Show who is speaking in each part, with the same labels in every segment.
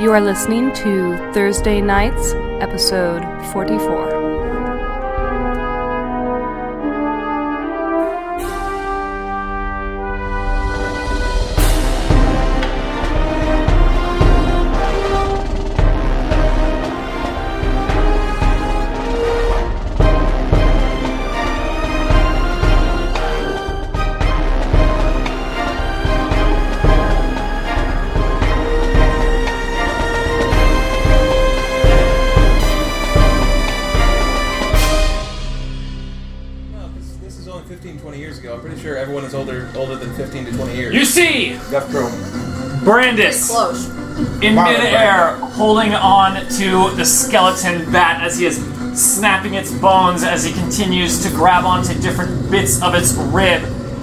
Speaker 1: You are listening to Thursday Nights, episode 44.
Speaker 2: Well, this, this is only 15, 20 years ago. I'm pretty sure everyone is older older than 15 to 20 years.
Speaker 3: You see
Speaker 2: Death Crow.
Speaker 3: Brandis
Speaker 4: Close.
Speaker 3: in
Speaker 2: Wow,
Speaker 3: midair holding on to the skeleton bat as he is snapping its bones as he continues to grab onto different bits of its rib.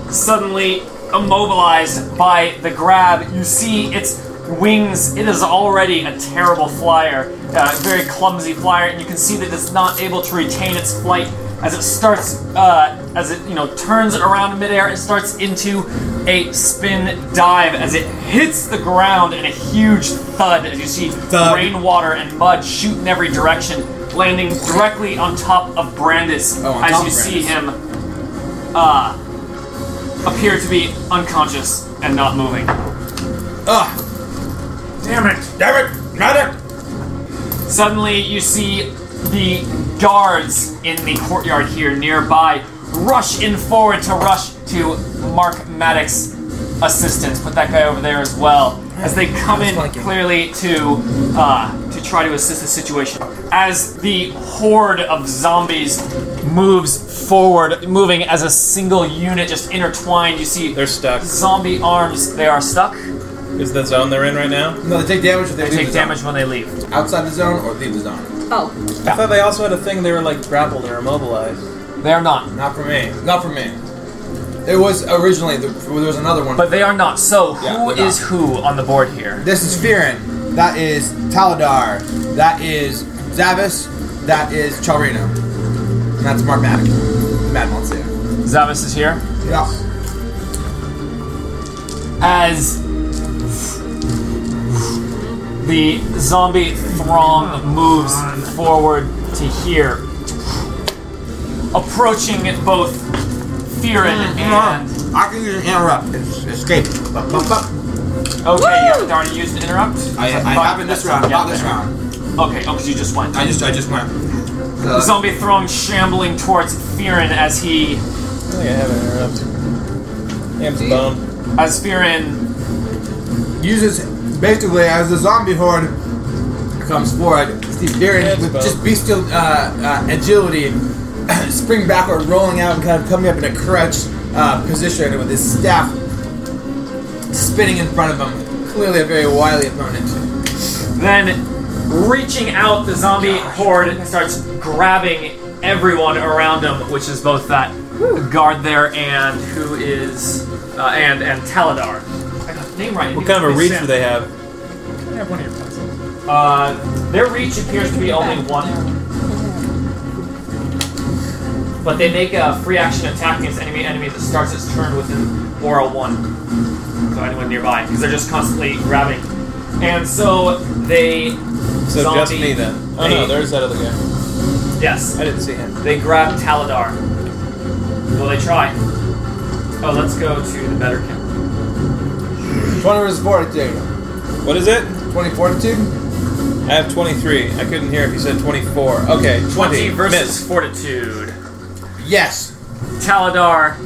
Speaker 3: Suddenly immobilized by the grab, you see its wings. It is already a terrible flyer, uh, very clumsy flyer, and you can see that it's not able to retain its flight as it starts uh, as it you know turns around midair it starts into a spin dive as it hits the ground in a huge thud as you see
Speaker 2: Thud.
Speaker 3: rainwater and mud shoot in every direction landing directly on top of brandis
Speaker 2: Oh, on
Speaker 3: as
Speaker 2: top
Speaker 3: you
Speaker 2: of
Speaker 3: see him uh, appear to be unconscious and not moving
Speaker 2: Ah!
Speaker 3: damn it
Speaker 2: Damn it! Medic!
Speaker 3: Suddenly, you see the guards in the courtyard here nearby rush in forward to rush to Mark Maddox's assistance. Put that guy over there as well. As they come in
Speaker 2: Flanking.
Speaker 3: clearly to uh, to try to assist the situation. As the horde of zombies moves forward, moving as a single unit, just intertwined. You see
Speaker 2: They're stuck.
Speaker 3: zombie arms. They are stuck.
Speaker 2: Is the zone they're in right now?
Speaker 5: No, they take damage if they,
Speaker 3: They
Speaker 5: leave
Speaker 3: take
Speaker 5: the zone.
Speaker 3: damage when they leave.
Speaker 5: outside the zone or leave the zone.
Speaker 4: Oh,
Speaker 2: I thought they also had a thing they were like grappled or immobilized.
Speaker 3: They are not.
Speaker 5: Not for me. Not for me. There was originally the, there was another one.
Speaker 3: But they are not. So
Speaker 5: Yeah,
Speaker 3: who is
Speaker 5: they're
Speaker 3: who on the board here?
Speaker 5: this is Fearin. That is Taladar. That is Zavis. That is Chalrino. And that's Mark Maddox. Mad Monsieur.
Speaker 3: Zavis is here.
Speaker 5: Yeah.
Speaker 3: As the zombie throng moves forward to here, approaching both Fearin
Speaker 5: Mm-hmm.
Speaker 3: and.
Speaker 5: I can use an interrupt. It's escape. Bup, bup, bup.
Speaker 3: Okay, you haven't already used an interrupt?
Speaker 5: I, I
Speaker 3: Fuck,
Speaker 5: have in this
Speaker 3: that's-
Speaker 5: round.
Speaker 3: yeah,
Speaker 5: Not this
Speaker 3: there.
Speaker 5: round.
Speaker 3: Okay, oh, because you just went.
Speaker 5: I just I just went. uh,
Speaker 3: The
Speaker 5: So-
Speaker 3: zombie throng shambling towards Fearin as he
Speaker 2: I think I have an interrupt. Ham's a bone.
Speaker 3: as Fearin
Speaker 5: uses basically as the zombie horde comes forward, Steve
Speaker 2: Yeah,
Speaker 5: Deering
Speaker 2: it's
Speaker 5: with
Speaker 2: both.
Speaker 5: just bestial uh, uh, agility, spring backward, rolling out, and kind of coming up in a crutch uh, position with his staff spinning in front of him. Clearly, a very wily opponent.
Speaker 3: Then, reaching out, the zombie horde starts grabbing everyone around him, which is both that guard there and who is uh, and and Taladar. I got the name right.
Speaker 2: What kind of a reach do they have?
Speaker 3: Uh, their reach appears to be only one. But they make a free action attack against enemy enemy that starts its turn within aura one. So anyone nearby, because they're just constantly grabbing. And so they
Speaker 2: So
Speaker 3: zombie,
Speaker 2: just me then. Oh
Speaker 3: they-
Speaker 2: no, there's that other guy.
Speaker 3: yes.
Speaker 2: I didn't see him.
Speaker 3: They grab Taladar. Well, they try. Oh, let's go to the better camp.
Speaker 5: Twenty versus fortitude.
Speaker 2: What is it?
Speaker 5: Twenty fortitude.
Speaker 2: I have 23. I couldn't hear if you said 24. Okay, 20.
Speaker 3: 20 versus
Speaker 2: Miss.
Speaker 3: Fortitude.
Speaker 5: Yes.
Speaker 3: Taladar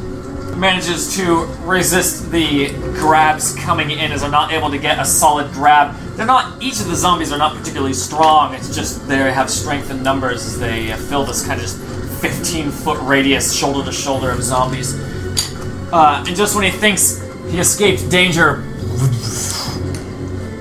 Speaker 3: manages to resist the grabs coming in as they're not able to get a solid grab. They're not, each of the zombies are not particularly strong, it's just they have strength in numbers as they uh, fill this kind of just 15 foot radius, shoulder to shoulder of zombies. Uh, and just when he thinks he escaped danger,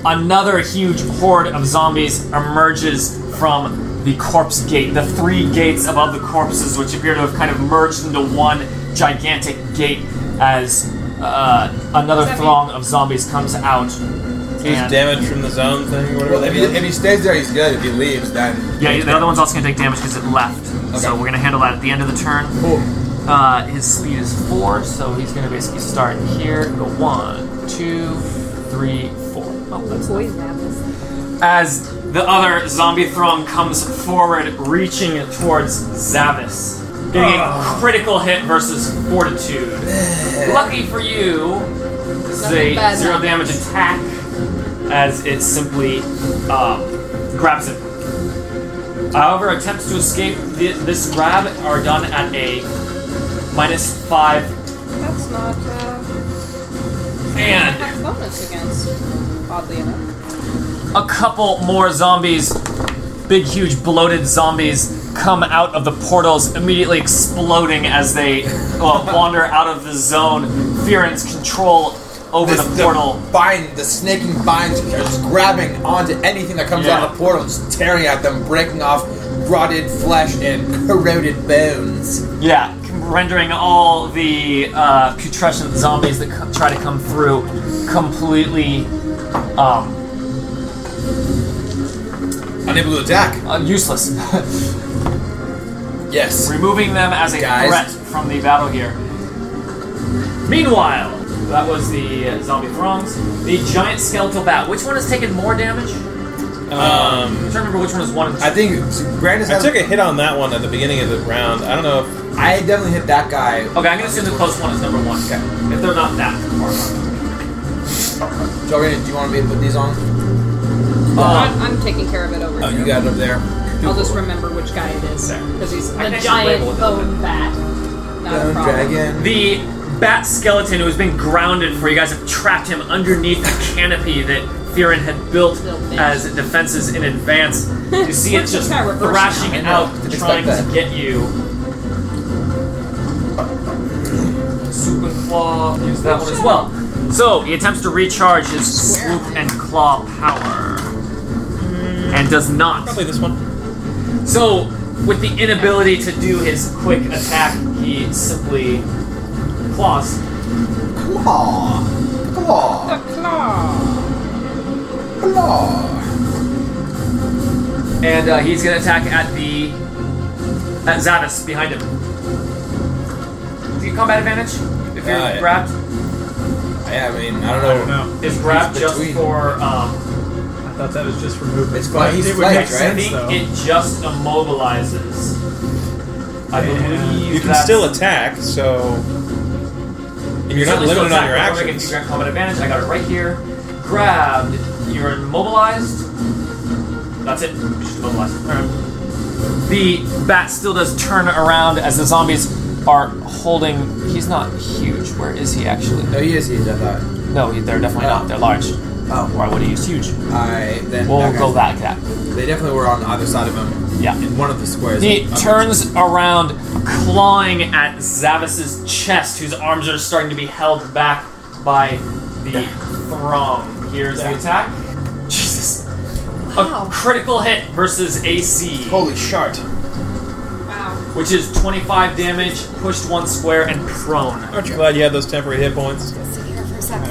Speaker 3: another huge horde of zombies emerges from the corpse gate, the three gates above the corpses, which appear to have kind of merged into one gigantic gate as uh, another
Speaker 4: that
Speaker 3: throng of zombies comes out.
Speaker 2: There's
Speaker 3: And,
Speaker 2: damage from the zone thing, whatever
Speaker 5: Well, if
Speaker 2: that
Speaker 5: he,
Speaker 2: is.
Speaker 5: if he stays there, he's good. If he leaves, then
Speaker 3: yeah, the other one's also going to take damage because it left. So
Speaker 5: Okay.
Speaker 3: we're going to handle that at the end of the turn.
Speaker 5: oh,
Speaker 3: Uh, his speed is four, so he's going to basically start here. Go one, two, three, four. Oh, that's
Speaker 4: poison apples.
Speaker 3: as the other zombie throng comes forward, reaching towards Zavis. Getting a critical hit versus Fortitude. Lucky for you, this is
Speaker 6: Nothing
Speaker 3: a
Speaker 6: bad
Speaker 3: zero
Speaker 6: happens.
Speaker 3: damage attack as it simply uh, grabs him. However, attempts to escape thi- this grab are done at a minus five,
Speaker 6: That's not. Uh,
Speaker 3: and
Speaker 6: have bonus against. Oddly enough.
Speaker 3: a couple more zombies, big, huge, bloated zombies, come out of the portals, immediately exploding as they uh, wander out of the zone. Feren's control over
Speaker 5: This-
Speaker 3: the portal.
Speaker 5: bind, the snaking binds, just grabbing onto anything that comes out
Speaker 3: Yeah.
Speaker 5: of the portal, just tearing at them, breaking off rotted flesh and corroded bones.
Speaker 3: Yeah, com- rendering all the uh, putrescent zombies that co- try to come through completely um,
Speaker 5: Unable to attack.
Speaker 3: uh, useless.
Speaker 5: Yes.
Speaker 3: removing them as a
Speaker 5: Guys.
Speaker 3: threat from the battle here. Meanwhile, that was the uh, zombie throngs. The giant skeletal bat. Which one has taken more damage? I'm
Speaker 2: Um,
Speaker 3: trying to remember which one is one. And two.
Speaker 5: I think Brandon's
Speaker 2: I took a hit on that one at the beginning of the round. I don't know if
Speaker 5: I definitely hit that guy.
Speaker 3: okay, I'm gonna assume the close one is number one. If they're not that far. apart.
Speaker 5: Joe, Brandon, do you want me to put these on?
Speaker 3: Uh,
Speaker 6: I'm, I'm taking care of it over
Speaker 5: Oh,
Speaker 6: here.
Speaker 5: you got it up there.
Speaker 6: I'll just remember which guy it is.
Speaker 3: There.
Speaker 6: Because he's
Speaker 3: I can
Speaker 6: a
Speaker 3: actually label it
Speaker 6: giant
Speaker 3: a little
Speaker 6: bone bat. Not a
Speaker 5: Bone
Speaker 6: problem.
Speaker 5: dragon.
Speaker 3: the bat skeleton who has been grounded for you guys have trapped him underneath a canopy that Theron had built
Speaker 6: Little bitch.
Speaker 3: as defenses in advance. You see it
Speaker 6: Let's
Speaker 3: just
Speaker 6: try reversing
Speaker 3: thrashing
Speaker 5: it.
Speaker 3: out,
Speaker 5: Didn't
Speaker 3: trying
Speaker 5: expect
Speaker 3: to
Speaker 5: that.
Speaker 3: get you. Swoop and claw. Use that one as well. So he attempts to recharge his swoop and claw power, and does not.
Speaker 2: probably this one.
Speaker 3: So, with the inability to do his quick attack, he simply claws.
Speaker 5: Claw. Claw.
Speaker 6: The claw.
Speaker 5: Claw.
Speaker 3: And uh, he's gonna attack at the at Zadis behind him. Do you combat advantage if you're
Speaker 5: Uh,
Speaker 3: grabbed?
Speaker 5: Yeah, I mean, I don't know.
Speaker 3: Is grab just
Speaker 5: between.
Speaker 3: for? Um,
Speaker 7: I thought that was just for movement.
Speaker 5: It's fine.
Speaker 7: But
Speaker 5: He's
Speaker 7: it would make
Speaker 5: flanked,
Speaker 3: I
Speaker 5: right?
Speaker 7: sense,
Speaker 3: think
Speaker 7: though.
Speaker 3: it just immobilizes. I
Speaker 7: Yeah.
Speaker 3: believe
Speaker 2: You can
Speaker 3: that's-
Speaker 2: still attack, so and you're not
Speaker 3: Certainly still
Speaker 2: limited on your
Speaker 3: attack, but we're gonna give
Speaker 2: actions.
Speaker 3: you grab combat advantage. I got it right here. Grabbed. You're immobilized. That's it. You're just immobilized. Alright. The bat still does turn around as the zombies are holding. He's not huge. Where is he actually?
Speaker 5: No, he is huge, I thought.
Speaker 3: No, he- they're definitely not. They're large.
Speaker 5: Oh,
Speaker 3: Why would he use huge?
Speaker 5: I then.
Speaker 3: We'll
Speaker 5: that
Speaker 3: go
Speaker 5: guy-
Speaker 3: back that.
Speaker 5: They definitely were on the other side of him.
Speaker 3: Yeah.
Speaker 5: In one of the squares.
Speaker 3: He
Speaker 5: of- of it.
Speaker 3: turns around, clawing at Zavis's chest, whose arms are starting to be held back by the throng. Here's the attack. Jesus. A critical hit versus AC,
Speaker 5: Holy shart.
Speaker 6: Wow.
Speaker 3: which is 25 damage, pushed one square, and prone.
Speaker 2: Aren't you glad you had those temporary hit points?
Speaker 5: Uh,
Speaker 8: Sit here for a second.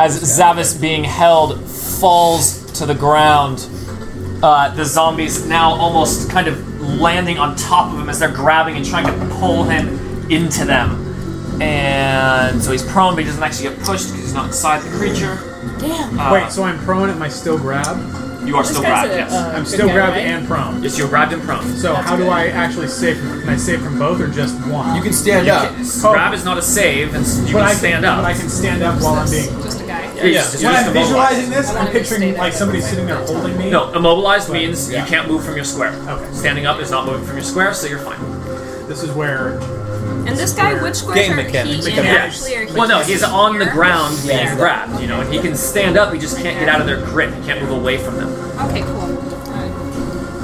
Speaker 3: As Zavis, being held, falls to the ground. Uh, the zombies now almost kind of landing on top of him as they're grabbing and trying to pull him into them. And so he's prone, but he doesn't actually get pushed because he's not inside the creature.
Speaker 8: Damn.
Speaker 3: Uh,
Speaker 7: Wait, so I'm prone? Am I still grabbed?
Speaker 3: you are still grabbed, yes.
Speaker 7: I'm still grabbed and prone.
Speaker 3: yes, you're grabbed and prone.
Speaker 7: So how do I actually save? From, can I save from both or just one?
Speaker 5: You can stand
Speaker 3: You
Speaker 5: up.
Speaker 3: can- grab is not a save, and you
Speaker 7: oh. but
Speaker 3: can
Speaker 7: I
Speaker 3: stand up.
Speaker 7: But I can stand up while I'm being.
Speaker 6: Just a guy.
Speaker 3: It's
Speaker 2: yeah.
Speaker 3: just-
Speaker 7: When
Speaker 3: just
Speaker 7: I'm
Speaker 3: immobilized.
Speaker 7: visualizing this,
Speaker 6: I
Speaker 7: I'm
Speaker 6: wanted to stay
Speaker 7: picturing
Speaker 6: there
Speaker 7: like
Speaker 6: for
Speaker 7: somebody
Speaker 6: my
Speaker 7: sitting there holding me.
Speaker 3: No, immobilized means you can't move from your square.
Speaker 7: Okay.
Speaker 3: Standing up is not moving from your square, so you're fine.
Speaker 7: This is where
Speaker 6: And this guy, which square
Speaker 2: Game
Speaker 6: are
Speaker 2: mechanics.
Speaker 6: he in
Speaker 2: Mechanics.
Speaker 6: actually? Or he
Speaker 3: Well, no,
Speaker 6: just
Speaker 3: he's on the
Speaker 6: here?
Speaker 3: ground being
Speaker 5: Yeah.
Speaker 3: grabbed, you know, and he can stand up, he just can't get out of their grip. He can't move away from them.
Speaker 6: Okay, cool. Alright.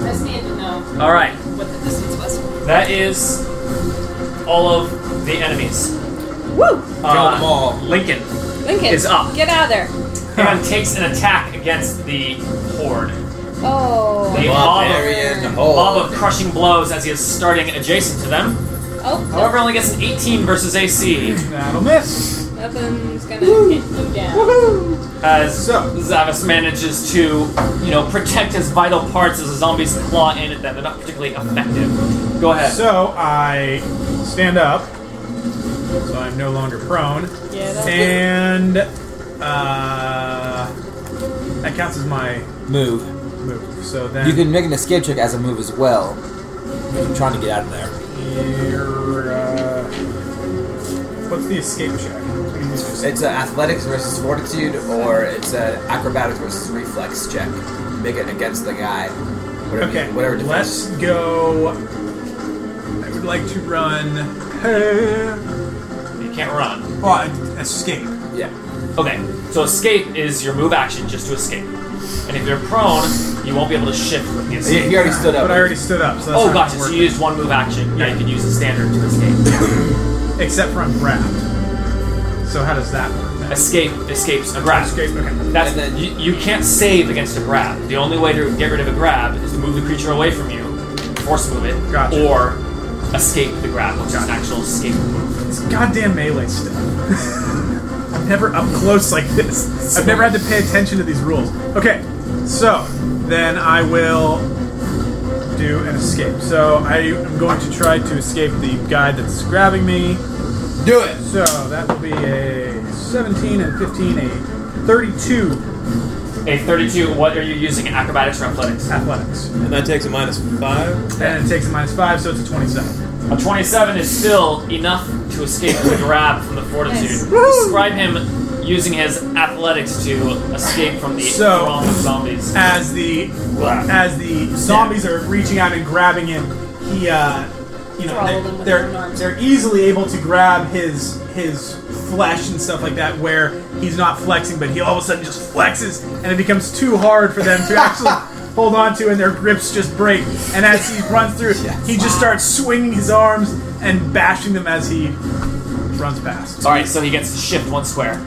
Speaker 6: I just needed to know
Speaker 3: All right,
Speaker 6: what the distance was.
Speaker 3: that is all of the enemies.
Speaker 6: Woo!
Speaker 3: Uh,
Speaker 5: them all.
Speaker 3: Lincoln
Speaker 6: Lincoln,
Speaker 3: It's up.
Speaker 6: get out of there.
Speaker 3: and takes an attack against the horde.
Speaker 6: Oh.
Speaker 3: The mob of,
Speaker 5: Barbarian
Speaker 3: mob
Speaker 5: hole.
Speaker 3: of crushing blows as he is starting adjacent to them.
Speaker 6: Oh,
Speaker 3: However, only gets an 18 versus AC
Speaker 7: that'll miss.
Speaker 6: nothing's gonna hit you down.
Speaker 3: as
Speaker 5: So-
Speaker 3: Zavis manages to, you know, protect his vital parts as the zombies claw in at them. They're not particularly effective. Go ahead.
Speaker 7: So I stand up. So I'm no longer prone.
Speaker 6: Yeah, that's
Speaker 7: And uh, That counts as my
Speaker 5: Move.
Speaker 7: move. So then
Speaker 5: You can make an escape check as a move as well. If you're trying to get out of there.
Speaker 7: you're, uh, what's the escape check?
Speaker 5: It's an athletics versus fortitude, or it's an acrobatics versus reflex check. Make it against the guy. Whatever,
Speaker 7: Okay.
Speaker 5: whatever defense.
Speaker 7: Let's go. I would like to run. Uh,
Speaker 3: You can't run.
Speaker 7: well, I- escape.
Speaker 5: Yeah.
Speaker 3: Okay, so escape is your move action just to escape. And if you're prone, you won't be able to shift with the
Speaker 5: He,
Speaker 3: escape.
Speaker 5: he already stood up.
Speaker 7: But I already stood up, so that's
Speaker 3: Oh,
Speaker 7: not
Speaker 3: gotcha.
Speaker 7: gonna
Speaker 3: So
Speaker 7: work.
Speaker 3: you used one move action. Yeah,
Speaker 7: Yeah.
Speaker 3: you can use the standard to escape.
Speaker 7: Except for I'm wrapped. So how does that work?
Speaker 3: Escape escapes a grab.
Speaker 7: Escape, okay.
Speaker 3: That's
Speaker 5: And then-
Speaker 3: you, you can't save against a grab. The only way to get rid of a grab is to move the creature away from you, force move it,
Speaker 7: Gotcha.
Speaker 3: or escape the grab, which is an
Speaker 7: Gotcha.
Speaker 3: actual escape move.
Speaker 7: It's goddamn melee stuff. I'm never up close like this. I've never had to pay attention to these rules. Okay, so then I will do an escape. So I am going to try to escape the guy that's grabbing me.
Speaker 5: Do it.
Speaker 7: So that will be a 17 and 15, a 32
Speaker 3: A 32, what are you using? Acrobatics or athletics?
Speaker 7: athletics.
Speaker 2: And that takes a minus five.
Speaker 7: And it takes a minus 5, so it's a 27.
Speaker 3: A 27 is still enough to escape the grab from the fortitude.
Speaker 6: Nice.
Speaker 3: Describe him using his athletics to escape from the
Speaker 7: So-
Speaker 3: throng of zombies.
Speaker 7: As the as the zombies are reaching out and grabbing him, he, uh, you know,
Speaker 6: Throttle
Speaker 7: they're,
Speaker 6: them with
Speaker 7: they're,
Speaker 6: their own arms.
Speaker 7: they're easily able to grab his his flesh and stuff like that, where he's not flexing, but he all of a sudden just flexes, and it becomes too hard for them to actually hold on to, and their grips just break. And as he runs through, he just starts swinging his arms and bashing them as he runs past.
Speaker 3: Alright, so he gets to shift one square.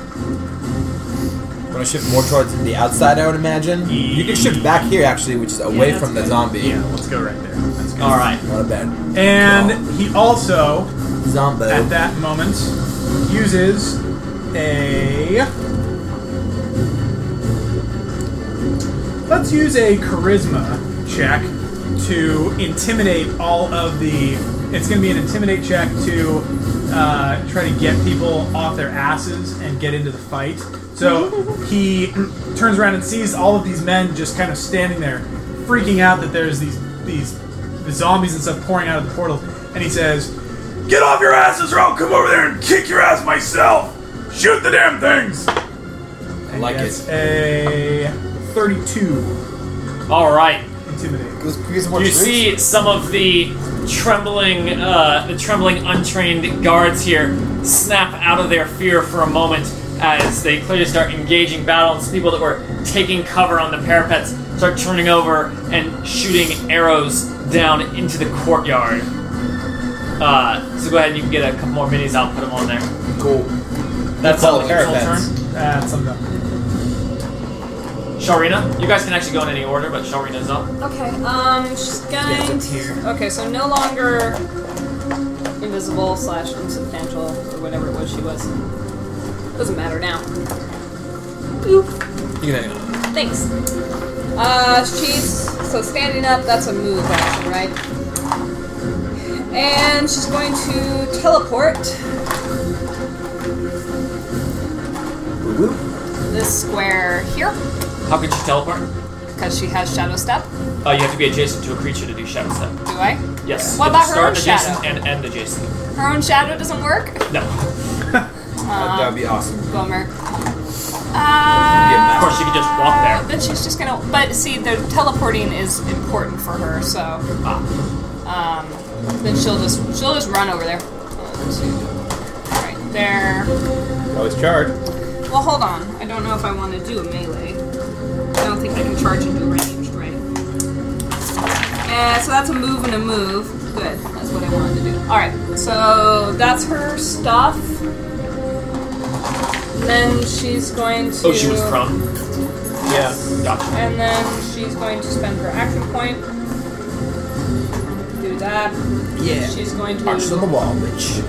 Speaker 5: Want to shift more towards the outside, I would imagine. You can shift back here, actually, which is away
Speaker 6: that's
Speaker 5: from the
Speaker 6: good.
Speaker 5: zombie.
Speaker 7: Yeah, let's go right there. That's good.
Speaker 3: Alright.
Speaker 5: Not a bad.
Speaker 7: And he also
Speaker 5: Zombo.
Speaker 7: at that moment uses a let's use a charisma check to intimidate all of the it's going to be an intimidate check to uh, try to get people off their asses and get into the fight so he turns around and sees all of these men just kind of standing there freaking out that there's these these the zombies and stuff pouring out of the portals and he says Get off your asses or I'll come over there and kick your ass myself! Shoot the damn things! I
Speaker 5: like
Speaker 7: A 32
Speaker 3: Alright.
Speaker 7: intimidating.
Speaker 5: Let's create some more
Speaker 3: You
Speaker 5: troops.
Speaker 3: see some of the trembling, uh, the trembling, untrained guards here snap out of their fear for a moment as they clearly start engaging battles. People that were taking cover on the parapets start turning over and shooting arrows down into the courtyard. Uh, so go ahead and you can get a couple more minis. I'll put them on there.
Speaker 5: Cool.
Speaker 3: That's all the
Speaker 5: Call the
Speaker 3: control
Speaker 5: parapets.
Speaker 3: turn.
Speaker 7: That's something.
Speaker 3: Sharina, you guys can actually go in any order, but Sharina's up.
Speaker 6: Okay, um, she's
Speaker 5: Yeah,
Speaker 6: going
Speaker 5: it's up here.
Speaker 6: to. Okay, so no longer invisible slash insubstantial or whatever it was she was. Doesn't matter now. Boop.
Speaker 5: You can hang on.
Speaker 6: Thanks. Uh, she's. So standing up, that's a move action, right? And she's going to teleport this square here,
Speaker 3: How could she teleport?
Speaker 6: because she has Shadow Step.
Speaker 3: Uh, you have to be adjacent to a creature to do shadow step.
Speaker 6: Do I?
Speaker 3: Yes.
Speaker 6: What
Speaker 3: you have
Speaker 6: about
Speaker 3: to
Speaker 6: her
Speaker 3: start
Speaker 6: own
Speaker 3: adjacent
Speaker 6: shadow?
Speaker 3: and end adjacent?
Speaker 6: Her own shadow doesn't work?
Speaker 3: No.
Speaker 5: that would be awesome.
Speaker 6: Bummer.
Speaker 5: mess.
Speaker 6: Uh,
Speaker 3: Of course, she could just walk there.
Speaker 6: Then she's just gonna. But see, the teleporting is important for her, so um,
Speaker 3: Ah,
Speaker 6: then she'll just she'll just run over there. Uh, One, two, right there.
Speaker 2: Always Oh, charred.
Speaker 6: Well, hold on. I don't know if I want to do a melee. I don't think I can charge into ranged, right? Uh, so that's a move and a move. Good. That's what I wanted to do. All right. So that's her stuff. Then she's going to.
Speaker 3: Oh, she was prone.
Speaker 7: Yeah.
Speaker 3: Gotcha.
Speaker 6: And then she's going to spend her action point. Do that.
Speaker 5: Yeah.
Speaker 6: She's going to
Speaker 5: Arches on the wall, bitch.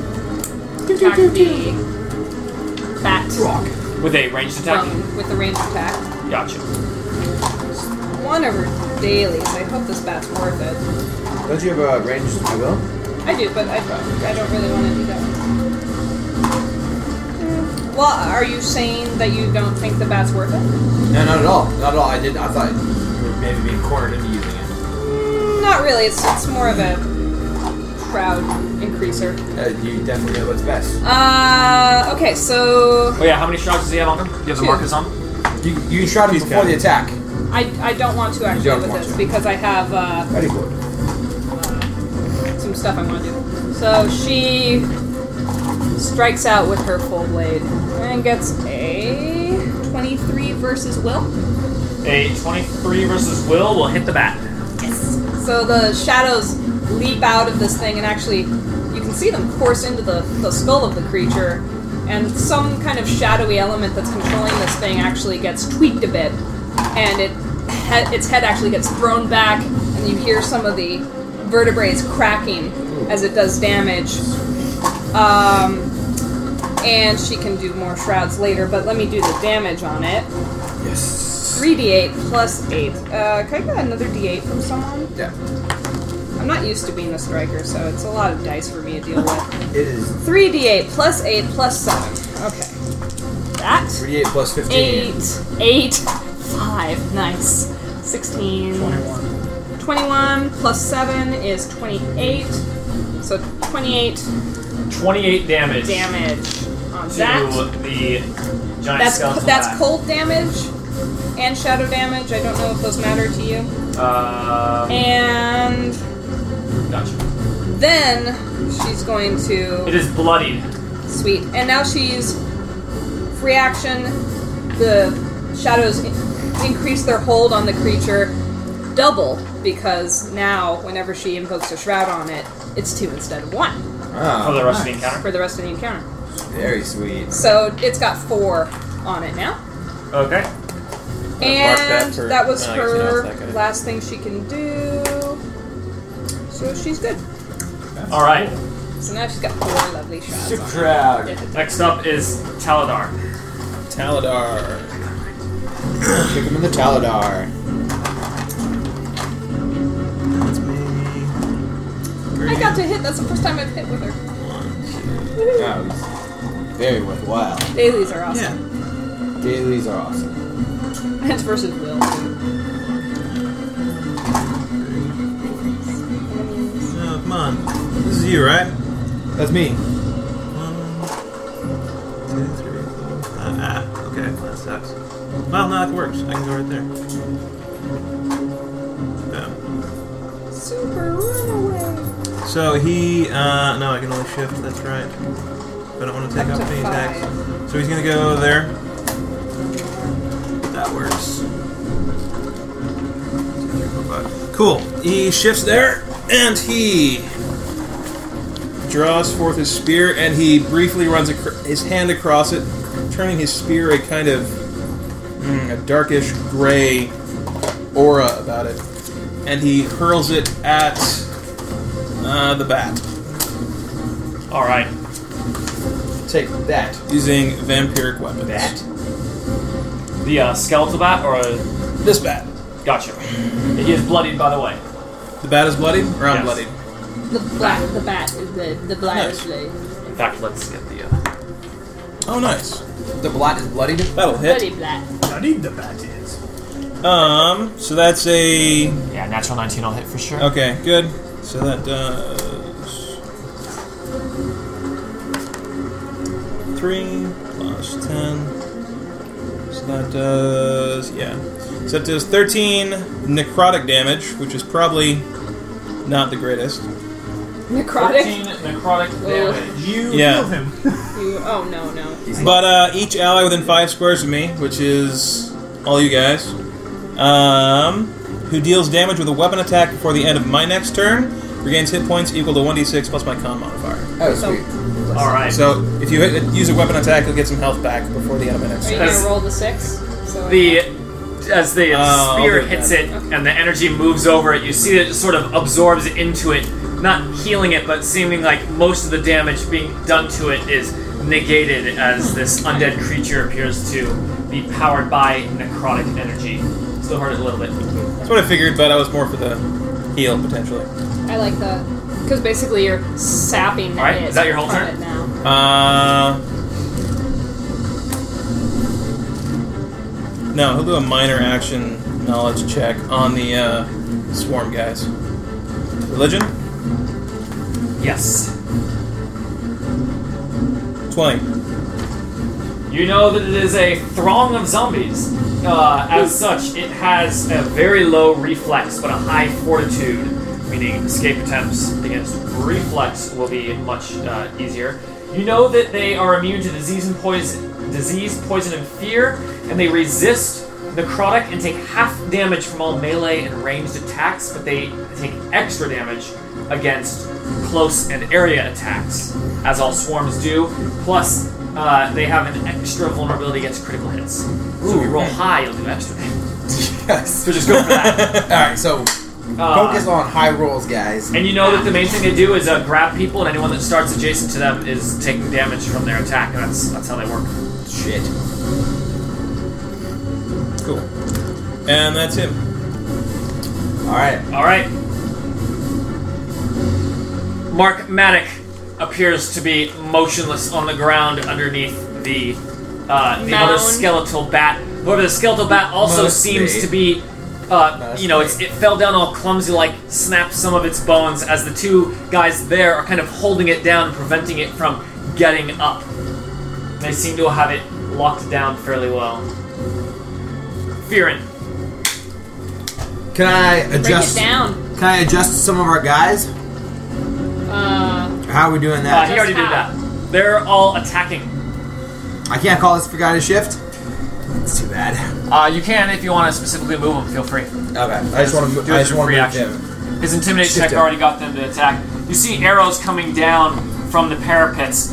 Speaker 6: attack the bat
Speaker 5: Rock.
Speaker 3: With a ranged attack.
Speaker 6: from, with the range attack.
Speaker 3: Gotcha.
Speaker 6: One of her dailies. I hope this bat's worth it.
Speaker 5: Don't you have a range as well?
Speaker 6: I do, but I, I don't really want to do that. one. Well, are you saying that you don't think the bat's worth it?
Speaker 5: No, not at all. Not at all. I did. I thought you were maybe being cornered into using it.
Speaker 6: Not really. It's it's more of a crowd increaser.
Speaker 5: Uh, you definitely know what's best.
Speaker 6: Uh, okay, so
Speaker 3: Oh yeah, how many shots does he have on him? Do you have the
Speaker 5: Two.
Speaker 3: markers on?
Speaker 5: You you shot him
Speaker 7: He's
Speaker 5: before
Speaker 7: got
Speaker 5: the
Speaker 7: it.
Speaker 5: attack.
Speaker 6: I, I don't want to actually
Speaker 5: don't
Speaker 6: with
Speaker 5: want
Speaker 6: this
Speaker 5: to.
Speaker 6: because I have uh,
Speaker 5: Very good.
Speaker 6: some stuff I want to do. So she strikes out with her full blade and gets a 23 versus will.
Speaker 3: A 23 versus Will will hit the bat.
Speaker 6: So the shadows leap out of this thing, and actually, you can see them course into the, the skull of the creature. And some kind of shadowy element that's controlling this thing actually gets tweaked a bit, and it he- its head actually gets thrown back, and you hear some of the vertebrae cracking as it does damage. Um, and she can do more shrouds later, but let me do the damage on it.
Speaker 5: Yes.
Speaker 6: 3d8 plus 8. Uh, can I get another d8 from someone?
Speaker 5: Yeah.
Speaker 6: I'm not used to being a striker, so it's a lot of dice for me to deal with.
Speaker 5: It is
Speaker 6: 3d8 plus 8 plus 7. Okay. That.
Speaker 5: 38 plus 15.
Speaker 6: 8, 8, 5. Nice. 16. 21. 21 plus 7 is 28. So 28
Speaker 3: 28 damage.
Speaker 6: damage on
Speaker 3: To
Speaker 6: that.
Speaker 3: the giant
Speaker 6: That's,
Speaker 3: skeleton.
Speaker 6: that's
Speaker 3: bat.
Speaker 6: cold damage and shadow damage. I don't know if those matter to you.
Speaker 3: Um,
Speaker 6: And
Speaker 3: gotcha.
Speaker 6: then she's going to.
Speaker 3: It is bloodied.
Speaker 6: Sweet. And now she's free action. The shadows in- increase their hold on the creature double because now, whenever she invokes a shroud on it, it's two instead of one
Speaker 3: for the
Speaker 5: Oh,
Speaker 3: rest of the encounter.
Speaker 6: for the rest of the encounter.
Speaker 5: very sweet.
Speaker 6: So it's got four on it now.
Speaker 3: Okay.
Speaker 2: that
Speaker 6: And
Speaker 2: for-
Speaker 6: that was
Speaker 2: no, I guess you know
Speaker 6: her
Speaker 2: it's not gonna-
Speaker 6: last thing she can do. So she's good.
Speaker 3: All right.
Speaker 6: So now she's got four lovely shots.
Speaker 5: Super crowd.
Speaker 3: Next up is Taladar.
Speaker 2: Taladar.
Speaker 5: Kick him in the Taladar.
Speaker 2: That's me.
Speaker 6: I got to hit. That's the first time I've hit with her.
Speaker 5: That was very worthwhile.
Speaker 6: Dailies are awesome.
Speaker 2: Yeah.
Speaker 5: Dailies are awesome.
Speaker 6: That's versus Will.
Speaker 2: No, come on. This is you, right?
Speaker 5: That's me.
Speaker 2: One, two, three, four, five. Ah, okay, that sucks. Well, no, that works. I can go right there. Boom.
Speaker 6: Super runaway.
Speaker 2: So he, uh, no, I can only shift, that's right. But I don't want to take
Speaker 6: Up
Speaker 2: off
Speaker 6: to
Speaker 2: any
Speaker 6: five.
Speaker 2: attacks. So he's gonna go there. That works. Two, three, four, five. Cool. He shifts there, and he draws forth his spear, and he briefly runs acr- his hand across it, turning his spear a kind of mm, a darkish gray aura about it, and he hurls it at uh, the bat
Speaker 3: All right.
Speaker 5: Take that.
Speaker 2: using vampiric weapons.
Speaker 5: Bat?
Speaker 3: The uh, skeletal bat, or a...
Speaker 2: This bat.
Speaker 3: gotcha. He is bloodied, by the way.
Speaker 2: The bat is bloodied, or I'm
Speaker 3: Yes.
Speaker 2: bloodied.
Speaker 6: The black, the bat, the the black
Speaker 2: Nice.
Speaker 6: blade.
Speaker 3: In fact, let's get the. Uh...
Speaker 2: Oh, nice.
Speaker 5: The blot is bloodied.
Speaker 2: That'll hit.
Speaker 6: Bloody black.
Speaker 7: I need the bat is.
Speaker 2: Um, so that's a
Speaker 3: Yeah, natural 19 I'll hit for sure.
Speaker 2: Okay, good. So that does three plus ten. So that does yeah. So that does thirteen necrotic damage, which is probably not the greatest.
Speaker 6: Necrotic.
Speaker 3: 13 necrotic damage.
Speaker 7: You
Speaker 2: Yeah.
Speaker 7: heal him.
Speaker 6: You, oh no no.
Speaker 2: But uh, each ally within five squares of me, which is all you guys, um, who deals damage with a weapon attack before the end of my next turn, regains hit points equal to 1d6 plus my con modifier.
Speaker 5: Oh,
Speaker 6: So,
Speaker 5: sweet.
Speaker 3: All right.
Speaker 2: So if you hit, use a weapon attack, you'll get some health back before the end of my next
Speaker 6: are you
Speaker 2: turn.
Speaker 3: That's-
Speaker 6: gonna roll the six? So
Speaker 3: the as the
Speaker 2: I'll
Speaker 3: spear
Speaker 2: do
Speaker 3: hits
Speaker 2: that.
Speaker 3: it and the energy moves over it, you see that it sort of absorbs into it, not healing it, but seeming like most of the damage being done to it is negated as this undead creature appears to be powered by necrotic energy. Still hurt it a little bit.
Speaker 2: That's what I figured, but I was more for the heal potentially.
Speaker 6: I like the because basically you're sapping
Speaker 3: All right,
Speaker 6: it
Speaker 3: is that your whole
Speaker 6: from
Speaker 3: turn?
Speaker 6: it now.
Speaker 2: Uh, No, he'll do a minor action knowledge check on the uh, swarm guys. Religion?
Speaker 3: Yes.
Speaker 2: 20.
Speaker 3: You know that it is a throng of zombies. Uh, as such, it has a very low reflex but a high fortitude, meaning escape attempts against reflex will be much uh, easier. You know that they are immune to disease and poison, disease, poison, and fear, and they resist necrotic and take half damage from all melee and ranged attacks, but they take extra damage against close and area attacks, as all swarms do. Plus, uh, they have an extra vulnerability against critical hits. So if you roll high, you'll do extra damage.
Speaker 5: Yes.
Speaker 3: So just go for that.
Speaker 5: Alright, so
Speaker 3: Uh,
Speaker 5: focus on high rolls, guys.
Speaker 3: and you know that the main thing they do is uh, grab people, and anyone that starts adjacent to them is taking damage from their attack, and that's that's how they work.
Speaker 5: Shit.
Speaker 2: Cool. And that's him.
Speaker 5: Alright.
Speaker 3: All right. Mark Matic appears to be motionless on the ground underneath the uh, the other
Speaker 6: Mound.
Speaker 3: skeletal bat. However, the skeletal bat also
Speaker 5: Mostly.
Speaker 3: seems to be, uh,
Speaker 5: Mostly.
Speaker 3: you know, it's, it fell down all clumsy, like snapped some of its bones. As the two guys there are kind of holding it down, and preventing it from getting up. They seem to have it locked down fairly well. Fearin,
Speaker 5: Can I
Speaker 6: Break
Speaker 5: adjust
Speaker 6: it down.
Speaker 5: Can I adjust some of our guys?
Speaker 6: Uh,
Speaker 5: How are we doing
Speaker 3: uh,
Speaker 5: that?
Speaker 3: he already did
Speaker 6: how?
Speaker 3: that. They're all attacking.
Speaker 5: I can't call this forgotten shift. It's too bad.
Speaker 3: Uh, you can if you want to specifically move them. Feel free.
Speaker 5: Okay. I just want to.
Speaker 3: Do it
Speaker 5: I
Speaker 3: as
Speaker 5: just
Speaker 3: a
Speaker 5: want
Speaker 3: free
Speaker 5: to move
Speaker 3: action.
Speaker 5: him.
Speaker 3: His intimidate
Speaker 5: Shift
Speaker 3: check
Speaker 5: him.
Speaker 3: already got them to attack. You see arrows coming down from the parapets,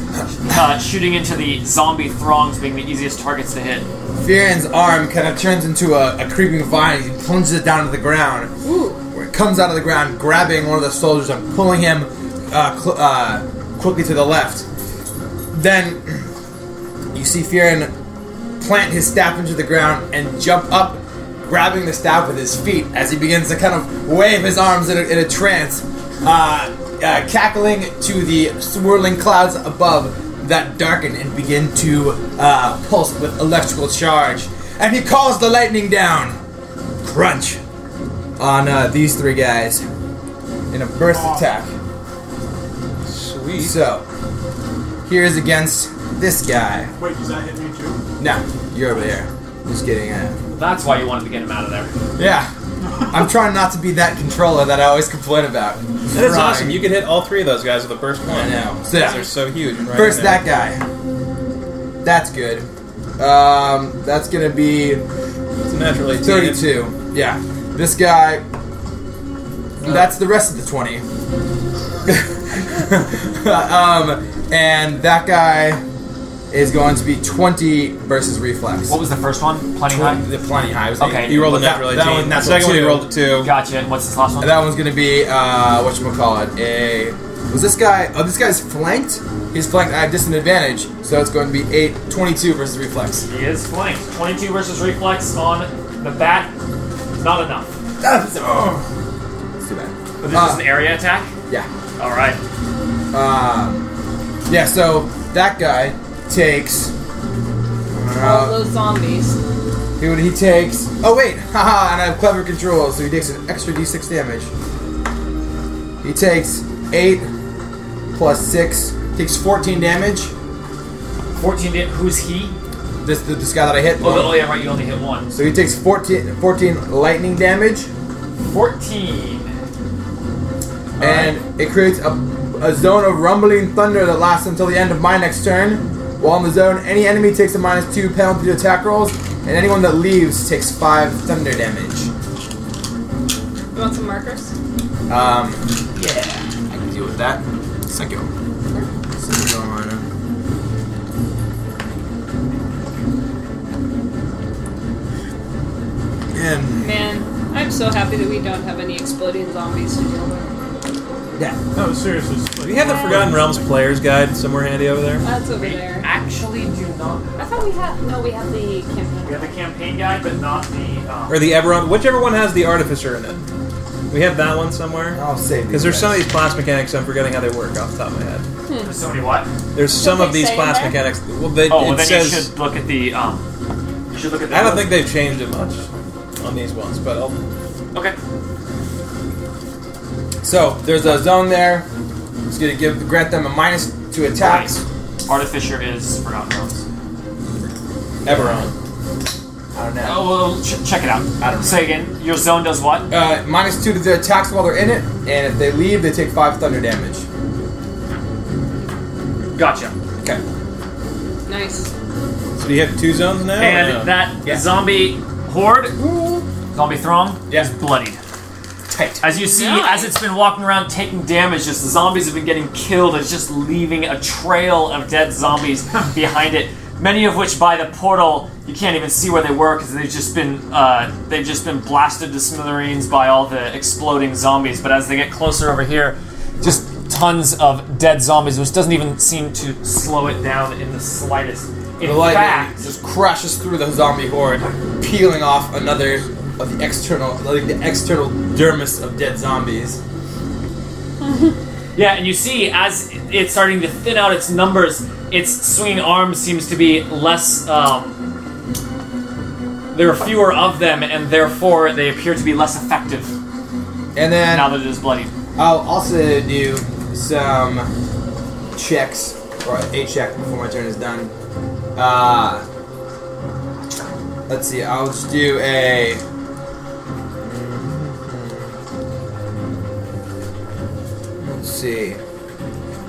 Speaker 3: uh, shooting into the zombie throngs, being the easiest targets to hit.
Speaker 5: Fearin's arm kind of turns into a, a creeping vine. He plunges it down to the ground.
Speaker 6: ooh,
Speaker 5: where it comes out of the ground, grabbing one of the soldiers and pulling him uh, cl- uh, quickly to the left. Then you see Fearin plant his staff into the ground and jump up, grabbing the staff with his feet as he begins to kind of wave his arms in a, in a trance, uh, uh, cackling to the swirling clouds above that darken and begin to uh, pulse with electrical charge. And he calls the lightning down. Crunch on uh, these three guys in a burst attack.
Speaker 2: Sweet.
Speaker 5: So, here's against this guy.
Speaker 7: Wait, does that hit me too?
Speaker 5: No, you're over there. Just kidding. Uh,
Speaker 3: That's why you wanted to get him out of there.
Speaker 5: yeah, I'm trying not to be that controller that I always complain about.
Speaker 2: That's
Speaker 5: Right.
Speaker 2: awesome. You could hit all three of those guys with a burst one.
Speaker 5: I know. So,
Speaker 2: Because
Speaker 5: yeah.
Speaker 2: they're so huge. and Right
Speaker 5: First,
Speaker 2: in there.
Speaker 5: that guy. That's good. Um, that's gonna be
Speaker 2: It's a natural 18.
Speaker 5: 32. Yeah. This guy.
Speaker 2: Uh.
Speaker 5: That's the rest of the 20. um, and that guy is going to be 20 versus reflex.
Speaker 3: What was the first one? Plenty high.
Speaker 5: The plenty high. It was
Speaker 3: Okay.
Speaker 2: He rolled a
Speaker 5: But that-
Speaker 2: natural 18.
Speaker 5: that one-
Speaker 2: the
Speaker 5: natural
Speaker 2: second one he
Speaker 5: two.
Speaker 2: rolled a 2.
Speaker 3: Gotcha. And what's this last one?
Speaker 5: And that one's gonna be uh, what you call it? A was this guy? Oh, this guy's flanked. He's flanked. I have disadvantage, so it's going to be 8, 22 versus reflex.
Speaker 3: He is flanked. Twenty-two versus reflex on the bat. Not enough.
Speaker 5: That's oh. It's too bad.
Speaker 3: But this
Speaker 5: Ah.
Speaker 3: is an area attack.
Speaker 5: Yeah.
Speaker 3: All right.
Speaker 5: Um, yeah, so that guy takes.
Speaker 6: all
Speaker 5: Uh,
Speaker 6: those zombies.
Speaker 5: he, he takes. Oh, wait! Haha, and I have clever controls, so he takes an extra d6 damage. He takes 8 plus 6, takes 14 damage.
Speaker 3: Fourteen. Hit. Who's he?
Speaker 5: This this guy that I hit.
Speaker 3: Oh, the- oh yeah, right. You only hit one.
Speaker 5: So he takes 14, 14 lightning damage,
Speaker 3: Fourteen.
Speaker 5: and it creates a, a zone of rumbling thunder that lasts until the end of my next turn. While in the zone, any enemy takes a minus 2 penalty to attack rolls, and anyone that leaves takes 5 thunder damage.
Speaker 6: You want some markers?
Speaker 5: Um, yeah, I can deal with that. Thank you. And
Speaker 6: Man, I'm so happy that we don't have any exploding zombies to deal with.
Speaker 5: yeah,
Speaker 7: No, seriously. it's
Speaker 2: Do
Speaker 7: like-
Speaker 2: you have the Forgotten Realms player's guide somewhere handy over there?
Speaker 6: That's over there.
Speaker 3: Actually, do not.
Speaker 6: I thought we had no, we had the campaign.
Speaker 3: We have the campaign guide, but not the. Um,
Speaker 2: Or the Eberron? Whichever one has the Artificer in it. We have that one somewhere.
Speaker 5: I'll save
Speaker 2: Because there's
Speaker 5: these
Speaker 2: some of
Speaker 5: guys.
Speaker 2: these class mechanics I'm forgetting how they work off the top of my head.
Speaker 3: there's so many what?
Speaker 2: There's some
Speaker 6: they
Speaker 2: of these
Speaker 6: say in
Speaker 2: class
Speaker 6: there?
Speaker 2: mechanics. Well, they,
Speaker 3: Oh, well,
Speaker 2: it
Speaker 3: then
Speaker 2: says
Speaker 3: you should look at the. Um, You should look at that.
Speaker 2: I don't think they've changed it much on these ones, but I'll,
Speaker 3: Okay.
Speaker 5: So there's a zone there. It's gonna give grant them a minus to attacks.
Speaker 3: Right. Artificer is Forgotten Realms.
Speaker 2: Everon.
Speaker 5: I don't know.
Speaker 3: Oh, well, ch- check it out.
Speaker 5: I don't know.
Speaker 3: Say again, your zone does what?
Speaker 5: Uh, minus two to their attacks while they're in it, and if they leave, they take five thunder damage.
Speaker 3: Gotcha.
Speaker 5: Okay.
Speaker 6: Nice.
Speaker 2: So do you have two zones now?
Speaker 3: and
Speaker 2: or no?
Speaker 3: that
Speaker 5: Yeah.
Speaker 3: zombie horde, zombie throng,
Speaker 5: Yeah.
Speaker 3: is bloodied.
Speaker 5: Tight.
Speaker 3: As you see,
Speaker 6: Nice.
Speaker 3: as it's been walking around taking damage, just the zombies have been getting killed. It's just leaving a trail of dead zombies behind it. Many of which, by the portal, you can't even see where they were because they've just been uh, they've just been blasted to smithereens by all the exploding zombies. But as they get closer over here, just tons of dead zombies, which doesn't even seem to slow it down in the slightest. In
Speaker 5: The lightning
Speaker 3: fact,
Speaker 5: just crashes through the zombie horde, peeling off another of the external, like the external dermis of dead zombies.
Speaker 3: Yeah, and you see as it's starting to thin out its numbers, its swinging arm seems to be less. Um, there are fewer of them, and therefore they appear to be less effective
Speaker 5: And then
Speaker 3: now that it is bloodied.
Speaker 5: I'll also do some checks or a check before my turn is done. Uh, let's see. I'll just do a. Let's see.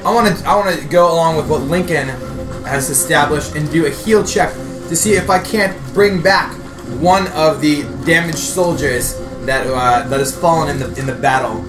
Speaker 5: I want to. I want to go along with what Lincoln has established and do a heal check to see if I can't bring back one of the damaged soldiers that uh, that has fallen in the in the battle.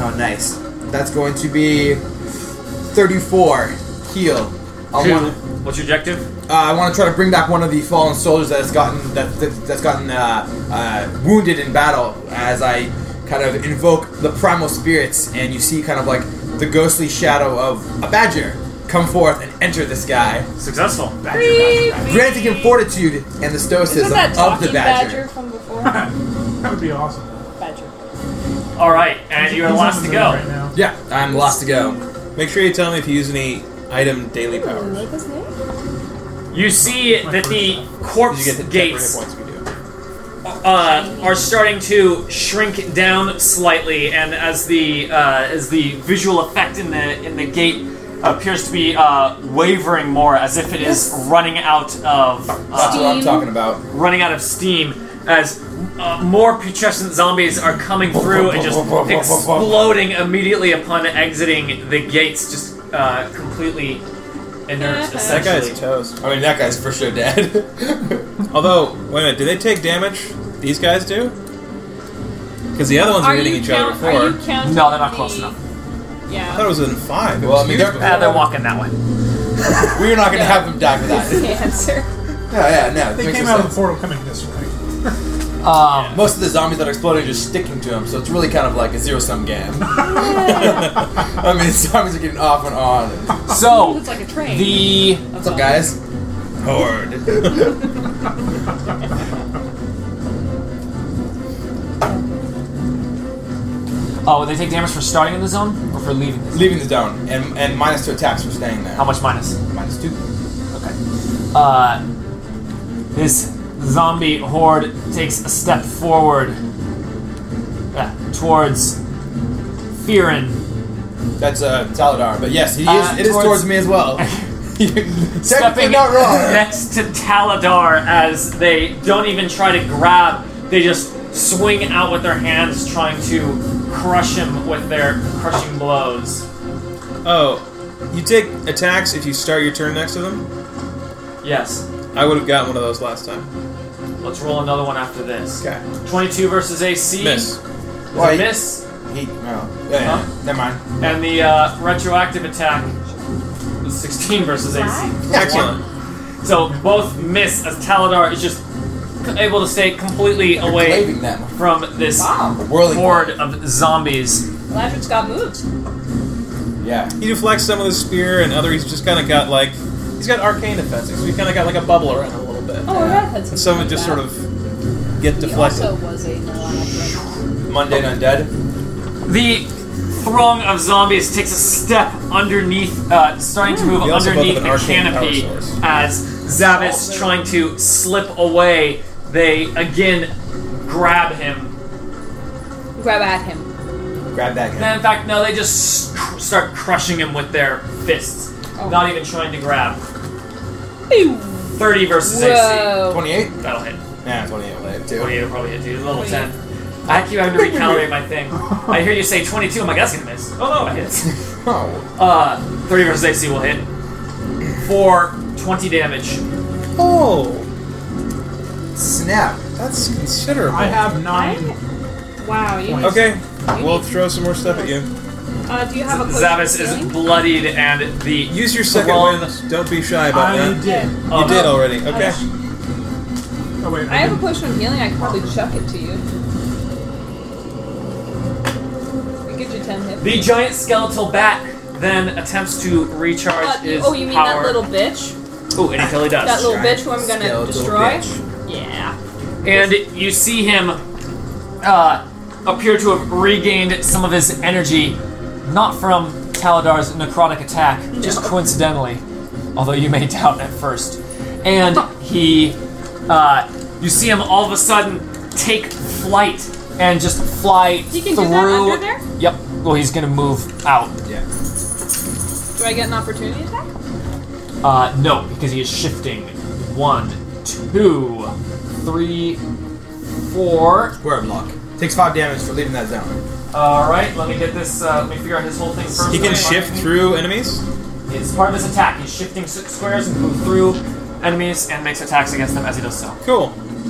Speaker 5: Oh, nice. That's going to be 34 heal. I
Speaker 3: Two.
Speaker 5: want,
Speaker 3: What's your objective?
Speaker 5: uh, I want to try to bring back one of the fallen soldiers that's gotten that, that that's gotten uh, uh, wounded in battle. As I kind of invoke the primal spirits, and you see kind of like the ghostly shadow of a badger come forth and enter this guy,
Speaker 3: Successful. Badger, badger,
Speaker 6: Creepy.
Speaker 3: badger.
Speaker 5: granting him fortitude and the
Speaker 6: Isn't
Speaker 5: stoicism
Speaker 6: that
Speaker 5: of
Speaker 6: talking
Speaker 5: the badger.
Speaker 6: from before?
Speaker 7: That would be awesome.
Speaker 6: badger.
Speaker 3: All right, and you are
Speaker 7: He's on
Speaker 3: last to
Speaker 7: the move
Speaker 3: go.
Speaker 7: Right now.
Speaker 5: Yeah, I'm lost to go.
Speaker 2: Make sure you tell me if you use any item
Speaker 6: Oh,
Speaker 2: daily powers.
Speaker 6: Make his name?
Speaker 3: You see that the
Speaker 2: Did
Speaker 3: corpse
Speaker 2: you get the temporary
Speaker 3: gates
Speaker 2: points we do?
Speaker 3: uh, are starting to shrink down slightly, and as the uh, as the visual effect in the in the gate appears to be uh, wavering more, as if it is running out of
Speaker 5: That's
Speaker 3: uh,
Speaker 5: what I'm
Speaker 6: Steam.
Speaker 5: talking about.
Speaker 3: running out of steam, as uh, more putrescent zombies are coming through and just exploding immediately upon exiting the gates, just uh, completely inert.
Speaker 2: That
Speaker 3: Essentially,
Speaker 2: guy's toast.
Speaker 5: I mean, that guy's for sure dead.
Speaker 2: Although, wait a minute, do they take damage? These guys do? Because the other ones were
Speaker 6: Are
Speaker 2: hitting
Speaker 6: you
Speaker 2: each other
Speaker 6: count-
Speaker 2: before.
Speaker 6: Are you counting
Speaker 3: No, they're not
Speaker 6: the-
Speaker 3: close enough.
Speaker 2: I thought it
Speaker 6: Yeah.
Speaker 2: was in five. It
Speaker 5: Well, I
Speaker 2: was
Speaker 5: mean,
Speaker 2: huge
Speaker 5: they're-
Speaker 2: before.
Speaker 3: uh, they're walking that way.
Speaker 5: We're not gonna have him die for that.
Speaker 6: Answer.
Speaker 5: Yeah, yeah, no. it
Speaker 7: Oh, They
Speaker 5: makes
Speaker 7: came
Speaker 5: no
Speaker 7: out of
Speaker 5: sense.
Speaker 7: the portal coming this way.
Speaker 3: Um,
Speaker 5: Most of the zombies that are exploding are just sticking to him, so it's really kind of like a zero sum game. I mean, zombies are getting off and on.
Speaker 3: so
Speaker 6: Oh, It's like a train.
Speaker 3: the
Speaker 5: What's up, guys?
Speaker 2: Horde.
Speaker 3: Oh, they take damage for starting in the zone or for leaving the zone?
Speaker 5: Leaving the zone, and, and minus two attacks for staying there.
Speaker 3: How much minus?
Speaker 5: Minus two.
Speaker 3: Okay. Uh, this zombie horde takes a step forward uh, towards Fearin.
Speaker 5: That's uh, Taladar, but yes, he is,
Speaker 3: Uh,
Speaker 5: it is
Speaker 3: towards-
Speaker 5: towards me as well. Technically
Speaker 3: Stepping
Speaker 5: not wrong.
Speaker 3: next to Taladar as they don't even try to grab, they just swing out with their hands trying to crush him with their crushing blows.
Speaker 2: Oh, you take attacks if you start your turn next to them?
Speaker 3: Yes.
Speaker 2: I would have gotten one of those last time.
Speaker 3: Let's roll another one after this.
Speaker 5: Okay.
Speaker 3: 22 versus AC.
Speaker 2: Miss.
Speaker 3: Is
Speaker 5: Why-
Speaker 3: a miss.
Speaker 5: He, no. Yeah, yeah,
Speaker 3: Huh?
Speaker 5: never mind.
Speaker 3: And the uh, retroactive attack was 16 versus AC.
Speaker 5: Excellent.
Speaker 3: So both miss as Taladar is just able to stay completely away
Speaker 5: Waving them.
Speaker 3: from this
Speaker 6: Wow.
Speaker 5: Whirling.
Speaker 3: horde of zombies.
Speaker 6: Lazarus got moved.
Speaker 5: Yeah.
Speaker 2: He deflects some of the spear, and other he's just kind of got like. He's got arcane defenses. He's kind of got like a bubble around him a little bit.
Speaker 6: Oh, Redhead's
Speaker 2: And some would just sort of get
Speaker 6: He
Speaker 2: deflected.
Speaker 6: also was a Nalana.
Speaker 5: Mundane undead.
Speaker 3: The throng of zombies takes a step underneath, uh, starting to move
Speaker 2: Hmm. They also both
Speaker 3: underneath
Speaker 2: have
Speaker 3: the
Speaker 2: an arcane
Speaker 3: canopy
Speaker 2: power source.
Speaker 3: as Zavis trying to slip away, they again grab him
Speaker 6: Grab at him.
Speaker 5: Grab that
Speaker 3: No,
Speaker 5: guy.
Speaker 3: in fact, no, they just cr- start crushing him with their fists.
Speaker 6: Oh.
Speaker 3: Not even trying to grab.
Speaker 6: Ew.
Speaker 3: 30 versus AC.
Speaker 6: Whoa.
Speaker 5: 28?
Speaker 3: That'll hit.
Speaker 5: Nah, 28 will hit too.
Speaker 3: 28 will probably hit, dude. Level
Speaker 6: Wait.
Speaker 3: 10. I keep having to recalibrate my thing. I hear you say 22, I'm like, that's gonna miss. Oh no, it hits.
Speaker 5: Oh.
Speaker 3: Uh, 30 versus AC will hit. For 20 damage.
Speaker 2: Oh,
Speaker 5: Snap.
Speaker 2: that's considerable.
Speaker 7: I have nine.
Speaker 6: Wow. You,
Speaker 2: Okay, we'll throw some more stuff at you.
Speaker 6: uh, do you have a potion of
Speaker 3: Zavis
Speaker 6: healing?
Speaker 3: is bloodied and the.
Speaker 2: Use your second
Speaker 3: Along-
Speaker 2: wind. Don't be shy about
Speaker 7: I
Speaker 2: that.
Speaker 7: did.
Speaker 3: Oh,
Speaker 2: you did already. Okay.
Speaker 7: Oh wait.
Speaker 6: I have a potion of healing. I can probably chuck it to you. It gives you ten hit.
Speaker 3: The giant skeletal bat then attempts to recharge
Speaker 6: Uh, you-
Speaker 3: his
Speaker 6: oh, you mean
Speaker 3: power.
Speaker 6: that little bitch?
Speaker 3: Ooh, and he totally does.
Speaker 6: That little
Speaker 5: Giant
Speaker 6: bitch who I'm gonna
Speaker 5: skeletal
Speaker 6: destroy?
Speaker 5: bitch.
Speaker 6: Yeah.
Speaker 3: and you see him uh, appear to have regained some of his energy, not from Taladar's necrotic attack, just coincidentally, although you may doubt at first. And he, uh, you see him all of a sudden take flight and just fly
Speaker 6: He can do
Speaker 3: through.
Speaker 6: that under there?
Speaker 3: Yep. Well, he's gonna move out.
Speaker 5: Yeah.
Speaker 6: Do I get an opportunity attack?
Speaker 3: Uh, no, because he is shifting. One, two, three, four.
Speaker 5: We're in luck. Takes 5 damage for leaving that zone.
Speaker 3: All right, let me get this. Uh, let me figure out his whole thing first.
Speaker 2: He can
Speaker 3: Wait,
Speaker 2: shift through enemies.
Speaker 3: It's part of his attack. He's shifting s- squares and move through enemies and makes attacks against them as he does so.
Speaker 2: Cool.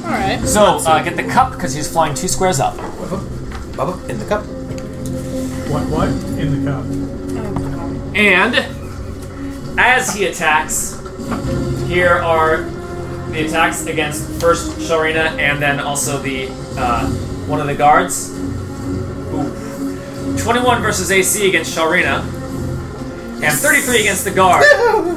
Speaker 6: Alright.
Speaker 3: So uh, get the cup because he's flying two squares up.
Speaker 5: Whip up. Bub up in the cup.
Speaker 7: What? What? In the cup.
Speaker 3: And as he attacks, here are the attacks against first Sharina and then also the uh, one of the guards. Ooh. 21 versus AC against Sharina. And 33 against the guard,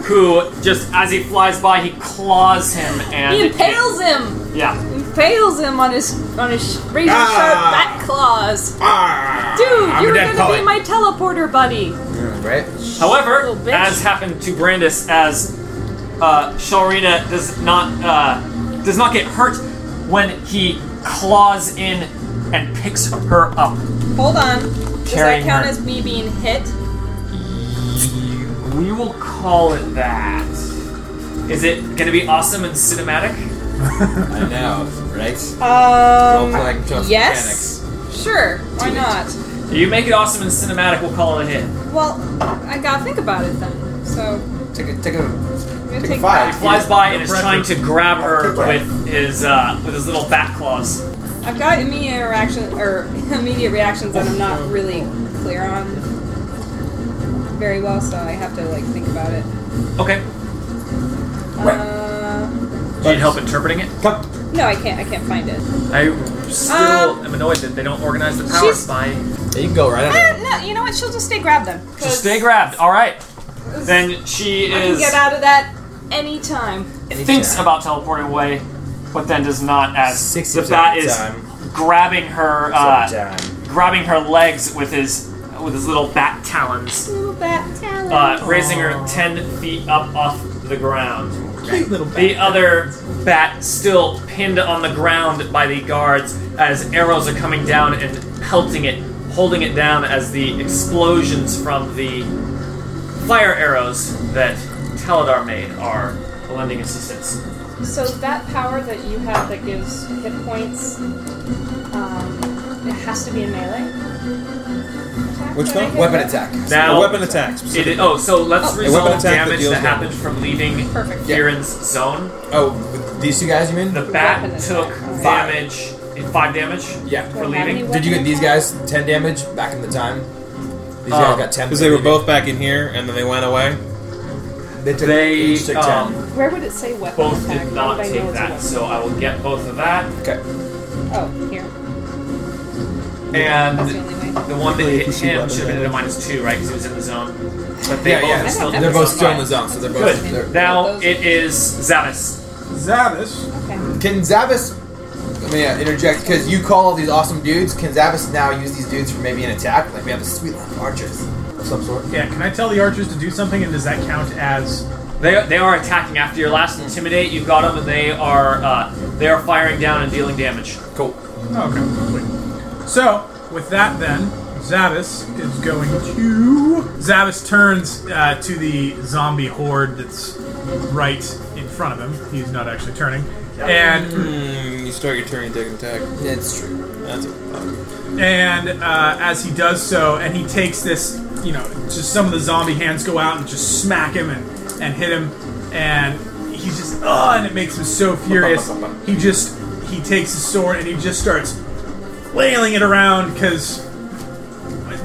Speaker 3: who just as he flies by, he claws him and
Speaker 6: He impales him!
Speaker 3: Yeah.
Speaker 6: Impales him on his on his razor
Speaker 5: Ah.
Speaker 6: sharp bat claws.
Speaker 5: Ah,
Speaker 6: Dude,
Speaker 5: I'm
Speaker 6: you
Speaker 5: a
Speaker 6: were
Speaker 5: dead
Speaker 6: gonna
Speaker 5: poet.
Speaker 6: be my teleporter buddy.
Speaker 5: Mm, Right?
Speaker 3: However,
Speaker 6: Little bitch.
Speaker 3: as happened to Brandis, as uh, Shalrina does not uh, does not get hurt when he claws in and picks her up.
Speaker 6: Hold on. Does that
Speaker 3: Carrying
Speaker 6: count
Speaker 3: her.
Speaker 6: as me being hit?
Speaker 3: We will call it that. Is it going to be awesome and cinematic?
Speaker 5: I know, right?
Speaker 6: Um
Speaker 5: Well, like, just
Speaker 6: Yes. Sure. Why
Speaker 5: Do it.
Speaker 6: not?
Speaker 3: You make it awesome and cinematic. We'll call it a hit.
Speaker 6: Well, I gotta think about it then. So
Speaker 5: Take a, take a, take
Speaker 6: I'm gonna
Speaker 5: a
Speaker 6: take
Speaker 3: He
Speaker 5: five.
Speaker 3: flies by and is
Speaker 7: Brandis.
Speaker 3: trying to grab her with his uh, with his little bat claws.
Speaker 6: I've got immediate reaction or immediate reactions that I'm not really clear on very well, so I have to like think about it.
Speaker 3: Okay.
Speaker 6: Uh,
Speaker 3: Do you need help interpreting it? Uh,
Speaker 5: Cup.
Speaker 6: no, I can't. I can't find it.
Speaker 3: I still
Speaker 6: Um,
Speaker 3: am annoyed that they don't organize the power
Speaker 6: she's-
Speaker 3: spy.
Speaker 5: You can go right
Speaker 6: Eh,
Speaker 5: under.
Speaker 6: no, you know what? She'll just stay grabbed then.
Speaker 3: Just stay grabbed. All right. Then she
Speaker 6: I can
Speaker 3: is
Speaker 6: get out of that anytime.
Speaker 3: thinks about teleporting away, but then does not as
Speaker 5: Six
Speaker 3: the
Speaker 5: is
Speaker 3: bat
Speaker 5: every
Speaker 3: is
Speaker 5: time.
Speaker 3: grabbing her, uh,
Speaker 5: Sometime.
Speaker 3: grabbing her legs with his with his little bat talons,
Speaker 6: Little bat talent.
Speaker 3: uh, raising her ten feet up off the ground.
Speaker 7: Cute little.
Speaker 3: The other bat still pinned on the ground by the guards as arrows are coming down and pelting it, holding it down as the explosions from the fire arrows that Taladar made are lending assistance.
Speaker 6: So that power that you have that gives hit points, um, it has to be a melee. attack,
Speaker 2: Which
Speaker 6: did I
Speaker 2: one?
Speaker 6: get
Speaker 5: Weapon
Speaker 6: that?
Speaker 5: attack.
Speaker 3: Now,
Speaker 2: A weapon attack.
Speaker 3: It
Speaker 2: Specifically.
Speaker 3: is, oh, so let's
Speaker 6: Oh.
Speaker 2: A weapon
Speaker 3: resolve
Speaker 2: attack that
Speaker 3: damage
Speaker 2: deals
Speaker 3: that happened
Speaker 2: damage.
Speaker 3: from leaving
Speaker 6: Perfect.
Speaker 5: Yeah.
Speaker 3: Viren's zone.
Speaker 5: Oh, with these two guys, you mean?
Speaker 3: The bat
Speaker 6: Weapon attack.
Speaker 3: took
Speaker 6: Five.
Speaker 3: damage, eh, five damage
Speaker 5: yeah.
Speaker 3: for
Speaker 6: Do I have any
Speaker 3: leaving.
Speaker 6: weapon
Speaker 5: Did you get these
Speaker 6: attack?
Speaker 5: guys 10 damage back in the time? These
Speaker 3: Uh,
Speaker 5: guys got 10
Speaker 2: Because they were
Speaker 5: maybe.
Speaker 2: both back in here, and then they went away.
Speaker 5: They took
Speaker 3: They
Speaker 5: each took
Speaker 3: um,
Speaker 6: Where would it say weapon
Speaker 3: both
Speaker 6: attack?
Speaker 3: did
Speaker 6: How
Speaker 3: not
Speaker 6: would I know
Speaker 3: take
Speaker 6: it's a
Speaker 3: that,
Speaker 6: weapon?
Speaker 3: so I will get both of that.
Speaker 5: 10. Okay.
Speaker 6: Oh, here.
Speaker 3: And
Speaker 6: That's the only way.
Speaker 3: the one that hit
Speaker 2: Please,
Speaker 3: him
Speaker 2: weapon
Speaker 3: should have been at a
Speaker 2: damage.
Speaker 3: minus two, right? Because he was in the zone. But they
Speaker 5: Yeah,
Speaker 3: both
Speaker 5: yeah.
Speaker 3: are still
Speaker 6: I thought
Speaker 5: They're
Speaker 6: that
Speaker 5: both
Speaker 6: was
Speaker 5: still in
Speaker 6: fine.
Speaker 5: the zone, so they're both.
Speaker 3: Good.
Speaker 5: They're,
Speaker 3: Now
Speaker 6: Those-
Speaker 3: it is Zavis.
Speaker 7: Zavis.
Speaker 6: Okay.
Speaker 5: can Zavis. Let me uh, interject because you call all these awesome dudes. Can Zavis now use these dudes for maybe an attack? Like we have a sweet line of archers of some sort.
Speaker 7: Yeah. Can I tell the archers to do something, and does that count as
Speaker 3: They, they are attacking after your last intimidate. You got them, and they are uh, they are firing down and dealing damage.
Speaker 5: Cool.
Speaker 7: Oh, Okay. sweet. So, with that, then, Zavis is going to. Zavis turns uh, to the zombie horde that's right in front of him. He's not actually turning. And
Speaker 2: Mm, you start your turn, you take an attack.
Speaker 5: That's true.
Speaker 2: That's a fuck.
Speaker 7: and uh, as he does so, and he takes this, you know, just some of the zombie hands go out and just smack him and, and hit him, and he's just oh, and it makes him so furious. He just he takes his sword and he just starts flailing it around because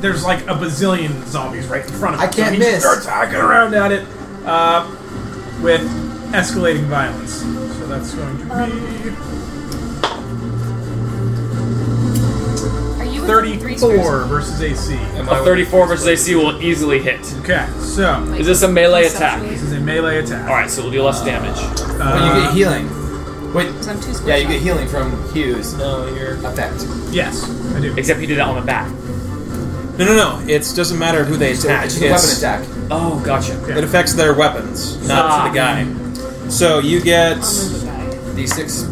Speaker 7: there's like a bazillion zombies right in front of him.
Speaker 5: I can't
Speaker 7: so he
Speaker 5: miss.
Speaker 7: Just starts hacking around at it uh, with escalating violence. So that's going to be.
Speaker 6: Um, Are you within three spears?
Speaker 7: 34 versus AC.
Speaker 2: Am I
Speaker 3: A 34 versus AC will easily hit.
Speaker 7: Okay, so
Speaker 3: Is this a melee
Speaker 6: Perception.
Speaker 3: attack?
Speaker 7: this is a melee attack.
Speaker 3: All right, so we'll do less damage.
Speaker 5: well, you
Speaker 7: Uh,
Speaker 5: get healing. Wait.
Speaker 6: Because I'm two squares
Speaker 5: Yeah, you get
Speaker 6: up.
Speaker 5: healing from Hughes
Speaker 2: No, you're.
Speaker 5: effect.
Speaker 7: yes, I do.
Speaker 3: Except you did that on the back.
Speaker 2: No, no, no. It doesn't matter who they
Speaker 5: So
Speaker 2: attack.
Speaker 5: Ah, it's a weapon
Speaker 2: It's,
Speaker 5: attack.
Speaker 3: Oh, gotcha.
Speaker 2: it affects their weapons, not
Speaker 3: Ah.
Speaker 2: the guy. So you get
Speaker 5: D6.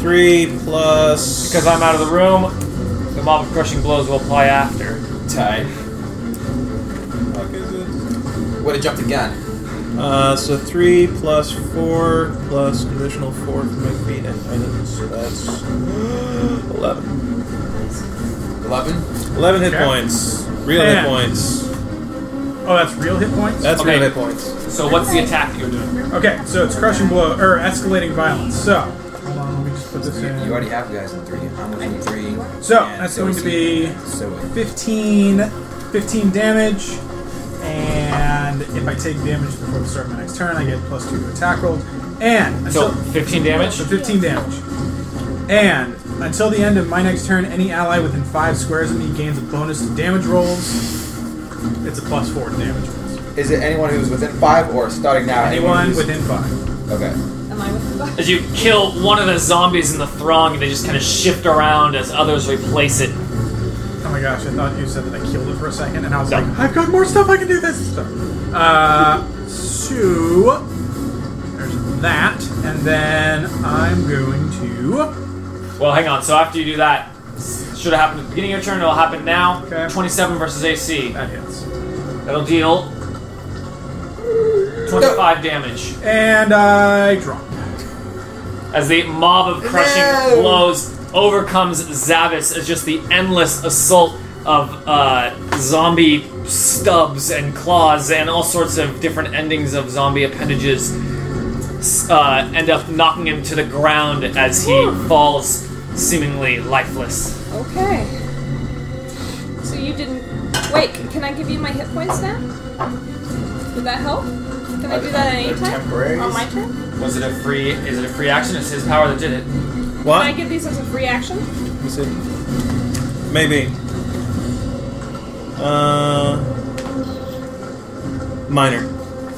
Speaker 2: three plus.
Speaker 3: Because I'm out of the room, the mob of crushing blows will apply after.
Speaker 5: Tie.
Speaker 2: Fuck is it?
Speaker 5: Would have jumped again.
Speaker 2: Uh, so three plus four plus additional four from my feet and items. So that's eleven.
Speaker 5: 11.
Speaker 2: Eleven hit
Speaker 7: Okay.
Speaker 2: points. Real
Speaker 7: Man.
Speaker 2: hit points.
Speaker 7: Oh, that's real hit points.
Speaker 2: That's
Speaker 3: Okay.
Speaker 2: real hit points.
Speaker 3: So what's the attack that you're doing?
Speaker 7: okay, so it's crushing blow or escalating violence. So hold on, let me just put this
Speaker 5: You, you
Speaker 7: in.
Speaker 5: already have guys in 3. I'm within 3.
Speaker 7: So
Speaker 5: and
Speaker 7: that's going to be
Speaker 5: So
Speaker 7: 15, 15 damage, and if I take damage before the start of my next turn, I get plus two to attack roll, and
Speaker 3: So
Speaker 7: until
Speaker 3: 15 damage.
Speaker 7: So 15 damage. And until the end of my next turn, any ally within five squares of me gains a bonus to damage rolls. It's a plus four to damage rolls.
Speaker 5: Is it anyone who's within 5 or starting now?
Speaker 7: Anyone
Speaker 5: who's-
Speaker 7: within five.
Speaker 5: Okay.
Speaker 6: Am I with the
Speaker 3: As you kill one of the zombies in the throng, and they just kind of shift around as others replace it.
Speaker 7: Oh my gosh, I thought you said that I killed it for a second, and I was
Speaker 3: No.
Speaker 7: like, I've got more stuff I can do this. So, uh, so there's that, and then I'm going to.
Speaker 3: Well, hang on. So after you do that, should have happened at the beginning of your turn. It'll happen now.
Speaker 7: Okay.
Speaker 3: 27 versus AC.
Speaker 7: That hits.
Speaker 3: That'll deal 25 damage
Speaker 7: And I drop.
Speaker 3: as the mob of crushing
Speaker 5: No.
Speaker 3: blows overcomes Zavis as just the endless assault of uh, zombie stubs and claws and all sorts of different endings of zombie appendages s- uh, end up knocking him to the ground as he falls seemingly lifeless.
Speaker 6: Okay. So you didn't. Wait, can I give you my hit points now? Would that help? Can I do that at any
Speaker 5: They're
Speaker 6: time?
Speaker 5: temporaries.
Speaker 6: On my turn?
Speaker 3: Was it a free? Is it a free action? It's his power that did it.
Speaker 6: Can I
Speaker 2: What?
Speaker 6: give these as a free action?
Speaker 2: Let me see. Maybe. Uh, minor.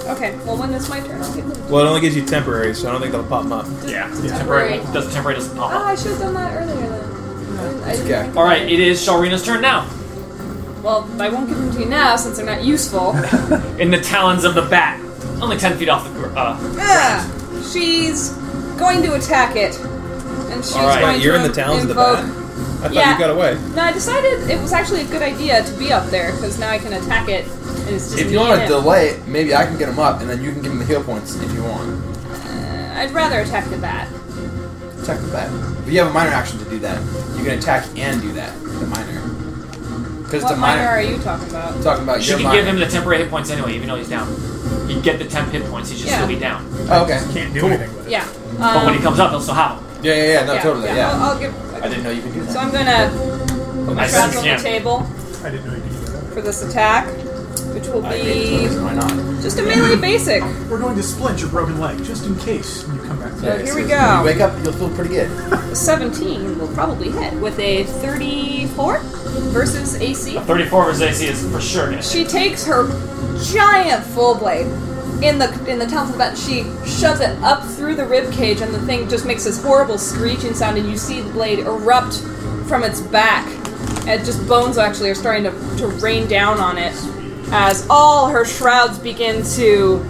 Speaker 6: Okay, well, when it's my turn, I'll give them.
Speaker 2: Well, it only gives you temporary, so I don't think that'll pop 'em up.
Speaker 3: Yeah,
Speaker 7: yeah.
Speaker 3: temporary.
Speaker 6: Temporary.
Speaker 3: Does temporary doesn't pop
Speaker 6: Ah,
Speaker 3: up.
Speaker 6: I should have done that earlier then. I didn't
Speaker 5: okay.
Speaker 6: think about
Speaker 3: All right, it is Shalrina's turn now.
Speaker 6: Well, I won't give them to you now since they're not useful.
Speaker 3: In the talons of the bat, only ten feet off the gr- uh,
Speaker 6: Ah, she's going to attack it, and she's
Speaker 3: All right,
Speaker 6: going
Speaker 2: You're
Speaker 6: to
Speaker 2: in the towns of the
Speaker 6: invoke-
Speaker 2: bat. I thought
Speaker 6: Yeah.
Speaker 2: you got away.
Speaker 6: No, I decided it was actually a good idea to be up there because now I can attack it. And it's just
Speaker 5: If
Speaker 6: me
Speaker 5: you want
Speaker 6: and
Speaker 5: to
Speaker 6: it.
Speaker 5: delay, it, maybe I can get him up, and then you can give him the heal points if you want.
Speaker 6: I'd rather attack the bat.
Speaker 5: Check the bet. But you have a minor action to do that. You can attack and do that. The minor. Because
Speaker 6: what
Speaker 5: the minor.
Speaker 6: minor are you talking about?
Speaker 5: I'm talking about
Speaker 3: she
Speaker 5: your
Speaker 3: can
Speaker 5: minor.
Speaker 3: give him the temporary hit points anyway, even though he's down. He'd get the temp hit points. He should
Speaker 6: Yeah.
Speaker 3: still be down.
Speaker 5: Oh, okay.
Speaker 7: Can't do
Speaker 5: Cool.
Speaker 7: anything with it.
Speaker 5: Oh,
Speaker 6: Yeah. Um,
Speaker 3: But when he comes up, he'll still have him.
Speaker 5: Yeah, yeah, yeah. No,
Speaker 6: yeah,
Speaker 5: totally. Yeah.
Speaker 6: I'll, I'll give.
Speaker 5: I didn't know you could do that.
Speaker 6: So I'm gonna put my
Speaker 3: I
Speaker 6: shots
Speaker 3: see,
Speaker 6: on
Speaker 3: yeah.
Speaker 6: the table
Speaker 7: I didn't know you could do that.
Speaker 6: for this attack, which will
Speaker 5: I mean,
Speaker 6: be
Speaker 5: why not?
Speaker 6: just a melee basic.
Speaker 7: We're going to splint your broken leg just in case when you come back.
Speaker 6: Yeah.
Speaker 7: To
Speaker 6: here
Speaker 5: it's-
Speaker 6: we
Speaker 5: it's-
Speaker 6: go.
Speaker 5: When you wake up, you'll feel pretty good.
Speaker 6: 17 will probably hit with a 34 versus AC.
Speaker 3: Thirty-four versus AC is for sure gonna. hit.
Speaker 6: She takes her giant full blade in the in the talons of the bat. She shoves it up through the rib cage, and the thing just makes this horrible screeching sound. And you see the blade erupt from its back, and just bones actually are starting to, to rain down on it as all her shrouds begin to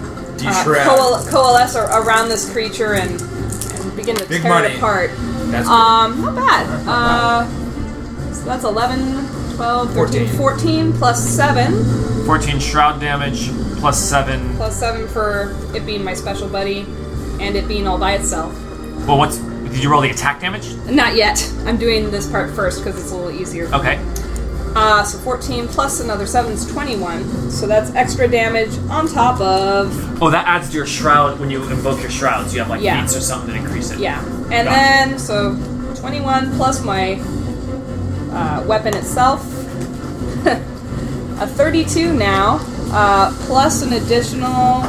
Speaker 6: uh,
Speaker 5: Shroud.
Speaker 6: coal- coalesce ar- around this creature and, and begin to
Speaker 5: Big
Speaker 6: tear
Speaker 5: money.
Speaker 6: it apart.
Speaker 5: That's
Speaker 6: Um, not bad. Uh, so that's 11, 12, 13, 14, plus 7.
Speaker 9: 14 shroud damage, plus 7.
Speaker 6: Plus 7 for it being my special buddy and it being all by itself.
Speaker 9: Well, what's. Did you roll the attack damage?
Speaker 6: Not yet. I'm doing this part first because it's a little easier.
Speaker 9: Okay.
Speaker 6: Uh, so 14 plus another 7 is 21. So that's extra damage on top of.
Speaker 9: Oh, that adds to your shroud when you invoke your shrouds. You have like
Speaker 6: Yeah.
Speaker 9: beats or something that increase it.
Speaker 6: Yeah. And then, so 21 plus my uh, weapon itself. a 32 now, uh, plus an additional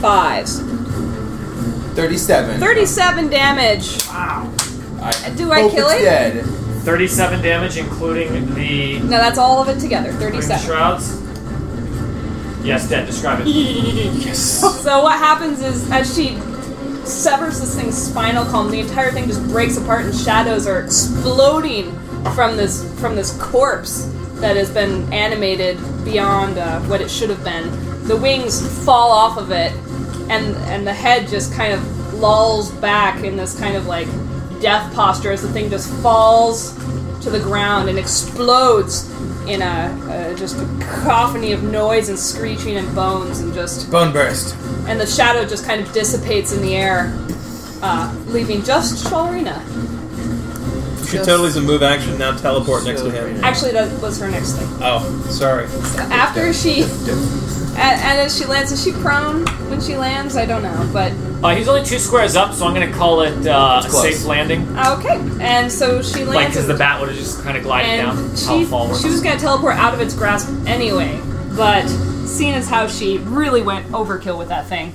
Speaker 6: 5.
Speaker 5: 37.
Speaker 6: 37 damage.
Speaker 9: Wow.
Speaker 5: I
Speaker 6: Do I
Speaker 5: hope
Speaker 6: kill
Speaker 5: it's
Speaker 6: it?
Speaker 5: Dead.
Speaker 9: 37 damage, including the
Speaker 6: No, that's all of it together.
Speaker 9: including
Speaker 6: 37.
Speaker 9: shrouds. Yes, dead. Describe it.
Speaker 6: So what happens is as she severs this thing's spinal column, the entire thing just breaks apart and shadows are exploding from this from this corpse that has been animated beyond uh, what it should have been. The wings fall off of it, and and the head just kind of lolls back in this kind of like death posture as the thing just falls to the ground and explodes in a, a just a cacophony of noise and screeching and bones and just
Speaker 5: Bone burst.
Speaker 6: and the shadow just kind of dissipates in the air, uh, leaving just Shalrina.
Speaker 2: You should totally as a move action now teleport next to him.
Speaker 6: Actually, that was her next thing.
Speaker 2: Oh, sorry.
Speaker 6: So after she, and, and as she lands, is she prone when she lands? I don't know, but
Speaker 9: Uh, he's only two squares up, so I'm gonna call it uh, a
Speaker 5: close.
Speaker 9: safe landing.
Speaker 6: uh, okay. And so she
Speaker 9: Like,
Speaker 6: lands,
Speaker 9: because the
Speaker 6: and,
Speaker 9: bat would have just kind of glided down,
Speaker 6: and
Speaker 9: out
Speaker 6: she
Speaker 9: forward.
Speaker 6: she was gonna teleport out of its grasp anyway, but seeing as how she really went overkill with that thing,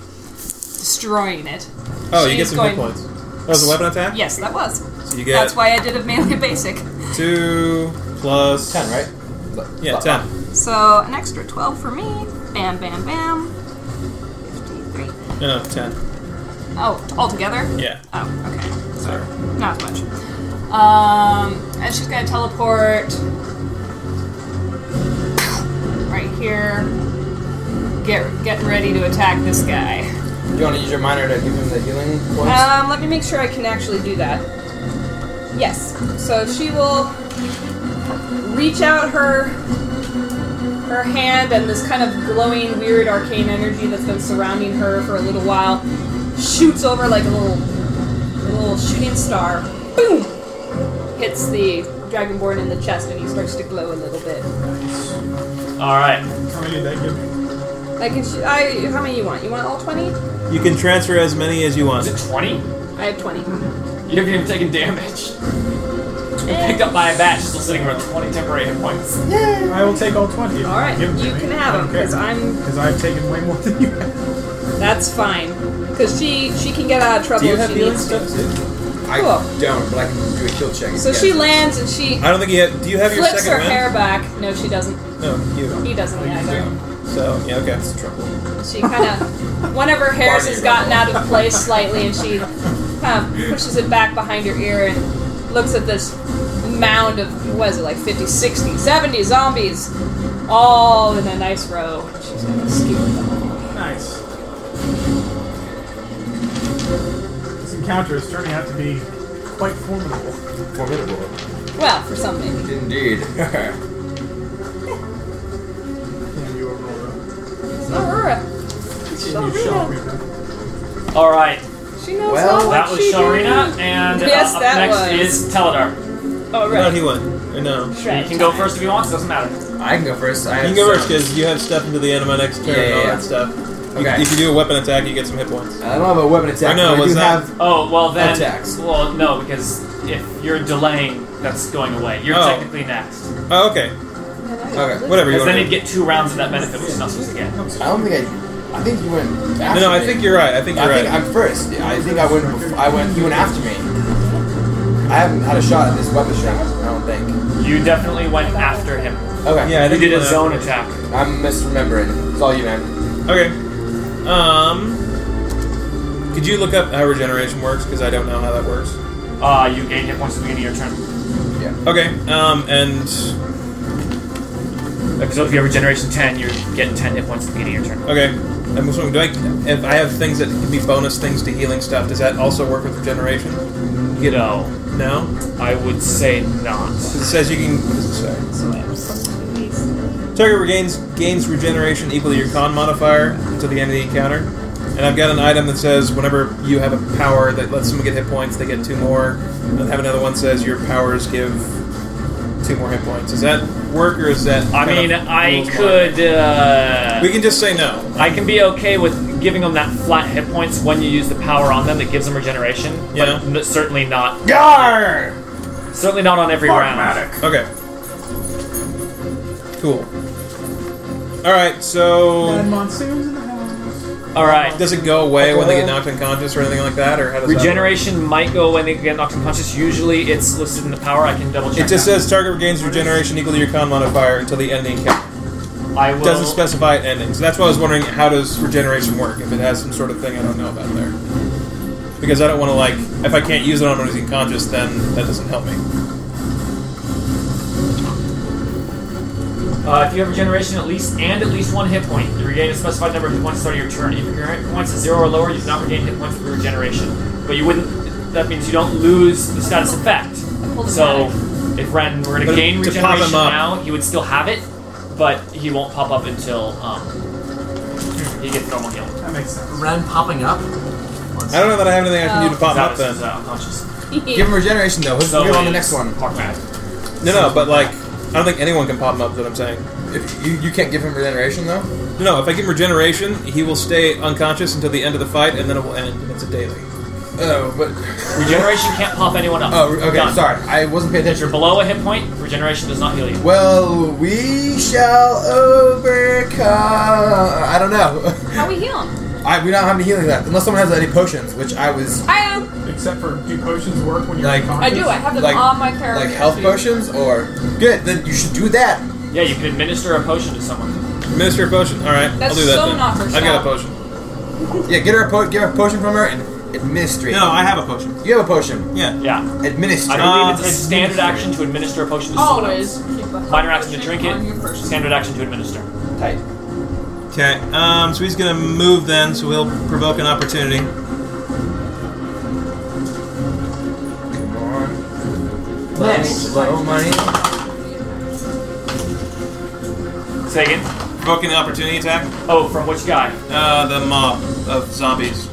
Speaker 6: destroying it.
Speaker 2: Oh, you
Speaker 6: She's
Speaker 2: get some hit
Speaker 6: going-
Speaker 2: points. That was a weapon attack?
Speaker 6: Yes, that was.
Speaker 2: So you get
Speaker 6: That's why I did a melee basic.
Speaker 2: two plus
Speaker 5: 10, right?
Speaker 2: Yeah, ten.
Speaker 6: So an extra 12 for me. Bam, bam, bam. 53.
Speaker 2: No, no, ten.
Speaker 6: Oh, altogether?
Speaker 2: Yeah.
Speaker 6: Oh, okay.
Speaker 2: Sorry.
Speaker 6: Not as much. Um, and she's gonna teleport right here. Get getting ready to attack this guy.
Speaker 5: You want to use your minor to give him the healing points?
Speaker 6: Um, let me make sure I can actually do that. Yes. So she will reach out her her hand and this kind of glowing weird arcane energy that's been surrounding her for a little while shoots over like a little a little shooting star. Boom! Hits the dragonborn in the chest and he starts to glow a little bit.
Speaker 9: All right.
Speaker 7: How many did that give me?
Speaker 6: I can sh- I how many you want? You want all 20?
Speaker 2: You can transfer as many as you want.
Speaker 9: Is it 20?
Speaker 6: I have 20.
Speaker 9: You haven't even taken damage. You picked up by a bat, she's still sitting around 20 temporary hit points.
Speaker 7: I will take all 20.
Speaker 6: All right.
Speaker 7: Give 'em to
Speaker 6: You
Speaker 7: me.
Speaker 6: can have
Speaker 7: I don't
Speaker 6: them cuz
Speaker 7: care.
Speaker 6: I'm
Speaker 7: Because I've taken way more than you have.
Speaker 6: That's fine. Because she she can get out of trouble
Speaker 2: Do you
Speaker 6: if
Speaker 2: have
Speaker 6: Oh, she
Speaker 2: healing
Speaker 6: needs
Speaker 2: stuff too?
Speaker 5: I
Speaker 6: cool.
Speaker 5: don't, but I can do a kill check.
Speaker 6: to. So
Speaker 5: Yeah.
Speaker 6: she lands and she
Speaker 2: I don't think you have. Do you have your
Speaker 6: flips
Speaker 2: second
Speaker 6: her
Speaker 2: wind?
Speaker 6: hair back. No, she doesn't.
Speaker 2: No, you.
Speaker 6: He doesn't either.
Speaker 2: So yeah, okay.
Speaker 5: It's trouble.
Speaker 6: She kind of one of her hairs has gotten out of place slightly, and she kind of pushes it back behind her ear and looks at this mound of what is it like 50, 60, 70 zombies, all in a nice row. She's gonna skewer them.
Speaker 7: Nice. This encounter is turning out to be quite formidable.
Speaker 5: Formidable.
Speaker 6: Well, for some maybe.
Speaker 5: Indeed.
Speaker 7: Damn you, Aurora.
Speaker 6: It's not Aurora. It's
Speaker 7: Damn you,
Speaker 6: Shalrina.
Speaker 7: Shalrina.
Speaker 9: All right.
Speaker 6: She knows
Speaker 5: Well,
Speaker 6: all
Speaker 9: That
Speaker 6: what
Speaker 9: was
Speaker 6: she
Speaker 9: Sharina,
Speaker 6: doing.
Speaker 9: and uh,
Speaker 6: Yes,
Speaker 9: up
Speaker 6: that
Speaker 9: next
Speaker 6: was.
Speaker 9: is Teledar.
Speaker 6: Oh
Speaker 2: No,
Speaker 6: right.
Speaker 2: he went. Or no. You
Speaker 9: You can go first if you want, it doesn't matter.
Speaker 5: I can go first. I have
Speaker 2: can go first
Speaker 5: some-
Speaker 2: because you have stuff until the end of my next turn
Speaker 5: Yeah,
Speaker 2: and
Speaker 5: yeah,
Speaker 2: all
Speaker 5: yeah.
Speaker 2: that stuff. You-
Speaker 5: Okay.
Speaker 2: if you do a weapon attack, you get some hit points.
Speaker 5: I don't have a weapon attack.
Speaker 2: I know,
Speaker 5: but I
Speaker 2: was
Speaker 5: do
Speaker 2: that-
Speaker 5: have.
Speaker 9: Oh, well then.
Speaker 5: Attacks.
Speaker 9: Well, no, because if you're delaying, that's going away. You're
Speaker 2: Oh.
Speaker 9: technically next.
Speaker 2: Oh, okay.
Speaker 5: Okay.
Speaker 2: Whatever you
Speaker 9: Because then
Speaker 2: want.
Speaker 9: you'd get two rounds of that benefit, which you're not supposed to get.
Speaker 5: I don't think I. I think you went.
Speaker 2: No,
Speaker 5: After
Speaker 2: no, I
Speaker 5: me.
Speaker 2: think you're right. I think you're
Speaker 5: I think
Speaker 2: right.
Speaker 5: I'm first. Yeah, I think I went. Bef- I went. You went after me. I haven't had a shot at this weapon shot. I don't think.
Speaker 9: You definitely went after him.
Speaker 5: Okay.
Speaker 2: yeah, I
Speaker 9: You
Speaker 2: think
Speaker 9: did
Speaker 2: you
Speaker 9: a
Speaker 2: went
Speaker 9: zone attack.
Speaker 5: I'm misremembering. It's all you, man.
Speaker 2: Okay. Um. Could you look up how regeneration works? Because I don't know how that works.
Speaker 9: Uh, you
Speaker 2: um,
Speaker 9: gain hit points at the beginning of your turn.
Speaker 5: Yeah.
Speaker 2: Okay. Um. And
Speaker 3: Because if you have regeneration 10, you get 10 hit points at the beginning of your turn.
Speaker 2: Okay. I'm assuming, do I, if I have things that can be bonus things to healing stuff, does that also work with regeneration?
Speaker 3: You know,
Speaker 2: No?
Speaker 3: I would say not.
Speaker 2: It says you can. What does it say?
Speaker 6: So I have something to these.
Speaker 2: Target regains gains regeneration equal to your con modifier until the end of the encounter. And I've got an item that says whenever you have a power that lets someone get hit points, they get two more. And I have another one says your powers give two more hit points. Does that work or is that?
Speaker 3: I
Speaker 2: kind
Speaker 3: mean,
Speaker 2: of
Speaker 3: I
Speaker 2: rules
Speaker 3: could. Uh,
Speaker 2: We can just say no.
Speaker 3: I can be okay with giving them that flat hit points when you use the power on them that gives them regeneration,
Speaker 2: Yeah.
Speaker 3: but n- certainly not
Speaker 5: Gar!
Speaker 3: certainly not on every round.
Speaker 2: Okay. Cool. All right. So
Speaker 7: monsoons in the house.
Speaker 3: All right.
Speaker 2: does it go away when they get knocked unconscious or anything like that, or how does that work?
Speaker 3: Regeneration might go when they get knocked unconscious. Usually, it's listed in the power. I can double check.
Speaker 2: It just
Speaker 3: that.
Speaker 2: says target regains regeneration equal to your con modifier until the end of the encounter.
Speaker 3: I will.
Speaker 2: doesn't specify an ending. So that's why I was wondering how does regeneration work? If it has some sort of thing I don't know about there, because I don't want to like if I can't use it on using conscious, then that doesn't help me.
Speaker 3: Uh, if you have regeneration at least and at least one hit point, you regain a specified number of hit points at the start of your turn. If your hit points is zero or lower, you do not regain hit points for regeneration. But you wouldn't. That means you don't lose the status effect.
Speaker 6: pulled
Speaker 3: So if Ren were to
Speaker 2: But
Speaker 3: gain
Speaker 2: to pop him
Speaker 3: regeneration
Speaker 2: up.
Speaker 3: now, he would still have it, but he won't pop up until um, he gets normal heal.
Speaker 7: That makes sense.
Speaker 10: Ren popping up.
Speaker 2: I don't know that I have anything I can do to pop him up
Speaker 3: Zavis
Speaker 2: then.
Speaker 3: is uh, unconscious.
Speaker 5: Give him regeneration though. Let's
Speaker 3: So
Speaker 5: get on the
Speaker 3: it's
Speaker 5: next one.
Speaker 3: Park Matic.
Speaker 2: No, no, but like I don't think anyone can pop him up. Is what I'm saying.
Speaker 5: If you, you can't give him regeneration though.
Speaker 2: No, if I give him regeneration, he will stay unconscious until the end of the fight, and then it will end. and It's a daily.
Speaker 5: Oh, but
Speaker 3: Regeneration can't pop anyone up.
Speaker 5: oh, okay.
Speaker 3: Done.
Speaker 5: Sorry, I wasn't paying
Speaker 3: If you're
Speaker 5: attention.
Speaker 3: below a hit point, regeneration does not heal you.
Speaker 5: Well, we shall overcome. I don't know.
Speaker 6: How we heal him?
Speaker 5: I, we don't have any healing left, unless someone has any potions, which I was
Speaker 6: I do.
Speaker 7: Except for do potions work when you're
Speaker 5: Like-
Speaker 6: I
Speaker 7: unconscious?
Speaker 6: do. I have them
Speaker 5: Like-
Speaker 6: on my character.
Speaker 5: like health potions or good. Then you should do that.
Speaker 3: Yeah, you can administer a potion to someone.
Speaker 2: Administer a potion. All right,
Speaker 6: That's
Speaker 2: I'll do that
Speaker 6: so
Speaker 2: then.
Speaker 6: not her
Speaker 2: I've got a
Speaker 6: style.
Speaker 2: potion.
Speaker 5: Yeah, get her a po- get her a potion from her and administer. it.
Speaker 2: No, I have a potion.
Speaker 5: you have a potion.
Speaker 2: Yeah.
Speaker 3: Yeah.
Speaker 5: Administer.
Speaker 3: I
Speaker 5: it.
Speaker 3: believe
Speaker 2: Uh,
Speaker 3: it's a standard action to administer a potion to someone
Speaker 6: Always.
Speaker 3: else.
Speaker 6: keep a health
Speaker 3: Minor action to
Speaker 6: potion
Speaker 3: drink
Speaker 6: on your
Speaker 3: it,
Speaker 6: person.
Speaker 3: standard action to administer.
Speaker 5: Tight.
Speaker 2: Okay. Um. So he's gonna move then. So we'll provoke an opportunity.
Speaker 5: Come on. Low money.
Speaker 3: Say again.
Speaker 2: Provoking the opportunity attack.
Speaker 3: Oh, from which guy?
Speaker 2: Uh, the mob of zombies.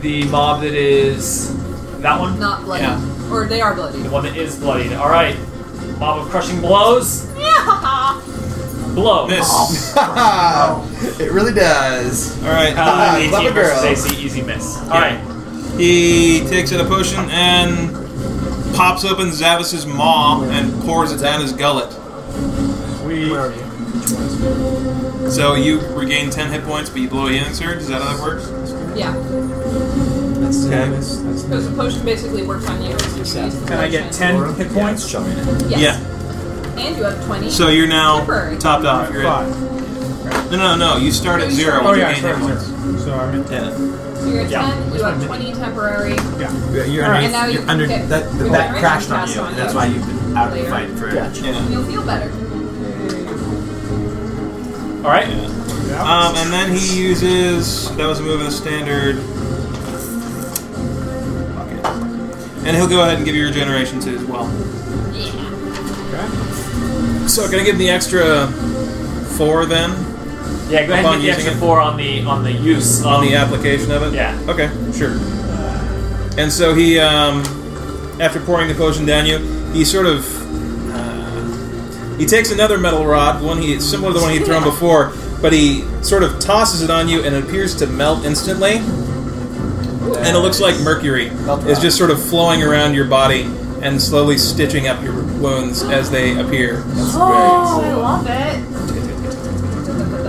Speaker 3: The mob that is. That one?
Speaker 6: Not bloody.
Speaker 2: Yeah.
Speaker 6: Or they are
Speaker 3: The
Speaker 6: bloody.
Speaker 3: one that is bloodied. Alright. Mob of crushing blows.
Speaker 6: Yeah.
Speaker 3: Blow.
Speaker 2: Miss.
Speaker 5: it really does.
Speaker 2: All right.
Speaker 3: Uh,
Speaker 5: Ah,
Speaker 3: 18
Speaker 5: clever
Speaker 3: versus
Speaker 5: girl.
Speaker 3: AC, easy miss. Alright.
Speaker 2: He takes out a potion and pops open Zavis's maw and pours it down his gullet.
Speaker 7: We,
Speaker 10: Where are you?
Speaker 2: So you regain 10 hit points, but you blow a healing surge. Is that how that works?
Speaker 6: Yeah.
Speaker 10: That's
Speaker 2: Okay.
Speaker 10: That's,
Speaker 6: Because the potion basically works on you. It's
Speaker 10: Yeah.
Speaker 6: used
Speaker 7: can I get
Speaker 6: potion.
Speaker 7: ten hit points?
Speaker 10: showing it.
Speaker 6: Yes. And you have 20.
Speaker 2: So you're now
Speaker 6: Temporary.
Speaker 2: topped off. You're at,
Speaker 7: Five.
Speaker 2: no, no, no. You start at zero
Speaker 7: Oh
Speaker 2: when
Speaker 7: yeah, I
Speaker 2: you gain
Speaker 7: started
Speaker 2: hit points.
Speaker 7: with zero. So I'm at ten.
Speaker 2: Yeah.
Speaker 6: So you're at
Speaker 3: Yeah.
Speaker 6: 10, you have 20 temporary.
Speaker 7: Yeah.
Speaker 10: You're
Speaker 7: All right.
Speaker 10: underneath.
Speaker 6: And now you
Speaker 10: you're under
Speaker 6: okay.
Speaker 10: that. The
Speaker 6: Your
Speaker 10: bat
Speaker 6: generation
Speaker 10: crashed on
Speaker 6: passed
Speaker 10: you,
Speaker 6: on
Speaker 10: and
Speaker 6: you.
Speaker 10: that's why you've been out of
Speaker 6: Later.
Speaker 10: the fight for.
Speaker 2: yeah.
Speaker 6: You'll feel better.
Speaker 3: Alright.
Speaker 2: Um, and then he uses that was a move of the standard. Fuck it. And he'll go ahead and give you regeneration too as well.
Speaker 6: Yeah.
Speaker 7: Okay.
Speaker 2: So can I give him the extra four then
Speaker 3: Yeah, go ahead
Speaker 2: Upon
Speaker 3: and get the
Speaker 2: using
Speaker 3: extra
Speaker 2: it.
Speaker 3: four on the on the use of
Speaker 2: on the application of it?
Speaker 3: Yeah.
Speaker 2: Okay, sure. And so he, um, after pouring the potion down you, he sort of uh, he takes another metal rod, one he similar to the one he'd thrown before, but he sort of tosses it on you and it appears to melt instantly. and it looks like mercury
Speaker 5: Melt
Speaker 2: is
Speaker 5: rock.
Speaker 2: just sort of flowing around your body and slowly stitching up your wounds as they appear.
Speaker 6: Oh, I love it.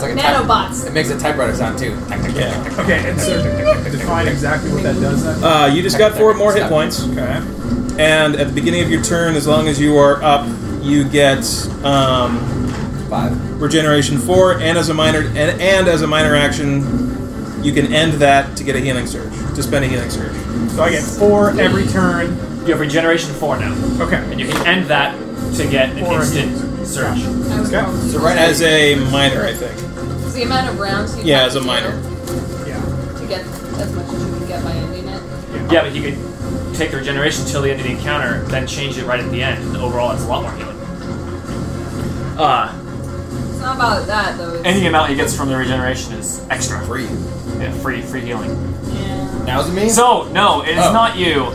Speaker 5: like a type-
Speaker 6: Nanobots.
Speaker 5: It makes a typewriter sound too.
Speaker 2: Yeah.
Speaker 7: Okay. And so define exactly what that does. Then.
Speaker 2: Uh, you just got four more hit points,
Speaker 7: Okay.
Speaker 2: and at the beginning of your turn, as long as you are up, you get um,
Speaker 5: Five.
Speaker 2: regeneration four, and as a minor and, and as a minor action, you can end that to get a healing surge. To spend a healing surge.
Speaker 7: So I get four every turn.
Speaker 3: You have regeneration four now.
Speaker 7: Okay.
Speaker 3: And you can end that to get an
Speaker 7: Four
Speaker 3: instant
Speaker 11: Surge.
Speaker 6: I was
Speaker 7: Okay.
Speaker 6: wrong.
Speaker 5: So right
Speaker 2: As a minor, I think.
Speaker 6: It's the amount of rounds you
Speaker 2: Yeah,
Speaker 6: have
Speaker 2: as a
Speaker 6: to do
Speaker 2: minor.
Speaker 7: Yeah.
Speaker 6: to get as much as you can get by ending it.
Speaker 3: Yeah, but he could take the regeneration till the end of the encounter, then change it right at the end. Overall, it's a lot more healing. Uh,
Speaker 6: It's not about that though. It's,
Speaker 3: any amount he gets from the regeneration is extra.
Speaker 5: Free.
Speaker 3: Yeah, free, free healing.
Speaker 6: yeah.
Speaker 5: Now's it me?
Speaker 3: So, no, it is
Speaker 5: Oh.
Speaker 3: not you.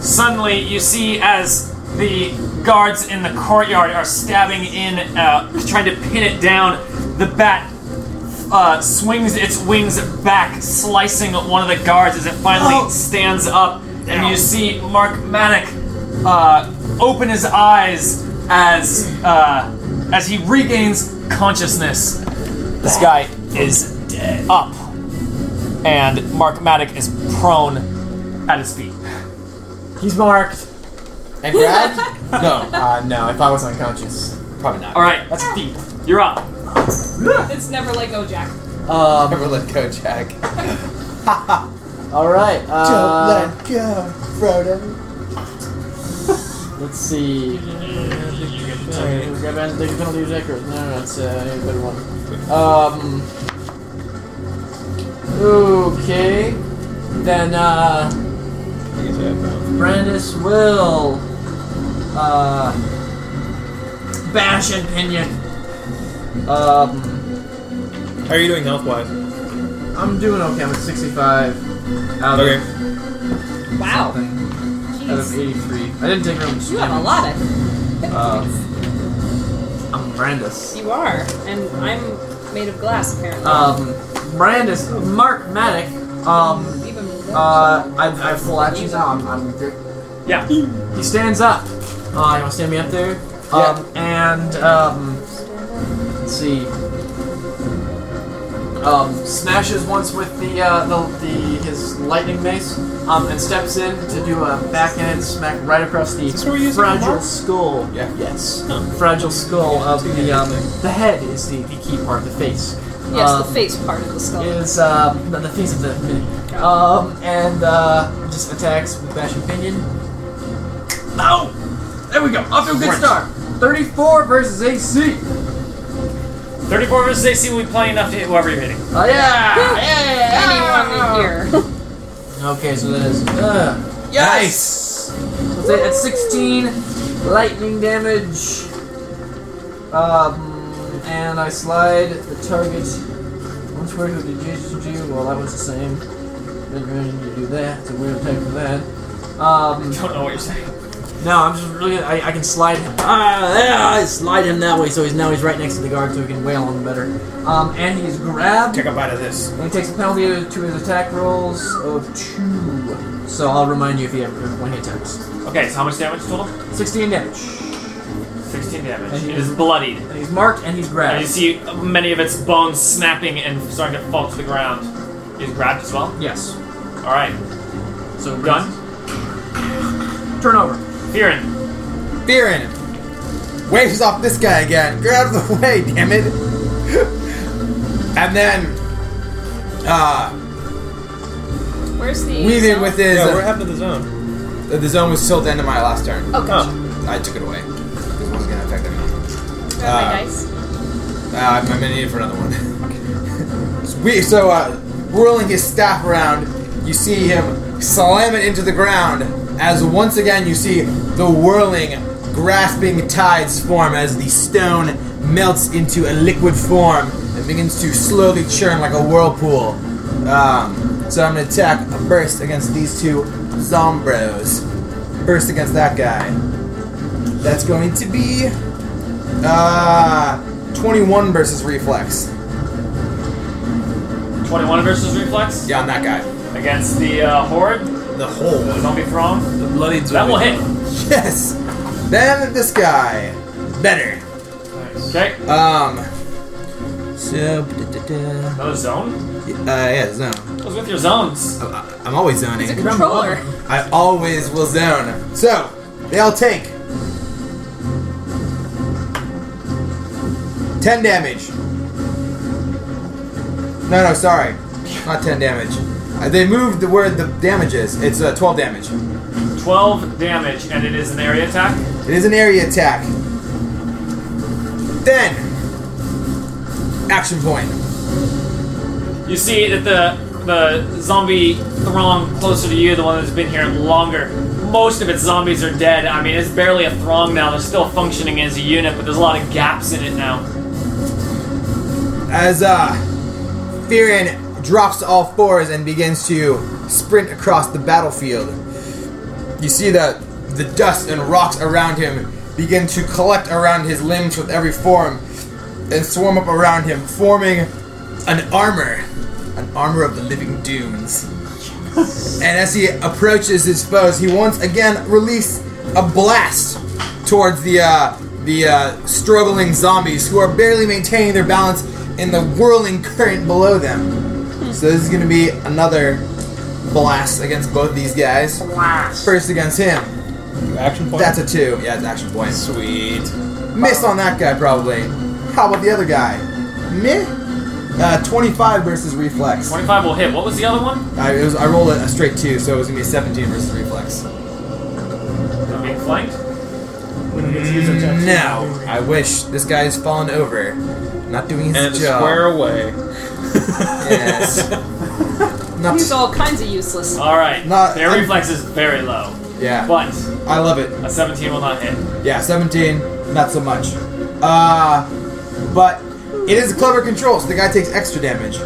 Speaker 3: Suddenly, you see as the guards in the courtyard are stabbing in, uh, trying to pin it down, the bat uh, swings its wings back, slicing one of the guards as it finally stands up. And you see Mark Manic uh, open his eyes as uh, as he regains consciousness. This guy is dead. Up, and Mark Matic is prone at his feet. He's marked.
Speaker 5: And grabbed? no. Uh, no, if I was unconscious, probably not.
Speaker 3: All right,
Speaker 5: That's
Speaker 3: feet. You're up.
Speaker 6: It's never like go Jack.
Speaker 5: um, Never let go, Jack.
Speaker 10: All right. Uh,
Speaker 5: Don't let go, Frodo.
Speaker 10: let's see. Grab and take a penalty check or no, that's uh, a good one. Um. Okay. Then uh, Brandis will uh bash and pinion. Um,
Speaker 2: How are you doing health wise?
Speaker 10: I'm doing okay. I'm at 65 out of
Speaker 2: Okay.
Speaker 6: Wow.
Speaker 10: out of
Speaker 6: Jeez.
Speaker 10: 83. I didn't take room.
Speaker 6: You have a lot of.
Speaker 10: Uh, I'm Brandis.
Speaker 6: You are, and I'm made of glass apparently.
Speaker 10: Um, Brandis, Mark Matic. Um,
Speaker 6: Even
Speaker 10: uh, I, I full actions now. I'm, I'm great.
Speaker 3: Yeah.
Speaker 10: He stands up. Uh, you want to stand me up there? Um, and, um, let's see. Um, smashes once with the, uh, the, the, his lightning mace, um, and steps in to do a backhand smack right across the
Speaker 2: this what we're using
Speaker 10: fragile
Speaker 2: mark?
Speaker 10: skull.
Speaker 5: Yeah.
Speaker 10: Yes. Fragile skull of the, um, the head is the, the key part, the face.
Speaker 6: yes, the
Speaker 5: uh,
Speaker 10: um,
Speaker 6: face part of the skull.
Speaker 10: Is, um, the, the face of the mini. Um, and, uh, just attacks with Bash and Pinion. Oh! There we go. Off to a good start. 34 versus AC.
Speaker 3: 34 versus AC will be plenty enough to hit whoever you're hitting.
Speaker 10: Oh, yeah!
Speaker 6: Anyone here?
Speaker 10: Okay, so that is. Uh,
Speaker 5: Yes!
Speaker 10: let's say that's 16 lightning damage. Um, and I slide the target. Once we're to the JJG, well, that was the same. Didn't really need to do that, so we're attack for that. Um,
Speaker 3: Don't know what you're saying.
Speaker 10: No, I'm just really. I, I can slide him. Ah, yeah, I slide him that way, so he's now he's right next to the guard, so he can wail on him better. Um, and he's grabbed.
Speaker 5: Take a bite of this.
Speaker 10: And he takes a penalty to his attack rolls of two. So I'll remind you if he ever when he attacks.
Speaker 3: Okay, so how much damage total?
Speaker 10: 16 damage.
Speaker 3: 16 damage.
Speaker 10: And
Speaker 3: It
Speaker 10: you-
Speaker 3: is bloodied.
Speaker 10: And he's marked and he's
Speaker 3: And you
Speaker 10: grabbed.
Speaker 3: see many of its bones snapping and starting to fall to the ground. He's grabbed as well.
Speaker 10: Yes.
Speaker 3: All right,
Speaker 10: So
Speaker 3: done.
Speaker 10: Turnover.
Speaker 3: Fearin,
Speaker 5: Fearin. Waves off this guy again. Grab the way, damn it. and then, uh,
Speaker 6: Where's the?
Speaker 5: weaving with his. uh,
Speaker 2: Yeah, what happened to the zone?
Speaker 5: the zone was still at the end of my last turn.
Speaker 6: Okay.
Speaker 5: I took it away. Because it wasn't going to affect anyone.
Speaker 6: Grab my
Speaker 5: uh,
Speaker 6: dice.
Speaker 5: Uh, I'm gonna need it for another one. It's weird. So, uh, whirling his staff around, you see him slam it into the ground. As once again, you see the whirling, grasping tides form as the stone melts into a liquid form and begins to slowly churn like a whirlpool. Um, so I'm gonna attack a burst against these two zombros. Burst against that guy. That's going to be uh, 21 versus reflex.
Speaker 3: 21 versus reflex
Speaker 5: Yeah, on that guy.
Speaker 3: against the uh, horde,
Speaker 5: The whole.
Speaker 3: zombie throng.
Speaker 2: The bloody
Speaker 3: That will hit.
Speaker 5: Yes. Then this guy. Better.
Speaker 3: Okay,
Speaker 5: Um. So. da-da-da.
Speaker 3: another zone.
Speaker 5: Uh, yeah, zone.
Speaker 3: What's with your zones?
Speaker 5: I- I- I'm always
Speaker 6: He's a
Speaker 5: zoning.
Speaker 6: controller.
Speaker 5: I always will zone. So, they all take 10 damage. No, no, sorry. Not 10 damage. Uh, they moved the word the damage is. It's uh, 12 damage.
Speaker 3: 12 damage, and it is an area attack.
Speaker 5: It is an area attack. Then, action point.
Speaker 3: You see that the the zombie throng closer to you, the one that's been here longer, most of its zombies are dead. I mean, it's barely a throng now. They're still functioning as a unit, but there's a lot of gaps in it now.
Speaker 5: As uh, Firion drops to all fours and begins to sprint across the battlefield, you see that the dust and rocks around him begin to collect around his limbs with every form and swarm up around him, forming an armor, an armor of the living dooms. and as he approaches his foes, he once again releases a blast towards the uh, the uh, struggling zombies who are barely maintaining their balance in the whirling current below them. So this is going to be another blast against both these guys. Blast first against him.
Speaker 2: Action point.
Speaker 5: That's a two. Yeah, it's action point.
Speaker 2: sweet.
Speaker 5: Miss on that guy probably. How about the other guy? Meh. Uh, 25 versus reflex.
Speaker 3: 25 will hit. What was the other one?
Speaker 5: I, it was, I rolled a, a straight two, so it was gonna be 17 versus reflex.
Speaker 3: I'm being flanked.
Speaker 7: We don't get to use our attacks.
Speaker 5: No, I wish this guy has fallen over, not doing his
Speaker 2: And it's
Speaker 5: job.
Speaker 2: square away.
Speaker 5: Yes. not.
Speaker 6: He's all kinds of useless.
Speaker 3: All right.
Speaker 5: Not-
Speaker 3: Their
Speaker 5: I'm-
Speaker 3: reflex is very low,
Speaker 5: Yeah.
Speaker 3: but
Speaker 5: I love it.
Speaker 3: a 17 will not hit.
Speaker 5: Yeah, 17, not so much. Uh, but it is clever control, so the guy takes extra damage.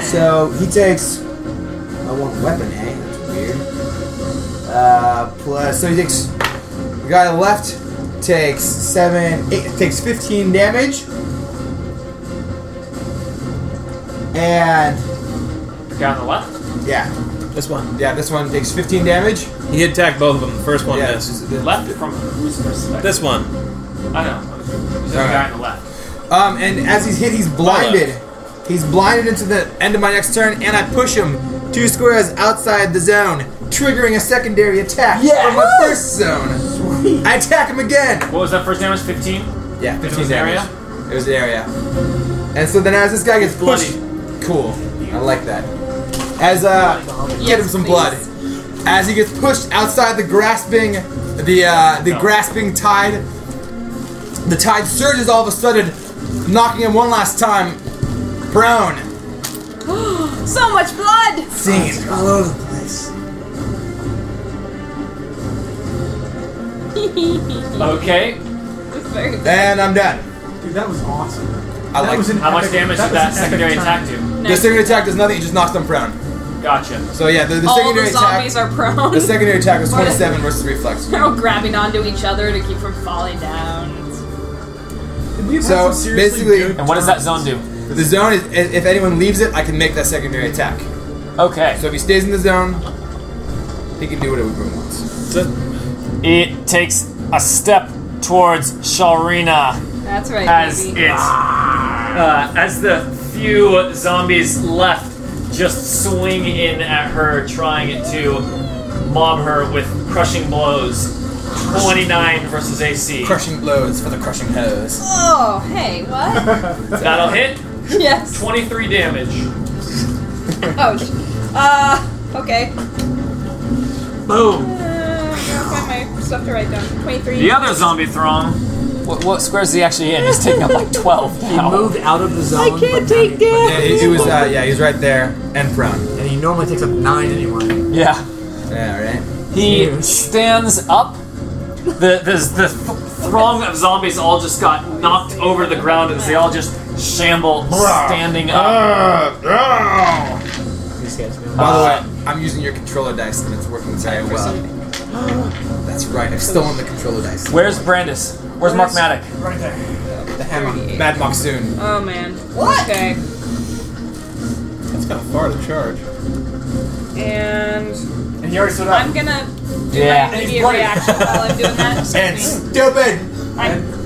Speaker 5: so he takes. I want weapon, eh? That's weird. Uh, plus. So he takes. The guy left takes 7. 8, takes 15 damage. And.
Speaker 3: The guy on the left.
Speaker 5: Yeah. This one. Yeah, this one takes 15 damage.
Speaker 2: He attacked both of them. The first one
Speaker 5: yeah,
Speaker 2: missed.
Speaker 5: this is-
Speaker 3: Left from whose perspective?
Speaker 2: This one.
Speaker 3: I know. There's a
Speaker 5: All right.
Speaker 3: guy on the left.
Speaker 5: Um, and as he's hit, he's blinded. He's blinded into the end of my next turn, and I push him two squares outside the zone, triggering a secondary attack from my first zone. I attack him again.
Speaker 3: What was that first damage? 15.
Speaker 5: Yeah, 15
Speaker 3: It was an
Speaker 5: damage.
Speaker 3: area?
Speaker 5: It was an area. And so then, as this guy gets
Speaker 3: bloody.
Speaker 5: pushed, cool. I like that. As uh, get him some blood. As he gets pushed outside the grasping, the uh, the
Speaker 3: No.
Speaker 5: grasping tide, the tide surges all of a sudden, knocking him one last time prone.
Speaker 6: So much blood!
Speaker 5: Scene.
Speaker 10: all over the place.
Speaker 3: Okay.
Speaker 6: Very
Speaker 5: And I'm done.
Speaker 7: Dude, that was awesome.
Speaker 5: I
Speaker 7: that
Speaker 5: like
Speaker 7: was an
Speaker 3: How much
Speaker 7: epic-
Speaker 3: damage
Speaker 7: that
Speaker 3: did that
Speaker 7: was an epic
Speaker 3: secondary
Speaker 7: turn.
Speaker 3: attack do?
Speaker 5: the secondary attack does nothing. It just knocks them prone.
Speaker 3: Gotcha.
Speaker 5: So yeah, the, the
Speaker 6: All
Speaker 5: secondary
Speaker 6: the
Speaker 5: attack.
Speaker 6: zombies are prone.
Speaker 5: the secondary attack was
Speaker 6: What?
Speaker 5: 27 versus reflex.
Speaker 6: They're all grabbing onto each other to keep from falling down.
Speaker 7: We've had
Speaker 5: So,
Speaker 7: some seriously
Speaker 5: basically-
Speaker 7: good
Speaker 3: And what does that zone
Speaker 7: turns.
Speaker 3: do?
Speaker 5: The zone is if if anyone leaves it, I can make that secondary attack.
Speaker 3: Okay.
Speaker 5: So if he stays in the zone, he can do whatever he wants.
Speaker 3: It takes a step towards Shalrina.
Speaker 6: That's right,
Speaker 3: as
Speaker 6: baby.
Speaker 3: it uh, as the few zombies left just swing in at her, trying to mob her with crushing blows. Twenty-nine versus AC.
Speaker 5: Crushing blows for the crushing hose.
Speaker 6: Oh, hey, what?
Speaker 3: That'll hit.
Speaker 6: yes.
Speaker 3: Twenty-three damage.
Speaker 6: Ouch. Uh, okay.
Speaker 3: Boom.
Speaker 6: Uh, I gotta find my stuff to write down. 23.
Speaker 3: The other zombie throng. What, what square is he actually in? He's taking up like twelve
Speaker 10: He moved out of the zone.
Speaker 6: I can't
Speaker 10: but now he-
Speaker 6: take
Speaker 10: but
Speaker 5: Yeah,
Speaker 10: now
Speaker 6: it.
Speaker 5: he,
Speaker 10: he's
Speaker 5: he was.
Speaker 10: low.
Speaker 5: Uh, yeah, he was right there and prone.
Speaker 10: And he normally takes up nine anyway.
Speaker 3: Yeah.
Speaker 5: Yeah, right.
Speaker 3: He
Speaker 10: Huge.
Speaker 3: stands up. The the, the th- throng of zombies all just got knocked over the ground as they all just shamble standing up.
Speaker 2: Ah.
Speaker 10: These guys, man.
Speaker 5: By the
Speaker 3: Uh,
Speaker 5: way, I'm using your controller dice and it's working very well. That's right. I've stolen the controller dice.
Speaker 3: Where's Brandis? Where's Mark Maddock?
Speaker 7: Right there.
Speaker 5: The hammer. Mad Moxoon.
Speaker 6: Oh, man. What? Okay.
Speaker 2: That's kind of far to charge.
Speaker 6: And
Speaker 7: And he already stood
Speaker 6: I'm gonna do
Speaker 3: Oh. Yeah.
Speaker 6: my immediate reaction while I'm doing that. Excuse
Speaker 5: And
Speaker 6: me.
Speaker 5: stupid.
Speaker 6: I'm,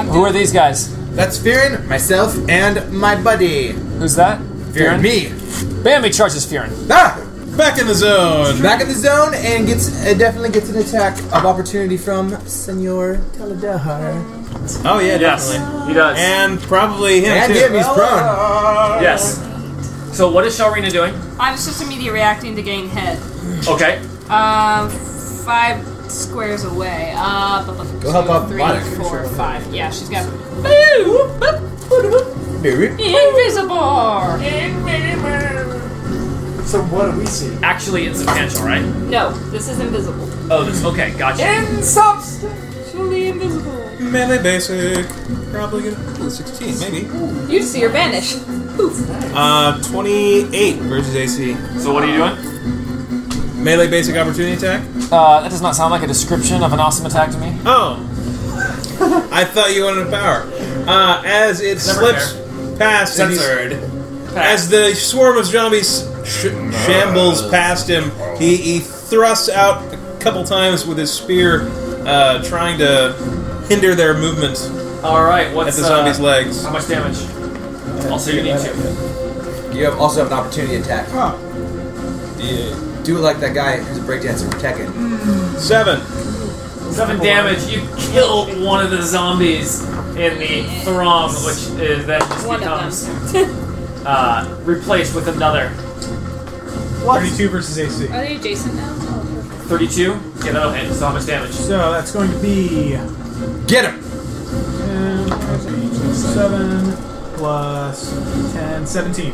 Speaker 6: I'm
Speaker 3: Who are
Speaker 6: doing-
Speaker 3: these guys?
Speaker 5: That's Fearin, myself, and my buddy.
Speaker 3: Who's that?
Speaker 5: Fearin, me.
Speaker 3: Bambi charges Fearin.
Speaker 5: Ah!
Speaker 2: Back in the zone.
Speaker 5: Back in the zone and gets uh, definitely gets an attack of opportunity from Senor Teledahar.
Speaker 2: Oh yeah,
Speaker 3: Yes,
Speaker 2: definitely.
Speaker 3: he does.
Speaker 2: And probably him
Speaker 5: And
Speaker 2: too.
Speaker 5: him, he's prone.
Speaker 3: yes. So what is Shalrina doing?
Speaker 6: I was just immediate reacting to gain hit.
Speaker 3: Okay.
Speaker 6: Um, Uh, five squares away. Uh, bu- bu-
Speaker 5: Go help
Speaker 6: two,
Speaker 5: out
Speaker 6: three,
Speaker 5: Monica.
Speaker 6: four, five. Yeah, she's got
Speaker 5: Maybe.
Speaker 6: invisible.
Speaker 10: So what do we see?
Speaker 3: Actually, it's substantial, right?
Speaker 6: No, this is invisible.
Speaker 3: Oh, this. Okay, gotcha.
Speaker 6: Actually invisible.
Speaker 2: Melee basic. Probably gonna- 16, maybe.
Speaker 6: You see her vanish. Poof.
Speaker 2: Uh, 28 versus AC.
Speaker 3: So what are you doing?
Speaker 2: Melee basic opportunity attack?
Speaker 3: Uh, that does not sound like a description of an awesome attack to me.
Speaker 2: Oh. I thought you wanted a power. Uh, as it slips past and he's- As the swarm of zombies sh- shambles
Speaker 5: Uh.
Speaker 2: past him, he, he thrusts out a couple times with his spear, uh, trying to hinder their movement
Speaker 3: All right,
Speaker 2: at
Speaker 3: what's
Speaker 2: the zombie's
Speaker 3: uh,
Speaker 2: legs.
Speaker 3: How much damage? Also, you need two.
Speaker 5: You have, also have an opportunity attack.
Speaker 2: Yeah.
Speaker 5: Do it like that guy who's a breakdancer. Attack it.
Speaker 2: Seven.
Speaker 3: Seven damage. You kill one of the zombies in the throng, which is then just
Speaker 6: One
Speaker 3: becomes
Speaker 6: of them.
Speaker 3: uh, replaced with another.
Speaker 7: 32 versus AC.
Speaker 6: Are they adjacent now? Oh, perfect.
Speaker 3: Thirty-two. Yeah, that'll hit. So how much damage?
Speaker 7: So that's going to be um,
Speaker 5: Get him!
Speaker 7: 10, 7 plus 10, 17.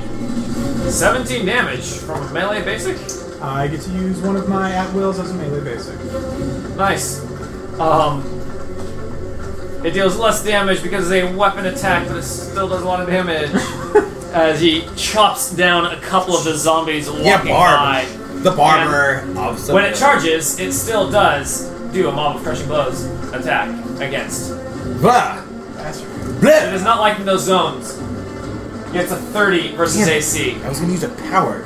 Speaker 3: Seventeen damage from melee basic.
Speaker 7: I get to use one of my at wills as a melee basic.
Speaker 3: Nice. Um, it deals less damage because it's a weapon attack, but it still does a lot of damage. as he chops down a couple of the zombies walking
Speaker 5: Yeah,
Speaker 3: by.
Speaker 5: barb. The barber. of some-
Speaker 3: When it charges, it still does do a mob of crushing blows attack against.
Speaker 5: Blah.
Speaker 3: It
Speaker 5: Blah.
Speaker 3: is not like in those zones. Gets a 30 versus AC.
Speaker 5: I was gonna use a power.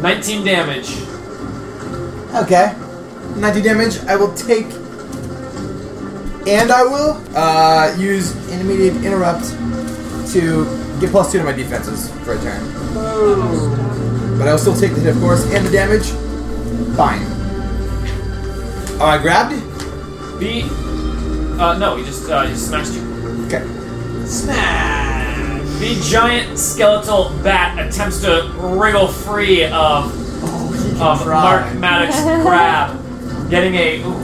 Speaker 3: 19 damage.
Speaker 5: Okay. 90 damage. I will take. And I will uh, use intermediate interrupt to get plus two to my defenses for a turn. But I will still take the hit, of course, and the damage. Fine. Oh, I grabbed?
Speaker 3: The. Uh, no, he just, uh, he smashed you.
Speaker 5: Okay.
Speaker 3: The giant skeletal bat attempts to wriggle free of, of Mark Maddox's grab, getting a ooh,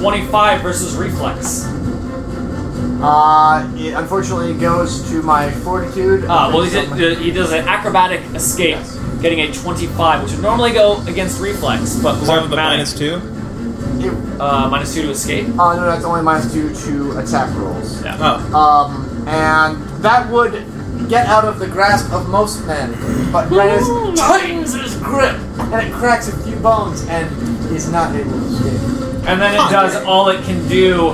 Speaker 3: 25 versus reflex.
Speaker 10: Uh, it unfortunately goes to my fortitude.
Speaker 3: Uh, well, he, did, he does an acrobatic escape, getting a 25, which would normally go against reflex, but
Speaker 2: Is that
Speaker 3: Mark
Speaker 2: with the
Speaker 3: Maddox,
Speaker 2: minus two?
Speaker 10: It-
Speaker 3: uh, minus 2 to escape.
Speaker 10: uh, no, that's only minus two to attack rolls.
Speaker 3: Yeah.
Speaker 2: Oh.
Speaker 10: Um, and that would get out of the grasp of most men, but Renus
Speaker 3: Mm.
Speaker 10: tightens his grip, and it cracks a few bones, and is not able to escape.
Speaker 3: And then it does all it can do,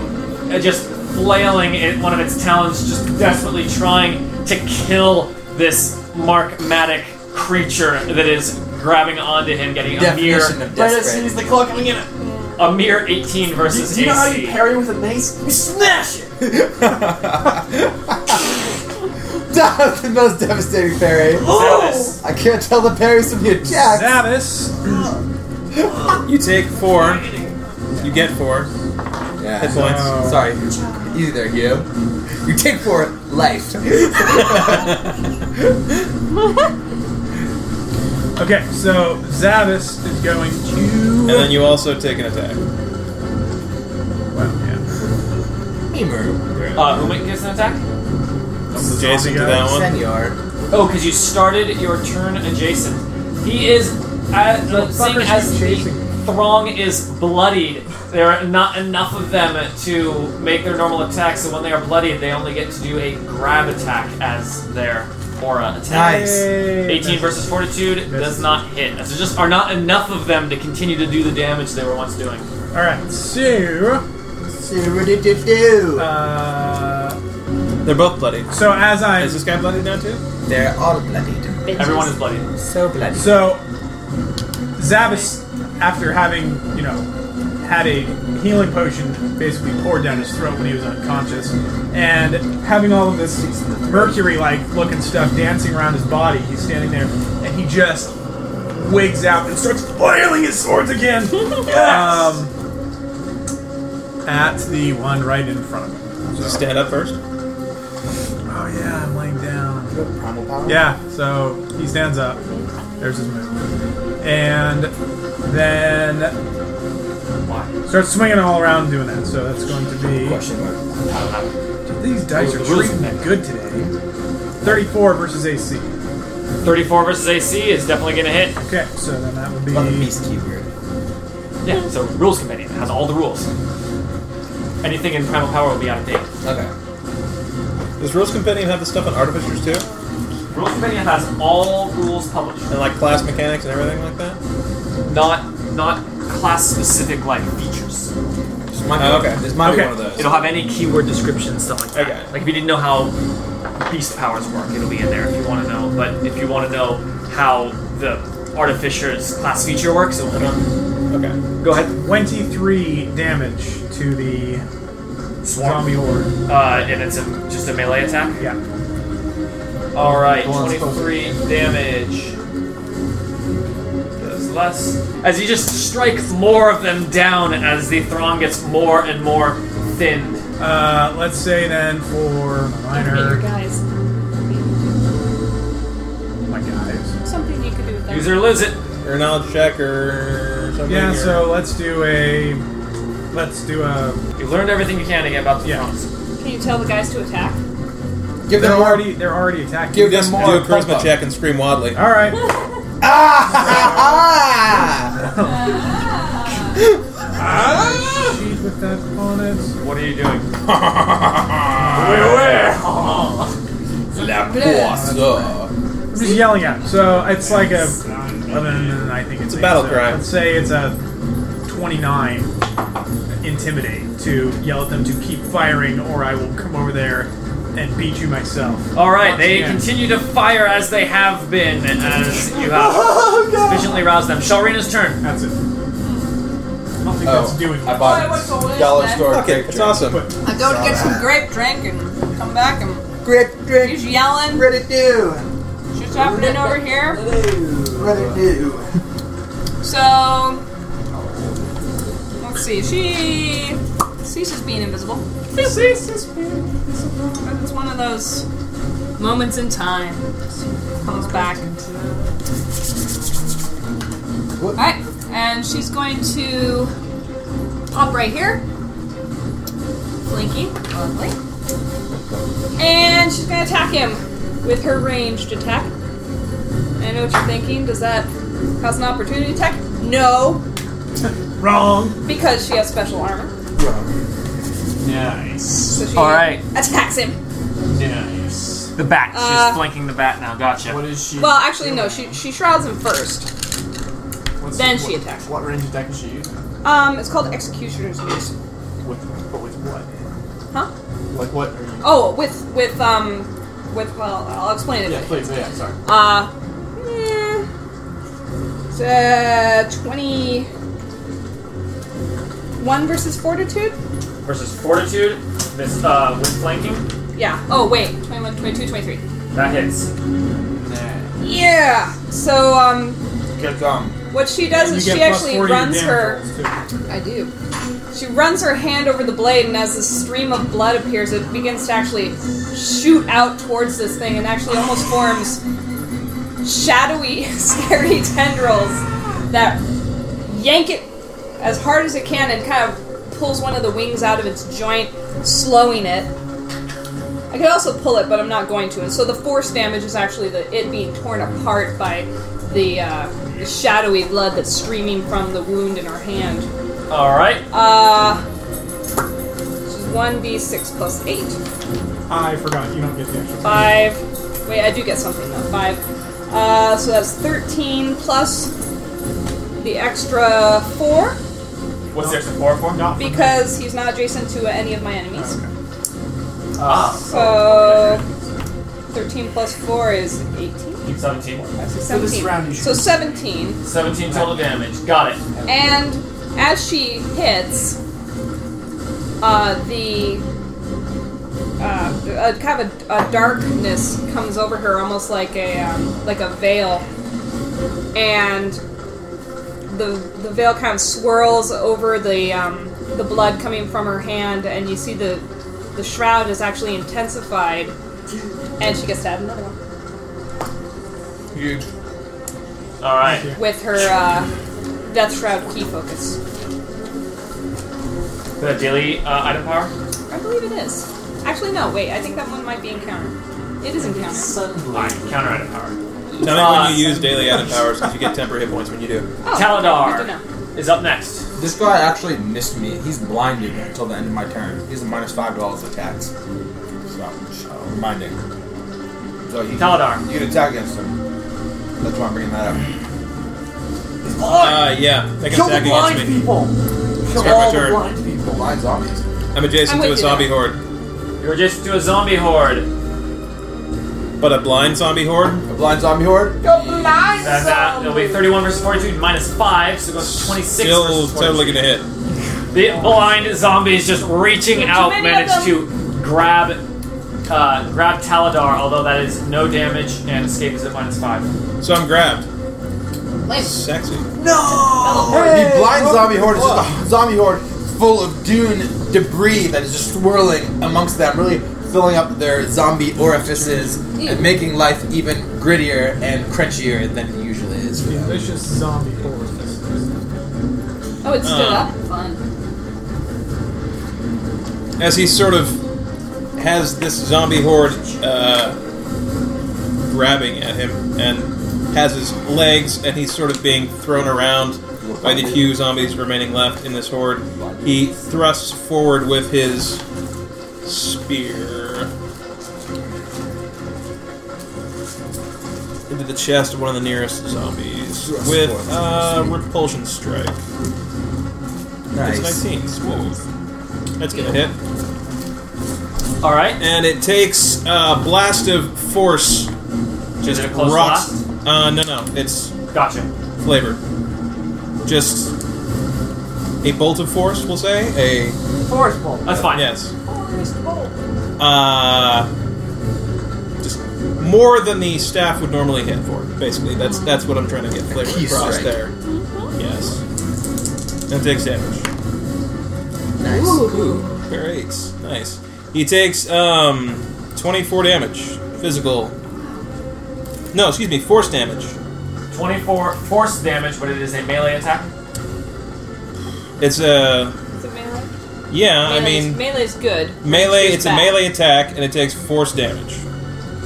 Speaker 3: uh, just flailing at one of its talons, just desperately trying to kill this markmatic creature that is grabbing onto him, getting a
Speaker 5: Definition
Speaker 3: mere,
Speaker 5: of
Speaker 10: Renus
Speaker 5: desperate.
Speaker 10: sees the clock coming in.
Speaker 3: a mere 18 versus
Speaker 10: Do you know how you
Speaker 3: AC.
Speaker 10: parry with a mace? You smash it.
Speaker 5: That's the most devastating parry.
Speaker 3: Zavis.
Speaker 5: I can't tell the parries from the attacks.
Speaker 7: Zavis.
Speaker 2: You take four. You get four hit
Speaker 5: Yeah.
Speaker 2: points.
Speaker 7: No.
Speaker 5: Sorry. Easy there, Gio. You take for life.
Speaker 7: Okay, so Zavis is going to.
Speaker 2: And then you also take an attack.
Speaker 7: Well, yeah.
Speaker 5: Emer.
Speaker 3: Uh, who ma- gets an attack?
Speaker 2: Jason to that one.
Speaker 5: Senor.
Speaker 3: Oh, because you started your turn adjacent. He is, as, uh, seeing
Speaker 7: fuckers
Speaker 3: as
Speaker 7: keep
Speaker 3: the
Speaker 7: chasing
Speaker 3: throng is bloodied, there are not enough of them to make their normal attacks, and when they are bloodied, they only get to do a grab attack as their aura attack.
Speaker 5: Nice.
Speaker 3: 18 versus Fortitude does not hit. As there just are not enough of them to continue to do the damage they were once doing.
Speaker 7: Alright, so.
Speaker 5: There
Speaker 7: Uh,
Speaker 2: They're both bloody.
Speaker 7: so as I.
Speaker 2: Is this guy bloody now too?
Speaker 5: They're all bloodied.
Speaker 3: Everyone is bloodied.
Speaker 5: So bloody.
Speaker 7: So, Zavis, after having, you know, had a healing potion basically poured down his throat when he was unconscious, and having all of this mercury like looking stuff dancing around his body, he's standing there and he just wigs out and starts flailing his swords again um, at the one right in front of him. So-
Speaker 2: Stand up first.
Speaker 7: Oh yeah, I'm laying down. Yeah, so he stands up. There's his move. And then Starts swinging all around doing that, so that's going to be.
Speaker 5: Question mark.
Speaker 7: These dice are treating me good today. 34 versus AC.
Speaker 3: 34 versus AC is definitely going to hit.
Speaker 7: Okay, so then that would be.
Speaker 5: Love the Beastkeeper.
Speaker 3: Yeah, so Rules Companion has all the rules. Anything in Primal Power will be out of date.
Speaker 5: Okay.
Speaker 2: Does Rules Companion have the stuff on Artificers too?
Speaker 3: Rules Companion has all rules published.
Speaker 2: And like class mechanics and everything like that?
Speaker 3: Not not class specific like features. Uh,
Speaker 5: This might be,
Speaker 2: Uh, Okay.
Speaker 5: This might
Speaker 7: Okay.
Speaker 5: be one of those.
Speaker 3: It'll have any keyword description stuff like that.
Speaker 2: Okay.
Speaker 3: Like if you didn't know how beast powers work, it'll be in there if you want to know. But if you want to know how the artificer's class feature works, it'll be on.
Speaker 2: Okay.
Speaker 3: Go ahead.
Speaker 7: 23 damage to the zombie horde.
Speaker 3: Uh, and it's a, just a melee attack.
Speaker 7: Yeah.
Speaker 3: All right,
Speaker 5: Go on, let's go.
Speaker 3: 23 damage. Does less. As you just strike more of them down as the throng gets more and more thinned.
Speaker 7: Uh, let's say then for
Speaker 6: Hey, you
Speaker 7: minor.
Speaker 6: guys,
Speaker 7: My guys.
Speaker 6: something you could do with that.
Speaker 3: User lives it.
Speaker 2: Or a knowledge check or something.
Speaker 7: Yeah,
Speaker 2: or-
Speaker 7: so let's do a. Let's do a.
Speaker 3: You learned everything you can again about the
Speaker 7: Yeah.
Speaker 3: throngs.
Speaker 6: Can you tell the guys to attack?
Speaker 5: Give
Speaker 7: They're
Speaker 5: them more.
Speaker 7: already they're already attacking.
Speaker 5: Give
Speaker 2: Just
Speaker 5: them
Speaker 2: do
Speaker 5: more
Speaker 2: a charisma
Speaker 5: pump-up.
Speaker 2: check and scream wildly.
Speaker 7: All right.
Speaker 5: Ah!
Speaker 7: Cheat with that on it.
Speaker 3: What are you doing?
Speaker 5: Uh, La poisse.
Speaker 7: I'm just yelling at. 'em. So it's like a 11. I think it's
Speaker 2: a battle
Speaker 7: so
Speaker 2: cry.
Speaker 7: Let's say it's a 29. Intimidate to yell at them to keep firing, or I will come over there and beat you myself.
Speaker 3: All right, they
Speaker 7: Once again.
Speaker 3: continue to fire as they have been, as you have sufficiently roused them. Shalrina's turn.
Speaker 7: That's it. I don't think that's doing.
Speaker 5: Oh, I bought
Speaker 6: What's the
Speaker 5: it.
Speaker 6: worst
Speaker 5: Dollar
Speaker 6: then?
Speaker 5: store.
Speaker 2: Fuck it, it's awesome.
Speaker 7: But-
Speaker 6: I go to get some grape drink and come back and
Speaker 5: Grip, grip,
Speaker 6: he's yelling.
Speaker 5: ready do,
Speaker 6: Shit's happening over here.
Speaker 5: ready do.
Speaker 6: So let's see. She ceases being invisible. Ceases being invisible. It's one of those moments in time. Comes back. All right, and she's going to pop right here. Blinky, lovely. And she's going to attack him with her ranged attack. I know what you're thinking. Does that cause an opportunity attack? No,
Speaker 7: Wrong.
Speaker 6: because she has special armor.
Speaker 3: Nice.
Speaker 6: So she
Speaker 3: All right.
Speaker 6: attacks him.
Speaker 3: Nice. The bat. She's
Speaker 6: Uh,
Speaker 3: flanking the bat now. Gotcha.
Speaker 10: What is she?
Speaker 6: Well, actually, no. She she shrouds him first.
Speaker 10: what's-
Speaker 6: then
Speaker 10: what-
Speaker 6: she attacks.
Speaker 10: What range attack is she using?
Speaker 6: Um, it's called executioner's noose.
Speaker 10: With, but with what?
Speaker 6: Huh?
Speaker 10: Like what are you?
Speaker 6: Oh, with with um with well, I'll explain it.
Speaker 10: Yeah, please. Yeah, sorry.
Speaker 6: Uh, eh, it's uh, twenty one versus fortitude.
Speaker 3: Versus fortitude. This uh, with flanking.
Speaker 6: Yeah. Oh wait, 21, 22, 23.
Speaker 3: That hits.
Speaker 6: Yeah. So um,
Speaker 5: Get them.
Speaker 6: what she does
Speaker 7: You
Speaker 6: is
Speaker 7: get
Speaker 6: she
Speaker 7: plus
Speaker 6: actually
Speaker 7: 40 to
Speaker 6: runs
Speaker 7: damage
Speaker 6: her.
Speaker 7: rolls, too.
Speaker 6: I do. She runs her hand over the blade, and as the stream of blood appears, it begins to actually shoot out towards this thing and actually almost forms shadowy, scary tendrils that yank it as hard as it can and kind of pulls one of the wings out of its joint, slowing it. I could also pull it, but I'm not going to. And so the force damage is actually the it being torn apart by the, uh, the shadowy blood that's streaming from the wound in her hand.
Speaker 3: All right.
Speaker 6: Uh, which is 1d6 plus 8.
Speaker 7: I forgot. You don't get the extra.
Speaker 6: 5. Wait, I do get something though. 5. Uh, so that's 13 plus the extra 4
Speaker 3: What's the extra four for?
Speaker 7: Not
Speaker 6: because he's not adjacent to any of my enemies.
Speaker 3: Ah.
Speaker 10: Oh,
Speaker 6: So 13 plus 4 is 18.
Speaker 3: Keep 17.
Speaker 6: That's
Speaker 10: So this
Speaker 6: 17.
Speaker 10: round you
Speaker 6: So
Speaker 10: should-
Speaker 6: 17.
Speaker 3: 17 total damage. Got it.
Speaker 6: And as she hits, uh, the uh, a, kind of a, a darkness comes over her, almost like a um, like a veil, and the the veil kind of swirls over the um, the blood coming from her hand, and you see the the shroud is actually intensified, and she gets to add another one
Speaker 2: Huge.
Speaker 3: All right.
Speaker 6: with her uh, death shroud key focus.
Speaker 3: that daily uh, item power?
Speaker 6: I believe it is. Actually, no, wait, I think that one might be encounter. It is encounter.
Speaker 3: Alright, counter item power.
Speaker 2: Tell me when you use daily item powers because you get temporary hit points when you do.
Speaker 6: Oh,
Speaker 3: Taladar.
Speaker 6: good to know.
Speaker 3: Is up next.
Speaker 5: This guy actually missed me. He's blinded until the end of my turn. He's a minus five to all his attacks. So, so reminding. So he,
Speaker 3: Taladar.
Speaker 5: you can attack against him. That's why I'm bringing that up.
Speaker 2: Uh, yeah, they can
Speaker 10: Kill the
Speaker 2: attack
Speaker 10: blind
Speaker 2: against me.
Speaker 10: people! Kill
Speaker 2: my
Speaker 10: all the
Speaker 2: turn.
Speaker 10: blind people.
Speaker 5: Blind zombies.
Speaker 2: I'm adjacent
Speaker 6: I'm
Speaker 2: to a
Speaker 6: with you
Speaker 2: zombie
Speaker 6: there.
Speaker 2: horde,
Speaker 3: You're just to a zombie horde.
Speaker 2: but a blind zombie horde.
Speaker 5: A blind zombie horde.
Speaker 10: Go blind
Speaker 3: That's that. It'll be 31 versus 42 minus 5, so it goes to 26
Speaker 2: Still
Speaker 3: versus 42.
Speaker 2: totally gonna hit.
Speaker 3: The blind zombies just reaching
Speaker 6: Too
Speaker 3: out
Speaker 6: many of
Speaker 3: managed to grab uh, grab Taladar, although that is no damage and escape is at minus five.
Speaker 2: So I'm grabbed.
Speaker 6: Lame.
Speaker 2: Sexy.
Speaker 5: the blind zombie horde is just a zombie horde full of dune debris that is just swirling amongst them, really filling up their zombie orifices
Speaker 6: Ew.
Speaker 5: and making life even grittier and crunchier than it usually is. for them.
Speaker 7: Vicious zombie horror.
Speaker 6: Oh, it stood
Speaker 2: Uh.
Speaker 6: up? Fun.
Speaker 2: as he sort of has this zombie horde uh, grabbing at him and has his legs and he's sort of being thrown around by the few zombies remaining left in this horde he thrusts forward with his spear into the chest of one of the nearest zombies
Speaker 5: Thrust
Speaker 2: with
Speaker 5: forward.
Speaker 2: uh, repulsion strike it's
Speaker 5: Nice.
Speaker 2: 19 smooth that's gonna hit
Speaker 3: All right.
Speaker 2: and it takes a blast of force. Just
Speaker 3: it a close
Speaker 2: rocks. Uh, no, no, it's
Speaker 3: Gotcha.
Speaker 2: flavor. Just a bolt of force, we'll say. A
Speaker 10: Force bolt.
Speaker 3: That's fine.
Speaker 2: yes.
Speaker 10: Force bolt.
Speaker 2: Uh, just more than the staff would normally hit for. Basically, that's that's what I'm trying to get flavor
Speaker 5: key
Speaker 2: across
Speaker 5: strike.
Speaker 2: there. Yes. That takes damage.
Speaker 5: Nice.
Speaker 2: Great. Nice. He takes um 24 damage. Physical. No, excuse me, force damage.
Speaker 3: 24 force damage, but it is a melee attack.
Speaker 2: It's a
Speaker 6: Is it melee?
Speaker 2: yeah, Uh, I
Speaker 6: Melee is-
Speaker 2: mean
Speaker 6: melee is good.
Speaker 2: melee,
Speaker 6: It's
Speaker 2: it's a
Speaker 6: bad.
Speaker 2: melee attack and it takes force damage.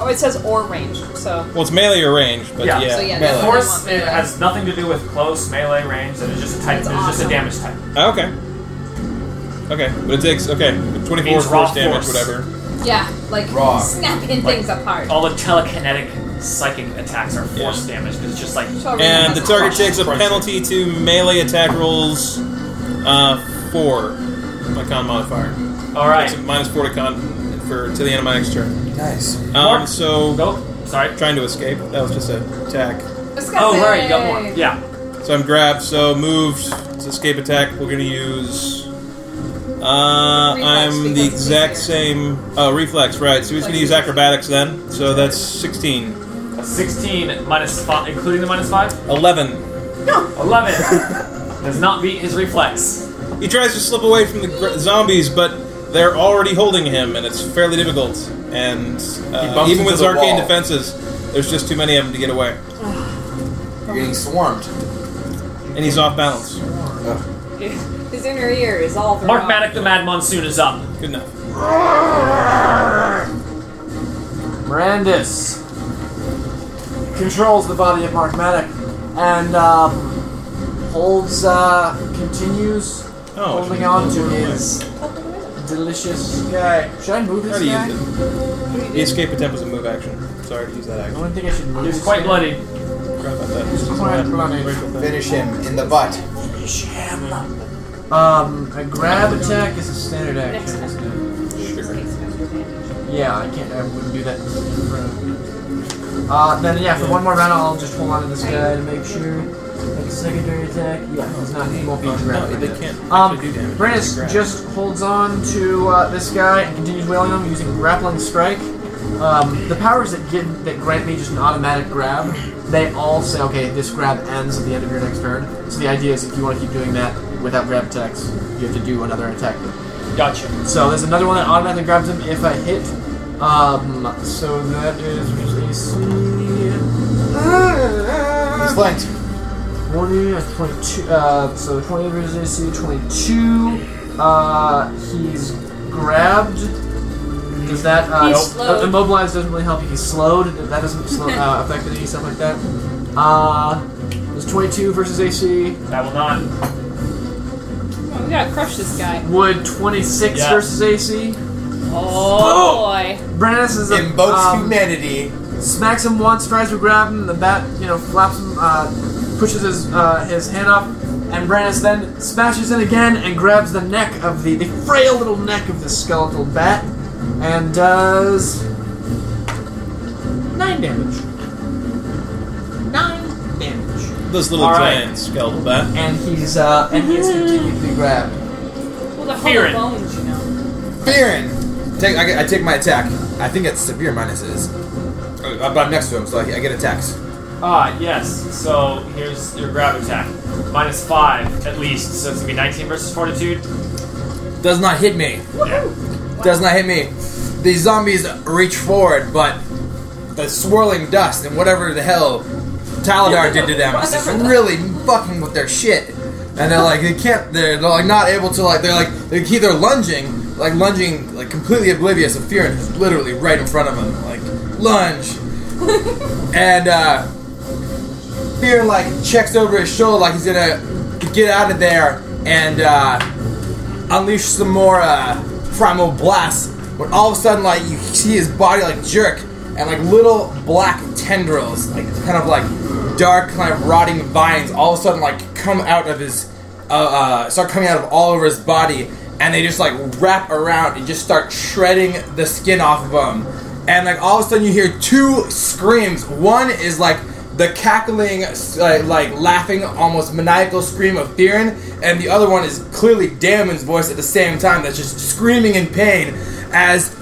Speaker 6: Oh, it says or range, so.
Speaker 2: Well, it's melee or range, but
Speaker 3: Yeah.
Speaker 2: yeah.
Speaker 6: So, yeah,
Speaker 2: melee.
Speaker 6: that's-
Speaker 3: Force it has nothing to do with close melee range. That is just a type. It's
Speaker 6: That's
Speaker 3: just a
Speaker 6: awesome.
Speaker 3: damage type.
Speaker 2: Ah, okay. Okay, but it takes okay, 24
Speaker 3: Means
Speaker 2: force
Speaker 3: raw
Speaker 2: damage
Speaker 3: force.
Speaker 2: whatever.
Speaker 6: Yeah, like
Speaker 5: Raw.
Speaker 6: snapping
Speaker 3: Like-
Speaker 6: things apart.
Speaker 3: All the telekinetic psychic attacks are force damage because it's just like
Speaker 6: So everyone
Speaker 2: And
Speaker 6: has
Speaker 2: the
Speaker 6: a
Speaker 2: target
Speaker 6: crush.
Speaker 2: takes a penalty to melee attack rolls uh 4 my con modifier.
Speaker 3: all right.
Speaker 2: It's a minus 4 to con for to the end of my next turn.
Speaker 5: Nice.
Speaker 2: Um,
Speaker 3: Mark.
Speaker 2: so
Speaker 3: Go. Sorry.
Speaker 2: trying to escape. That was just a attack.
Speaker 6: Let's go.
Speaker 3: Oh right, you got more. Yeah.
Speaker 2: So I'm grabbed. So moved. It's escape attack. We're gonna use. Uh,
Speaker 6: Reflex
Speaker 2: I'm
Speaker 6: because
Speaker 2: the
Speaker 6: it's
Speaker 2: exact
Speaker 6: easier.
Speaker 2: same. Oh, reflex. Right. So he's gonna use acrobatics then. So that's 16,
Speaker 3: A 16 minus five, including the minus five.
Speaker 2: 11.
Speaker 3: 11 does not beat his reflex.
Speaker 2: He tries to slip away from the gr- zombies, but they're already holding him, and it's fairly difficult. And uh,
Speaker 5: bumps
Speaker 2: even
Speaker 5: into
Speaker 2: with his
Speaker 5: the
Speaker 2: arcane
Speaker 5: wall.
Speaker 2: defenses, there's just too many of them to get away,
Speaker 5: You're getting swarmed.
Speaker 2: and he's off balance.
Speaker 6: His inner ear is all
Speaker 3: Mark
Speaker 6: thrown.
Speaker 3: Maddock the Mad Monsoon is up.
Speaker 2: Good enough.
Speaker 10: Brandis controls the body of Mark Maddock and um, holds, uh, continues
Speaker 2: Oh,
Speaker 10: holding
Speaker 2: she's
Speaker 10: on to
Speaker 2: holding away.
Speaker 10: his delicious.
Speaker 5: Okay.
Speaker 10: Should I move this
Speaker 2: How do you
Speaker 10: guy?
Speaker 2: use it? The escape attempt was a move action. Sorry to use that
Speaker 10: I
Speaker 2: action.
Speaker 10: don't think I should move.
Speaker 3: He's
Speaker 10: this
Speaker 3: quite
Speaker 10: guy.
Speaker 3: bloody.
Speaker 2: Forgot about that.
Speaker 10: He's quite bloody.
Speaker 5: Finish him in the butt.
Speaker 10: Um, a grab attack is a standard action.
Speaker 6: Next
Speaker 10: Isn't
Speaker 6: Oh,
Speaker 2: Sure.
Speaker 10: it? Yeah, I can't. I wouldn't do that. in front of- Uh, then yeah, for one more round, I'll just hold on to this guy to make sure. Like a secondary attack. Yeah, he's not. He won't be grabbed.
Speaker 2: No,
Speaker 10: right
Speaker 2: they
Speaker 10: now.
Speaker 2: can't
Speaker 10: Um,
Speaker 2: actually do damage.
Speaker 10: Brandis
Speaker 2: Grab.
Speaker 10: just holds on to uh, this guy and continues wailing him using grappling strike. Um, the powers that give that grant me just an automatic grab, they all say, okay, this grab ends at the end of your next turn. So the idea is, if you want to keep doing that without grab attacks, you have to do another attack.
Speaker 3: Gotcha.
Speaker 10: So there's another one that automatically grabs him if I hit. Um, so that is usually
Speaker 5: He's
Speaker 10: AC.
Speaker 5: flanked.
Speaker 10: 20, that's 22, uh, so 20 versus AC, 22. Uh, he's grabbed. Does that uh,
Speaker 6: He's slowed.
Speaker 10: uh, immobilized doesn't really help you? He's slowed. That doesn't slow, uh, affect any stuff like that. Uh, does 22 versus AC?
Speaker 3: That will not.
Speaker 6: Oh, we gotta crush this guy.
Speaker 10: Would 26
Speaker 3: Yeah.
Speaker 10: versus AC?
Speaker 6: Oh boy.
Speaker 10: Brandis is a
Speaker 5: Invokes
Speaker 10: um,
Speaker 5: humanity.
Speaker 10: smacks him once, tries to grab him. The bat, you know, flaps him, uh, pushes his uh, his hand up, and Brandis then smashes in again and grabs the neck of the, the frail little neck of the skeletal bat, and does nine damage. Nine damage,
Speaker 2: Those little
Speaker 10: All right.
Speaker 2: giant skeletal bat.
Speaker 10: and he's uh, and he is continued to be grabbed.
Speaker 6: Well, the
Speaker 3: Fearing.
Speaker 6: hollow bones, you know.
Speaker 5: Fearing. Take, I, get- I take my attack. I think it's severe minuses. Uh, But I'm next to him, so I, I get attacks.
Speaker 3: Ah, yes. So here's your grab attack. Minus five, at least. So it's gonna be 19 versus fortitude.
Speaker 5: Does not hit me.
Speaker 3: Yeah.
Speaker 5: Does not hit me. The zombies reach forward, but the swirling dust and whatever the hell Taladar did to them is just
Speaker 6: Whatever.
Speaker 5: really fucking with their shit. And they're like, they can't, they're, they're like not able to, like, they're like, they're either lunging, like lunging, like completely oblivious of fear, and just literally right in front of them, like, lunge. and, uh, Fear like checks over his shoulder like he's gonna get out of there and uh, unleash some more uh, primal blasts. But all of a sudden, like you see his body like jerk and like little black tendrils, like kind of like dark, kind of rotting vines, all of a sudden like come out of his, uh, uh, start coming out of all over his body, and they just like wrap around and just start shredding the skin off of him. And like all of a sudden, you hear two screams. One is like the cackling, uh, like laughing, almost maniacal scream of Theron, and the other one is clearly Damon's voice at the same time that's just screaming in pain as,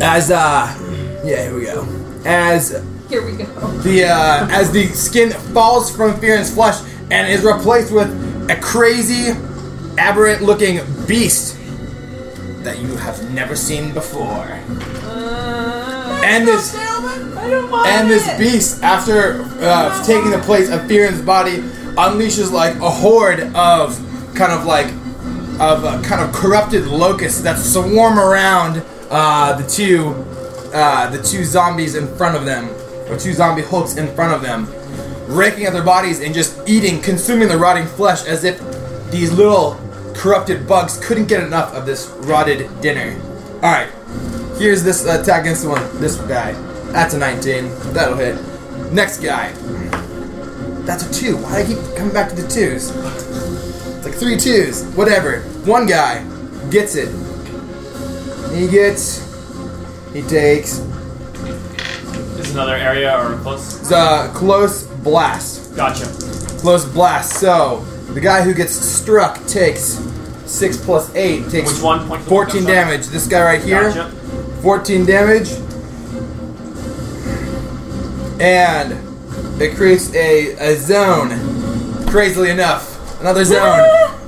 Speaker 5: as, uh, yeah, here we go. As
Speaker 6: Here we go.
Speaker 5: the uh, as the skin falls from Fearon's flesh and is replaced with a crazy, aberrant-looking beast that you have never seen before. And this
Speaker 6: I don't mind
Speaker 5: and this
Speaker 6: it.
Speaker 5: beast, after uh, taking the place of Fearin's body, unleashes like a horde of kind of like of uh, kind of corrupted locusts that swarm around uh, the two uh, the two zombies in front of them, or two zombie hulks in front of them, raking at their bodies and just eating, consuming the rotting flesh as if these little corrupted bugs couldn't get enough of this rotted dinner. All right, Here's this attack against the one. This guy. That's a 19. That'll hit. Next guy. That's a two. Why do I keep coming back to the twos? It's like three twos. Whatever. One guy gets it. He gets. He takes
Speaker 3: This is another area or close.
Speaker 5: the close blast.
Speaker 3: Gotcha.
Speaker 5: Close blast. So the guy who gets struck takes six plus eight takes
Speaker 3: Which one? Point to the
Speaker 5: fourteen
Speaker 3: left, I'm sorry.
Speaker 5: damage. This guy right here.
Speaker 3: Gotcha.
Speaker 5: 14 damage. And it creates a, a zone. Crazily enough, another zone.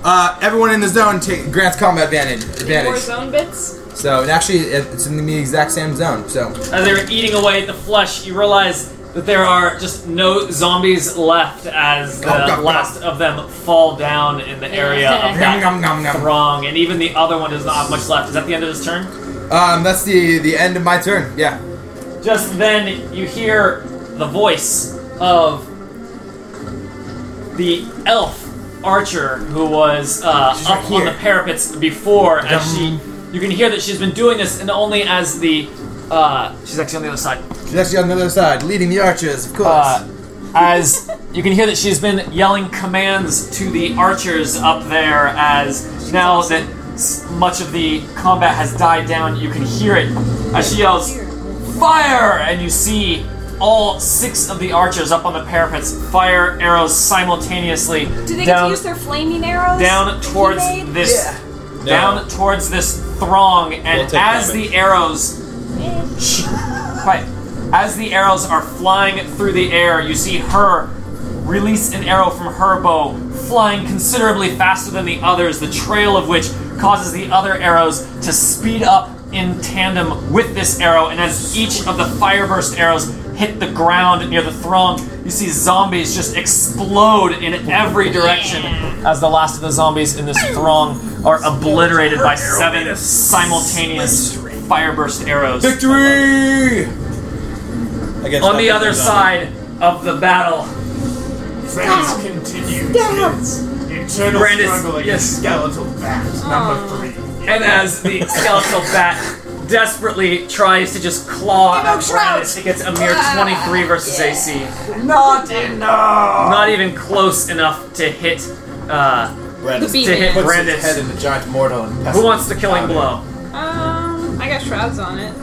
Speaker 5: Uh, everyone in the zone take, grants combat advantage.
Speaker 6: More
Speaker 5: advantage.
Speaker 6: zone bits.
Speaker 5: So and actually, it- it's in the exact same zone. So
Speaker 3: As they were eating away at the flesh, you realize that there are just no zombies left as the
Speaker 5: Gum, gum, gum.
Speaker 3: last of them fall down in the area of
Speaker 5: Nom,
Speaker 3: that
Speaker 5: nom, nom, nom.
Speaker 3: throng, and even the other one does not have much left. Is that the end of his turn?
Speaker 5: um, that's the the end of my turn. Yeah.
Speaker 3: Just then, you hear the voice of the elf archer who was uh,
Speaker 5: She's
Speaker 3: up
Speaker 5: right
Speaker 3: on
Speaker 5: here.
Speaker 3: the parapets before. As she, you can hear that she's been doing this, and only as the uh, she's actually on the other side.
Speaker 5: She's actually on the other side, leading the archers, of course.
Speaker 3: Uh, as you can hear that she's been yelling commands to the archers up there as now that s- much of the combat has died down you can hear it as she yells fire and you see all six of the archers up on the parapets fire arrows simultaneously
Speaker 6: Do they get
Speaker 3: down
Speaker 6: to use their flaming arrows?
Speaker 3: down
Speaker 6: that he
Speaker 3: towards
Speaker 6: made?
Speaker 3: this down towards this throng
Speaker 2: We'll
Speaker 3: and
Speaker 2: take
Speaker 3: as
Speaker 2: damage.
Speaker 3: the arrows Shh. Quiet. As the arrows are flying through the air, you see her release an arrow from her bow, flying considerably faster than the others, the trail of which causes the other arrows to speed up in tandem with this arrow, and as each of the fireburst arrows hit the ground near the throng. You see zombies just explode in every direction as the last of the zombies in this throng are obliterated by seven simultaneous fireburst arrows.
Speaker 2: Victory! Against
Speaker 3: On the
Speaker 2: nothing
Speaker 3: other
Speaker 2: but zombies.
Speaker 3: side of the battle,
Speaker 12: Friends continue internal
Speaker 3: Brandis,
Speaker 12: struggle against
Speaker 3: yes.
Speaker 12: skeletal bats. Number three.
Speaker 3: and as the skeletal bat desperately tries to just claw at Brandis, he gets a mere 23 versus AC.
Speaker 12: Not enough.
Speaker 3: Not even close enough to hit. Uh,
Speaker 6: The
Speaker 5: Brandis
Speaker 6: beat
Speaker 3: to hit
Speaker 6: man.
Speaker 5: puts
Speaker 3: Brandis.
Speaker 5: his head in the giant mortal and passes
Speaker 3: who wants
Speaker 5: it
Speaker 3: the killing
Speaker 5: down.
Speaker 3: blow?
Speaker 6: Um, I got shrouds on it.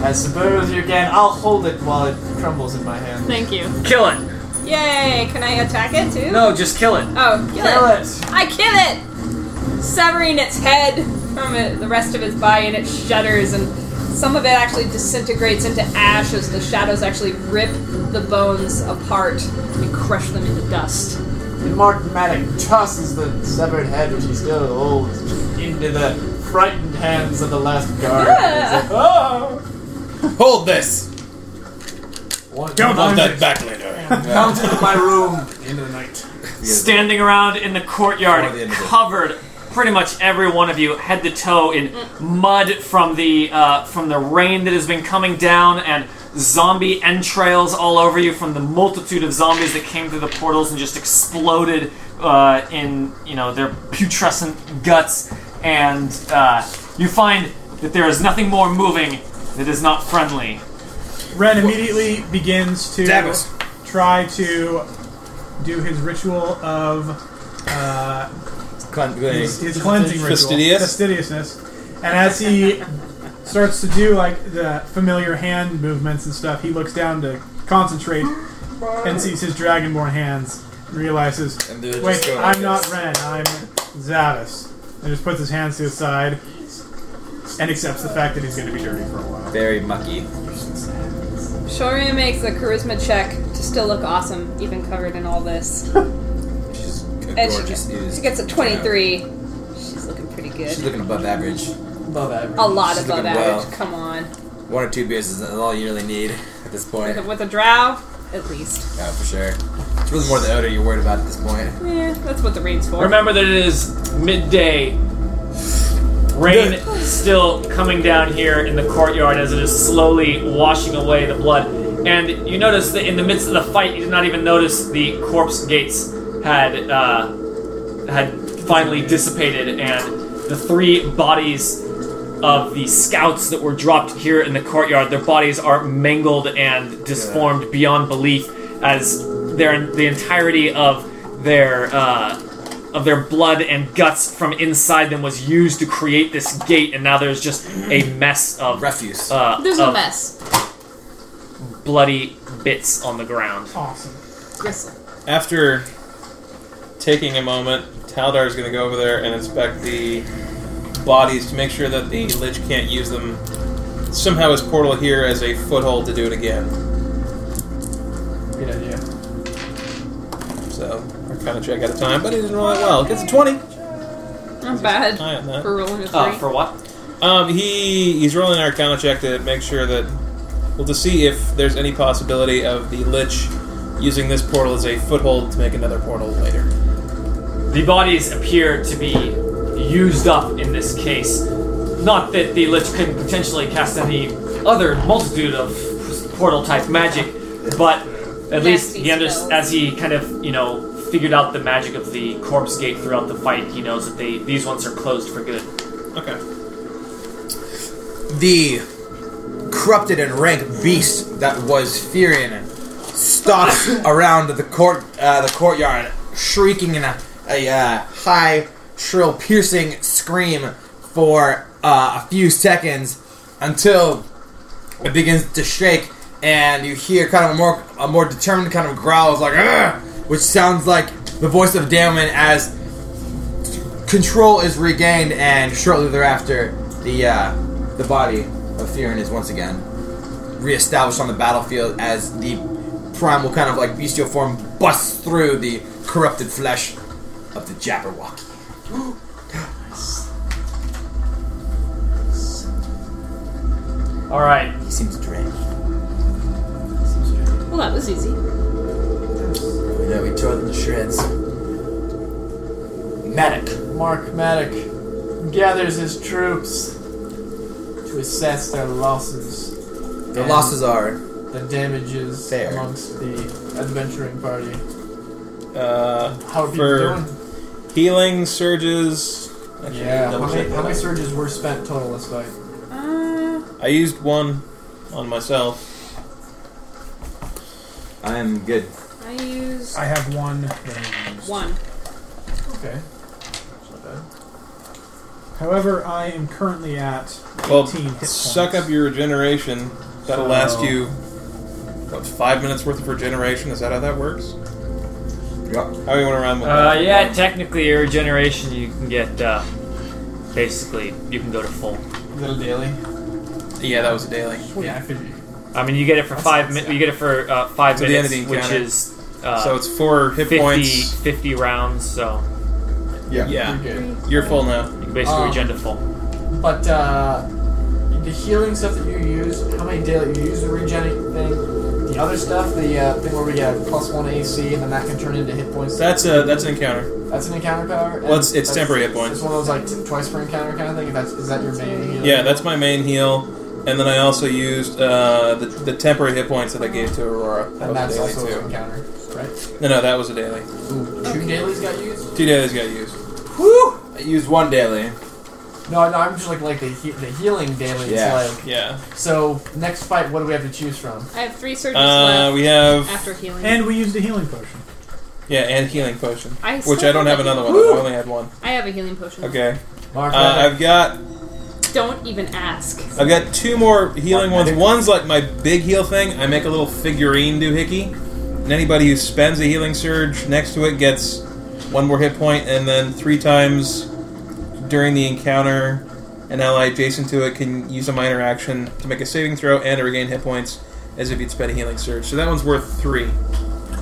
Speaker 10: I suppose you can. I'll hold it while it crumbles in my hand.
Speaker 6: Thank you.
Speaker 3: Kill it!
Speaker 6: Yay! Can I attack it too?
Speaker 3: No, just kill it.
Speaker 6: Oh, kill,
Speaker 10: Kill
Speaker 6: it.
Speaker 10: it!
Speaker 6: I kill it, severing its head from it, the rest of its body, and it shudders, and some of it actually disintegrates into ash as the shadows actually rip the bones apart and crush them into dust.
Speaker 10: And Mark Maddock tosses the severed head, which he still holds, into the frightened hands of the last guard.
Speaker 6: Ah.
Speaker 10: He's like, oh!
Speaker 5: Hold this.
Speaker 10: One,
Speaker 7: Don't
Speaker 5: Want that
Speaker 7: lose it.
Speaker 5: back later.
Speaker 10: "Oh, Come to my room.
Speaker 12: End of the night.
Speaker 3: Standing around in the courtyard,
Speaker 5: Before the end of it.
Speaker 3: covered pretty much every one of you head to toe in mud from the uh, from the rain that has been coming down and zombie entrails all over you from the multitude of zombies that came through the portals and just exploded uh, in you know their putrescent guts and uh, you find that there is nothing more moving that is not friendly
Speaker 7: Ren immediately begins to
Speaker 5: Daggers.
Speaker 7: try to do his ritual of uh, his, his cleansing ritual,
Speaker 2: Fastidious?
Speaker 7: fastidiousness, and as he starts to do like the familiar hand movements and stuff, he looks down to concentrate and sees his dragonborn hands and realizes,
Speaker 5: And they're just
Speaker 7: wait,
Speaker 5: going like
Speaker 7: I'm not
Speaker 5: this."
Speaker 7: Ren, I'm Zavis, and just puts his hands to his side and accepts the fact that he's going to be dirty for a while.
Speaker 5: Very mucky.
Speaker 6: Shoria makes a charisma check to still look awesome, even covered in all this.
Speaker 5: She's
Speaker 6: And she,
Speaker 5: gorgeous.
Speaker 6: gets,
Speaker 5: is-
Speaker 6: she gets a 23. She's looking pretty
Speaker 5: She's
Speaker 6: good.
Speaker 5: looking above average.
Speaker 10: Above average.
Speaker 6: A lot
Speaker 5: she's
Speaker 6: above
Speaker 5: looking well.
Speaker 6: average. Come on.
Speaker 5: One or two beers is all you really need at this point.
Speaker 6: With a, with a drow, at least.
Speaker 5: Yeah, for sure. It's really more the odor you're worried about at this point.
Speaker 6: Yeah, that's what the rain's for.
Speaker 3: Remember that it is midday. Rain still coming down here in the courtyard as it is slowly washing away the blood. And you notice that in the midst of the fight, you did not even notice the corpse gates had uh, had finally dissipated, and the three bodies of the scouts that were dropped here in the courtyard, their bodies are mangled and disformed beyond belief, as their the entirety of their uh, of their blood and guts from inside them was used to create this gate, and now there's just a mess of
Speaker 5: Refuse.
Speaker 3: uh,
Speaker 6: There's
Speaker 2: Oh.
Speaker 3: of
Speaker 6: no mess.
Speaker 3: bloody bits on the ground.
Speaker 7: Awesome.
Speaker 6: Gristle.
Speaker 2: After taking a moment, Taldar is going to go over there and inspect the bodies to make sure that the Lich can't use them somehow his portal here as a foothold to do it again.
Speaker 10: Good idea.
Speaker 2: So, our kind of check out of time, but he didn't roll that well. Gets a 20.
Speaker 6: Not bad.
Speaker 2: High on that.
Speaker 6: For rolling a three.
Speaker 2: Oh,
Speaker 3: Uh, for what?
Speaker 2: Um, he he's rolling an Arcana check to make sure that, well, to see if there's any possibility of the Lich using this portal as a foothold to make another portal later.
Speaker 3: The bodies appear to be used up in this case. Not that the Lich couldn't potentially cast any other multitude of portal type magic, but at least
Speaker 6: Nasty
Speaker 3: he under-
Speaker 6: spells.
Speaker 3: as he kind of, you know, figured out the magic of the corpse gate throughout the fight, he knows that they these ones are closed for good.
Speaker 2: Okay.
Speaker 5: The corrupted and rank beast that was Furion stalks around the court, uh, the courtyard, shrieking in a, a uh, high, shrill, piercing scream for uh, a few seconds until it begins to shake, and you hear kind of a more a more determined kind of growl, it's like "Ugh," which sounds like the voice of Damon as control is regained, and shortly thereafter, the uh, the body of Theron is once again reestablished on the battlefield as the primal kind of like bestial form busts through the corrupted flesh of the Jabberwocky.
Speaker 3: Alright.
Speaker 5: He seems drained.
Speaker 10: It's
Speaker 6: was easy.
Speaker 5: We know we tore them to shreds.
Speaker 10: Matic. Mark Matic gathers his troops to assess their losses,
Speaker 5: The
Speaker 10: And-
Speaker 5: losses are
Speaker 10: the damages
Speaker 5: Fair.
Speaker 10: amongst the adventuring party.
Speaker 2: Uh,
Speaker 10: How are people
Speaker 2: For-
Speaker 10: doing?
Speaker 2: healing surges. Actually,
Speaker 10: Yeah, how
Speaker 2: double
Speaker 10: many,
Speaker 2: check
Speaker 10: how many
Speaker 2: that.
Speaker 10: surges were spent total this fight?
Speaker 6: Uh,
Speaker 2: I used one on myself.
Speaker 13: I'm good.
Speaker 6: I used
Speaker 7: I have one. that I used.
Speaker 6: one.
Speaker 10: Okay.
Speaker 7: However, I am currently at
Speaker 2: Well,
Speaker 7: 18 hit points.
Speaker 2: suck up your regeneration. That'll last
Speaker 7: So-
Speaker 2: you what five minutes worth of regeneration. Is that how that works?
Speaker 13: Yeah.
Speaker 2: How do you want to run with
Speaker 3: Uh, yeah, technically, your regeneration, you can get, uh, basically, you can go to full.
Speaker 10: Little daily.
Speaker 2: that? Yeah, that was a daily.
Speaker 10: Yeah, I figured.
Speaker 3: I mean, you get it for five minutes, you get it for, uh, five
Speaker 2: So the
Speaker 3: minutes,
Speaker 2: end of the
Speaker 3: which
Speaker 2: encounter.
Speaker 3: is, uh,
Speaker 2: so it's four hit
Speaker 3: 50,
Speaker 2: points.
Speaker 3: 50 rounds, so
Speaker 13: Yeah.
Speaker 2: Yeah,
Speaker 10: You're good.
Speaker 2: you're full now.
Speaker 3: you can basically
Speaker 10: Um,
Speaker 3: regen to full.
Speaker 10: But uh, the healing stuff that you use, how many daily you use the regening thing, the other stuff, the uh, thing where we get plus one AC and then that can turn into hit points.
Speaker 2: That's a that's an encounter.
Speaker 10: that's an encounter power.
Speaker 2: Well, it's- it's
Speaker 10: That's-
Speaker 2: temporary hit points.
Speaker 10: It's one of those like t- twice per encounter kind of thing. If that's is that your main? healing?
Speaker 2: Yeah, that's my main heal, and then I also used uh, the the temporary hit points that I gave to Aurora. That
Speaker 10: And
Speaker 2: was
Speaker 10: that's
Speaker 2: a
Speaker 10: also an
Speaker 2: daily
Speaker 10: encounter, right?
Speaker 2: too. No, no, that was a daily.
Speaker 10: Ooh, two dailies got used.
Speaker 2: Two dailies got used.
Speaker 13: Woo! I used one daily.
Speaker 10: No, no, I'm just like like the he- the healing daily.
Speaker 13: Yeah.
Speaker 10: It's like
Speaker 2: Yeah.
Speaker 10: so next fight, what do we have to choose from?
Speaker 6: I have three surges
Speaker 2: Uh,
Speaker 6: left
Speaker 2: we have
Speaker 6: after healing.
Speaker 7: And we used a healing potion.
Speaker 2: yeah, and healing potion,
Speaker 6: I
Speaker 2: which
Speaker 6: still
Speaker 2: I don't
Speaker 6: have
Speaker 2: have
Speaker 6: a
Speaker 2: another one.
Speaker 6: healing-
Speaker 2: of. I only had one.
Speaker 6: I have a healing potion.
Speaker 2: Okay.
Speaker 10: Mark,
Speaker 2: Uh, I've got
Speaker 6: Don't even ask.
Speaker 2: I've got two more healing ones. One's like my big heal thing. I make a little figurine doohickey, and anybody who spends a healing surge next to it gets one more hit point, and then three times during the encounter, an ally adjacent to it can use a minor action to make a saving throw and to regain hit points as if you'd spent a healing surge. So that one's worth three.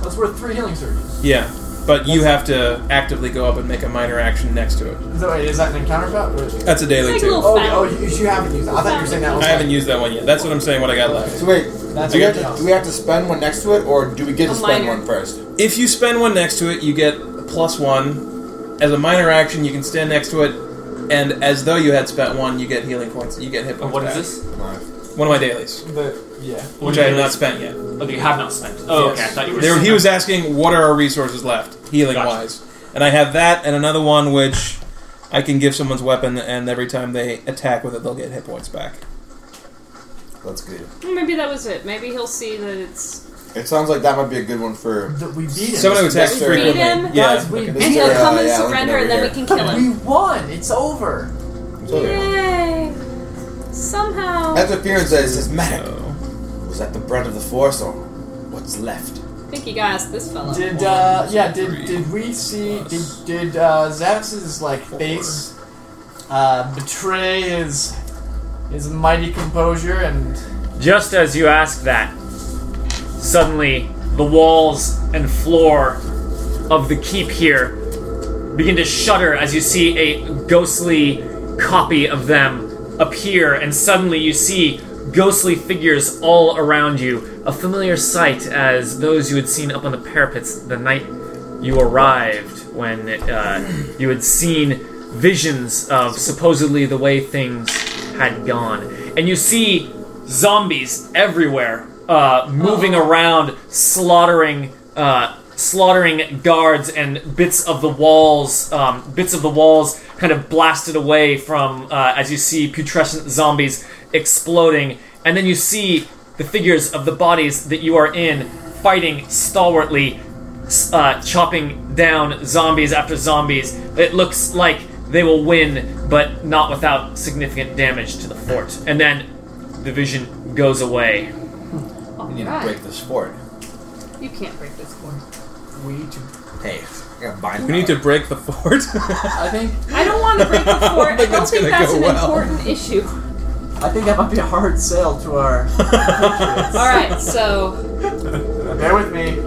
Speaker 10: that's worth three healing surges.
Speaker 2: Yeah, but you have to actively go up and make a minor action next to it.
Speaker 10: Is that, wait, is that an encounter power? Or
Speaker 2: That's a daily
Speaker 6: It's like
Speaker 2: too.
Speaker 6: a little-
Speaker 10: Oh, oh you, you haven't used that. I thought you were saying that was
Speaker 2: I haven't used that one yet. That's what I'm saying. What I got left.
Speaker 13: So wait,
Speaker 10: That's
Speaker 13: do, we have
Speaker 10: good.
Speaker 13: to, do we have to spend one next to it, or do we get to
Speaker 6: A
Speaker 13: spend
Speaker 6: minor.
Speaker 13: one first?
Speaker 2: If you spend one next to it, you get a plus one. As a minor action, you can stand next to it, and as though you had spent one, you get healing points. You get hit points.
Speaker 3: Oh, What is
Speaker 2: back.
Speaker 3: this?
Speaker 2: One of my dailies,
Speaker 10: The, yeah.
Speaker 2: which I have not spent yet.
Speaker 3: Oh, that you have not spent. Oh, okay, I thought you were
Speaker 2: There, he was asking, "What are our resources left, healing wise?" And I have that, and another one which I can give someone's weapon, and every time they attack with it, they'll get hit points back.
Speaker 13: That's good.
Speaker 6: Maybe that was it. Maybe he'll see that it's
Speaker 13: It sounds like that might be a good one for.
Speaker 10: That we beat him.
Speaker 2: Someone who attacks
Speaker 13: Beat
Speaker 2: frequently,
Speaker 6: him?
Speaker 2: yeah.
Speaker 10: Guys, we
Speaker 13: Okay.
Speaker 10: beat
Speaker 13: This
Speaker 6: and
Speaker 13: is
Speaker 6: he'll
Speaker 13: where,
Speaker 6: come
Speaker 13: uh,
Speaker 6: and
Speaker 13: yeah, Lincoln
Speaker 6: surrender, and
Speaker 13: over
Speaker 6: then we
Speaker 13: here.
Speaker 6: can kill him.
Speaker 10: We won. It's over.
Speaker 13: It's over.
Speaker 6: Yay! Somehow.
Speaker 13: That's what Fearon says. Says Matic
Speaker 2: So,
Speaker 13: was that the brunt of the force, or what's left?
Speaker 6: I think you guys, this fellow.
Speaker 10: Did uh yeah, did did we see did did uh Zax's like face uh betray his his mighty composure and
Speaker 3: Just as you asked that, suddenly the walls and floor of the keep here begin to shudder as you see a ghostly copy of them appear, and suddenly you see ghostly figures all around you, a familiar sight as those you had seen up on the parapets the night you arrived, when uh, you had seen visions of supposedly the way things had gone. And you see zombies everywhere, uh, moving around, slaughtering, uh, slaughtering guards and bits of the walls, um, bits of the walls kind of blasted away from uh, as you see putrescent zombies exploding, and then you see the figures of the bodies that you are in fighting stalwartly, s- uh, chopping down zombies after zombies. It looks like they will win, but not without significant damage to the fort. And then the vision goes away.
Speaker 13: We need
Speaker 6: Alright.
Speaker 13: to break this fort.
Speaker 6: Oh, You can't break this cord.
Speaker 10: we to
Speaker 13: Hey, I gotta bind.
Speaker 2: we need to break the fort.
Speaker 10: I think
Speaker 6: I don't want to break the fort. I
Speaker 2: think
Speaker 6: don't think,
Speaker 2: it's gonna
Speaker 6: that's
Speaker 2: go
Speaker 6: an
Speaker 2: well.
Speaker 6: important issue.
Speaker 10: I think that might be a hard sell to our
Speaker 6: Alright, so
Speaker 10: Bear with me.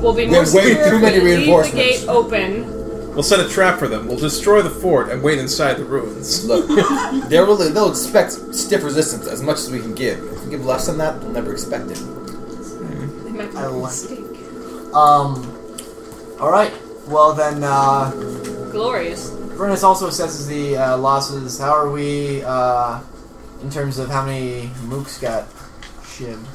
Speaker 6: we'll be
Speaker 13: We
Speaker 6: more
Speaker 13: have way
Speaker 6: secure
Speaker 13: too
Speaker 6: if
Speaker 13: many
Speaker 6: we leave the
Speaker 13: reinforcements.
Speaker 6: gate open.
Speaker 2: we'll set a trap for them. We'll destroy the fort and wait inside the ruins.
Speaker 13: Look, they're really, they'll expect stiff resistance as much as we can give. If we give less than that, they'll never expect it.
Speaker 10: or what. Um. All right. Well then, uh,
Speaker 6: Glorious.
Speaker 10: Vernus also assesses the uh, losses. How are we uh, in terms of how many mooks got shivved?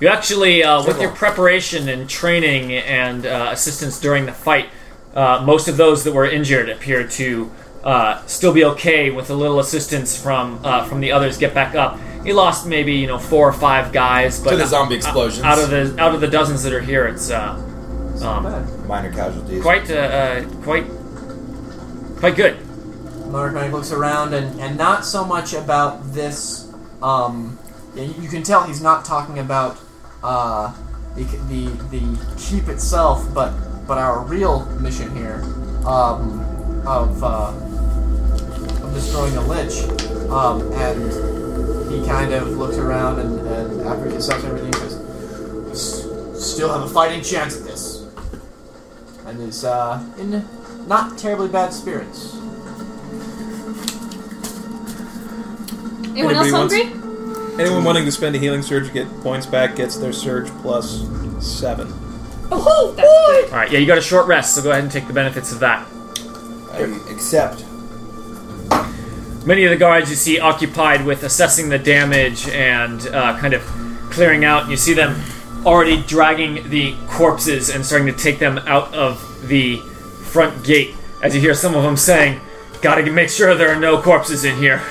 Speaker 3: You actually, uh, with
Speaker 13: Oh.
Speaker 3: your preparation and training and uh, assistance during the fight, uh, most of those that were injured appear to uh, still be okay with a little assistance from uh, from the others. Get back up. You lost maybe you know four or five guys, but
Speaker 13: To the zombie
Speaker 3: o-
Speaker 13: explosions.
Speaker 3: Out of the out of the dozens that are here, it's uh, um,
Speaker 13: Minor casualties.
Speaker 3: quite uh, uh, quite quite good.
Speaker 10: Monarch looks around and, and not so much about this. Um, yeah, you, you can tell he's not talking about uh, the, the the keep itself, but but our real mission here um, of uh, of destroying the lich. Um, and he kind of looks around and, and after he assesses everything, he goes, "S- "Still have a fighting chance at this." And is uh, in not terribly bad spirits.
Speaker 6: Anyone
Speaker 2: Anybody
Speaker 6: else
Speaker 2: wants-
Speaker 6: hungry?
Speaker 2: Anyone wanting to spend a healing surge to get points back gets their surge plus seven.
Speaker 6: Oh, that's
Speaker 3: All right, yeah, you got a short rest, so go ahead and take the benefits of that.
Speaker 13: I accept.
Speaker 3: Many of the guards you see occupied with assessing the damage and uh, kind of clearing out. You see them already dragging the corpses and starting to take them out of the front gate as you hear some of them saying, Gotta make sure there are no corpses in here.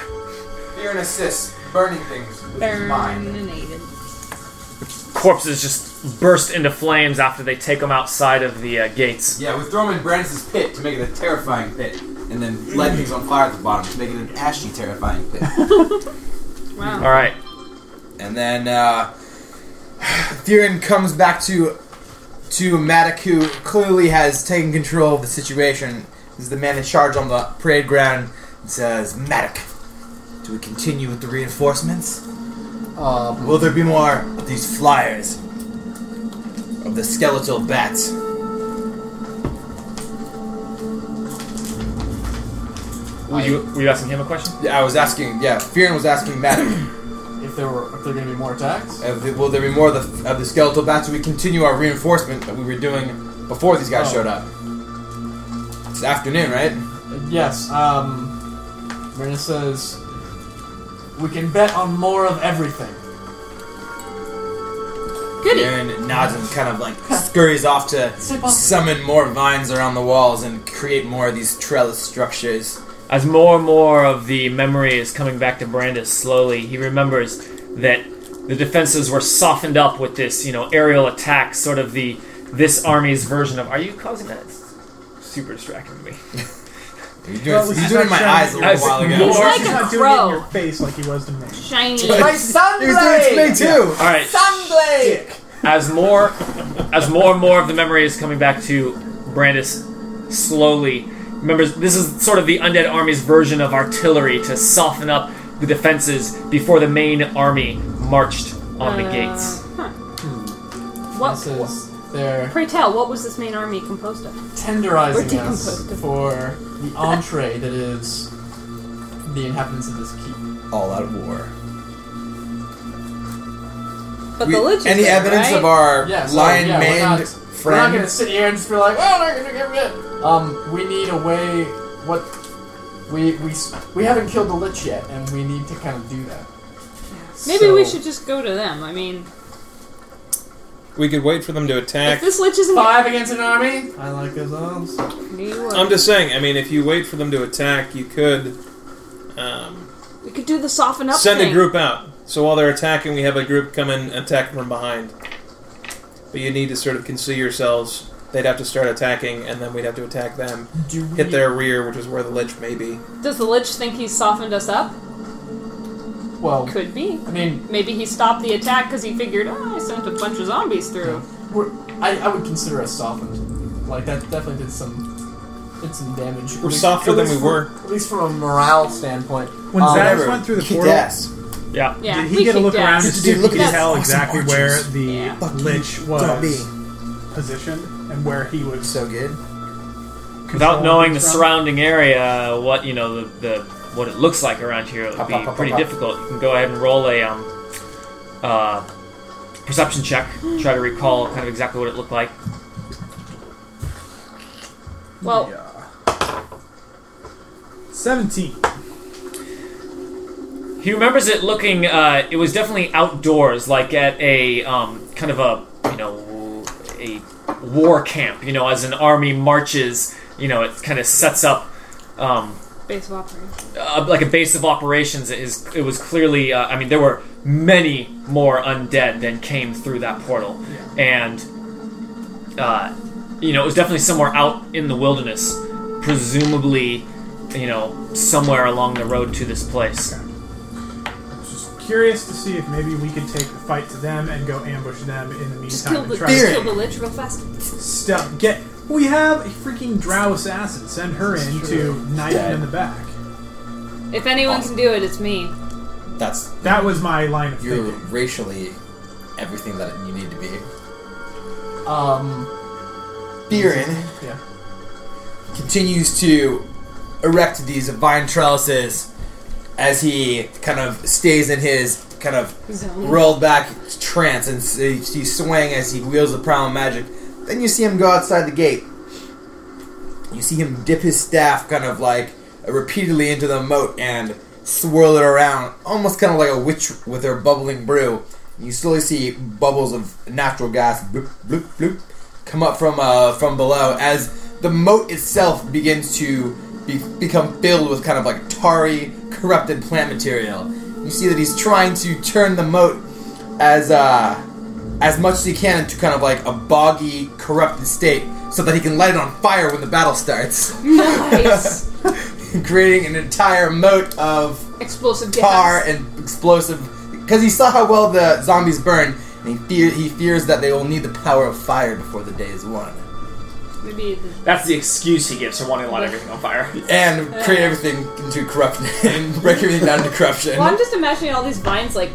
Speaker 5: You're an assist, burning things. Which is mine.
Speaker 6: Burninated.
Speaker 3: Corpses just burst into flames after they take them outside of the uh, gates.
Speaker 5: Yeah, we throw them in Brandis' pit to make it a terrifying pit, and then light things on fire at the bottom to make it an ashy, terrifying pit.
Speaker 3: All right,
Speaker 5: And then uh, Theron comes back to to Matic, who clearly has taken control of the situation. He's the man in charge on the parade ground. And says, "Matic, do we continue with the reinforcements?
Speaker 10: Um,
Speaker 5: Will there be more of these flyers of the skeletal bats?"
Speaker 3: were you, were you asking him a question?
Speaker 5: Yeah, I was asking. Yeah, Theron was asking Matic,
Speaker 10: if there were, if there are going to be more attacks.
Speaker 5: uh, "Will there be more of the, of the skeletal bats? Do we continue our reinforcement that we were doing before these guys
Speaker 10: Oh.
Speaker 5: showed up?" It's afternoon, right?
Speaker 10: Yes. Um, Verna says we can bet on more of everything.
Speaker 6: Goody.
Speaker 5: Aaron nods and kind of like scurries off to
Speaker 10: Simple.
Speaker 5: summon more vines around the walls and create more of these trellis structures.
Speaker 3: As more and more of the memory is coming back to Brandis slowly, he remembers that the defenses were softened up with this, you know, aerial attack, sort of the this army's version of. Are you causing that? It's super distracting me.
Speaker 5: You're doing,
Speaker 7: Well,
Speaker 5: you doing
Speaker 7: this is
Speaker 5: it in
Speaker 7: not
Speaker 5: my
Speaker 7: shiny.
Speaker 5: eyes a little
Speaker 3: As
Speaker 5: while ago.
Speaker 3: more-
Speaker 6: He's like
Speaker 7: She's
Speaker 6: a
Speaker 7: not doing it in
Speaker 6: crow.
Speaker 7: your face like he was to me.
Speaker 6: Shiny.
Speaker 5: He
Speaker 10: My
Speaker 5: was doing it to me
Speaker 10: sunblade.
Speaker 5: too.
Speaker 3: All right,
Speaker 10: Sunblade.
Speaker 3: as more as more and more of the memory is coming back to Brandis slowly remembers this is sort of the undead army's version of artillery to soften up the defenses before the main army marched on the gates.
Speaker 10: Verna
Speaker 6: Uh, What?
Speaker 10: says they're
Speaker 6: Pray tell, what was this main army composed of?
Speaker 10: tenderizing
Speaker 6: We're
Speaker 10: us
Speaker 6: decomposed.
Speaker 10: for the entree that is the inhabitants of this keep.
Speaker 5: All out of war.
Speaker 6: But
Speaker 5: We-
Speaker 6: the lich is
Speaker 5: any
Speaker 6: there,
Speaker 5: evidence
Speaker 6: right?
Speaker 5: of our
Speaker 10: Yes. um,
Speaker 5: lion
Speaker 10: yeah, we're
Speaker 5: maned
Speaker 10: not, We're not gonna
Speaker 5: friend?
Speaker 10: sit here and just be like, oh, we're gonna get rid. Um, we need a way. What we we s- we haven't killed the lich yet, and we need to kind of do that.
Speaker 6: Maybe we
Speaker 10: So-
Speaker 6: should just go to them. I mean,
Speaker 2: We could wait for them to attack.
Speaker 6: if this lich isn't
Speaker 10: Five against an army. I like those odds.
Speaker 6: New
Speaker 2: I'm just saying. I mean, if you wait for them to attack, you could um,
Speaker 6: we could do the soften up
Speaker 2: send
Speaker 6: thing.
Speaker 2: a group out. So while they're attacking, we have a group come and attack from behind. But you need to sort of conceal yourselves. They'd have to start attacking, and then we'd have to attack them.
Speaker 10: Do we
Speaker 2: Hit their rear, which is where the lich may be.
Speaker 6: Does the lich think he's softened us up?
Speaker 10: Well,
Speaker 6: Could be.
Speaker 10: I mean,
Speaker 6: Maybe he stopped the attack because he figured, oh, I sent a bunch of zombies through.
Speaker 10: we're, I, I would consider us softened. Like that definitely did some did some damage. At
Speaker 2: We're
Speaker 10: least-
Speaker 2: softer
Speaker 10: at
Speaker 2: than
Speaker 10: least
Speaker 2: we
Speaker 10: from-
Speaker 2: were.
Speaker 10: At least from a morale standpoint.
Speaker 7: When
Speaker 10: Um,
Speaker 7: Zax went through the
Speaker 5: Oh, Kick
Speaker 7: portal,
Speaker 5: ass.
Speaker 3: Yeah.
Speaker 6: Yeah,
Speaker 7: did he
Speaker 6: we
Speaker 7: get a
Speaker 6: kicked
Speaker 7: look around
Speaker 6: ass.
Speaker 7: to see if he
Speaker 5: Look
Speaker 7: could
Speaker 5: at these
Speaker 7: tell
Speaker 5: awesome
Speaker 7: exactly
Speaker 5: arches.
Speaker 7: where the
Speaker 6: Yeah.
Speaker 5: Fuck you,
Speaker 7: lich
Speaker 5: zombie.
Speaker 7: was positioned and where he was
Speaker 5: So good.
Speaker 3: Without
Speaker 7: controlling
Speaker 3: knowing the
Speaker 7: things from?
Speaker 3: surrounding area, what you know the, the what it looks like around here, it would
Speaker 5: Up,
Speaker 3: be
Speaker 5: up, up,
Speaker 3: pretty
Speaker 5: up, up.
Speaker 3: difficult. You can go ahead and roll a um, uh, perception check. Try to recall kind of exactly what it looked like.
Speaker 6: Well,
Speaker 7: Seventeen.
Speaker 3: He remembers it looking. Uh, it was definitely outdoors, like at a um, kind of a you know a war camp. You know, as an army marches, you know, it kind of sets up um,
Speaker 6: base of operations.
Speaker 3: uh, like a base of operations. It, is, it was clearly. Uh, I mean, there were many more undead than came through that portal, and uh, you know, it was definitely somewhere out in the wilderness, presumably, you know, somewhere along the road to this place.
Speaker 7: Just curious to see if maybe we could take the fight to them and go ambush them in the meantime.
Speaker 6: Just kill
Speaker 7: and
Speaker 6: the
Speaker 7: try
Speaker 6: just
Speaker 7: to
Speaker 6: kill the lich real fast.
Speaker 7: stuff. Get. We have a freaking drow assassin. Send her in to knife him in the back.
Speaker 6: If anyone can do it, it's me.
Speaker 13: That's
Speaker 7: That was my line of
Speaker 13: you're
Speaker 7: thinking.
Speaker 13: racially everything that you need to be.
Speaker 10: Um,
Speaker 5: Beerin
Speaker 7: Yeah.
Speaker 5: continues to erect these vine trellises as he kind of stays in his kind of
Speaker 6: Zone.
Speaker 5: rolled back trance and s- he's swaying as he wields the prowl of magic. Then you see him go outside the gate. You see him dip his staff kind of like repeatedly into the moat and swirl it around, almost kind of like a witch with her bubbling brew. You slowly see bubbles of natural gas bloop, bloop, bloop, come up from uh, from below as the moat itself begins to be- become filled with kind of like tarry, corrupted plant material. You see that he's trying to turn the moat as uh, as much as he can into kind of like a boggy, corrupted state, so that he can light it on fire when the battle starts,
Speaker 6: Nice.
Speaker 5: creating an entire moat of
Speaker 6: Explosive gas.
Speaker 5: tar and explosive. Because he saw how well the zombies burn, and he, fear, he fears that they will need the power of fire before the day is won,
Speaker 6: Maybe the
Speaker 3: That's the excuse he gives for wanting to light everything on fire.
Speaker 5: and create everything into corruption and break everything down into corruption.
Speaker 6: Well, I'm just imagining all these vines like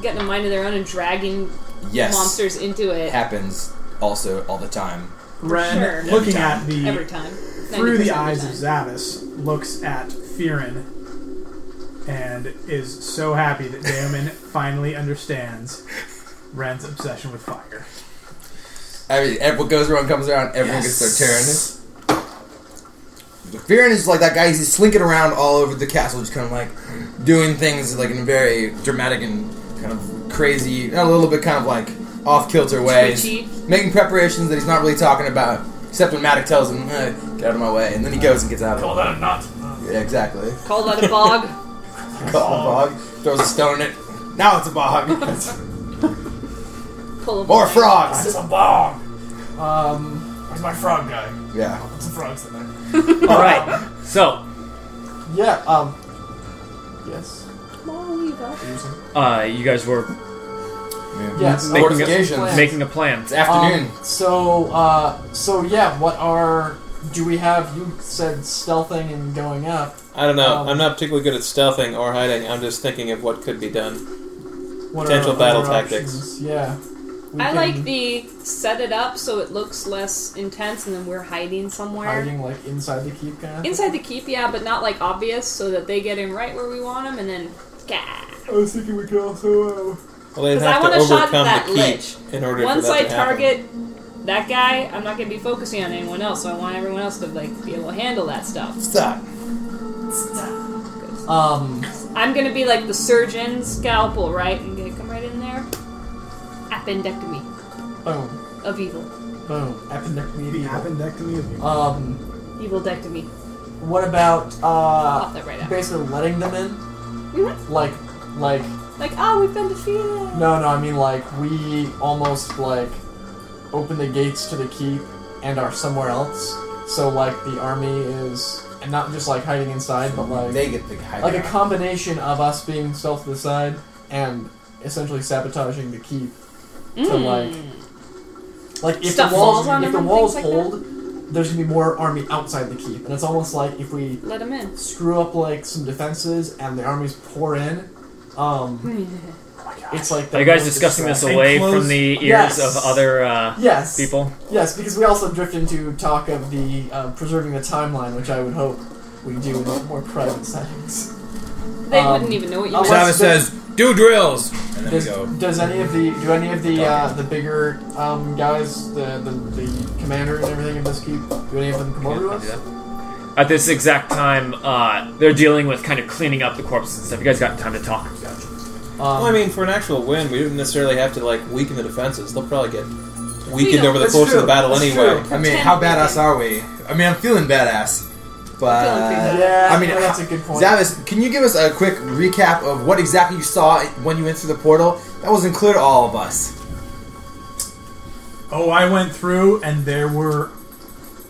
Speaker 6: getting a mind of their own and dragging
Speaker 5: yes,
Speaker 6: monsters into it.
Speaker 5: happens also all the time.
Speaker 7: Ren,
Speaker 6: Sure.
Speaker 7: looking
Speaker 5: Every
Speaker 7: at the
Speaker 6: Every time. 90%
Speaker 7: through the
Speaker 6: of
Speaker 7: eyes of
Speaker 6: time.
Speaker 7: Zavis, looks at Fearin and is so happy that Damon finally understands Ren's obsession with fire.
Speaker 5: I mean, ev- what goes around comes around. Everyone gets their turn. But Viren is like that guy. He's slinking around all over the castle, just kind of like doing things like in a very dramatic and kind of crazy, a little bit kind of like off kilter ways,
Speaker 6: Twitchy.
Speaker 5: making preparations that he's not really talking about. Except when Matic tells him, eh, "Get out of my way," and then he goes and gets out of it.
Speaker 12: Oh, that a knot.
Speaker 5: Yeah, exactly.
Speaker 6: Called that a bog.
Speaker 5: Call a bog. Throws a stone in it. Now it's a bog.
Speaker 6: Pull a
Speaker 5: More
Speaker 6: vine.
Speaker 5: frogs.
Speaker 12: It's a bog.
Speaker 10: um,
Speaker 12: Where's my frog guy?
Speaker 5: Yeah.
Speaker 12: Put some frogs in there.
Speaker 3: All right, so
Speaker 10: yeah, um, yes.
Speaker 3: uh, you guys were
Speaker 10: Yes.
Speaker 3: Making a-
Speaker 5: Fortifications.
Speaker 3: making a plan.
Speaker 5: It's afternoon.
Speaker 10: Um, so, uh, so yeah, what are, do we have, you said stealthing and going up.
Speaker 2: I don't know.
Speaker 10: Um,
Speaker 2: I'm not particularly good at stealthing or hiding. I'm just thinking of what could be done.
Speaker 10: What
Speaker 2: Potential
Speaker 10: are
Speaker 2: battle
Speaker 10: other
Speaker 2: tactics.
Speaker 10: options? Yeah. We
Speaker 6: I
Speaker 10: can-
Speaker 6: like the set it up so it looks less intense and then we're hiding somewhere.
Speaker 10: hiding like inside the keep kind of thing?
Speaker 6: Inside the keep, yeah, but not like obvious so that they get in right where we want them and then.
Speaker 10: I was thinking we could also uh,
Speaker 2: Well, they'd
Speaker 6: Because I
Speaker 2: have
Speaker 6: want
Speaker 2: to
Speaker 6: to shot
Speaker 2: overcome
Speaker 6: that
Speaker 2: the keep
Speaker 6: lich.
Speaker 2: in order
Speaker 6: Once
Speaker 2: for that
Speaker 6: I
Speaker 2: to happen.
Speaker 6: target that guy, I'm not going to be focusing on anyone else, so I want everyone else to like be able to handle that stuff.
Speaker 5: Stop.
Speaker 10: um
Speaker 6: I'm gonna be like the surgeon scalpel, right? And gonna come right in there. Appendectomy
Speaker 10: boom
Speaker 6: of evil.
Speaker 10: boom
Speaker 7: The
Speaker 10: appendectomy.
Speaker 7: appendectomy of you.
Speaker 10: Um,
Speaker 6: Evil dectomy.
Speaker 10: what about
Speaker 2: Ah.
Speaker 6: Pop
Speaker 10: uh
Speaker 6: that right out.
Speaker 10: basically letting them in?
Speaker 6: Mhm.
Speaker 10: Like like
Speaker 6: Like, ah, we've been defeated.
Speaker 10: no no I mean like we almost like open the gates to the keep and are somewhere else. So like the army is and not just like hiding inside, but like
Speaker 5: They get the high
Speaker 10: like a
Speaker 5: ground.
Speaker 10: combination of us being stealth to the side and essentially sabotaging the keep to like like if
Speaker 6: Mm. Stuff
Speaker 10: the walls
Speaker 6: walls on
Speaker 10: if the
Speaker 6: them and
Speaker 10: walls
Speaker 6: things like
Speaker 10: hold there's gonna be more army outside the keep and it's almost like if we
Speaker 6: Let him in.
Speaker 10: screw up like some defenses and the armies pour in um
Speaker 6: Oh
Speaker 10: it's like
Speaker 3: Are you guys discussing this
Speaker 7: And
Speaker 3: away
Speaker 7: close-
Speaker 3: from the ears
Speaker 10: Yes.
Speaker 3: of other uh,
Speaker 10: yes
Speaker 3: people?
Speaker 10: yes because we also drift into talk of the uh, preserving the timeline which I would hope we do in more private settings
Speaker 6: They
Speaker 10: Um,
Speaker 6: wouldn't even know what you
Speaker 10: I'll
Speaker 2: Um,
Speaker 6: meant.
Speaker 10: let-
Speaker 5: Travis says, "Do drills." And
Speaker 13: then
Speaker 10: Does,
Speaker 13: we go.
Speaker 10: does any of the do any of the uh, the bigger um, guys, the, the the commanders and everything in this keep, do any of them come over to us?
Speaker 3: At this exact time, uh, they're dealing with kind of cleaning up the corpses and stuff. You guys got time to talk.
Speaker 10: Um,
Speaker 2: Well, I mean, for an actual win, we didn't necessarily have to like weaken the defenses. They'll probably get
Speaker 6: We
Speaker 2: weakened
Speaker 6: don't-
Speaker 2: over the
Speaker 5: That's
Speaker 2: course of
Speaker 5: true,
Speaker 2: the battle
Speaker 5: that's
Speaker 2: anyway.
Speaker 5: true. I mean, how badass are we? I mean, I'm feeling badass. But
Speaker 6: Feeling pretty badass.
Speaker 10: yeah,
Speaker 5: I mean,
Speaker 10: well, that's a good point.
Speaker 5: Zavis, can you give us a quick recap of what exactly you saw when you went through the portal? That wasn't clear to all of us.
Speaker 7: Oh, I went through and there were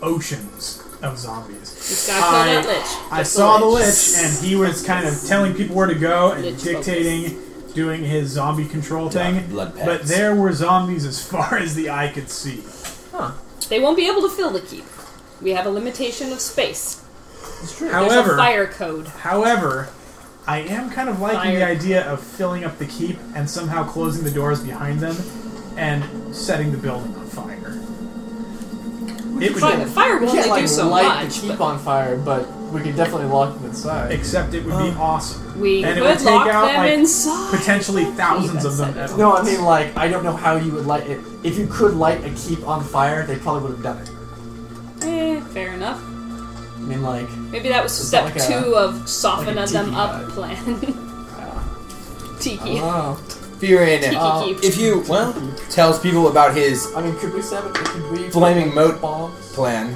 Speaker 7: oceans of zombies.
Speaker 6: Just gotta kill that
Speaker 7: I-
Speaker 6: lich.
Speaker 7: I
Speaker 6: Just
Speaker 7: saw the lich, and he was kind of telling people where to go and
Speaker 6: Lich
Speaker 7: dictating, doing his zombie control thing.
Speaker 13: blood packs.
Speaker 7: But there were zombies as far as the eye could see.
Speaker 6: They won't be able to fill the keep. We have a limitation of space. There's
Speaker 7: However,
Speaker 6: a fire code.
Speaker 7: However, I am kind of liking the
Speaker 6: Fire.
Speaker 7: idea of filling up the keep and somehow closing the doors behind them and setting the building on fire. It would
Speaker 6: Fire, fire
Speaker 10: we
Speaker 6: will
Speaker 10: can't
Speaker 6: only
Speaker 10: like
Speaker 6: do so
Speaker 10: light
Speaker 6: much.
Speaker 10: the keep
Speaker 6: but
Speaker 10: on fire, but we could definitely lock them inside.
Speaker 7: except it would be awesome.
Speaker 6: we
Speaker 7: and it would
Speaker 6: could
Speaker 7: take
Speaker 6: lock
Speaker 7: out,
Speaker 6: them
Speaker 7: like,
Speaker 6: inside.
Speaker 7: Potentially thousands of them.
Speaker 6: that's-
Speaker 7: at
Speaker 10: No, I
Speaker 7: once.
Speaker 10: mean like I don't know how you would light it. If you could light a keep on fire, they probably would have done it.
Speaker 6: Eh, fair enough.
Speaker 10: I mean like
Speaker 6: Maybe that was
Speaker 10: It's
Speaker 6: step
Speaker 10: like a-
Speaker 6: two of soften
Speaker 10: like a
Speaker 6: them
Speaker 10: tiki
Speaker 6: up
Speaker 10: vibe.
Speaker 6: plan. tiki.
Speaker 10: oh,
Speaker 5: Fearing
Speaker 6: Tiki
Speaker 5: uh,
Speaker 6: keep.
Speaker 5: if you well tells people about his
Speaker 10: I mean could we set it? Could we
Speaker 5: Flaming moat.
Speaker 10: bombs?
Speaker 5: plan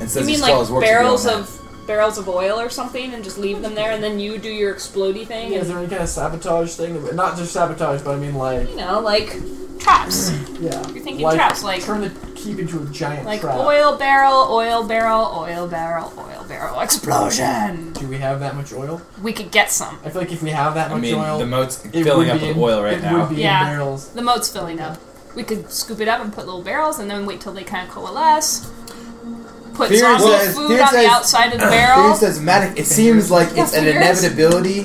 Speaker 5: and says
Speaker 6: you mean
Speaker 5: he still
Speaker 6: like
Speaker 5: has work to do on
Speaker 6: barrels
Speaker 5: that.
Speaker 6: of barrels of oil or something and just leave them there and then you do your explodey thing
Speaker 10: Yeah, is
Speaker 6: and
Speaker 10: there any kind of sabotage thing? that we- Not just sabotage, but I mean like
Speaker 6: you know, like traps.
Speaker 10: yeah.
Speaker 6: You're thinking
Speaker 10: like,
Speaker 6: traps, like-
Speaker 10: turn the keep into a giant
Speaker 6: Like
Speaker 10: trap.
Speaker 6: oil barrel, oil barrel, oil barrel, oil barrel explosion.
Speaker 10: Do we have that much oil?
Speaker 6: We could get some.
Speaker 10: I feel like if we have that
Speaker 13: I
Speaker 10: much
Speaker 13: mean,
Speaker 10: oil,
Speaker 13: the moat's
Speaker 10: it
Speaker 13: filling
Speaker 10: would
Speaker 13: up
Speaker 10: be
Speaker 13: with
Speaker 10: in-
Speaker 13: oil right
Speaker 10: it
Speaker 13: now.
Speaker 10: would be
Speaker 6: Yeah.
Speaker 10: in barrels.
Speaker 6: The moat's filling up. We could scoop it up and put little barrels and then wait till they kind of coalesce. Put
Speaker 5: Theory
Speaker 6: zombie
Speaker 5: says-
Speaker 6: food
Speaker 5: theory
Speaker 6: on
Speaker 5: says-
Speaker 6: the outside of the
Speaker 5: Theory
Speaker 6: barrel.
Speaker 5: says, Matic, it seems like it's
Speaker 6: Yes,
Speaker 5: an
Speaker 6: fingers.
Speaker 5: inevitability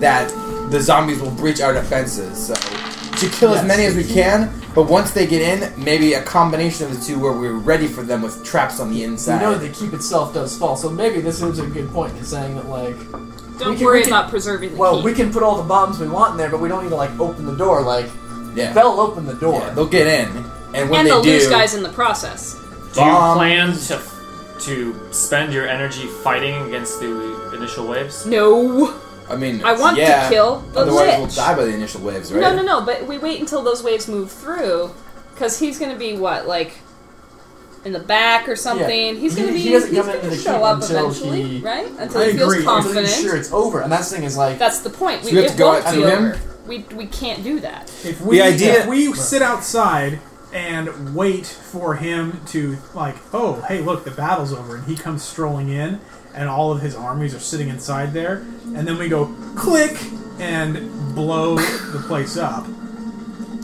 Speaker 5: that the zombies will breach our defenses. So to kill as
Speaker 10: Yes.
Speaker 5: many as we can, but once they get in, maybe a combination of the two where we're ready for them with traps on the
Speaker 10: We
Speaker 5: inside.
Speaker 10: know the keep itself does fall, so maybe this is a good point in saying that like we
Speaker 6: Don't
Speaker 10: can-
Speaker 6: worry
Speaker 10: we can-
Speaker 6: about preserving the
Speaker 10: well
Speaker 6: key.
Speaker 10: we can put all the bombs we want in there, but we don't need to like open the door. Like
Speaker 5: yeah.
Speaker 10: they'll open the door.
Speaker 5: Yeah, they'll get in, and when
Speaker 6: and
Speaker 5: they
Speaker 6: they'll
Speaker 5: do,
Speaker 6: lose guys in the process.
Speaker 3: Do you
Speaker 5: Bomb.
Speaker 3: plan to to spend your energy fighting against the initial waves?
Speaker 6: No.
Speaker 5: I mean,
Speaker 6: I want to
Speaker 5: yeah,
Speaker 6: kill the
Speaker 5: otherwise we'll
Speaker 6: lich.
Speaker 5: die by the initial waves, right?
Speaker 6: No, no, no. But we wait until those waves move through, because he's going to be what, like, in the back or something. He's
Speaker 10: He-
Speaker 6: going to be.
Speaker 10: he doesn't
Speaker 6: he's
Speaker 10: come
Speaker 6: going
Speaker 10: into
Speaker 6: to
Speaker 10: the
Speaker 6: show
Speaker 10: keep
Speaker 6: up
Speaker 10: until
Speaker 6: eventually,
Speaker 10: he-
Speaker 6: right? Until
Speaker 7: I
Speaker 6: he feels
Speaker 7: agree.
Speaker 10: I'm pretty
Speaker 6: confident.
Speaker 10: sure it's over, and that's the thing is like
Speaker 6: That's the point. We,
Speaker 5: So we have
Speaker 6: it
Speaker 5: to go
Speaker 6: won't
Speaker 5: out
Speaker 6: be
Speaker 5: to him?
Speaker 6: over. We we can't do that.
Speaker 7: If we,
Speaker 5: The idea-
Speaker 7: if we sit outside and wait for him to, like, oh, hey, look, the battle's over, and he comes strolling in, and all of his armies are sitting inside there, and then we go click and blow the place up.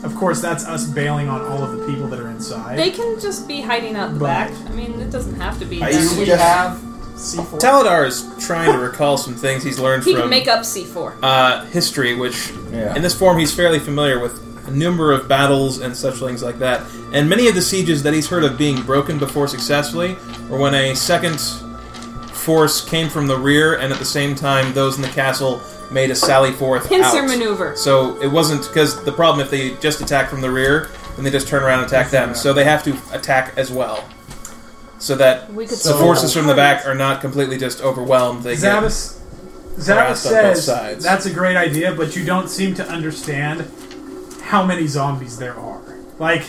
Speaker 7: Of course, that's us bailing on all of the people that are inside.
Speaker 6: They can just be hiding out the
Speaker 7: Right.
Speaker 6: back. I mean, it doesn't have to be.
Speaker 13: Are
Speaker 6: that-
Speaker 13: you-
Speaker 10: do we
Speaker 13: Yes.
Speaker 10: have C four.
Speaker 2: Taladar is trying to recall some things he's learned
Speaker 6: He
Speaker 2: from
Speaker 6: can make up C4.
Speaker 2: uh, history, which
Speaker 5: Yeah.
Speaker 2: in this form he's fairly familiar with a number of battles and such things like that. And many of the sieges that he's heard of being broken before successfully, or when a second force came from the rear, and at the same time those in the castle made a sally forth
Speaker 6: Pincer
Speaker 2: out.
Speaker 6: maneuver.
Speaker 2: So it wasn't because the problem if they just attack from the rear, then they just turn around and attack them. So they have to attack as well, so that
Speaker 6: We could.
Speaker 2: the forces from the back are not completely just overwhelmed. They get-
Speaker 7: Zavis, Zavis
Speaker 2: harassed on both
Speaker 7: says
Speaker 2: sides.
Speaker 7: that's a great idea, but you don't seem to understand how many zombies there are. Like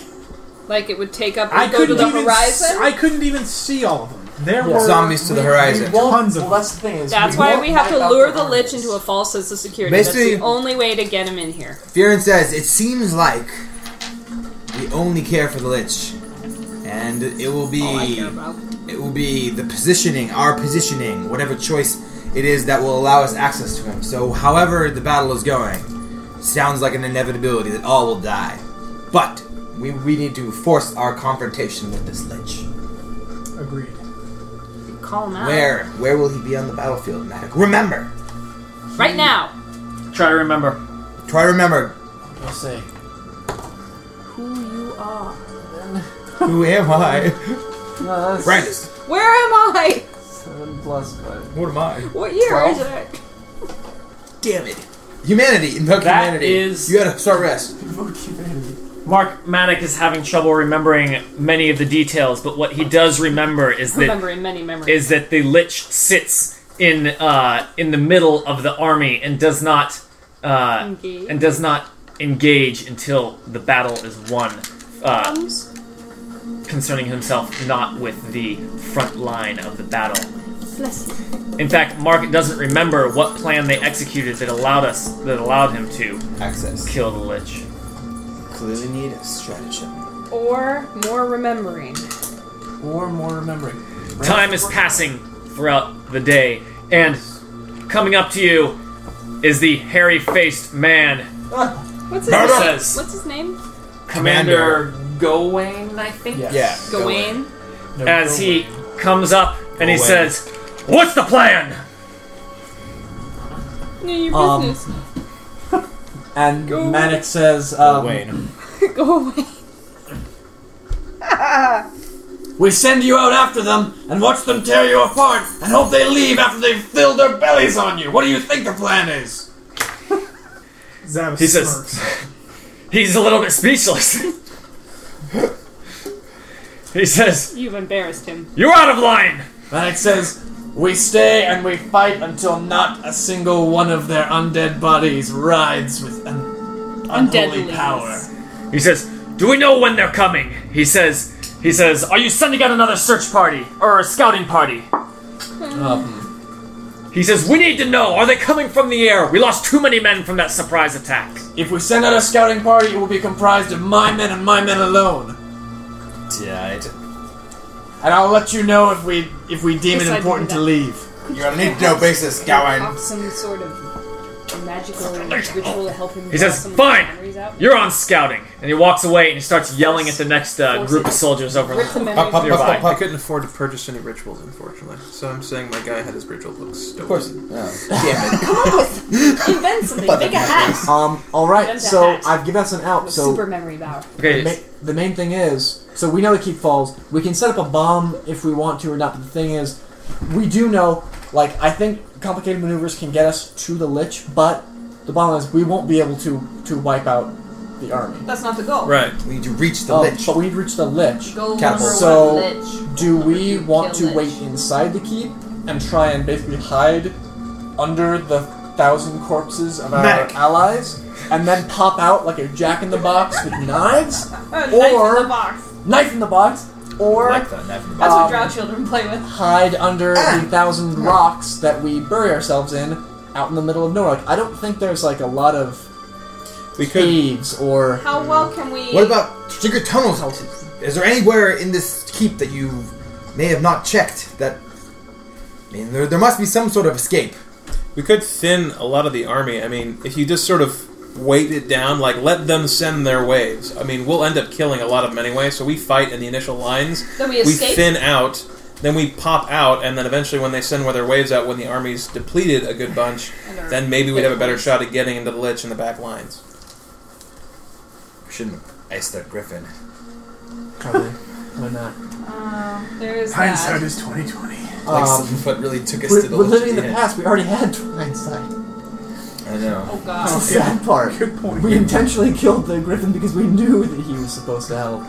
Speaker 6: Like it would take up.
Speaker 7: I
Speaker 6: go to
Speaker 7: couldn't
Speaker 6: the
Speaker 7: even
Speaker 6: horizon.
Speaker 7: s- I couldn't even see all of them. There
Speaker 10: Yeah.
Speaker 7: were
Speaker 5: Zombies to the horizon.
Speaker 10: Well,
Speaker 7: Tons of
Speaker 10: well, that's the thing is
Speaker 6: That's
Speaker 10: we
Speaker 6: why
Speaker 10: won't
Speaker 6: we have
Speaker 10: wipe
Speaker 6: to
Speaker 10: out
Speaker 6: lure the
Speaker 10: armies.
Speaker 6: lich into a false sense of security.
Speaker 5: Basically-
Speaker 6: That's the only way to get him in here.
Speaker 5: Fearin says, It seems like we only care for the Lich. And it will be
Speaker 6: All I care about.
Speaker 5: it will be the positioning, our positioning, whatever choice it is that will allow us access to him. So however the battle is going, sounds like an inevitability that all will die. But we, we need to force our confrontation with this Lich.
Speaker 7: Agreed.
Speaker 6: Call him out.
Speaker 5: Where where will he be on the battlefield, Matic? Remember!
Speaker 6: Right now.
Speaker 3: Try to remember.
Speaker 5: Try to remember
Speaker 10: We'll see.
Speaker 6: Who you are.
Speaker 5: who am I?
Speaker 10: No, that's
Speaker 5: Brandis.
Speaker 6: Where am I?
Speaker 10: seven plus, but
Speaker 5: What am I?
Speaker 6: What year is
Speaker 10: Twelve.
Speaker 6: it?
Speaker 5: Damn it.
Speaker 14: Humanity, invoke
Speaker 3: That
Speaker 14: humanity.
Speaker 3: is-
Speaker 14: You gotta start rest.
Speaker 3: Mark Manic is having trouble remembering many of the details, but what he does remember is that
Speaker 6: Remembering many memories.
Speaker 3: is that the Lich sits in uh, in the middle of the army and does not uh,
Speaker 6: Engage.
Speaker 3: and does not engage until the battle is won. Uh, concerning himself not with the front line of the battle. In fact, Mark doesn't remember what plan they executed that allowed us that allowed him to
Speaker 14: Access.
Speaker 3: kill the Lich.
Speaker 5: Clearly need a stratagem.
Speaker 6: or more remembering.
Speaker 10: Or more remembering.
Speaker 3: Time is passing throughout the day, and coming up to you is the hairy-faced man,
Speaker 6: What's his
Speaker 3: Murder!
Speaker 6: name?
Speaker 3: Says-
Speaker 6: What's his name?
Speaker 3: Commander Gawain, I think.
Speaker 14: Yeah.
Speaker 6: Gawain.
Speaker 3: As he comes up and he
Speaker 14: Gawain.
Speaker 3: says, "What's the plan?"
Speaker 6: No, your
Speaker 10: Um,
Speaker 6: business.
Speaker 10: And
Speaker 6: Go
Speaker 10: Manic says, um,
Speaker 5: Wayne.
Speaker 6: Go away.
Speaker 10: We send you out after them and watch them tear you apart and hope they leave after they've filled their bellies on you. What do you think the plan is?
Speaker 7: Zavis
Speaker 3: He says-
Speaker 7: smirks.
Speaker 3: He's a little bit speechless. he says,
Speaker 6: You've embarrassed him.
Speaker 3: "You're out of line."
Speaker 10: Manic says, We stay and we fight until not a single one of their undead bodies rides with an unholy
Speaker 6: Undeadly.
Speaker 10: power.
Speaker 3: He says, "Do we know when they're coming?" He says, "He says, are you sending out another search party or a scouting party?"
Speaker 10: Um,
Speaker 3: He says, "We need to know. Are they coming from the air? We lost too many men from that surprise attack."
Speaker 10: if we send out a scouting party, it will be comprised of my men and my men alone.
Speaker 5: Died.
Speaker 10: And I'll let you know if we if we deem
Speaker 6: Yes, I
Speaker 10: it
Speaker 6: do
Speaker 10: important to
Speaker 6: that.
Speaker 10: leave.
Speaker 5: You're on a need to know basis, Gawain.
Speaker 6: Have some sort of magical ritual to help him.
Speaker 3: He
Speaker 6: draw
Speaker 3: says,
Speaker 6: some of his
Speaker 3: "Fine.
Speaker 6: memories out.
Speaker 3: You're on scouting. And he walks away and he starts yelling at the next uh,
Speaker 6: Force
Speaker 3: group
Speaker 6: it.
Speaker 3: of soldiers over
Speaker 6: Rip the
Speaker 3: there.
Speaker 6: memories
Speaker 14: Pop, pop,
Speaker 6: out.
Speaker 14: pop, pop,
Speaker 2: I
Speaker 14: pop.
Speaker 2: couldn't afford to purchase any rituals, unfortunately. So I'm saying my guy had his ritual book stolen.
Speaker 14: Of course. Oh, damn it.
Speaker 6: Invent something. Make a hat.
Speaker 10: Um, alright,
Speaker 6: Send the
Speaker 10: so
Speaker 6: hat.
Speaker 10: I've given us an out,
Speaker 6: With
Speaker 10: so
Speaker 6: super memory power.
Speaker 3: Okay,
Speaker 10: Ma- the main thing is, so we know to keep falls. We can set up a bomb if we want to or not. But the thing is, we do know. Like I think complicated maneuvers can get us to the lich, but the bottom is we won't be able to to wipe out the army.
Speaker 6: That's not the goal.
Speaker 2: Right.
Speaker 14: We need to reach the
Speaker 5: Oh,
Speaker 10: Um,
Speaker 14: lich.
Speaker 10: But we need to reach the lich.
Speaker 6: Goal
Speaker 14: Catapult.
Speaker 6: number
Speaker 10: So,
Speaker 6: one, lich.
Speaker 10: Do
Speaker 6: Number
Speaker 10: we
Speaker 6: two,
Speaker 10: want
Speaker 6: kill
Speaker 10: to wait
Speaker 6: lich.
Speaker 10: inside the keep and try and basically hide under the thousand corpses of our
Speaker 7: Medic.
Speaker 10: allies, and then pop out like a jack in the box with knives?
Speaker 6: Oh, knife
Speaker 10: or-
Speaker 6: in the box.
Speaker 10: knife in the box, or
Speaker 5: Like that, never mind.
Speaker 6: That's
Speaker 10: um,
Speaker 6: what Ah. drow children play with.
Speaker 10: hide under the thousand rocks that we bury ourselves in out in the middle of nowhere. Like, I don't think there's like a lot of
Speaker 2: We could.
Speaker 10: caves or
Speaker 6: How well can we?
Speaker 14: What about secret tunnels? Altis? Is there anywhere in this keep that you may have not checked? That I mean, there, there must be some sort of escape.
Speaker 2: We could thin a lot of the army. I mean, if you just sort of weight it down, like let them send their waves. I mean, we'll end up killing a lot of them anyway. So we fight in the initial lines.
Speaker 6: Then we escape?
Speaker 2: thin out. Then we pop out, and then eventually, when they send one of their waves out, when the army's depleted a good bunch,
Speaker 6: And our-
Speaker 2: then maybe we'd have a better shot at getting into the lich in the back lines.
Speaker 5: We shouldn't ice that griffin.
Speaker 10: probably. Why not?
Speaker 6: Uh, there's
Speaker 7: Hindsight
Speaker 6: that.
Speaker 7: is 2020.
Speaker 10: Um,
Speaker 5: Like something what really took us to
Speaker 10: We're,
Speaker 5: the
Speaker 10: we're living in the
Speaker 5: Yeah.
Speaker 10: past. We already had hindsight.
Speaker 5: I know.
Speaker 6: Oh
Speaker 10: That's the
Speaker 6: god.
Speaker 10: sad part.
Speaker 7: Good point.
Speaker 10: We intentionally killed the griffin because we knew that he was supposed to help.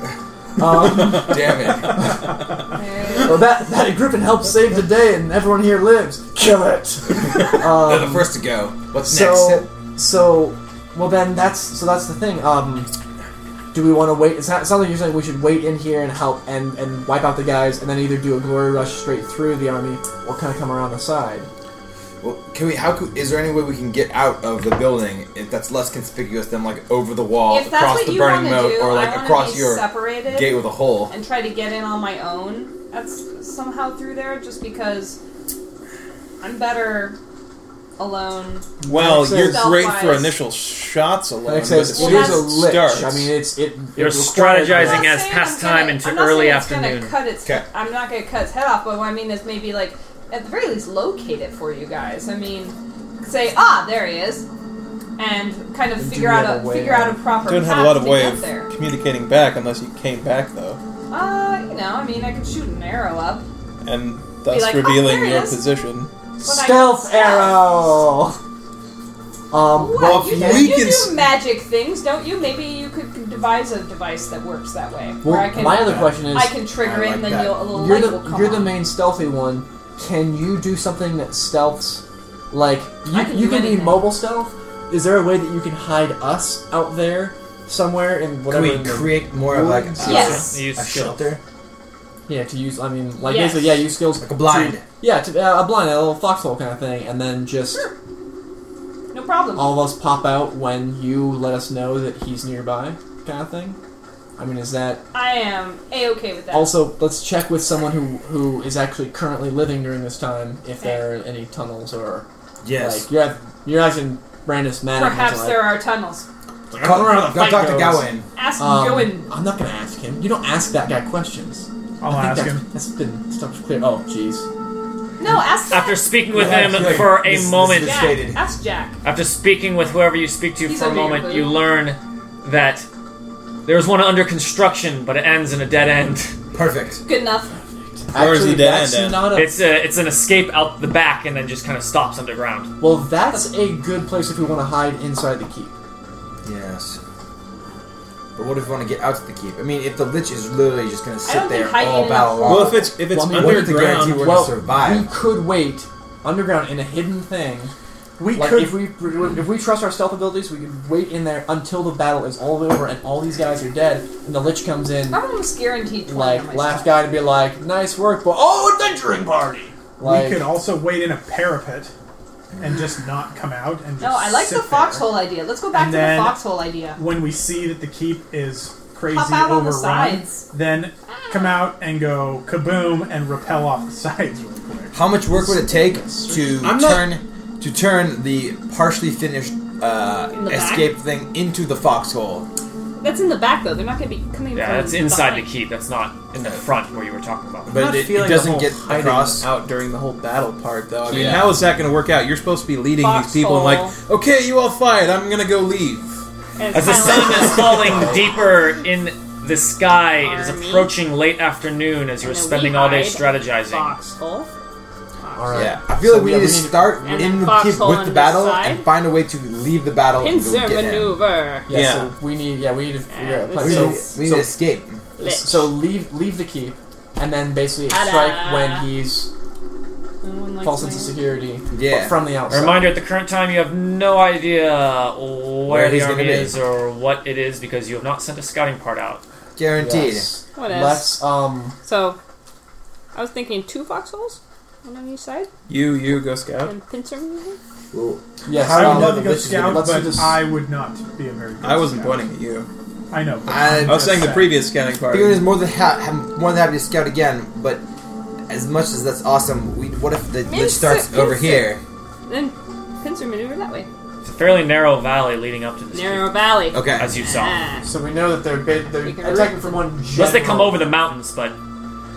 Speaker 10: Um,
Speaker 5: Damn it.
Speaker 6: There's-
Speaker 10: well, that that griffin helped save the day, and everyone here lives. Kill it.
Speaker 5: They're the
Speaker 10: Um,
Speaker 5: first to go. What's
Speaker 10: So, so, well then that's so that's the thing. Um, do we want to wait? It's not. It sounds like you're saying we should wait in here and help and and wipe out the guys, and then either do a glory rush straight through the army, or kind of come around the side.
Speaker 5: next? Well, can we? How could, is there any way we can get out of the building if that's less conspicuous than like over the wall,
Speaker 6: If that's
Speaker 5: across
Speaker 6: what
Speaker 5: the
Speaker 6: you
Speaker 5: burning
Speaker 6: want to
Speaker 5: moat,
Speaker 6: do,
Speaker 5: or like
Speaker 6: I want
Speaker 5: across
Speaker 6: be
Speaker 5: your
Speaker 6: separated
Speaker 5: gate with a hole?
Speaker 6: and try to get in on my own. That's somehow through there, just because I'm better alone.
Speaker 2: Well,
Speaker 10: Like
Speaker 2: you're
Speaker 6: says-
Speaker 2: great for
Speaker 6: Stealth-wise.
Speaker 2: initial shots alone.
Speaker 10: Like it
Speaker 2: but
Speaker 10: says,
Speaker 2: as
Speaker 10: it
Speaker 2: soon
Speaker 10: is
Speaker 2: as
Speaker 10: a
Speaker 2: it
Speaker 10: lich.
Speaker 2: starts,
Speaker 10: I mean, it's it.
Speaker 3: You're
Speaker 10: it requires-
Speaker 3: strategizing
Speaker 6: I'm not
Speaker 3: as
Speaker 6: saying
Speaker 3: pastime
Speaker 6: I'm
Speaker 3: into
Speaker 6: gonna, I'm not
Speaker 3: early
Speaker 6: saying It's
Speaker 3: afternoon.
Speaker 6: gonna cut its,
Speaker 5: 'Kay.
Speaker 6: I'm not gonna cut its head off, but what I mean is maybe like at the very least locate it for you guys. I mean, say ah, there he is, and kind of
Speaker 10: Do
Speaker 6: figure
Speaker 10: we
Speaker 6: out
Speaker 10: have
Speaker 6: a,
Speaker 10: a way
Speaker 6: figure out a proper.
Speaker 2: don't have a
Speaker 6: path
Speaker 2: lot of
Speaker 6: to
Speaker 2: way
Speaker 6: get
Speaker 2: of
Speaker 6: there.
Speaker 2: communicating back unless you came back though,
Speaker 6: Uh, you know, I mean, I could shoot an arrow up.
Speaker 2: and thus
Speaker 6: like, "Oh,
Speaker 2: revealing
Speaker 6: there he
Speaker 2: your
Speaker 6: is."
Speaker 2: position.
Speaker 6: When I-
Speaker 10: stealth arrow. Um,
Speaker 6: What?
Speaker 5: Well,
Speaker 6: you
Speaker 5: if
Speaker 6: do,
Speaker 5: we
Speaker 6: you
Speaker 5: can s-
Speaker 6: do magic things, don't you? Maybe you could devise a device that works that way. where I
Speaker 10: well,
Speaker 6: can,
Speaker 10: my other question is,
Speaker 6: I can
Speaker 5: I
Speaker 6: trigger in,
Speaker 5: like
Speaker 6: then
Speaker 5: that.
Speaker 6: you'll, a little
Speaker 10: you're
Speaker 6: light will
Speaker 10: the
Speaker 6: come
Speaker 10: you're the
Speaker 6: on.
Speaker 10: main stealthy one. Can you do something that stealths? Like you
Speaker 6: I can
Speaker 10: you
Speaker 6: do
Speaker 10: can be
Speaker 6: anything.
Speaker 10: mobile stealth. Is there a way that you can hide us out there somewhere in
Speaker 15: Can
Speaker 10: whatever?
Speaker 15: we
Speaker 10: in the-
Speaker 15: create more of like a,
Speaker 6: Yes.
Speaker 15: a shelter?
Speaker 10: yeah, to use. I mean, like
Speaker 6: Yes.
Speaker 10: basically, yeah, use skills
Speaker 15: Like a blind.
Speaker 10: to- yeah, to, uh, a blind, a little foxhole kind of thing, and then just
Speaker 6: Sure. No problem.
Speaker 10: all of us pop out when you let us know that he's nearby, kind of thing. I mean, is that
Speaker 6: I am a okay with that.
Speaker 10: also? Let's check with someone who who is actually currently living during this time if there are any tunnels or
Speaker 15: Yes.
Speaker 10: Like you're act- you're acting Brandis mad.
Speaker 6: Perhaps there are tunnels.
Speaker 15: Go talk
Speaker 10: fight
Speaker 15: to
Speaker 10: goes.
Speaker 15: Gawain.
Speaker 6: Ask
Speaker 10: Um,
Speaker 6: Goin.
Speaker 10: I'm not gonna ask him. You don't ask that guy questions.
Speaker 7: I'll
Speaker 10: I
Speaker 7: ask
Speaker 10: think
Speaker 7: him.
Speaker 10: that, that's been stuff clear. Oh, jeez.
Speaker 6: No, ask
Speaker 3: After speaking with
Speaker 15: Yeah,
Speaker 3: him
Speaker 15: like,
Speaker 3: for a
Speaker 15: this- this
Speaker 3: moment,
Speaker 15: is-
Speaker 6: Jack.
Speaker 15: stated.
Speaker 6: Ask Jack.
Speaker 3: after speaking with whoever you speak to
Speaker 6: He's
Speaker 3: for a
Speaker 6: under your
Speaker 3: moment,
Speaker 6: boot.
Speaker 3: you learn that there's one under construction, but it ends in a dead end.
Speaker 15: Perfect.
Speaker 6: Good enough.
Speaker 2: Where's
Speaker 10: Actually,
Speaker 2: the dead
Speaker 10: that's
Speaker 2: end at?
Speaker 10: not a.
Speaker 3: It's a, it's an escape out the back and then just kind of stops underground.
Speaker 10: well, that's a good place if we want to hide inside the keep.
Speaker 5: Yes. But what if we want to get out to the keep? I mean, if the lich is literally just going to
Speaker 6: I
Speaker 5: sit
Speaker 6: don't think
Speaker 5: there
Speaker 6: hiding
Speaker 5: all
Speaker 6: in
Speaker 5: battle
Speaker 6: the-
Speaker 5: long,
Speaker 2: Uh, Well, if it's if it's
Speaker 10: Well, I mean,
Speaker 5: what if the guarantee
Speaker 2: underground,
Speaker 5: we're
Speaker 10: well,
Speaker 5: going to survive?
Speaker 10: we could wait underground in a hidden thing.
Speaker 7: We
Speaker 10: Like
Speaker 7: could
Speaker 10: if we if we trust our stealth abilities, we could wait in there until the battle is all over and all these guys are dead, and the lich comes in
Speaker 6: I'm almost guaranteed 20 on
Speaker 10: like
Speaker 6: my
Speaker 10: last
Speaker 6: side.
Speaker 10: guy to be like, "Nice work, but oh, adventuring party!" Like,
Speaker 7: we could also wait in a parapet and just not come out and just
Speaker 6: No, I like
Speaker 7: sit
Speaker 6: the
Speaker 7: there.
Speaker 6: foxhole idea. Let's go back
Speaker 7: And
Speaker 6: to
Speaker 7: then-
Speaker 6: the foxhole idea.
Speaker 7: When we see that the keep is crazy
Speaker 6: Pop out on the
Speaker 7: overrun,
Speaker 6: sides.
Speaker 7: then come out and go kaboom and repel off the sides really quick.
Speaker 5: How much work would it take to
Speaker 2: I'm not-
Speaker 5: turn to turn the partially finished uh,
Speaker 6: In the back?
Speaker 5: escape thing into the foxhole?
Speaker 6: That's in the back though. They're not going to be coming.
Speaker 3: Yeah,
Speaker 6: from
Speaker 3: that's inside
Speaker 6: behind.
Speaker 3: the keep. That's not in the front where you were talking about.
Speaker 5: But
Speaker 2: not
Speaker 5: it,
Speaker 2: feeling
Speaker 5: it
Speaker 2: the
Speaker 5: doesn't
Speaker 2: whole
Speaker 5: get
Speaker 2: hiding
Speaker 5: across.
Speaker 2: out during the whole battle part, though. I mean,
Speaker 5: Yeah.
Speaker 2: how is that going to work out? You're supposed to be leading these people, and like, okay, you all fight. I'm going to go leave.
Speaker 6: And
Speaker 3: As the
Speaker 6: kinda
Speaker 3: sun
Speaker 6: like-
Speaker 3: is falling deeper in the sky, it is
Speaker 6: Army.
Speaker 3: approaching late afternoon as you are
Speaker 6: And then
Speaker 3: spending
Speaker 6: we
Speaker 3: all day
Speaker 6: hide.
Speaker 3: strategizing.
Speaker 6: Foxhole.
Speaker 10: all right.
Speaker 5: Yeah, I feel like
Speaker 10: So,
Speaker 5: we
Speaker 10: yeah,
Speaker 5: need to
Speaker 10: we need to-
Speaker 5: start
Speaker 6: And
Speaker 5: in
Speaker 6: then
Speaker 5: the keep
Speaker 6: foxhole
Speaker 5: with
Speaker 6: on
Speaker 5: the
Speaker 6: this
Speaker 5: battle
Speaker 6: side.
Speaker 5: and find a way to leave the battle and go
Speaker 6: Pincer
Speaker 5: Oh, get him.
Speaker 6: maneuver.
Speaker 10: Yeah,
Speaker 2: Yeah.
Speaker 10: so we need yeah we need to figure out a
Speaker 6: Yeah,
Speaker 10: plan.
Speaker 5: We need,
Speaker 10: So,
Speaker 5: we need to escape.
Speaker 6: Lit.
Speaker 10: so leave leave the keep, and then basically
Speaker 6: Ta-da.
Speaker 10: strike when he's
Speaker 6: No one likes
Speaker 10: falls into
Speaker 6: my-
Speaker 10: security.
Speaker 5: Yeah.
Speaker 10: but from the
Speaker 3: A
Speaker 10: outside.
Speaker 3: reminder, at the current time, you have no idea where,
Speaker 5: Where
Speaker 3: the
Speaker 5: he's
Speaker 3: army
Speaker 5: gonna be.
Speaker 3: is or what it is because you have not sent a scouting part out.
Speaker 5: Guaranteed.
Speaker 10: Yes.
Speaker 6: What is?
Speaker 10: Let's um
Speaker 6: So, I was thinking two foxholes, one on each side,
Speaker 2: You, you go scout.
Speaker 6: and pincer maneuver.
Speaker 5: Well,
Speaker 10: yes.
Speaker 5: How
Speaker 7: I
Speaker 5: do
Speaker 10: um,
Speaker 7: would
Speaker 5: know
Speaker 7: love to
Speaker 5: that
Speaker 7: go
Speaker 5: this is
Speaker 7: scout,
Speaker 10: let's do
Speaker 7: but
Speaker 10: this-
Speaker 7: I would not be a very good
Speaker 2: I wasn't
Speaker 7: scout.
Speaker 2: pointing at you.
Speaker 7: I know. but
Speaker 5: I-
Speaker 7: I'm
Speaker 2: I was
Speaker 7: just
Speaker 2: saying the
Speaker 7: saying.
Speaker 2: previous scouting part.
Speaker 5: Theon is more than ha- ha- more than happy to scout again, but as much as that's awesome, we, what if the
Speaker 6: Mince
Speaker 5: lich starts
Speaker 6: it,
Speaker 5: over
Speaker 6: mince it.
Speaker 5: here?
Speaker 6: Then pincer maneuver that way.
Speaker 3: It's a fairly narrow valley leading up to this
Speaker 6: Narrow valley.
Speaker 5: Okay.
Speaker 3: keep, as you saw.
Speaker 6: Ah,
Speaker 10: So we know that they're ba- they're
Speaker 6: We can-
Speaker 10: attacking from one.
Speaker 3: Unless they come
Speaker 10: general-
Speaker 3: over the mountains, but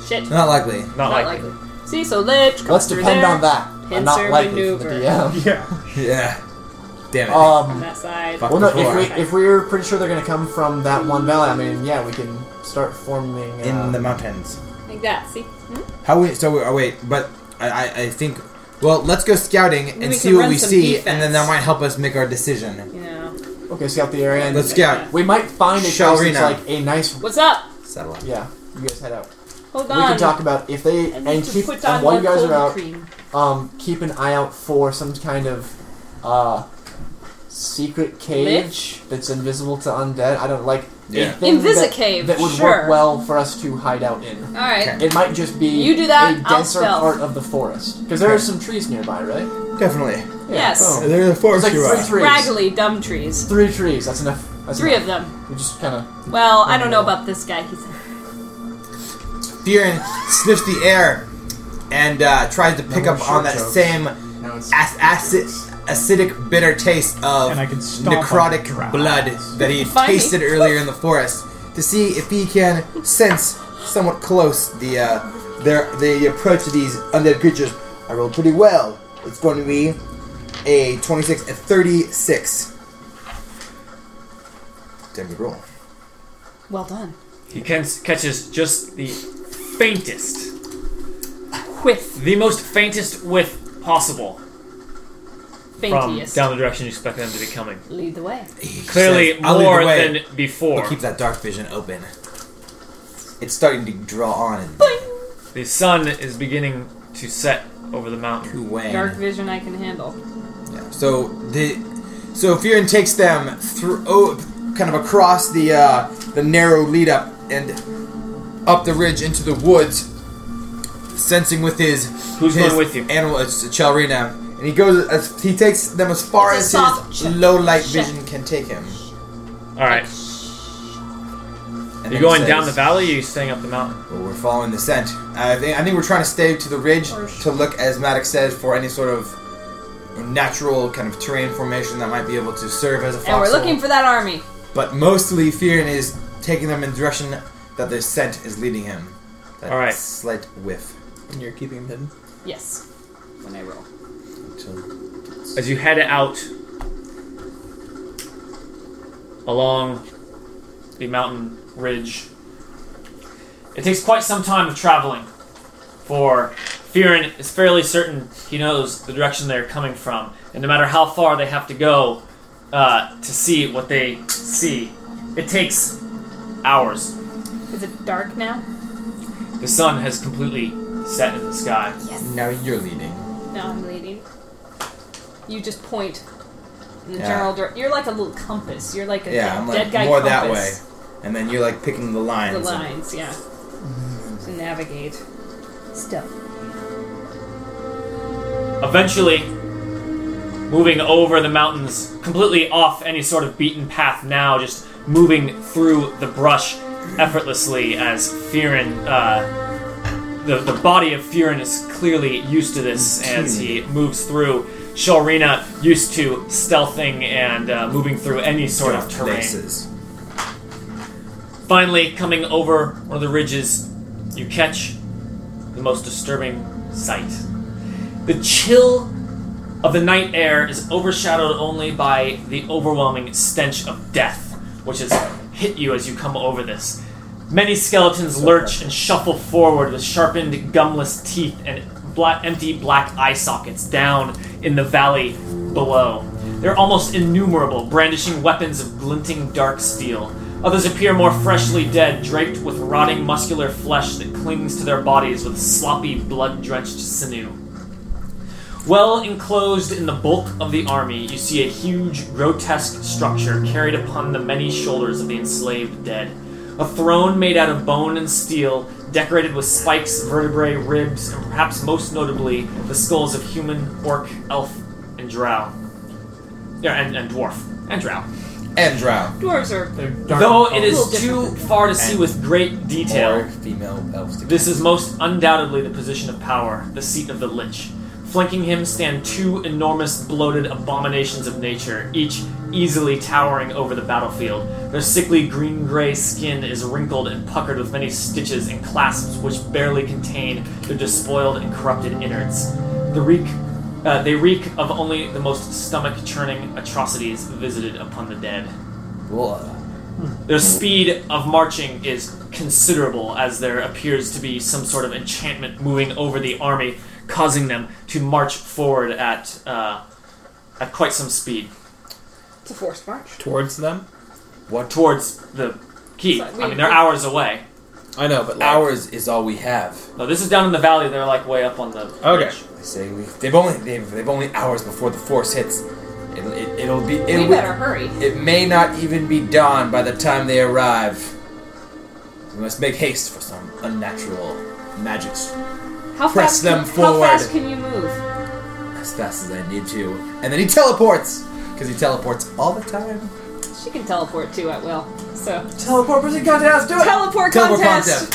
Speaker 6: shit.
Speaker 5: Not likely.
Speaker 3: not
Speaker 6: Not
Speaker 3: likely.
Speaker 6: likely. See, so ledge. comes
Speaker 10: Let's
Speaker 6: through
Speaker 10: depend
Speaker 6: there,
Speaker 10: on that. And not
Speaker 6: pincer
Speaker 10: likely for the
Speaker 6: maneuver.
Speaker 10: DM.
Speaker 7: Yeah.
Speaker 5: Yeah. Damn it.
Speaker 6: On
Speaker 10: Um.
Speaker 6: that side.
Speaker 5: Fuck.
Speaker 10: Well, no.
Speaker 5: Before.
Speaker 10: If we if we're pretty sure they're gonna come from that one valley, I mean, yeah, we can start forming uh,
Speaker 5: In the mountains.
Speaker 6: Like that. See. Hmm?
Speaker 5: How we? So we, oh wait, but I, I, I think. Well, let's go scouting
Speaker 6: We
Speaker 5: and
Speaker 6: can
Speaker 5: see what
Speaker 6: run
Speaker 5: we
Speaker 6: some
Speaker 5: see,
Speaker 6: defense.
Speaker 5: and then that might help us make our decision.
Speaker 6: You know.
Speaker 10: Okay, scout the area. And
Speaker 5: Let's scout.
Speaker 10: We might find a
Speaker 5: Shall
Speaker 10: house
Speaker 5: we
Speaker 10: that's
Speaker 5: now?
Speaker 10: like a nice.
Speaker 6: What's up?
Speaker 5: Settle up.
Speaker 10: Yeah, you guys head out.
Speaker 6: Hold
Speaker 10: We
Speaker 6: on.
Speaker 10: can talk about if they
Speaker 6: I
Speaker 10: and,
Speaker 6: need to
Speaker 10: keep
Speaker 6: put
Speaker 10: and
Speaker 6: on
Speaker 10: while you
Speaker 6: more
Speaker 10: guys
Speaker 6: cold
Speaker 10: are out,
Speaker 6: cream.
Speaker 10: um, keep an eye out for some kind of uh, secret cage
Speaker 6: Lich?
Speaker 10: that's invisible to undead. I don't like
Speaker 5: Yeah.
Speaker 10: a thing that,
Speaker 6: Invisicave,
Speaker 10: that would
Speaker 6: sure.
Speaker 10: work well for us to hide out in.
Speaker 6: All right.
Speaker 5: Okay.
Speaker 10: It might just be
Speaker 6: You do that,
Speaker 10: a
Speaker 6: I'll
Speaker 10: denser
Speaker 6: stealth.
Speaker 10: part of the forest because there are some trees nearby, right?
Speaker 5: Definitely.
Speaker 6: Yes.
Speaker 10: boom.
Speaker 5: They're in the
Speaker 10: There's
Speaker 5: forest.
Speaker 10: like
Speaker 5: you
Speaker 10: three
Speaker 5: are.
Speaker 10: trees.
Speaker 6: Raggly dumb trees.
Speaker 10: Three trees. That's enough. That's
Speaker 6: Three
Speaker 10: enough.
Speaker 6: of them.
Speaker 10: We just kind of
Speaker 6: Well, I don't know about this guy. He's
Speaker 5: Fearin sniffs the air and uh, tries to pick
Speaker 10: more
Speaker 5: up on
Speaker 10: short
Speaker 5: that
Speaker 10: jokes.
Speaker 5: same
Speaker 10: no. It's
Speaker 5: ac- acid, acidic, bitter taste of
Speaker 7: And I can stomp on
Speaker 5: necrotic
Speaker 7: the grass.
Speaker 5: blood that he
Speaker 6: Funny.
Speaker 5: tasted earlier in the forest to see if he can sense somewhat close the uh, their the approach of these undead creatures. I rolled pretty well. It's going to be a 26, a 36. Damn good roll.
Speaker 6: well done.
Speaker 3: He can, catches just the faintest,
Speaker 6: Whiff.
Speaker 3: the most faintest whiff possible. from
Speaker 6: Faintiest.
Speaker 3: down the direction you expect them to be coming.
Speaker 6: Lead the way.
Speaker 3: Clearly
Speaker 5: I'll lead the
Speaker 3: more
Speaker 5: way,
Speaker 3: than before.
Speaker 5: But keep that dark vision open. It's starting to draw on and
Speaker 3: The sun is beginning to set over the mountain.
Speaker 5: to wane.
Speaker 6: Dark vision I can handle.
Speaker 5: Yeah. So the so Furin takes them through oh, kind of across the uh, the narrow lead up and up the ridge into the woods, sensing with his
Speaker 3: Who's
Speaker 5: his
Speaker 3: going with you?
Speaker 5: Animal, it's Chalrina, and he goes as he takes them as far
Speaker 6: It's
Speaker 5: as
Speaker 6: a soft
Speaker 5: his
Speaker 6: shit.
Speaker 5: low light
Speaker 6: Shit.
Speaker 5: vision can take him.
Speaker 3: All right,
Speaker 5: And then
Speaker 3: you
Speaker 5: he
Speaker 3: going
Speaker 5: says,
Speaker 3: down the valley. Or are you staying up the mountain?
Speaker 5: Well, we're following the scent. I think, I think we're trying to stay to the ridge to look, as Maddox says, for any sort of natural kind of terrain formation that might be able to serve as a
Speaker 6: And
Speaker 5: foxhole.
Speaker 6: we're looking for that army.
Speaker 5: But mostly, Fearin is taking them in the direction that their scent is leading him. That
Speaker 3: All right.
Speaker 5: Slight whiff.
Speaker 2: And you're keeping him hidden.
Speaker 6: Yes. When I roll.
Speaker 5: So,
Speaker 3: As you head out along the mountain ridge, it takes quite some time of traveling. For Fearin is fairly certain he knows the direction they're coming from, and no matter how far they have to go uh, to see what they see, it takes hours.
Speaker 6: Is it dark now?
Speaker 3: The sun has completely set in the sky.
Speaker 6: Yes.
Speaker 5: now you're leading.
Speaker 6: No, I'm leading. You just point in the
Speaker 5: Yeah.
Speaker 6: general direction. You're like a little compass. You're like a
Speaker 5: Yeah,
Speaker 6: dead,
Speaker 5: I'm
Speaker 6: dead
Speaker 5: like
Speaker 6: guy
Speaker 5: more that way.
Speaker 6: compass.
Speaker 5: And then you're like picking the lines.
Speaker 6: The
Speaker 5: and-
Speaker 6: lines, yeah. To navigate. Still.
Speaker 3: eventually moving over the mountains, completely off any sort of beaten path now, just moving through the brush effortlessly as Fearin, uh, the, the body of Fearin is clearly used to this as he moves through. Shalrina used to stealthing and uh, moving through any sort of terrain
Speaker 5: places.
Speaker 3: finally coming over one of the ridges you catch the most disturbing sight the chill of the night air is overshadowed only by the overwhelming stench of death which has hit you as you come over this many skeletons lurch and shuffle forward with sharpened gumless teeth and black, empty black eye sockets down in the valley below they're almost innumerable brandishing weapons of glinting dark steel Others appear more freshly dead, draped with rotting muscular flesh that clings to their bodies with sloppy, blood drenched sinew. Well enclosed in the bulk of the army, you see a huge, grotesque structure carried upon the many shoulders of the enslaved dead. A throne made out of bone and steel, decorated with spikes, vertebrae, ribs, and perhaps most notably, the skulls of human, orc, elf, and drow. Yeah, and, and dwarf. And drow.
Speaker 5: And drow.
Speaker 6: Dwarves are
Speaker 3: Though it
Speaker 6: little
Speaker 3: is too
Speaker 6: different.
Speaker 3: far to see with great
Speaker 5: Or
Speaker 3: detail,
Speaker 5: female elves. together.
Speaker 3: this is most undoubtedly the position of power, the seat of the Lich. Flanking him stand two enormous, bloated abominations of nature, each easily towering over the battlefield. Their sickly green gray skin is wrinkled and puckered with many stitches and clasps which barely contain their despoiled and corrupted innards. The reek, uh, they reek of only the most stomach churning atrocities visited upon the dead.
Speaker 5: Whoa.
Speaker 3: Their speed of marching is considerable as there appears to be some sort of enchantment moving over the army, causing them to march forward at uh, at quite some speed
Speaker 6: it's a forced march.
Speaker 2: Towards them?
Speaker 3: towards the keep.
Speaker 6: So we-
Speaker 3: I mean, they're hours away.
Speaker 2: I know, but like,
Speaker 5: Ours is all we have.
Speaker 3: No, this is down in the valley. They're like way up on the
Speaker 2: Okay.
Speaker 3: ridge.
Speaker 5: I say we. They've only they've, they've only hours before the force hits. It'll, it, it'll be.
Speaker 6: We
Speaker 5: It'll,
Speaker 6: better hurry.
Speaker 5: It may not even be dawn by the time they arrive. We must make haste for some unnatural magics
Speaker 6: How
Speaker 5: press
Speaker 6: fast
Speaker 5: them
Speaker 6: can,
Speaker 5: forward.
Speaker 6: How fast can you move?
Speaker 5: as fast as I need to. And then he teleports! Because he teleports all the time.
Speaker 6: She can teleport too at will. So
Speaker 5: Teleport prison contest, do it!
Speaker 6: teleport
Speaker 5: Teleport
Speaker 6: contest.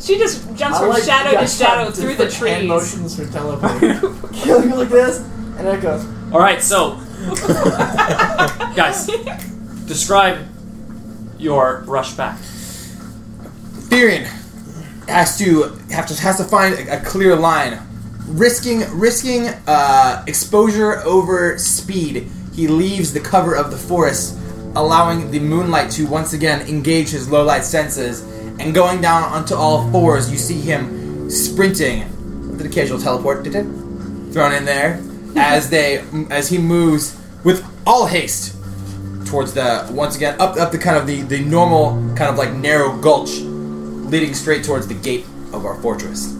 Speaker 6: she just jumps from shadow to shadow through the
Speaker 10: Hand
Speaker 6: trees.
Speaker 10: motions for teleporting. Killing you like this, and then it goes.
Speaker 3: All right, so guys, describe your rush back.
Speaker 5: Therian has to have to has to find a, a clear line, risking risking uh, exposure over speed. He leaves the cover of the forest, allowing the moonlight to once again engage his low light senses. And going down onto all fours, you see him sprinting with an occasional teleport did it, thrown in there, as they as he moves with all haste towards the once again up up the kind of the the normal kind of like narrow gulch leading straight towards the gate of our fortress.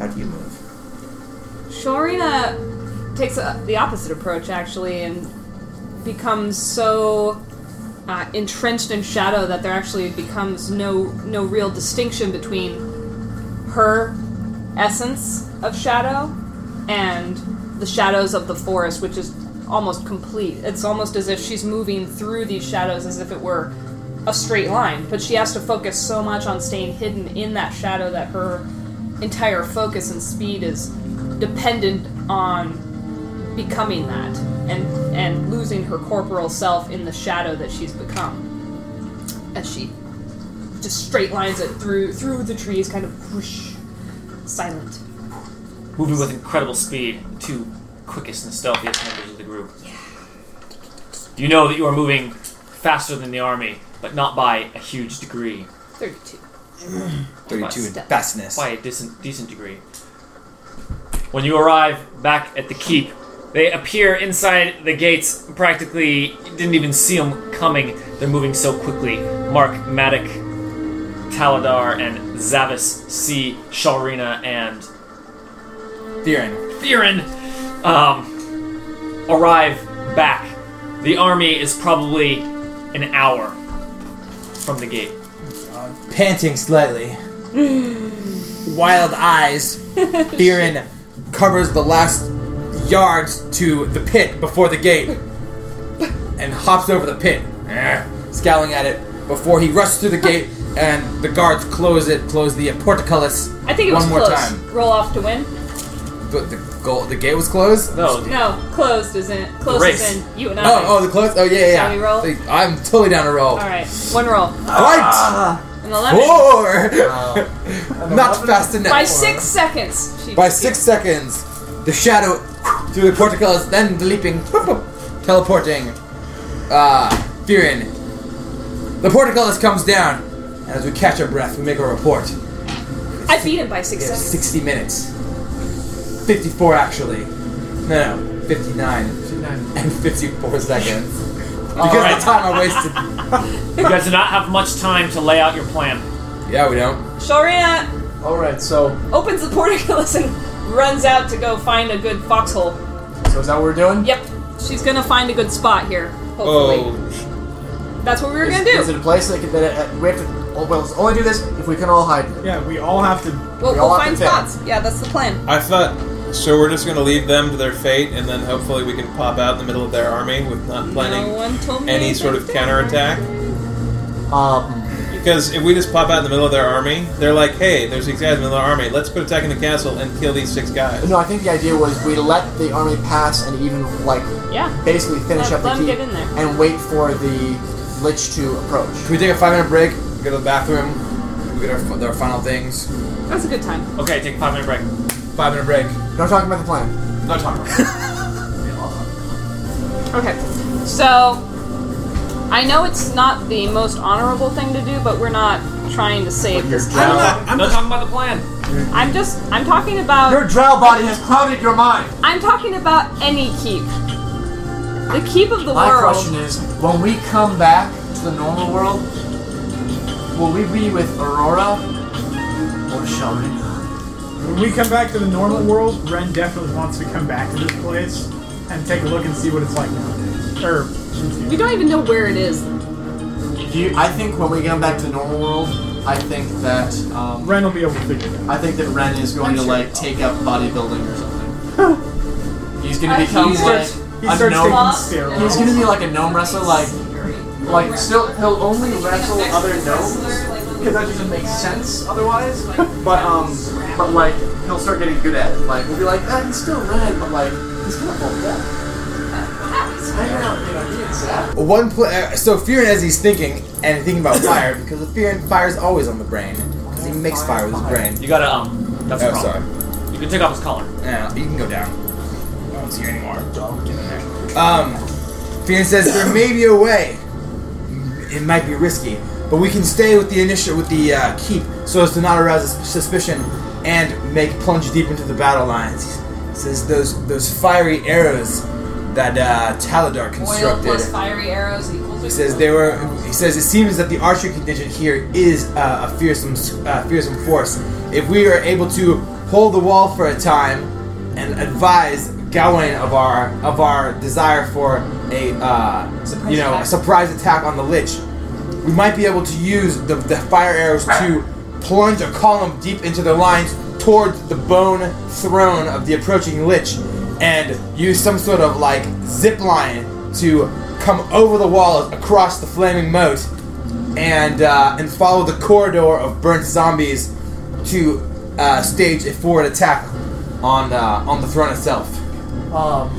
Speaker 5: How do you move?
Speaker 6: Shorina takes a, the opposite approach actually and becomes so uh, entrenched in shadow that there actually becomes no no real distinction between her essence of shadow and the shadows of the forest, which is almost complete. It's almost as if she's moving through these shadows as if it were a straight line, but she has to focus so much on staying hidden in that shadow that her entire focus and speed is dependent on becoming that and and losing her corporal self in the shadow that she's become as she just straight lines it through through the trees kind of whoosh silent
Speaker 3: moving with incredible speed, the two quickest and stealthiest members of the group. You know that you are moving faster than the army, but not by a huge degree,
Speaker 6: 32
Speaker 5: Thirty-two in
Speaker 6: Step.
Speaker 5: fastness.
Speaker 3: by a decent, decent degree. When you arrive back at the keep, they appear inside the gates. Practically, you didn't even see them coming. They're moving so quickly. Mark, Matic, Taladar, and Zavis see Shalrina and
Speaker 5: Theron.
Speaker 3: Theron um, arrive back. The army is probably an hour from the gate.
Speaker 5: Panting slightly, wild eyes, Theron covers the last yards to the pit before the gate and hops over the pit, eh, scowling at it before he rushes through the gate and the guards close it, close the portcullis
Speaker 6: i think it
Speaker 5: one
Speaker 6: was
Speaker 5: more
Speaker 6: close
Speaker 5: time.
Speaker 6: roll off to win
Speaker 5: But the, goal, the gate was closed?
Speaker 3: No,
Speaker 6: no closed is in closed
Speaker 3: Race.
Speaker 6: is in you and i
Speaker 5: Oh, oh, the close? Oh, yeah, yeah.
Speaker 6: Shall
Speaker 5: yeah.
Speaker 6: we roll?
Speaker 5: Like, I'm totally down to roll.
Speaker 6: all right one roll
Speaker 5: Right!
Speaker 6: and 11
Speaker 5: Four! Not fast enough.
Speaker 6: by six seconds she
Speaker 5: By
Speaker 6: disappears.
Speaker 5: six seconds, the shadow through the portcullis, then the leaping, whoop, whoop, teleporting. Uh, Fearin. The portcullis comes down, and as we catch our breath, we make a report.
Speaker 6: i beat him by six
Speaker 5: We have
Speaker 6: seconds
Speaker 5: 60 minutes. 54, actually. No, no, 59 and 54 seconds. Because
Speaker 3: right.
Speaker 5: the time I wasted.
Speaker 3: you guys do not have much time to lay out your plan.
Speaker 5: Yeah, we don't.
Speaker 6: shorina
Speaker 10: Alright, so
Speaker 6: opens the portcullis and runs out to go find a good foxhole
Speaker 10: so is that what we're doing?
Speaker 6: Yep. She's gonna find a good spot here. Hopefully.
Speaker 2: Oh,
Speaker 6: That's what we were
Speaker 10: Is,
Speaker 6: gonna do.
Speaker 10: is it a place that, can, that uh, we have to? Oh, well, let's only do this if we can all hide. here.
Speaker 7: Yeah, we all have to.
Speaker 6: we'll
Speaker 10: we
Speaker 6: we'll
Speaker 10: all have
Speaker 6: find
Speaker 10: to pick.
Speaker 6: spots. Yeah, that's the plan.
Speaker 2: I thought. So we're just gonna leave them to their fate, and then hopefully we can pop out in the middle of their army with not
Speaker 6: No
Speaker 2: planning
Speaker 6: one told me
Speaker 2: any sort of
Speaker 6: that.
Speaker 2: counterattack.
Speaker 10: Um,
Speaker 2: Because if we just pop out in the middle of their army, they're like, "Hey, there's these guys in the middle of the army. Let's put attack in the castle and kill these six guys."
Speaker 10: no, I think the idea was we let the army pass and even like
Speaker 6: Yeah.
Speaker 10: basically finish
Speaker 6: Let
Speaker 10: up the
Speaker 6: them
Speaker 10: keep
Speaker 6: get in there.
Speaker 10: and wait for the lich to approach.
Speaker 5: Can we take a five minute break? Go to the bathroom. We get our, our final things.
Speaker 6: That's a good time.
Speaker 3: Okay, take a five minute break.
Speaker 5: Five minute break.
Speaker 10: No talking about the plan.
Speaker 5: No time.
Speaker 6: Okay. So I know it's not the most honorable thing to do, but we're not trying to save this
Speaker 10: drow-
Speaker 6: town.
Speaker 3: I'm not talking about the plan.
Speaker 6: I'm just I'm talking about
Speaker 10: Your drow body has clouded your mind.
Speaker 6: I'm talking about any keep. The keep of the
Speaker 10: My
Speaker 6: world.
Speaker 10: question is, when we come back to the normal world, will we be with Aurora or shall we not?
Speaker 7: When we come back to the normal world, Ren definitely wants to come back to this place and take a look and see what it's like nowadays. Er, Or
Speaker 6: we don't even know where it is.
Speaker 10: Do you, I think when we come back to the normal world, I think that um,
Speaker 7: Ren will be able to figure it out.
Speaker 10: I think that Ren is going
Speaker 6: I'm
Speaker 10: to
Speaker 6: sure.
Speaker 10: like take up bodybuilding or something. he's gonna
Speaker 6: Uh, he
Speaker 10: become like
Speaker 6: starts-
Speaker 7: He
Speaker 10: a
Speaker 7: starts
Speaker 10: gnome.
Speaker 7: taking steroids.
Speaker 10: He's gonna be like a gnome wrestler, like like still he'll only wrestle other gnomes because that doesn't make sense otherwise. But um, but like he'll start getting good at it. Like we'll be like, ah, he's still red, but like he's kind of bulked up. He's hanging out, you know, he and Zap.
Speaker 5: One pla uh, so Fearin as he's thinking and thinking about fire because the Fearin fire's always on the brain because he makes fire with his brain.
Speaker 3: You gotta, um, that's a
Speaker 5: Oh, sorry.
Speaker 3: problem. You can take off his collar.
Speaker 5: Yeah, Uh, you can go down. I don't see you anymore. Um, Fearin says there may be a way. It might be risky, but we can stay with the initial with the uh, keep so as to not arouse sus- suspicion and make plunge deep into the battle lines. He's Says those those fiery arrows that uh, Taladar
Speaker 6: Oil
Speaker 5: constructed.
Speaker 6: plus fiery arrows equals.
Speaker 5: He says they were. He says it seems that the archery contingent here is uh, a fearsome, uh, fearsome force. If we are able to hold the wall for a time and advise Gawain of our of our desire for a uh, you know a surprise attack on the Lich, we might be able to use the, the fire arrows to plunge a column deep into the lines towards the bone throne of the approaching lich and use some sort of like zip line to come over the wall across the flaming moat and uh, and follow the corridor of burnt zombies to uh, stage a forward attack on uh, on the throne itself.
Speaker 16: Um,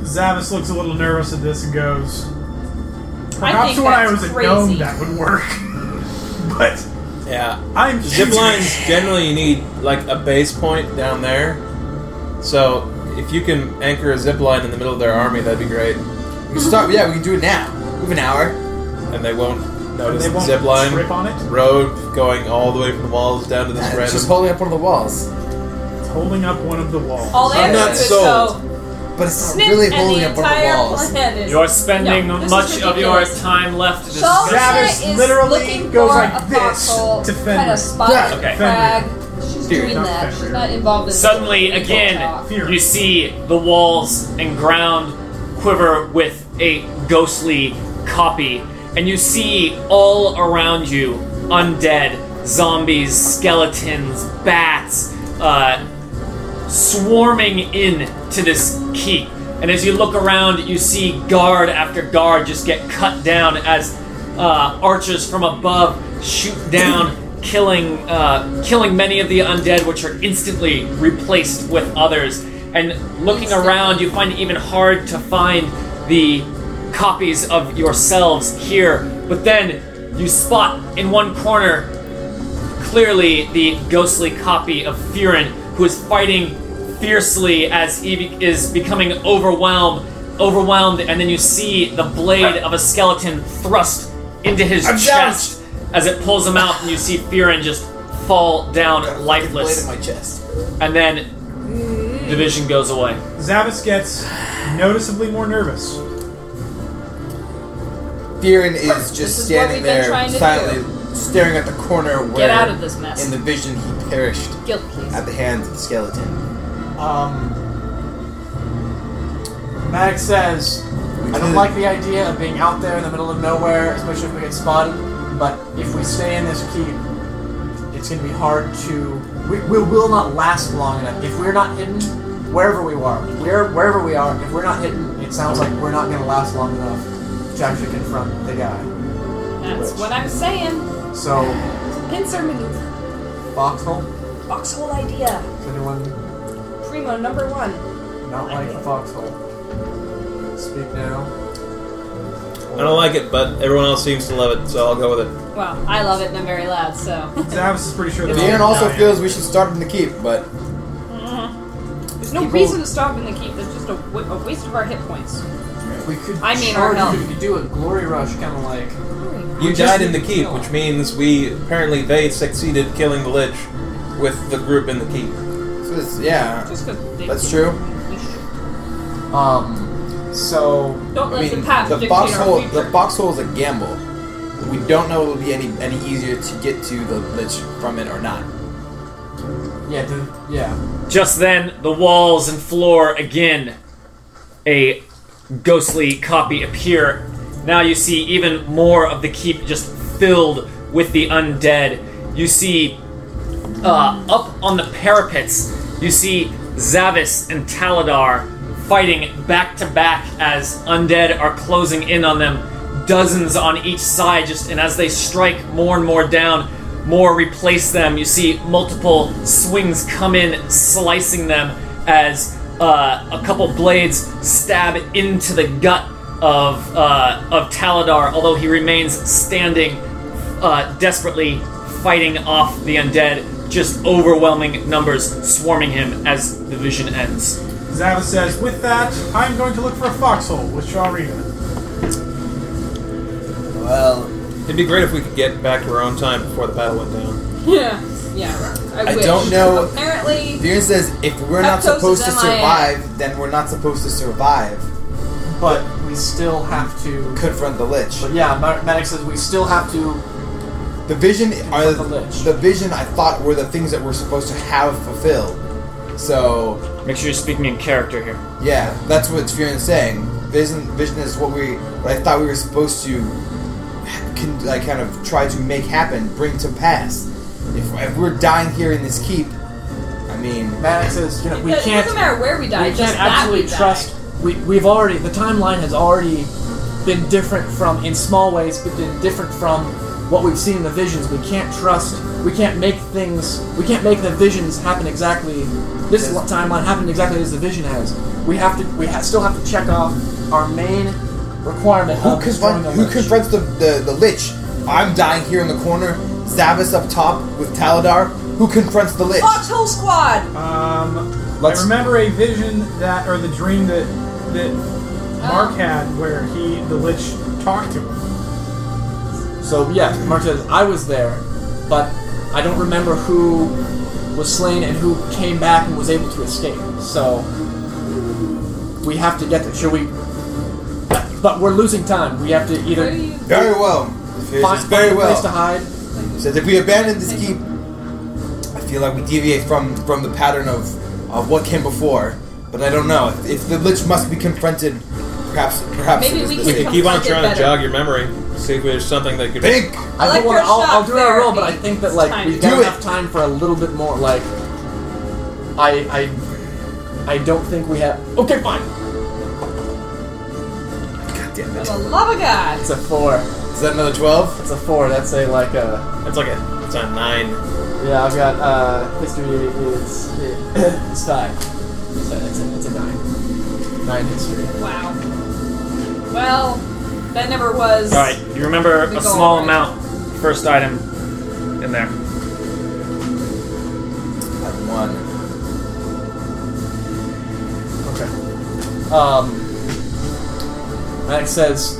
Speaker 7: Zavis looks a little nervous at this and goes,
Speaker 6: I
Speaker 7: "Perhaps
Speaker 6: think
Speaker 7: when I
Speaker 6: that's
Speaker 7: was
Speaker 6: crazy.
Speaker 7: a gnome, that would work." but
Speaker 2: Yeah.
Speaker 7: I'm
Speaker 2: Zip lines generally need like a base point down there. So if you can anchor a zip line in the middle of their army, that'd be great.
Speaker 5: We can start. Yeah, we can do it now. We have an hour.
Speaker 2: And they won't notice
Speaker 7: They
Speaker 2: the
Speaker 7: won't
Speaker 2: zip line.
Speaker 7: trip on it.
Speaker 2: Road going all the way from the walls down to this
Speaker 5: It's
Speaker 2: random.
Speaker 5: Uh, just holding up one of the walls,
Speaker 7: It's holding up one of the walls.
Speaker 6: All they
Speaker 2: I'm
Speaker 6: have to
Speaker 2: not
Speaker 6: do is
Speaker 2: sold.
Speaker 6: go
Speaker 5: but it's not
Speaker 6: snip
Speaker 5: really
Speaker 6: and
Speaker 5: holding
Speaker 6: the
Speaker 5: up one of the
Speaker 6: entire
Speaker 5: walls.
Speaker 6: planet is.
Speaker 3: You're spending
Speaker 6: No, this is
Speaker 3: much of your
Speaker 6: ridiculous.
Speaker 3: time left. to
Speaker 6: Shulk
Speaker 3: discuss-
Speaker 7: Zavis
Speaker 6: is
Speaker 7: literally
Speaker 6: looking
Speaker 7: goes
Speaker 6: for
Speaker 7: like
Speaker 6: a
Speaker 7: this
Speaker 6: foxhole,
Speaker 7: to Fenrir.
Speaker 6: kind of spot
Speaker 3: Okay.
Speaker 6: frag.
Speaker 5: Dude,
Speaker 6: She's doing
Speaker 7: not
Speaker 6: that.
Speaker 7: Fenrir.
Speaker 6: She's not involved in
Speaker 3: Suddenly,
Speaker 6: political
Speaker 3: again,
Speaker 6: talk.
Speaker 7: Fear.
Speaker 3: you see the walls and ground quiver with a ghostly copy, and you see all around you undead, zombies, skeletons, bats, uh, swarming in to this keep. And as you look around, you see guard after guard just get cut down as uh, archers from above shoot down, killing uh, killing many of the undead, which are instantly replaced with others. And looking around, you find it even hard to find the copies of yourselves here. But then you spot in one corner clearly the ghostly copy of Furin, who is fighting fiercely as he be- is becoming overwhelmed, overwhelmed, and then you see the blade of a skeleton thrust into his chest as it pulls him out, and you see Furin just fall down lifeless,
Speaker 5: Blade in my chest.
Speaker 3: and then the vision goes away.
Speaker 7: Zavis gets noticeably more nervous.
Speaker 5: Fearin is just
Speaker 6: This is what
Speaker 5: standing
Speaker 6: we've been
Speaker 5: there
Speaker 6: trying to
Speaker 5: silently, staring at the corner where,
Speaker 6: Get out of this mess.
Speaker 5: in the vision, he perished
Speaker 6: Guilt, please.
Speaker 5: at the hands of the skeleton.
Speaker 16: um, Maddox says, I don't like the idea of being out there in the middle of nowhere, especially if we get spotted. But if we stay in this keep, it's going to be hard to. We, we will not last long enough if we're not hidden. Wherever we are, where wherever we are, if we're not hidden, it sounds like we're not going to last long enough to actually confront the guy.
Speaker 6: That's what I'm saying.
Speaker 16: So,
Speaker 6: Pincer maneuver.
Speaker 16: foxhole.
Speaker 6: Foxhole idea.
Speaker 16: Does anyone
Speaker 6: Primo number one.
Speaker 16: not like the foxhole? Speak now.
Speaker 2: I don't like it, but everyone else seems to love it, so I'll go with it.
Speaker 6: Well, I love it and I'm very loud, so.
Speaker 7: Zavis is pretty sure that
Speaker 5: Fearin also feels we should start in the keep, but
Speaker 6: There's no reason to stop in the keep. That's just a, wa- a waste of our hit points.
Speaker 16: We could.
Speaker 6: I mean, our
Speaker 16: charge
Speaker 6: help.
Speaker 16: you, We could do a glory rush, kind of like.
Speaker 2: You
Speaker 16: just
Speaker 2: died in
Speaker 16: need
Speaker 2: the
Speaker 16: to
Speaker 2: keep,
Speaker 16: kill
Speaker 2: which
Speaker 16: him.
Speaker 2: means we apparently they succeeded killing the lich with the group in the keep.
Speaker 5: so it's- yeah,
Speaker 6: Just 'cause they-
Speaker 5: that's true.
Speaker 6: we should-
Speaker 16: Um. So
Speaker 6: Don't let
Speaker 5: I
Speaker 6: the
Speaker 5: mean,
Speaker 6: past
Speaker 5: the
Speaker 6: dictate
Speaker 5: foxhole,
Speaker 6: our
Speaker 5: the
Speaker 6: future.
Speaker 5: foxhole is a gamble. We don't know it'll be any any easier to get to the lich from it or not.
Speaker 16: yeah, the, yeah.
Speaker 3: Just then, the walls and floor again, a ghostly copy appear. Now you see even more of the keep just filled with the undead. You see uh, up on the parapets, you see Zavis and Taladar fighting back to back as undead are closing in on them, dozens on each side. Just and as they strike more and more down, more replace them. You see multiple swings come in, slicing them as uh, a couple blades stab into the gut of uh, of Taladar, although he remains standing uh, desperately fighting off the undead, just overwhelming numbers swarming him as the vision ends.
Speaker 7: Zavis says, "With that, I'm going to look for a foxhole with Sharina."
Speaker 5: Well,
Speaker 2: It'd be great if we could get back to our own time before the battle went down.
Speaker 6: Yeah. Yeah. I,
Speaker 5: I
Speaker 6: wish.
Speaker 5: don't know-
Speaker 6: Apparently,
Speaker 5: Viren says if we're not
Speaker 6: I've toasted
Speaker 5: supposed to
Speaker 6: them, I-
Speaker 5: survive, then we're not supposed to survive.
Speaker 10: but we still have to.
Speaker 5: Confront the Lich.
Speaker 10: But yeah, Mar- Maddox says we still have to.
Speaker 5: The vision are
Speaker 10: the Lich.
Speaker 5: the vision I thought were the things that we're supposed to have fulfilled. So
Speaker 3: Make sure you're speaking in character here.
Speaker 5: yeah, that's what Viren's saying. Vision vision is what we what I thought we were supposed to can, like kind of try to make happen, bring to pass. If, if we're dying here in this keep, I mean
Speaker 10: Maddox says, you know, we
Speaker 6: it
Speaker 10: can't.
Speaker 6: doesn't matter where we die.
Speaker 10: we
Speaker 6: just
Speaker 10: can't
Speaker 6: that
Speaker 10: actually
Speaker 6: we die.
Speaker 10: trust. We, we've already the timeline has already been different from in small ways, but been different from what we've seen in the visions. We can't trust. We can't make things. We can't make the visions happen exactly. This li- timeline happened exactly as the vision has. We have to. We ha- still have to check off our main requirement.
Speaker 5: Who,
Speaker 10: of
Speaker 5: confront,
Speaker 10: destroying the
Speaker 5: who
Speaker 10: Lich.
Speaker 5: confronts the, the, the Lich? I'm dying here in the corner. Zavis up top with Taladar. Who confronts the Lich?
Speaker 6: Foxhole Squad.
Speaker 7: Um,
Speaker 5: Let's-
Speaker 7: I remember a vision that, or the dream that that Mark had, where he, the Lich, talked to him.
Speaker 10: So yeah, Mark says I was there, but I don't remember who was slain and who came back and was able to escape. So we have to get there. Should we? But we're losing time. We have to either
Speaker 6: Where do you?
Speaker 5: Very well. It's
Speaker 10: find,
Speaker 5: very
Speaker 10: find a place to
Speaker 5: well.
Speaker 10: hide.
Speaker 5: Says if we abandon this keep, I feel like we deviate from, from the pattern of, of what came before. But I don't know. If, if the Lich must be confronted, perhaps perhaps
Speaker 6: Maybe
Speaker 5: it is
Speaker 6: we
Speaker 5: this
Speaker 2: We
Speaker 6: can
Speaker 5: Lich.
Speaker 2: could keep on
Speaker 6: Confront it
Speaker 2: trying to
Speaker 6: better.
Speaker 2: jog your memory, see if there's something that could.
Speaker 5: Think.
Speaker 10: I
Speaker 6: like
Speaker 10: don't wanna-
Speaker 6: your
Speaker 10: I'll, I'll
Speaker 6: shock
Speaker 10: do a roll, but I
Speaker 6: therapy.
Speaker 10: think that like we've
Speaker 6: It's
Speaker 10: got
Speaker 5: time.
Speaker 10: enough time for a little bit more. Like I I I don't think we have. Okay, fine.
Speaker 5: God damn
Speaker 6: I'm
Speaker 5: it.
Speaker 6: a lava guy.
Speaker 10: It's a four.
Speaker 5: Is that another twelve?
Speaker 10: It's a four. That's a like a.
Speaker 2: It's like a. It's on nine.
Speaker 10: Yeah, I've got uh, history is it's five. So it's a, it's a nine. Nine history.
Speaker 6: Wow. Well, that never was.
Speaker 3: All right, you remember
Speaker 6: We
Speaker 3: a
Speaker 6: go
Speaker 3: small
Speaker 6: over.
Speaker 3: amount. First item in there.
Speaker 5: Item one.
Speaker 10: Okay. Um, Max says,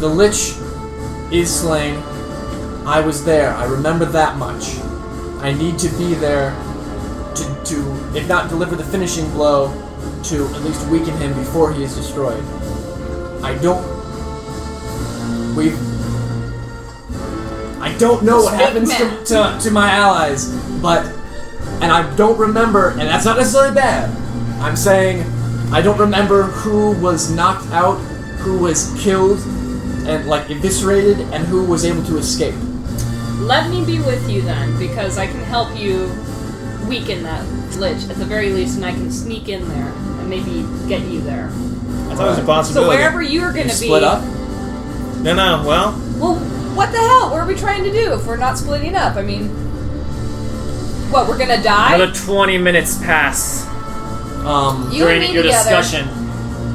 Speaker 10: The Lich is slain. I was there. I remember that much. I need to be there to, to if not deliver the finishing blow, to at least weaken him before he is destroyed. I don't. We. I don't know what
Speaker 6: Speak,
Speaker 10: happens
Speaker 6: man.
Speaker 10: to, to, to my allies, but and I don't remember, and that's not necessarily bad. I'm saying I don't remember who was knocked out, who was killed, and like eviscerated, and who was able to escape.
Speaker 6: Let me be with you then, because I can help you weaken that lich at the very least, and I can sneak in there and maybe get you there.
Speaker 2: I thought it was a
Speaker 6: So
Speaker 2: possibility.
Speaker 6: wherever you're going to be,
Speaker 10: Split up.
Speaker 2: no, no. Well,
Speaker 6: well, what the hell? What are we trying to do if we're not splitting up? I mean, what? We're going to die?
Speaker 3: Another 20 minutes pass
Speaker 10: Um,
Speaker 6: you
Speaker 3: during
Speaker 6: and me
Speaker 3: your
Speaker 6: together.
Speaker 3: discussion,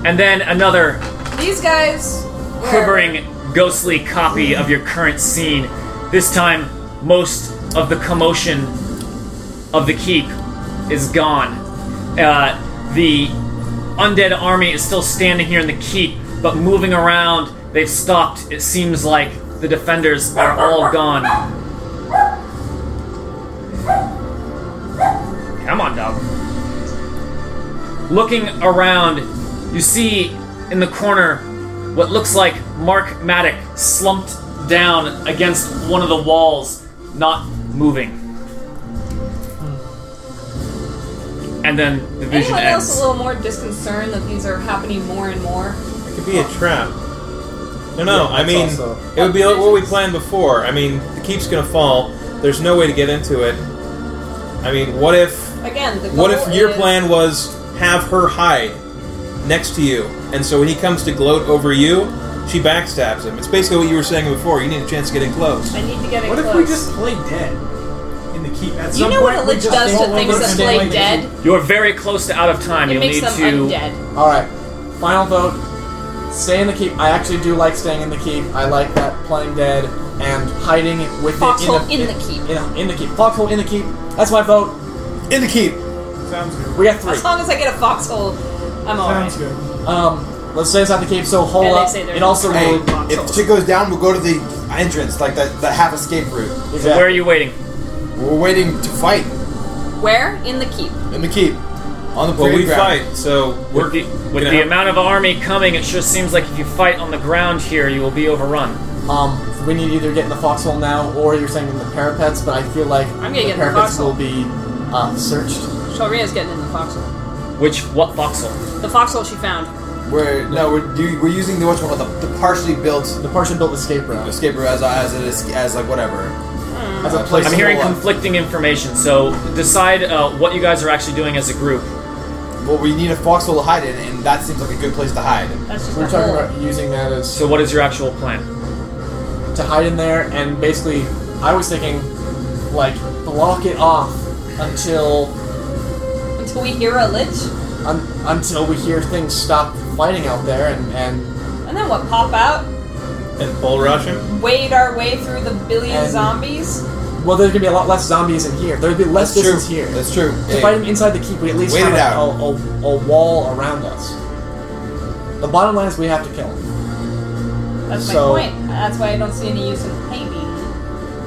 Speaker 3: and then another
Speaker 6: These guys.
Speaker 3: quivering, ghostly copy of your current scene. This time, most of the commotion of the keep is gone. Uh, the undead army is still standing here in the keep, but moving around. They've stopped. It seems like the defenders are all gone. Come on, dog looking around, you see in the corner what looks like Mark Maddock slumped down against one of the walls, not moving. And then the vision
Speaker 6: Anyone else a
Speaker 3: ends.
Speaker 6: little more disconcerted that these are happening more and more?
Speaker 2: it could be a trap. No, no. I mean,
Speaker 10: also-
Speaker 2: it would be like what we planned before. I mean, the keep's gonna fall. There's no way to get into it. I mean, what if?
Speaker 6: Again, the goal
Speaker 2: What if your
Speaker 6: is-
Speaker 2: plan was have her hide next to you, and so when he comes to gloat over you, she backstabs him? It's basically what you were saying before. You need a chance to get in close.
Speaker 6: I need to get it
Speaker 7: What
Speaker 6: close.
Speaker 7: if we just play dead in the keep? At
Speaker 6: you
Speaker 7: some
Speaker 6: know
Speaker 7: point,
Speaker 6: what a
Speaker 7: we
Speaker 6: lich
Speaker 7: just
Speaker 6: does
Speaker 7: all
Speaker 6: to things
Speaker 7: look
Speaker 6: that
Speaker 7: and
Speaker 6: play
Speaker 7: like,
Speaker 6: dead?
Speaker 3: You're very close to out of time.
Speaker 6: It
Speaker 3: You'll
Speaker 6: makes
Speaker 3: need
Speaker 6: them
Speaker 3: to.
Speaker 6: undead.
Speaker 10: all right. Final vote. Stay in the keep. I actually do like staying in the keep. I like that playing dead and hiding with
Speaker 6: Foxhole
Speaker 10: it
Speaker 6: in
Speaker 10: in
Speaker 6: the keep.
Speaker 10: in, in the keep. Foxhole in the keep. That's my vote.
Speaker 5: In the keep.
Speaker 7: Sounds good.
Speaker 10: We got three.
Speaker 6: As long as I get a foxhole, I'm
Speaker 7: Sounds
Speaker 6: alright.
Speaker 7: good.
Speaker 10: Um, let's stay inside the keep. So hole
Speaker 6: And they
Speaker 10: up.
Speaker 6: say they're
Speaker 10: It also
Speaker 5: Hey,
Speaker 10: will.
Speaker 5: if shit goes down, we'll go to the entrance, like the, the half escape route.
Speaker 3: So where are you waiting?
Speaker 5: We're waiting to fight
Speaker 6: Where? In the keep.
Speaker 5: in the keep. On the
Speaker 2: Well,
Speaker 5: parade
Speaker 2: we
Speaker 5: ground.
Speaker 2: fight, so we're
Speaker 3: With the, with
Speaker 2: gonna
Speaker 3: the
Speaker 2: have-
Speaker 3: amount of army coming, it sure seems like if you fight on the ground here, you will be overrun.
Speaker 10: Um, we need to either get in the foxhole now, or you're saying in the parapets. But I feel like
Speaker 6: gonna
Speaker 10: the
Speaker 6: get in the
Speaker 10: parapets
Speaker 6: foxhole.
Speaker 10: will be uh, searched.
Speaker 6: Shalrina's getting in the foxhole.
Speaker 3: Which what foxhole?
Speaker 6: The foxhole she found.
Speaker 5: We're no, we're do, we're using the what's the, the partially built
Speaker 10: The partially built escape route.
Speaker 5: escape route as as it is as like whatever.
Speaker 10: As a place.
Speaker 3: I'm
Speaker 10: to
Speaker 3: hearing
Speaker 10: pull up.
Speaker 3: conflicting information, so decide uh, what you guys are actually doing as a group.
Speaker 5: Well, we need a foxhole to hide in, and that seems like a good place to hide.
Speaker 6: That's just
Speaker 10: We're
Speaker 6: a
Speaker 10: talking
Speaker 6: hole.
Speaker 10: about using that as
Speaker 3: So what is your actual plan?
Speaker 10: to hide in there and basically I was thinking like block it off until
Speaker 6: Until we hear a lich,
Speaker 10: un, until we hear things stop fighting out there and and,
Speaker 6: and then what? Pop out,
Speaker 2: and bull rush him.
Speaker 6: wade our way through the billion
Speaker 10: And-
Speaker 6: zombies.
Speaker 10: well there's gonna be a lot less zombies in here there'd be less
Speaker 5: That's true.
Speaker 10: distance here
Speaker 5: That's true.
Speaker 10: to
Speaker 5: Hey,
Speaker 10: fight them inside the keep we at least
Speaker 5: Wait
Speaker 10: have
Speaker 5: it
Speaker 10: a,
Speaker 5: out.
Speaker 10: a, a, a wall around us the bottom line is we have to kill them
Speaker 6: That's
Speaker 10: So-
Speaker 6: my point. That's why I don't see any use in hiding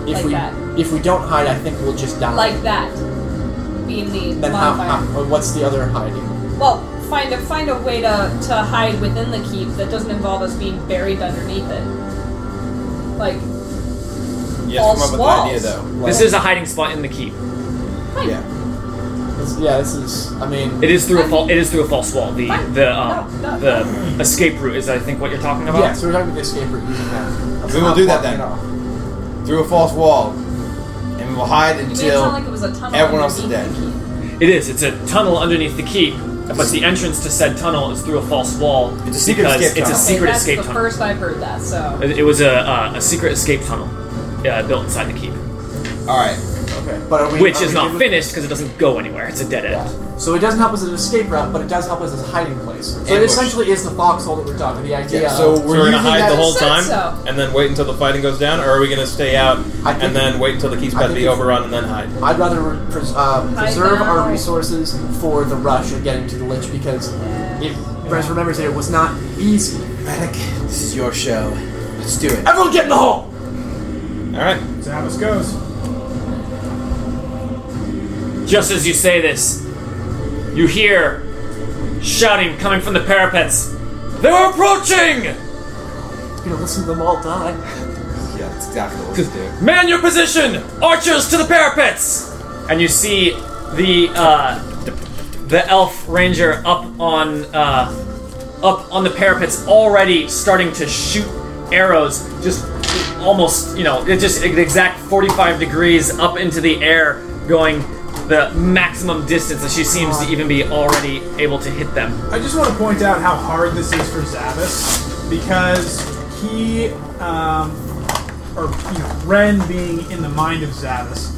Speaker 10: if
Speaker 6: Like
Speaker 10: we
Speaker 6: that.
Speaker 10: if we don't hide I think we'll just die
Speaker 6: like that. Being the
Speaker 10: then how,
Speaker 6: modifier.
Speaker 10: how what's the other hiding
Speaker 6: Well, find a find a way to, to hide within the keep that doesn't involve us being buried underneath it. Like
Speaker 5: you have to
Speaker 6: false
Speaker 5: come up with
Speaker 6: walls.
Speaker 5: an idea though.
Speaker 3: This is a hiding spot in the keep.
Speaker 6: fine.
Speaker 5: Yeah.
Speaker 10: It's- yeah this is I mean
Speaker 3: It is through a fal- it is through a false wall. The the um,
Speaker 6: No, no,
Speaker 3: the escape route is I think what you're talking about.
Speaker 10: yeah so we're talking about the escape route using that Let's
Speaker 5: We will
Speaker 10: not
Speaker 5: do that
Speaker 10: block it
Speaker 5: then.
Speaker 10: off.
Speaker 5: Through a false wall, and we will hide
Speaker 6: It made it sound
Speaker 5: until
Speaker 6: like it was a tunnel.
Speaker 5: everyone else is
Speaker 6: underneath
Speaker 5: dead.
Speaker 6: the keep.
Speaker 3: It is. It's a tunnel underneath the keep, but the entrance to said tunnel is through a false wall.
Speaker 5: It's a secret
Speaker 3: because
Speaker 5: escape
Speaker 3: It's a
Speaker 5: tunnel.
Speaker 6: Okay,
Speaker 3: secret
Speaker 6: that's
Speaker 3: escape
Speaker 6: the
Speaker 3: tunnel.
Speaker 6: first I've heard that. So
Speaker 3: It it was a, uh, a secret escape tunnel uh, built inside the keep,
Speaker 5: All right.
Speaker 10: But are we,
Speaker 3: which
Speaker 10: are
Speaker 3: is
Speaker 10: we
Speaker 3: not
Speaker 10: good
Speaker 3: finished because it doesn't go anywhere. It's a dead end.
Speaker 10: with- So it doesn't help us as an escape route, but it does help us as a hiding place. So it
Speaker 5: Ambush.
Speaker 10: essentially is the foxhole that we're talking. The idea.
Speaker 5: Yeah, so
Speaker 10: of,
Speaker 2: So we're
Speaker 5: we're
Speaker 2: gonna
Speaker 5: using
Speaker 2: hide
Speaker 5: that
Speaker 2: the whole
Speaker 6: said
Speaker 2: time
Speaker 6: so.
Speaker 2: and then wait until the fighting goes down, or are we gonna stay out
Speaker 10: I think-
Speaker 2: and then wait until the keep's
Speaker 10: I
Speaker 2: about to
Speaker 10: think
Speaker 2: be
Speaker 10: if-
Speaker 2: overrun and then hide?
Speaker 10: I'd rather re- pres- uh, preserve
Speaker 6: now.
Speaker 10: our resources for the rush of getting to the Lich because if Bryce remembers it, it was not easy.
Speaker 5: Medic, this is your show. Let's do it.
Speaker 10: Everyone get in the hole.
Speaker 2: All right.
Speaker 7: That's how this goes.
Speaker 3: Just as you say this, you hear shouting coming from the parapets. They're approaching!
Speaker 10: You know, listen to them all die.
Speaker 5: Yeah, that's exactly what we do.
Speaker 3: Man your position! Archers to the parapets! And you see the uh, the elf ranger up on uh, up on the parapets already starting to shoot arrows, just almost you know, it just an exact 45 degrees up into the air, going the maximum distance that she seems to even be already able to hit them.
Speaker 7: I just want to point out how hard this is for Zavis because he, um, or you know, Ren being in the mind of Zavis,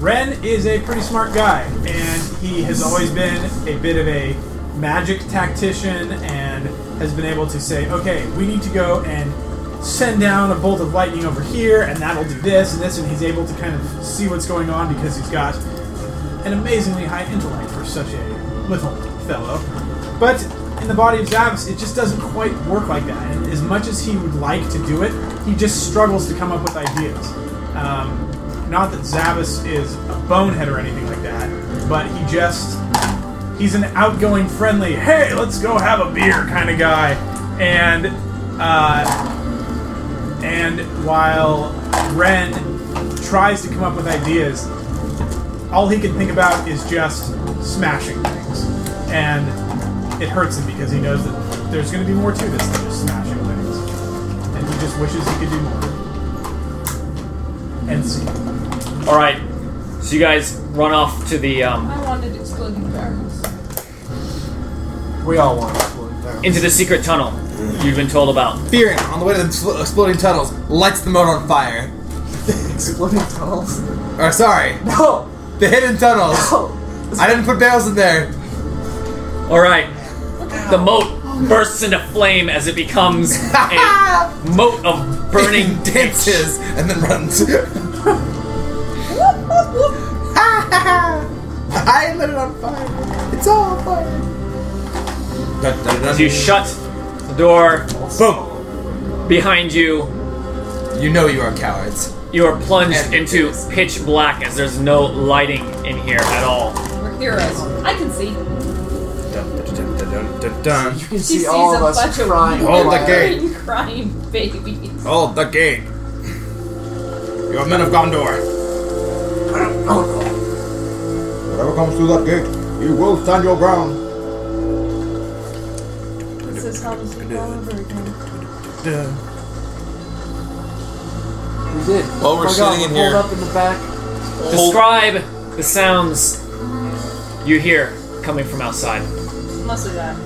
Speaker 7: Ren is a pretty smart guy, and he has always been a bit of a magic tactician and has been able to say, okay, we need to go and send down a bolt of lightning over here, and that'll do this and this, and he's able to kind of see what's going on because he's got an amazingly high intellect for such a little fellow. But in the body of Zavis, it just doesn't quite work like that. And as much as he would like to do it, he just struggles to come up with ideas. Um, not that Zavis is a bonehead or anything like that, but he just. He's an outgoing, friendly, hey, let's go have a beer kind of guy. And. Uh, and while Ren tries to come up with ideas, all he can think about is just smashing things. And it hurts him because he knows that there's going to be more to this than just smashing things. And he just wishes he could do more. And see.
Speaker 3: All right, so you guys run off to the um,
Speaker 6: I wanted exploding barrels.
Speaker 10: We all want to explode there.
Speaker 3: into the secret tunnel you've been told about.
Speaker 5: Fearing on the way to the expl- exploding tunnels, lights the moat on fire.
Speaker 10: Exploding tunnels.
Speaker 5: Or sorry,
Speaker 10: No.
Speaker 5: the hidden tunnels.
Speaker 10: No.
Speaker 5: I didn't put barrels in there.
Speaker 3: All right. The moat bursts into flame as it becomes a moat of burning pitch.
Speaker 5: dances and then runs. I lit it on fire. It's all on fire. Dun, dun, dun.
Speaker 3: As you shut the door
Speaker 5: Boom!
Speaker 3: behind you,
Speaker 5: You know you are cowards.
Speaker 3: You are plunged into pitch black as there's no lighting in here at all.
Speaker 6: We're heroes. I can see.
Speaker 13: Dun-dun-dun-dun-dun-dun.
Speaker 10: You can
Speaker 6: She
Speaker 10: see
Speaker 6: sees
Speaker 10: all
Speaker 6: a
Speaker 10: of us
Speaker 6: bunch of
Speaker 10: crying.
Speaker 13: Hold the gate.
Speaker 6: Crying, crying babies.
Speaker 13: Hold the gate. You are men of Gondor.
Speaker 10: "Oh,
Speaker 13: Whatever comes through that gate, you will stand your ground.
Speaker 6: This is how this is all over again.
Speaker 10: We did.
Speaker 2: While we're
Speaker 10: Oh my God,
Speaker 2: sitting in
Speaker 10: we're
Speaker 2: here-
Speaker 10: Pulled up in the back.
Speaker 3: Describe the sounds you hear coming from outside.
Speaker 6: Mostly that.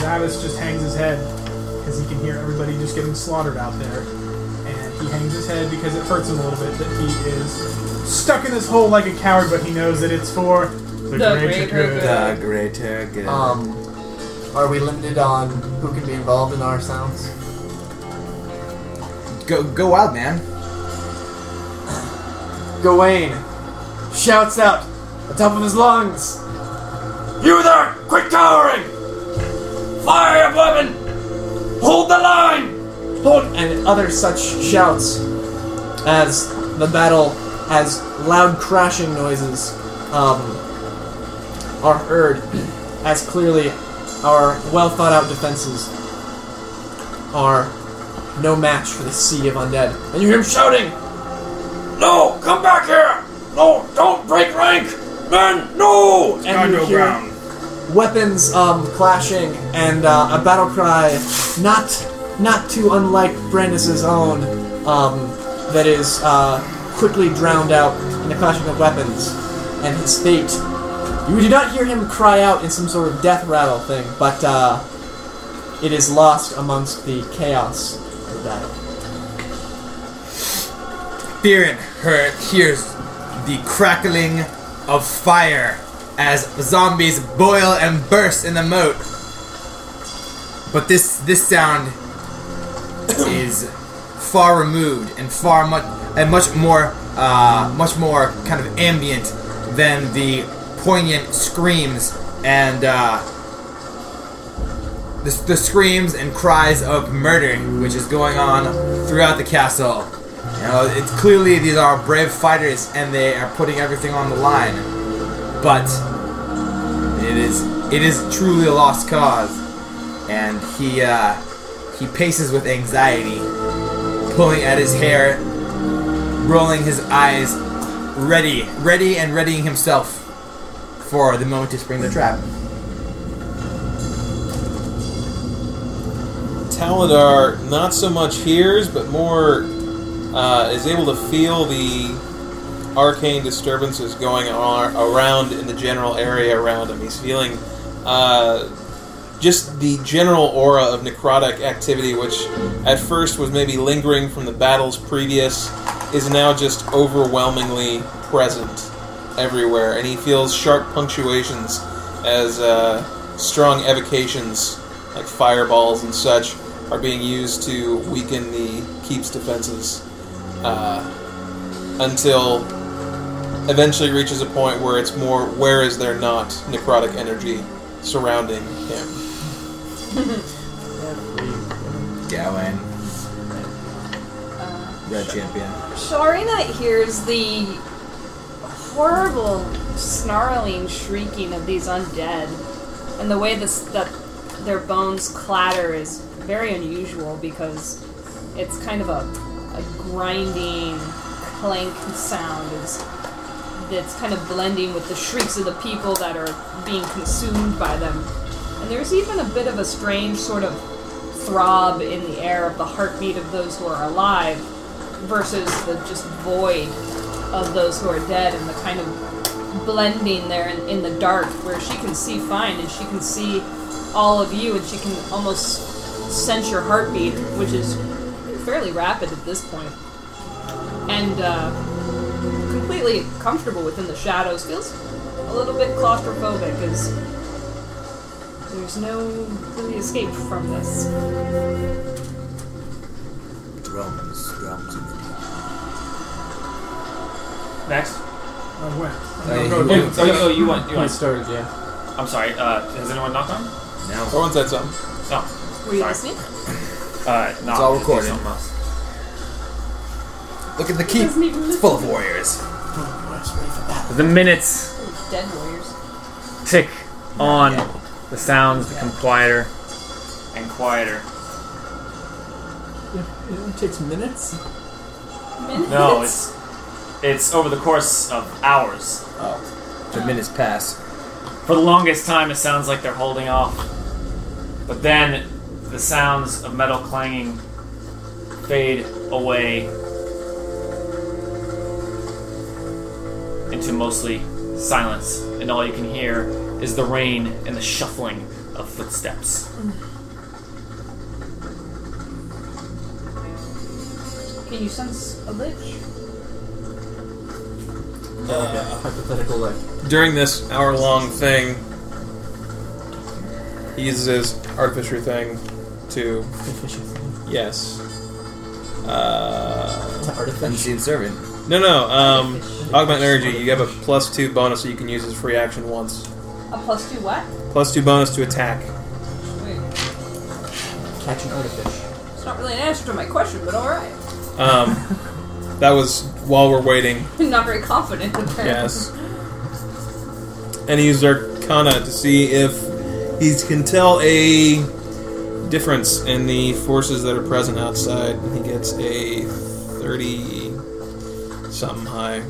Speaker 7: Zavis just hangs his head because he can hear everybody just getting slaughtered out there. And he hangs his head because it hurts him a little bit that he is stuck in this hole like a coward, but he knows that it's for the,
Speaker 6: The
Speaker 7: greater
Speaker 6: greater
Speaker 7: good.
Speaker 6: good.
Speaker 13: The greater good.
Speaker 3: Uh.
Speaker 10: Um, are we limited on who can be involved in our sounds?
Speaker 13: go, go out, man.
Speaker 10: Gawain shouts out at the top of his lungs, You there! Quit cowering! Fire your weapon! Hold the line! Hold! And other such shouts as the battle has loud crashing noises um, are heard as clearly our well thought out defenses are no match for the sea of undead. And you hear him shouting, no! Come back here! No! Don't break rank! Man, no! And you hear weapons um, clashing and uh, a battle cry, not not too unlike Brandis's own, um, that is uh, quickly drowned out in the clashing of weapons and his fate. You do not hear him cry out in some sort of death rattle thing, but uh, it is lost amongst the chaos of the battle.
Speaker 5: Theron her hears the crackling of fire as zombies boil and burst in the moat. But this this sound is far removed and far much and much more uh, much more kind of ambient than the poignant screams and uh, the, the screams and cries of murder which is going on throughout the castle. You know, it's clearly these are brave fighters and they are putting everything on the line. But it is it is truly a lost cause. And he uh, he paces with anxiety, pulling at his hair, rolling his eyes, ready, ready and readying himself for the moment to spring the trap.
Speaker 2: Taladar not so much hears, but more uh, is able to feel the arcane disturbances going on around in the general area around him. He's feeling uh, just the general aura of necrotic activity, which at first was maybe lingering from the battles previous, is now just overwhelmingly present everywhere. And he feels sharp punctuations as uh, strong evocations like fireballs and such are being used to weaken the keep's defenses uh, until eventually reaches a point where it's more where is there not necrotic energy surrounding him
Speaker 5: Gawain. Red champion.
Speaker 6: Sharina hears the horrible snarling, shrieking of these undead, and the way this, that their bones clatter is very unusual because it's kind of a, a grinding clank sound. It's, it's kind of blending with the shrieks of the people that are being consumed by them. And there's even a bit of a strange sort of throb in the air of the heartbeat of those who are alive versus the just void of those who are dead and the kind of blending there in, in the dark where she can see fine and she can see all of you and she can almost sense your heartbeat which is fairly rapid at this point and uh, completely comfortable within the shadows feels a little bit claustrophobic as there's no really escape from this
Speaker 5: Drums, drums.
Speaker 3: Next.
Speaker 7: I went. I'm
Speaker 5: Hey,
Speaker 7: gonna
Speaker 3: Oh,
Speaker 5: he
Speaker 7: go do
Speaker 3: you-
Speaker 7: it.
Speaker 3: oh, you- oh, you went. You
Speaker 10: He
Speaker 3: went.
Speaker 10: started, yeah.
Speaker 3: I'm sorry. Uh, has anyone knocked on?
Speaker 5: Now
Speaker 2: someone said something
Speaker 3: No.
Speaker 6: were you
Speaker 3: Sorry.
Speaker 6: listening
Speaker 3: Uh, no,
Speaker 5: all
Speaker 3: just do
Speaker 5: recorded.
Speaker 3: something else.
Speaker 5: Look at the keep.
Speaker 6: Doesn't even
Speaker 5: It's full of warriors.
Speaker 3: The minutes
Speaker 6: Dead warriors.
Speaker 3: tick on. The sounds become quieter and quieter.
Speaker 10: It only takes minutes.
Speaker 3: No, it's it's over the course of hours.
Speaker 5: The minutes pass.
Speaker 3: For the longest time, it sounds like they're holding off, but then the sounds of metal clanging fade away into mostly silence, and all you can hear is the rain and the shuffling of footsteps.
Speaker 6: Can you sense a lich?
Speaker 10: uh, Hypothetical, like
Speaker 2: During this hour long thing, he uses his artificer thing to. Yes. Uh,
Speaker 5: Unseen servant.
Speaker 2: no, no. Um, augment energy. You have a plus two bonus, so you can use his free action once.
Speaker 6: A plus two what?
Speaker 2: Plus two bonus to attack.
Speaker 6: Wait,
Speaker 10: catch an artifice.
Speaker 6: it's not really an answer to my question, but alright.
Speaker 2: Um, that was while we're waiting.
Speaker 6: not very confident in that.
Speaker 2: Yes. And he used Arcana to see if he can tell a difference in the forces that are present outside. And he gets a 30 something high.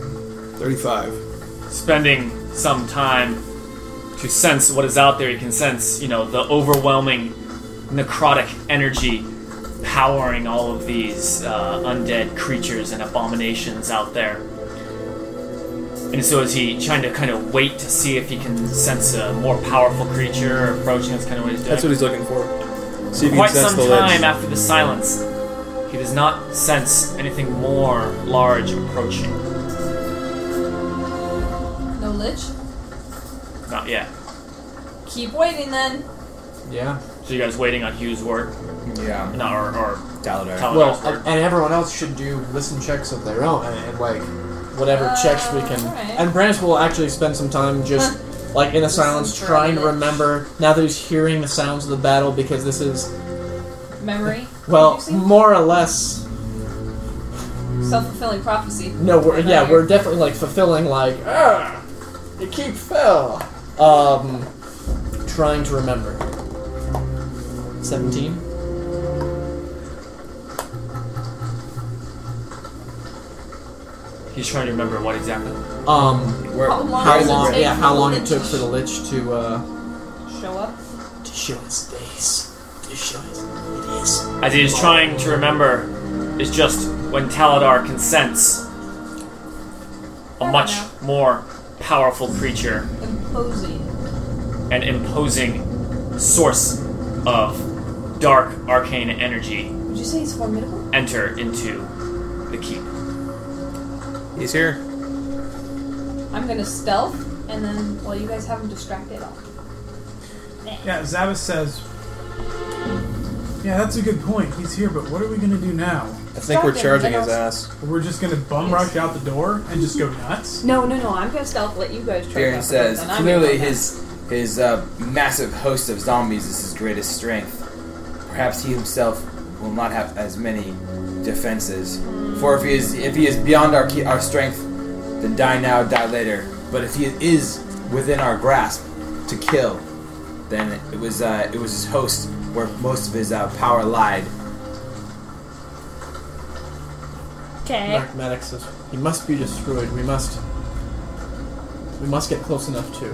Speaker 2: 35.
Speaker 3: spending some time to sense what is out there. You can sense, you know, the overwhelming necrotic energy powering all of these uh, undead creatures and abominations out there. And so, is he trying to kind of wait to see if he can sense a more powerful creature approaching? That's kind of what he's doing.
Speaker 2: That's what he's looking for. See if he can
Speaker 3: Quite
Speaker 2: sense
Speaker 3: some
Speaker 2: the ledge.
Speaker 3: time after the silence, he does not sense anything more large approaching.
Speaker 6: No lich?
Speaker 3: Not yet.
Speaker 6: Keep waiting then.
Speaker 10: Yeah.
Speaker 3: So you guys waiting on Hugh's work?
Speaker 5: Yeah.
Speaker 3: No, or, or
Speaker 5: Taladar.
Speaker 3: Taladar.
Speaker 10: Well, and, and everyone else should do listen checks of their own, and, and like whatever
Speaker 6: Uh,
Speaker 10: checks we can.
Speaker 6: alright.
Speaker 10: And Brandis will actually spend some time just like in the silence,
Speaker 6: for a
Speaker 10: trying to
Speaker 6: minute.
Speaker 10: remember now that he's hearing the sounds of the battle because this is
Speaker 6: Memory.
Speaker 10: well,
Speaker 6: Reducing?
Speaker 10: more or less.
Speaker 6: self-fulfilling prophecy.
Speaker 10: No, we're yeah, we're definitely like fulfilling like ah, you keep fell. Um, trying to remember. Seventeen.
Speaker 3: uh, He's trying to remember what exactly.
Speaker 10: Um,
Speaker 5: Where-
Speaker 6: How long
Speaker 10: how
Speaker 6: does it
Speaker 10: long?
Speaker 6: take
Speaker 10: Yeah,
Speaker 6: for
Speaker 10: how
Speaker 6: the
Speaker 10: long it
Speaker 6: lich
Speaker 10: took for the lich to uh
Speaker 6: show up.
Speaker 10: to show its face? To show its it is.
Speaker 3: As he is trying to remember, is just when Taladar consents, a much more powerful creature
Speaker 6: Imposing.
Speaker 3: and imposing source of dark arcane energy
Speaker 6: Would you say he's formidable?
Speaker 3: enter into the keep.
Speaker 2: He's here.
Speaker 6: I'm gonna stealth, and then while you guys have him distracted, I'll.
Speaker 7: Yeah, Zavis says. Yeah, that's a good point. He's here, but what are we gonna do now?
Speaker 2: I think we're
Speaker 6: Stop him,
Speaker 2: charging his
Speaker 6: let
Speaker 2: ass.
Speaker 7: We're just gonna bum rush out the door and just go nuts?
Speaker 6: No, no, no. I'm gonna stealth. Let you guys try.
Speaker 5: Baron says clearly his his uh, massive host of zombies is his greatest strength. Perhaps he himself will not have as many defenses. For if he is if he is beyond our ke- our strength, then die now, die later. But if he is within our grasp to kill, then it was uh, it was his host where most of his uh, power lied.
Speaker 6: Okay.
Speaker 10: Mark Maddox says he must be destroyed. We must. We must get close enough to.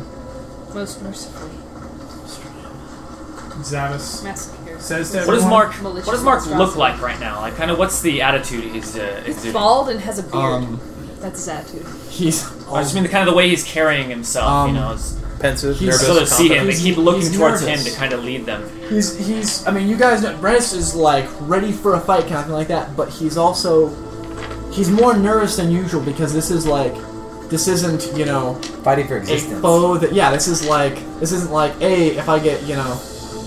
Speaker 6: Most mercifully,
Speaker 7: Zavis
Speaker 6: massacre.
Speaker 7: says to
Speaker 3: What does
Speaker 7: everyone,
Speaker 3: Mark? What
Speaker 6: Malicious
Speaker 3: does Mark look
Speaker 6: monstrosity.
Speaker 3: like right now? Like, kind of, what's the attitude he's uh, is
Speaker 6: He's
Speaker 3: doing?
Speaker 6: bald and has a beard.
Speaker 10: Um,
Speaker 6: That's his attitude.
Speaker 10: he's.
Speaker 3: I just mean the kind of the way he's carrying himself.
Speaker 10: Um,
Speaker 3: you know, it's-
Speaker 2: Pensive,
Speaker 10: He's
Speaker 2: nervous.
Speaker 3: so they see him. They
Speaker 10: confident.
Speaker 3: keep looking
Speaker 10: He's
Speaker 3: towards
Speaker 10: nervous.
Speaker 3: him to kind of lead them.
Speaker 10: He's. He's. I mean, you guys know. Brennus is like ready for a fight, kind of thing like that. But he's also. He's more nervous than usual because this is like. This isn't, you know,
Speaker 5: Fighting for
Speaker 10: a
Speaker 5: existence.
Speaker 10: foe that. Yeah, this is like. This isn't like, hey, if I get, you know,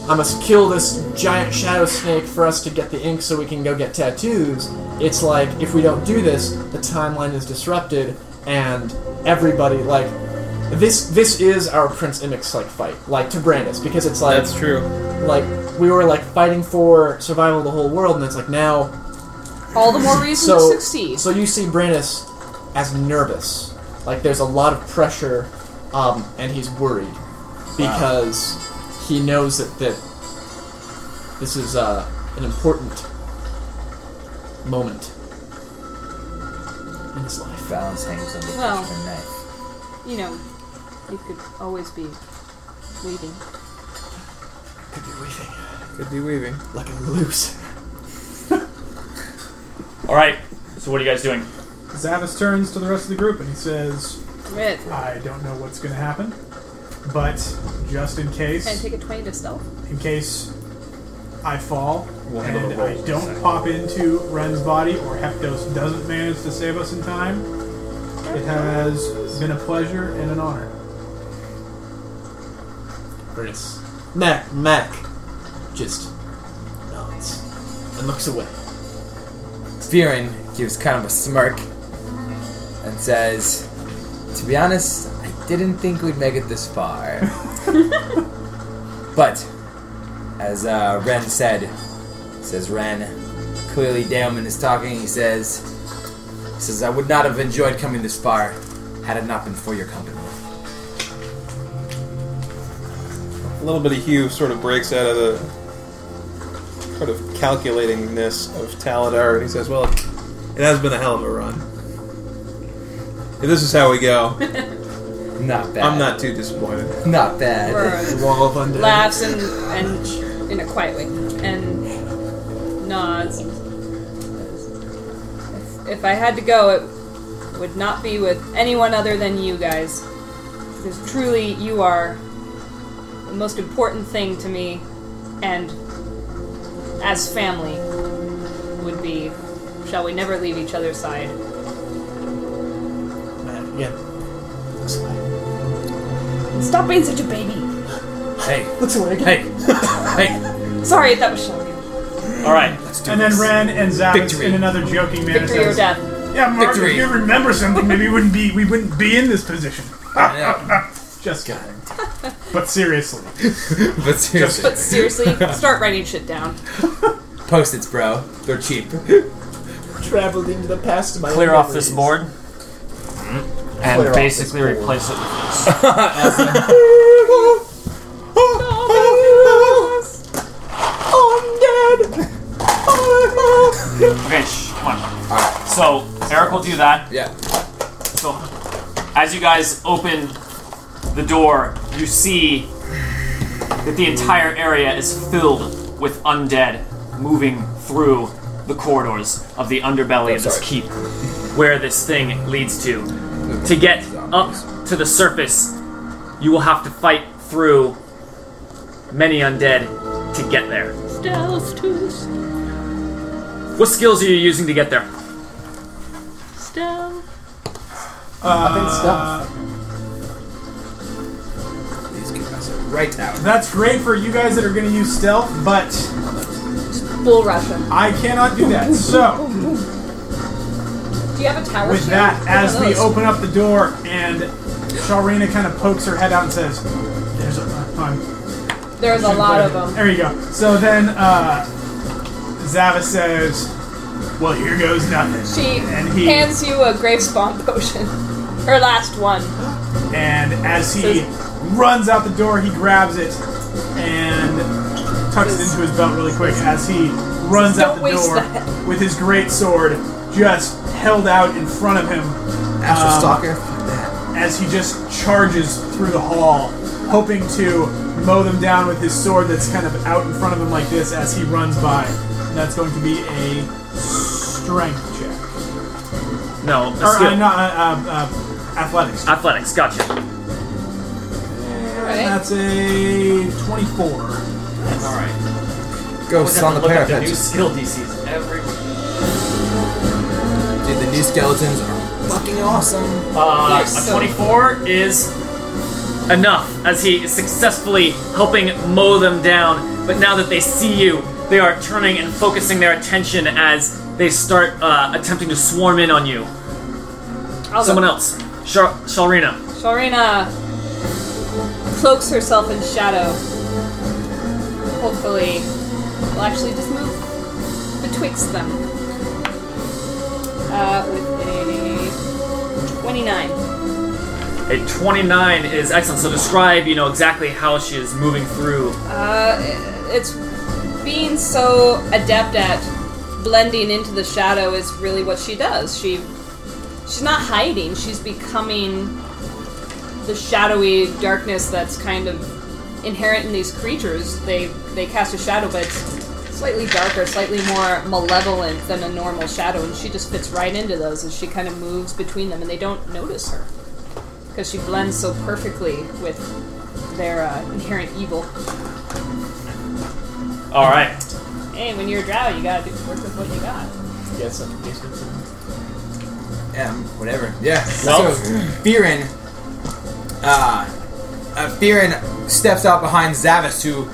Speaker 10: I must kill this giant shadow snake for us to get the ink so we can go get tattoos. It's like, if we don't do this, the timeline is disrupted, and everybody, like. This this is our Prince Imix like fight, like to Brandis, because it's like
Speaker 2: That's true.
Speaker 10: like we were like fighting for survival of the whole world and it's like now
Speaker 6: All the more reason
Speaker 10: So,
Speaker 6: to succeed.
Speaker 10: so you see Brandis as nervous. Like there's a lot of pressure, um, and he's worried because he knows that, that this is uh, an important moment in his life.
Speaker 13: Balance hangs on the
Speaker 6: Well.
Speaker 13: edge of a knife.
Speaker 6: you know, you could always be leaving.
Speaker 10: Could be weaving
Speaker 2: Could be weaving.
Speaker 10: like a loser.
Speaker 3: All right. So what are you guys doing?
Speaker 7: Zavis turns to the rest of the group and he says,
Speaker 6: Red.
Speaker 7: I don't know what's going to happen, but just in
Speaker 6: Can I
Speaker 7: case,
Speaker 6: take a 20 to stealth?
Speaker 7: in case I fall and I don't pop into Ren's body or Heptos doesn't manage to save us in time, it has been a pleasure and an honor.
Speaker 10: Brandis. Mac, Mac, just nods and looks away.
Speaker 13: Viren gives kind of a smirk and says, To be honest, I didn't think we'd make it this far. but, as uh, Ren said, says Ren, clearly Damon is talking, he says, he says, I would not have enjoyed coming this far had it not been for your company.
Speaker 2: A little bit of hue sort of breaks out of the sort of calculatingness of Taladar, and he says, "Well, it has been a hell of a run. If this is how we go,
Speaker 13: Not bad.
Speaker 2: I'm not too disappointed."
Speaker 13: Not bad.
Speaker 6: Or
Speaker 10: Wall of undead.
Speaker 6: laughs and, and in a quiet way and nods. If- If I had to go, it would not be with anyone other than you guys. Because truly, you are the most important thing to me, and as family, would be shall we never leave each other's side.
Speaker 10: Mac, again, looks away.
Speaker 6: Stop being such a baby!
Speaker 13: Hey,
Speaker 10: Looks away again.
Speaker 13: hey, hey,
Speaker 6: Sorry, that was Shelby.
Speaker 3: All right.
Speaker 13: let's do
Speaker 7: And then
Speaker 13: this.
Speaker 7: Ren and Zavis
Speaker 13: Victory.
Speaker 7: in another joking manner
Speaker 6: Victory or
Speaker 7: says,
Speaker 6: death.
Speaker 7: Yeah, Mark,
Speaker 13: Victory.
Speaker 7: if you remember something, maybe we wouldn't be we wouldn't be in this position.
Speaker 13: Yeah,
Speaker 7: Just kidding. But seriously,
Speaker 13: but seriously,
Speaker 6: But seriously, start writing shit down.
Speaker 13: post-its, bro. They're cheap.
Speaker 10: traveled into the past. of My
Speaker 3: Clear
Speaker 10: own
Speaker 3: off this
Speaker 10: memories. Hmm?
Speaker 3: board and
Speaker 10: Clear off this
Speaker 3: basically replace it with this. Okay, shh, come on. So Eric will do that.
Speaker 13: Yeah.
Speaker 3: So as you guys open the door, you see that the entire area is filled with undead moving through the corridors of the underbelly of this
Speaker 13: sorry.
Speaker 3: keep, where this thing leads to. To get up to the surface, you will have to fight through many undead to get there.
Speaker 6: Stealth to
Speaker 3: What skills are you using to get there?
Speaker 6: stealth.
Speaker 10: I think stuff.
Speaker 13: Right now.
Speaker 7: that's great for you guys that are going to use stealth, but
Speaker 6: Bull Russian.
Speaker 7: I cannot do that. So,
Speaker 6: Do you have a tower
Speaker 7: with
Speaker 6: shield?
Speaker 7: that,
Speaker 6: Look at
Speaker 7: as we
Speaker 6: those.
Speaker 7: open up the door, and Shalrina kind of pokes her head out and says, "There's a." I'm-
Speaker 6: there's a lot of them.
Speaker 7: There you go. So then, uh, Zavis says, "Well, here goes nothing."
Speaker 6: She
Speaker 7: and he
Speaker 6: hands you a grave spawn potion. Her last one.
Speaker 7: and as he runs out the door, he grabs it and tucks it into his belt really quick. As he runs out
Speaker 6: Don't
Speaker 7: the
Speaker 6: waste
Speaker 7: door
Speaker 6: that.
Speaker 7: with his great sword just held out in front of him.
Speaker 5: Astral
Speaker 7: Um,
Speaker 5: Stalker.
Speaker 7: as he just charges through the hall, hoping to mow them down with his sword that's kind of out in front of him like this as he runs by. And that's going to be a strength check.
Speaker 3: No, a
Speaker 7: Or,
Speaker 3: skill.
Speaker 7: uh, not, uh, uh, uh, athletics.
Speaker 3: Athletics, gotcha.
Speaker 6: Right?
Speaker 7: That's a 24.
Speaker 3: Alright.
Speaker 13: Ghosts on the parapet.
Speaker 3: new skill DCs every
Speaker 13: Dude, the new skeletons are fucking awesome.
Speaker 3: Uh,
Speaker 6: Yes.
Speaker 3: a 24 is enough as he is successfully helping mow them down. But now that they see you, they are turning and focusing their attention as they start uh, attempting to swarm in on you.
Speaker 6: I'll
Speaker 3: Someone
Speaker 6: go.
Speaker 3: else. Shar- Shalrina.
Speaker 6: Shorina cloaks herself in shadow. Hopefully, will actually just move betwixt them. uh, with a 29.
Speaker 3: A 29 is excellent. So describe, you know, exactly how she is moving through.
Speaker 6: Uh, it's being so adept at blending into the shadow is really what she does. She she's not hiding. She's becoming the shadowy darkness that's kind of inherent in these creatures. They they cast a shadow, but it's slightly darker, slightly more malevolent than a normal shadow, and she just fits right into those as she kind of moves between them, and they don't notice her because she blends so perfectly with their uh, inherent evil.
Speaker 3: All right.
Speaker 6: Hey, when you're a drow, you gotta do work with what you got.
Speaker 10: Yes, I'm basically-
Speaker 5: Um, whatever. Yeah.
Speaker 3: No.
Speaker 5: So, Fearin, uh, uh, Fearin steps out behind Zavis, who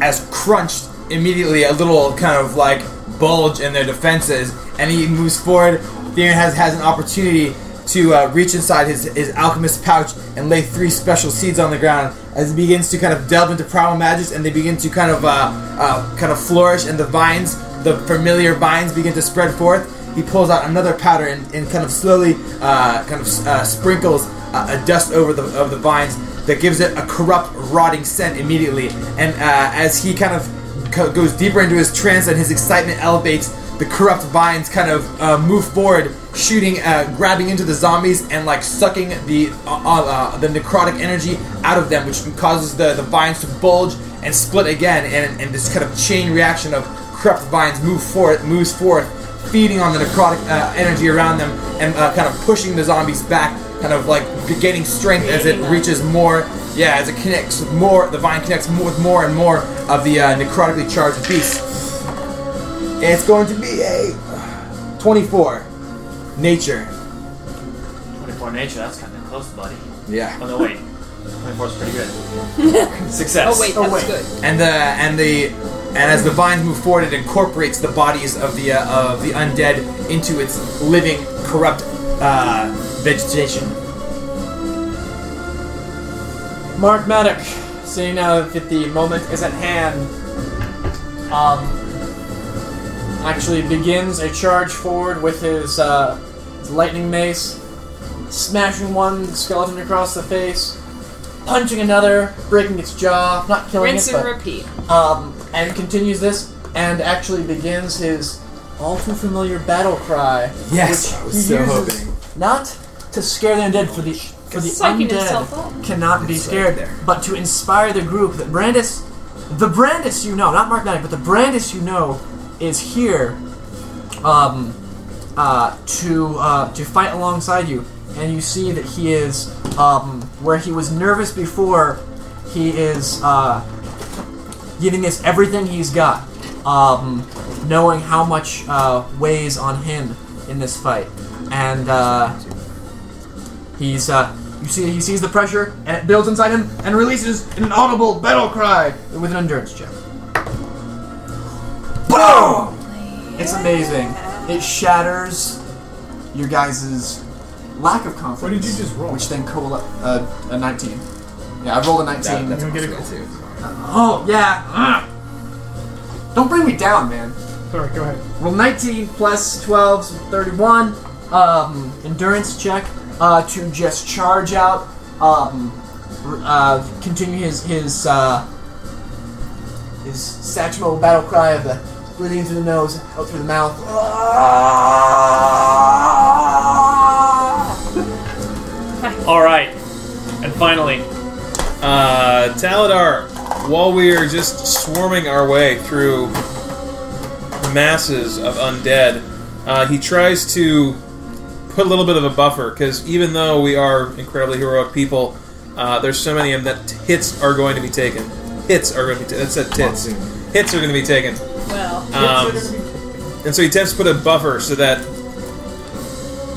Speaker 5: has crunched immediately a little kind of like bulge in their defenses, and he moves forward. Fearin has, has an opportunity to uh, reach inside his, his alchemist pouch and lay three special seeds on the ground as he begins to kind of delve into primal magics and they begin to kind of uh, uh, kind of flourish and the vines the familiar vines begin to spread forth he pulls out another powder and, and kind of slowly uh, kind of uh, sprinkles uh, a dust over the of the vines that gives it a corrupt rotting scent immediately and uh, as he kind of co- goes deeper into his trance and his excitement elevates the corrupt vines kind of uh, move forward shooting uh, grabbing into the zombies and like sucking the uh, uh, the necrotic energy out of them which causes the, the vines to bulge and split again and, and this kind of chain reaction of corrupt vines move forth moves forth feeding on the necrotic uh, energy around them and uh, kind of pushing the zombies back, kind of like gaining strength as it
Speaker 6: Creating them.
Speaker 5: reaches more. Yeah, as it connects with more, the vine connects more with more and more of the uh, necrotically charged beasts. It's going to be a 24 nature.
Speaker 3: 24 nature. That's kind of close, buddy.
Speaker 5: Yeah,
Speaker 3: Oh no, wait. 24 is pretty good. Success.
Speaker 6: Oh wait, that's good.
Speaker 5: and the and the and as the vines move forward, it incorporates the bodies of the uh, of the undead into its living corrupt uh, vegetation.
Speaker 10: Mark Maddock, seeing now that the moment is at hand, um, actually begins a charge forward with his, uh, his lightning mace, smashing one skeleton across the face, punching another, breaking its jaw, not killing
Speaker 6: Rinse
Speaker 10: it,
Speaker 6: and
Speaker 10: but
Speaker 6: repeat.
Speaker 10: um, and continues this, and actually begins his all too familiar battle cry.
Speaker 5: Yes,
Speaker 10: which
Speaker 5: I
Speaker 10: he
Speaker 5: was so
Speaker 10: uses
Speaker 5: hoping.
Speaker 10: Not to scare the undead for the for the
Speaker 6: Psyching himself
Speaker 10: undead
Speaker 6: up.
Speaker 10: cannot be
Speaker 5: It's right
Speaker 10: scared,
Speaker 5: there.
Speaker 10: but to inspire the group that Brandis, the Brandis you know, not Mark Maddock, but the Brandis you know is here, um, uh, to uh, to fight alongside you, and you see that he is um, where he was nervous before. He is uh, giving us everything he's got, um, knowing how much uh, weighs on him in this fight, and uh, he's uh, you see he sees the pressure and it builds inside him and releases an audible battle cry with an endurance check. Boom! It's amazing. It shatters your guys' lack of confidence.
Speaker 7: What did you just roll?
Speaker 10: Which then cola uh, a 19. Yeah, I rolled a
Speaker 5: That,
Speaker 10: 19.
Speaker 5: that's
Speaker 7: You get a
Speaker 5: possible, too.
Speaker 10: Oh, yeah. Ugh. Don't bring me down, man.
Speaker 7: Sorry, go ahead.
Speaker 10: Well, 19 plus 12 so 31. Um, endurance check uh, to just charge out. Um, r- uh, continue his his uh, his satchmo battle cry of the breathing through the nose, out through the mouth.
Speaker 3: Ah! All right. And finally,
Speaker 2: Uh, Taladar, while we are just swarming our way through masses of undead, uh, he tries to put a little bit of a buffer because even though we are incredibly heroic people, uh, there's so many of them that hits are going to be taken. Hits are going to be taken. That's a tits. Hits are going to be taken.
Speaker 6: Well,
Speaker 2: Um, and so he attempts to put a buffer so that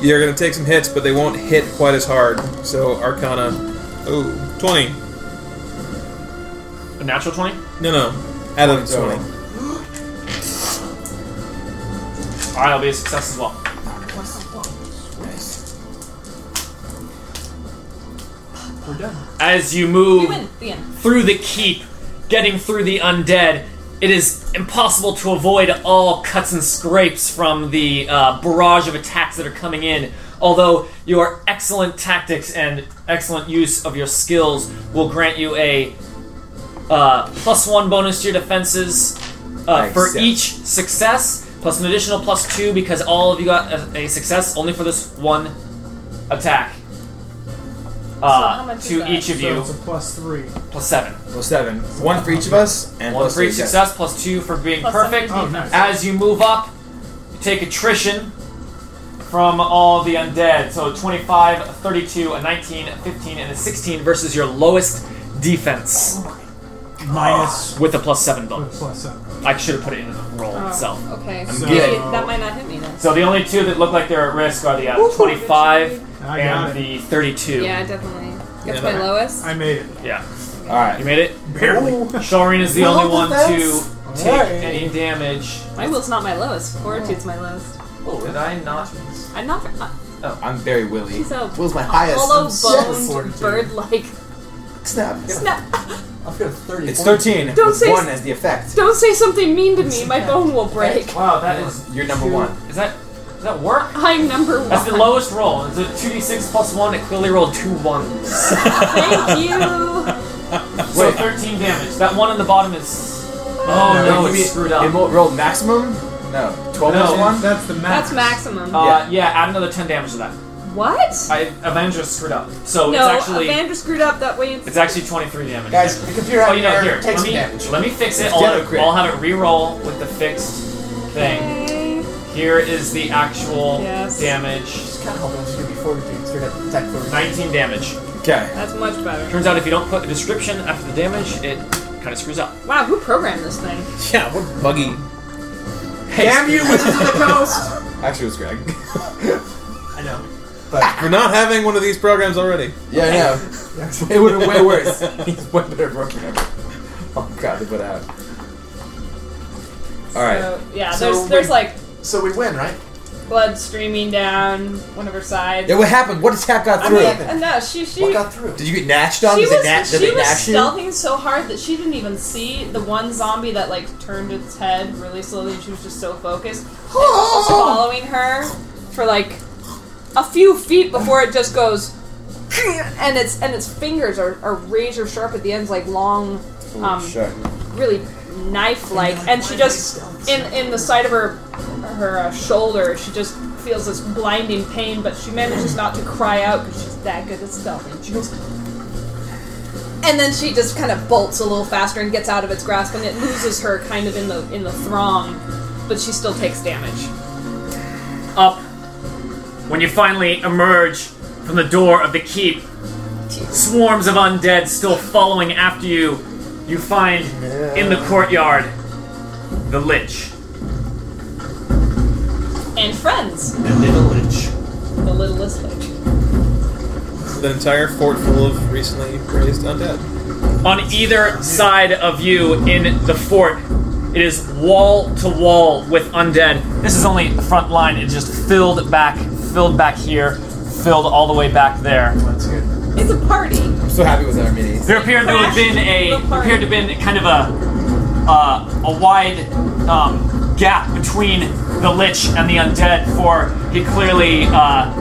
Speaker 2: you're going to take some hits, but they won't hit quite as hard. So Arcana, oh, 20.
Speaker 3: a natural 20.
Speaker 2: No, no. Out of 20.
Speaker 3: All right, I'll be a success as well.
Speaker 10: We're done.
Speaker 3: As you
Speaker 6: we
Speaker 3: move
Speaker 6: win. The end.
Speaker 3: through the keep, getting through the undead, it is impossible to avoid all cuts and scrapes from the uh, barrage of attacks that are coming in. Although your excellent tactics and excellent use of your skills will grant you a uh, plus one bonus to your defenses uh,
Speaker 13: Nice.
Speaker 3: for each success, plus an additional plus two because all of you got a, a success only for this one attack.
Speaker 6: how
Speaker 3: Uh,
Speaker 6: much is
Speaker 3: to
Speaker 6: that?
Speaker 3: each of
Speaker 7: So
Speaker 3: you,
Speaker 7: it's a plus three.
Speaker 3: plus seven.
Speaker 13: Plus seven. One for each of us, and
Speaker 3: One
Speaker 13: plus
Speaker 3: for each
Speaker 13: success.
Speaker 3: success, plus two for being
Speaker 6: Plus
Speaker 3: perfect.
Speaker 6: seven.
Speaker 7: Oh, nice.
Speaker 3: As you move up, you take attrition from all the undead. So 25, a 32, a 19, a 15, and a 16 versus your lowest defense
Speaker 7: Minus
Speaker 3: with a plus seven
Speaker 7: Ah. with
Speaker 3: bonus.
Speaker 7: plus seven.
Speaker 3: I should have put it in the roll itself.
Speaker 6: Oh, okay.
Speaker 7: So-
Speaker 6: Maybe that might not hit me then.
Speaker 3: So the only two that look like they're at risk are the
Speaker 6: Ooh,
Speaker 3: uh, 25
Speaker 7: I got
Speaker 3: and
Speaker 7: it.
Speaker 3: the 32.
Speaker 6: Yeah, definitely. That's
Speaker 13: Yeah,
Speaker 6: my
Speaker 13: that-
Speaker 6: lowest.
Speaker 7: I made it.
Speaker 3: Yeah.
Speaker 13: All right.
Speaker 3: You made it?
Speaker 7: Barely.
Speaker 3: Shoreen is the
Speaker 16: Roll
Speaker 3: only one
Speaker 16: defense.
Speaker 3: to take
Speaker 16: Alright.
Speaker 3: any damage.
Speaker 6: my will's not my lowest. Fortitude's my lowest.
Speaker 3: Did I not?
Speaker 6: I'm not. Uh,
Speaker 13: I'm very willy.
Speaker 6: she's a
Speaker 13: Will's my highest.
Speaker 6: hollow
Speaker 13: Yes.
Speaker 6: boned bird like.
Speaker 13: Snap.
Speaker 6: Snap!
Speaker 16: I've got a 30.
Speaker 13: It's 13.
Speaker 6: Don't
Speaker 13: with
Speaker 6: say-
Speaker 13: one as the effect.
Speaker 6: Don't say something mean to me. My bone will break.
Speaker 3: Wow, that is.
Speaker 13: You're number
Speaker 3: two-
Speaker 13: one.
Speaker 3: Is that. Does that work?
Speaker 6: I'm number one.
Speaker 3: That's the lowest roll. It's a 2d6 plus 1. It clearly rolled two ones.
Speaker 6: Thank you.
Speaker 3: So 13 damage. That one on the bottom is. Oh no,
Speaker 13: it
Speaker 3: it's screwed up.
Speaker 13: It mo- rolled maximum? No. 12
Speaker 3: No.
Speaker 13: plus one?
Speaker 7: That's the max.
Speaker 6: That's maximum.
Speaker 3: uh, yeah, add another 10 damage to that.
Speaker 6: what?
Speaker 3: I Avenger screwed up. So
Speaker 6: no,
Speaker 3: it's actually.
Speaker 6: Evander screwed up. That way it's
Speaker 3: It's actually 23 damage.
Speaker 16: Guys, the computer
Speaker 3: oh,
Speaker 16: out
Speaker 3: you know,
Speaker 16: there
Speaker 3: here.
Speaker 16: takes
Speaker 3: Let
Speaker 16: some
Speaker 3: me,
Speaker 16: damage.
Speaker 3: let me fix it.
Speaker 13: Get a
Speaker 3: I'll,
Speaker 13: crit.
Speaker 3: I'll have it re-roll with the fixed thing.
Speaker 6: okay.
Speaker 3: Here is the actual
Speaker 6: Yes.
Speaker 3: damage.
Speaker 16: Just kind of hoping it's going to be 42 straight up attack 42.
Speaker 3: 19 damage.
Speaker 13: Okay.
Speaker 6: That's much better.
Speaker 3: Turns out if you don't put a description after the damage, it kind of screws up.
Speaker 6: Wow, who programmed this thing?
Speaker 2: Yeah, what buggy?
Speaker 16: Damn you, Wizards of the Coast!
Speaker 13: Actually, it was Greg.
Speaker 16: I know.
Speaker 2: We're not having one of these programs already.
Speaker 13: yeah, I know. It would have been way worse. He's way better at Brooklyn. Oh, God, they put out. All right.
Speaker 6: So, yeah,
Speaker 16: So
Speaker 6: there's there's
Speaker 16: we-
Speaker 6: like
Speaker 16: So we win, right?
Speaker 6: blood streaming down one of her sides.
Speaker 13: yeah, what happened? What attack got
Speaker 6: I
Speaker 13: through?
Speaker 6: mean, uh, no, she she
Speaker 16: What got through?
Speaker 13: Did you get natched on?
Speaker 6: she
Speaker 13: Did
Speaker 6: was
Speaker 13: they na- did
Speaker 6: she
Speaker 13: they
Speaker 6: was
Speaker 13: natch you?
Speaker 6: stealthing so hard that she didn't even see the one zombie that like turned its head really slowly. and She was just so focused, and it was just following her for like a few feet before it just goes, and its and its fingers are, are razor sharp at the ends, like long, um,
Speaker 13: Sure.
Speaker 6: really knife like and she just in in the side of her her uh, shoulder she just feels this blinding pain but she manages not to cry out because she's that good at stealthing she goes and then she just kind of bolts a little faster and gets out of its grasp and it loses her kind of in the in the throng but she still takes damage
Speaker 3: up when you finally emerge from the door of the keep. Swarms of undead still following after you. You find in the courtyard the Lich.
Speaker 6: and friends
Speaker 3: The little Lich.
Speaker 6: the littlest lich
Speaker 2: With an entire fort full of recently raised undead.
Speaker 3: On either side of you in the fort, it is wall to wall with undead. This is only the front line, it's just filled back, filled back here, filled all the way back there.
Speaker 16: That's good.
Speaker 6: it's a party
Speaker 13: I'm so happy with our minis.
Speaker 3: There appeared to have been a
Speaker 6: Crashed the party.
Speaker 3: appeared to have been kind of a uh, a wide um, gap between the lich and the undead, for he clearly uh,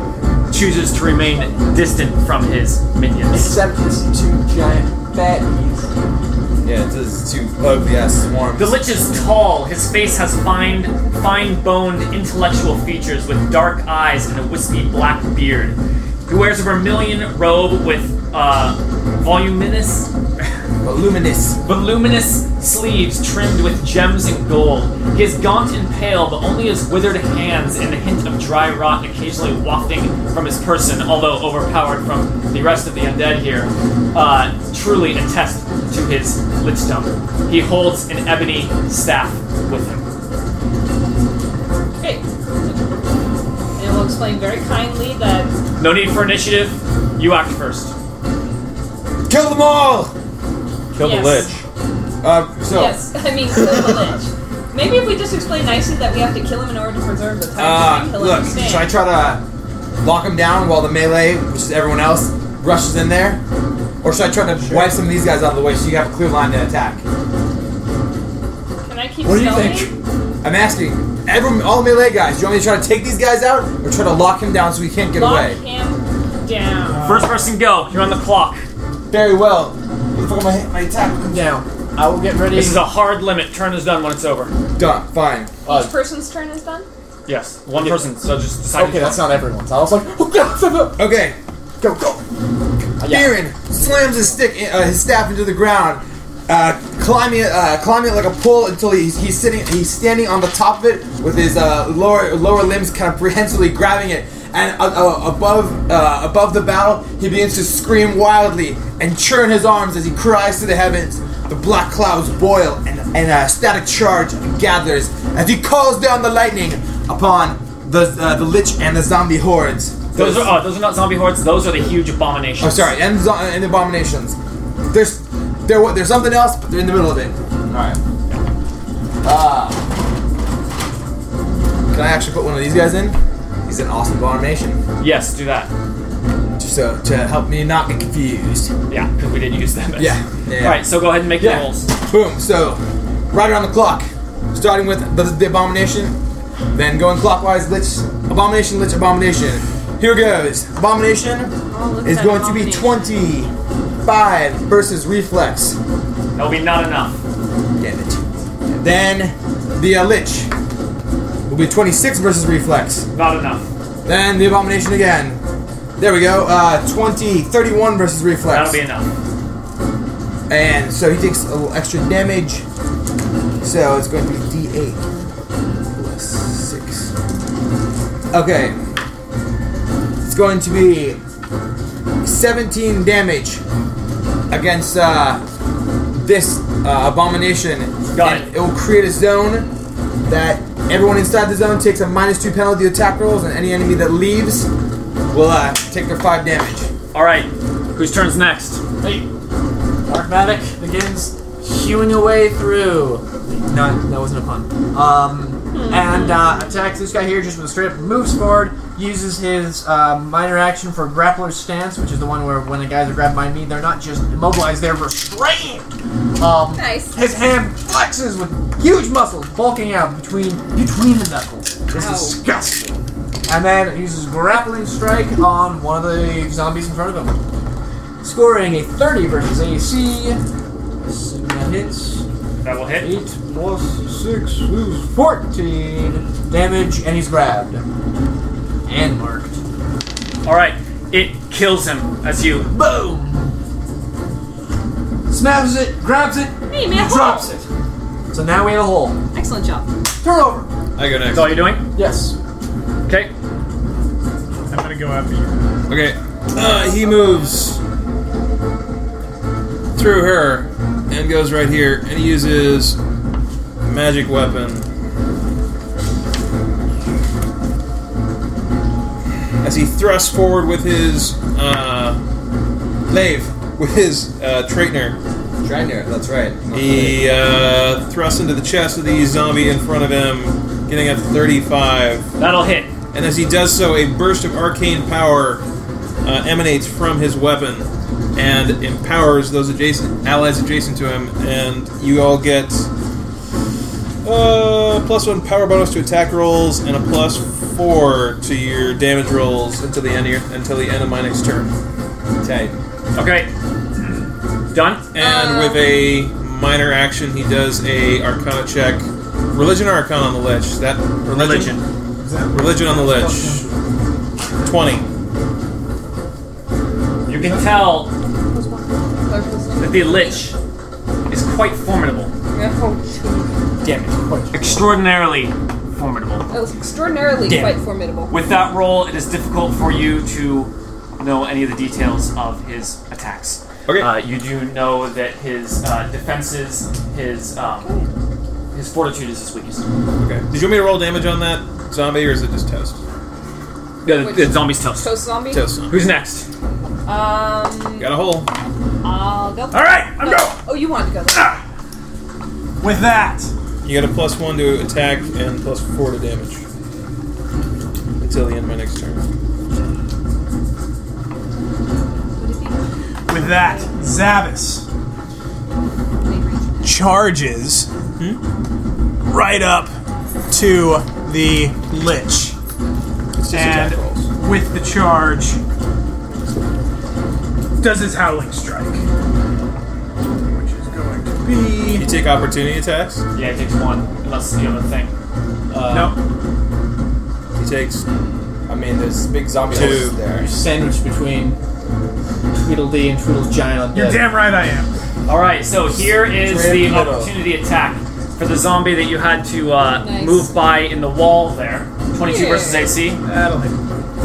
Speaker 3: chooses to remain distant from his minions.
Speaker 16: Except his two giant fatties.
Speaker 13: Yeah, it's those two ugly ass swarms.
Speaker 3: The lich is tall. His face has fine, fine-boned intellectual features with dark eyes and a wispy black beard. He wears a vermilion robe with uh, voluminous
Speaker 13: Voluminous.
Speaker 3: voluminous sleeves trimmed with gems and gold. He is gaunt and pale, but only his withered hands and a hint of dry rot occasionally wafting from his person, although overpowered from the rest of the undead here, uh, truly attest to his lichdom. He holds an ebony staff with him.
Speaker 6: okay and we'll explain very kindly that
Speaker 3: No need for initiative. You act first.
Speaker 13: Kill them all!
Speaker 2: Kill
Speaker 6: Yes.
Speaker 2: the lich.
Speaker 13: Uh, so,
Speaker 6: Yes, I mean kill the lich. Maybe if we just explain nicely that we have to kill him in order to preserve the
Speaker 13: uh,
Speaker 5: Ah,
Speaker 6: time, he'll
Speaker 13: look,
Speaker 6: understand.
Speaker 13: should I try to lock them down while the melee, which is everyone else, rushes in there? Or should I try to wipe some of these guys out of the way so you have a clear line to attack?
Speaker 6: Can I keep
Speaker 5: What do you
Speaker 6: stealthing?
Speaker 5: think? I'm asking everyone, all melee guys. Do you want me to try to take these guys out or try to lock him down so he can't get
Speaker 6: Lock
Speaker 5: away?
Speaker 6: him down.
Speaker 3: First person go. You're on the clock.
Speaker 5: Very well. Motherfucker, my, my attack comes
Speaker 10: Now, I will get ready.
Speaker 3: This is a hard limit. Turn is done when it's over.
Speaker 5: Done. Fine.
Speaker 2: Uh,
Speaker 6: Each person's turn is done.
Speaker 3: Yes, one person. So just decide.
Speaker 10: okay, that's not everyone's. I was like, oh god, stop, stop.
Speaker 5: Okay.
Speaker 10: go, go. Yeah.
Speaker 5: Aaron slams his stick, in- uh, his staff into the ground, uh, climbing, uh, climbing it like a pole until he's, he's sitting, he's standing on the top of it with his uh, lower lower limbs kind of prehensively grabbing it. And uh, uh, above uh, above the battle, he begins to scream wildly and churn his arms as he cries to the heavens. The black clouds boil, and, and a static charge gathers as he calls down the lightning upon the uh, the lich and the zombie hordes.
Speaker 3: Those are oh, those are not zombie hordes. Those are the huge abominations.
Speaker 5: I'm Oh, sorry, and, zo- and abominations. There's there wa- there's something else, but they're in the middle of it. Alright. Uh, can I actually put one of these guys in? He's an awesome abomination.
Speaker 3: Yes, do that.
Speaker 5: Just so to help me not get confused.
Speaker 3: Yeah, because we didn't use them.
Speaker 5: Yeah. yeah.
Speaker 3: All right, so go ahead and make
Speaker 5: Yeah.
Speaker 3: your rolls.
Speaker 5: Boom. So, right around the clock, starting with the, the abomination, then going clockwise. Lich, abomination, lich, abomination. Here goes. Abomination
Speaker 6: Oh, look
Speaker 5: is
Speaker 6: at
Speaker 5: going to be
Speaker 6: abomination.
Speaker 5: twenty-five versus reflex.
Speaker 3: That'll be not enough.
Speaker 5: Damn it. Then the uh, lich will be twenty-six versus reflex.
Speaker 3: Not enough.
Speaker 5: Then the abomination again. There we go. Uh, 20, 31 versus reflex.
Speaker 3: That'll be enough.
Speaker 5: And so he takes a little extra damage. So it's going to be D8 plus 6. Okay. It's going to be 17 damage against uh, this uh, abomination.
Speaker 3: Got
Speaker 5: And
Speaker 3: it.
Speaker 5: it will create a zone that everyone inside the zone takes a minus 2 penalty to attack rolls, and any enemy that leaves will uh, take their 5 damage.
Speaker 3: All right, whose turn's next?
Speaker 10: Archmatic begins hewing away through. No, that wasn't a pun. Um, and uh, attacks this guy here just with a straight up moves forward. Uses his uh, minor action for grappler's stance, which is the one where when the guys are grabbed by me, they're not just immobilized; they're restrained. Um,
Speaker 6: Nice.
Speaker 10: His hand flexes with huge muscles bulking out between between the knuckles. It's
Speaker 6: Ow.
Speaker 10: disgusting. And then uses grappling strike on one of the zombies in front of him scoring a 30 versus AC. Assuming that hits.
Speaker 3: That will hit.
Speaker 10: 8 plus 6 is 14 damage, and he's grabbed. And marked.
Speaker 3: All right, it kills him as you
Speaker 10: Boom! Snaps it, grabs it,
Speaker 6: Hey man,
Speaker 10: drops it. So now we have a hole.
Speaker 6: Excellent job.
Speaker 10: Turnover!
Speaker 2: I go next.
Speaker 3: That's all you're doing?
Speaker 10: Yes.
Speaker 3: Okay.
Speaker 7: I'm gonna go after you.
Speaker 2: Okay. Uh, he moves through her and goes right here, and he uses magic weapon. As he thrusts forward with his uh, lave, with his uh, traitner,
Speaker 5: Dragner, that's right.
Speaker 2: he uh, thrusts into the chest of the zombie in front of him, getting a 35.
Speaker 3: That'll hit.
Speaker 2: And as he does so, a burst of arcane power uh, emanates from his weapon and empowers those adjacent allies adjacent to him, and you all get uh, plus one power bonus to attack rolls and a plus four to your damage rolls until the end of your, until the end of my next turn.
Speaker 5: Okay.
Speaker 3: Okay. Done.
Speaker 2: And with a minor action, he does a Arcana check, religion or Arcana on the lich. That religion, religion on the lich. Twenty.
Speaker 3: You can tell
Speaker 6: Clerk was in.
Speaker 3: that the Lich is quite formidable.
Speaker 6: Oh,
Speaker 3: Damn it. Extraordinarily formidable.
Speaker 6: that was extraordinarily
Speaker 3: Damn.
Speaker 6: quite formidable.
Speaker 3: With that roll, it is difficult for you to know any of the details of his attacks.
Speaker 2: Okay.
Speaker 3: Uh, you do know that his uh, defenses, his um, his fortitude is his weakest.
Speaker 2: Okay. Did you want me to roll damage on that zombie, or is it just toast?
Speaker 3: Yeah, the,
Speaker 6: Which-
Speaker 3: the zombie's toast.
Speaker 6: Toast zombie.
Speaker 2: Toast. zombie.
Speaker 3: Who's next?
Speaker 6: Um,
Speaker 2: Got a hole.
Speaker 6: I'll go.
Speaker 7: All right,
Speaker 6: No.
Speaker 7: I'm going
Speaker 6: Oh, you want to go? There.
Speaker 7: with that.
Speaker 2: You got a plus one to attack and plus four to damage until the end of my next turn.
Speaker 7: With that, Hmm? Zavis charges right up to the Lich.
Speaker 2: It's just
Speaker 7: and
Speaker 2: attack rolls.
Speaker 7: with the charge, does his howling strike, which is going to
Speaker 2: You
Speaker 7: be
Speaker 2: take opportunity attacks.
Speaker 3: Yeah, it takes one, unless the other thing.
Speaker 7: Uh, no.
Speaker 2: He takes
Speaker 13: I mean, there's big zombie
Speaker 2: Two.
Speaker 13: hosts there.
Speaker 10: You're sandwiched between Tweedledee and Tweedlegiant on
Speaker 7: You're
Speaker 10: dead.
Speaker 7: damn right I am.
Speaker 3: All right, so here is
Speaker 13: Straight
Speaker 3: the
Speaker 13: in the middle.
Speaker 3: opportunity attack for the zombie that you had to uh,
Speaker 6: Nice.
Speaker 3: move by in the wall there. 22
Speaker 6: Yeah.
Speaker 3: versus AC.
Speaker 7: That'll hit.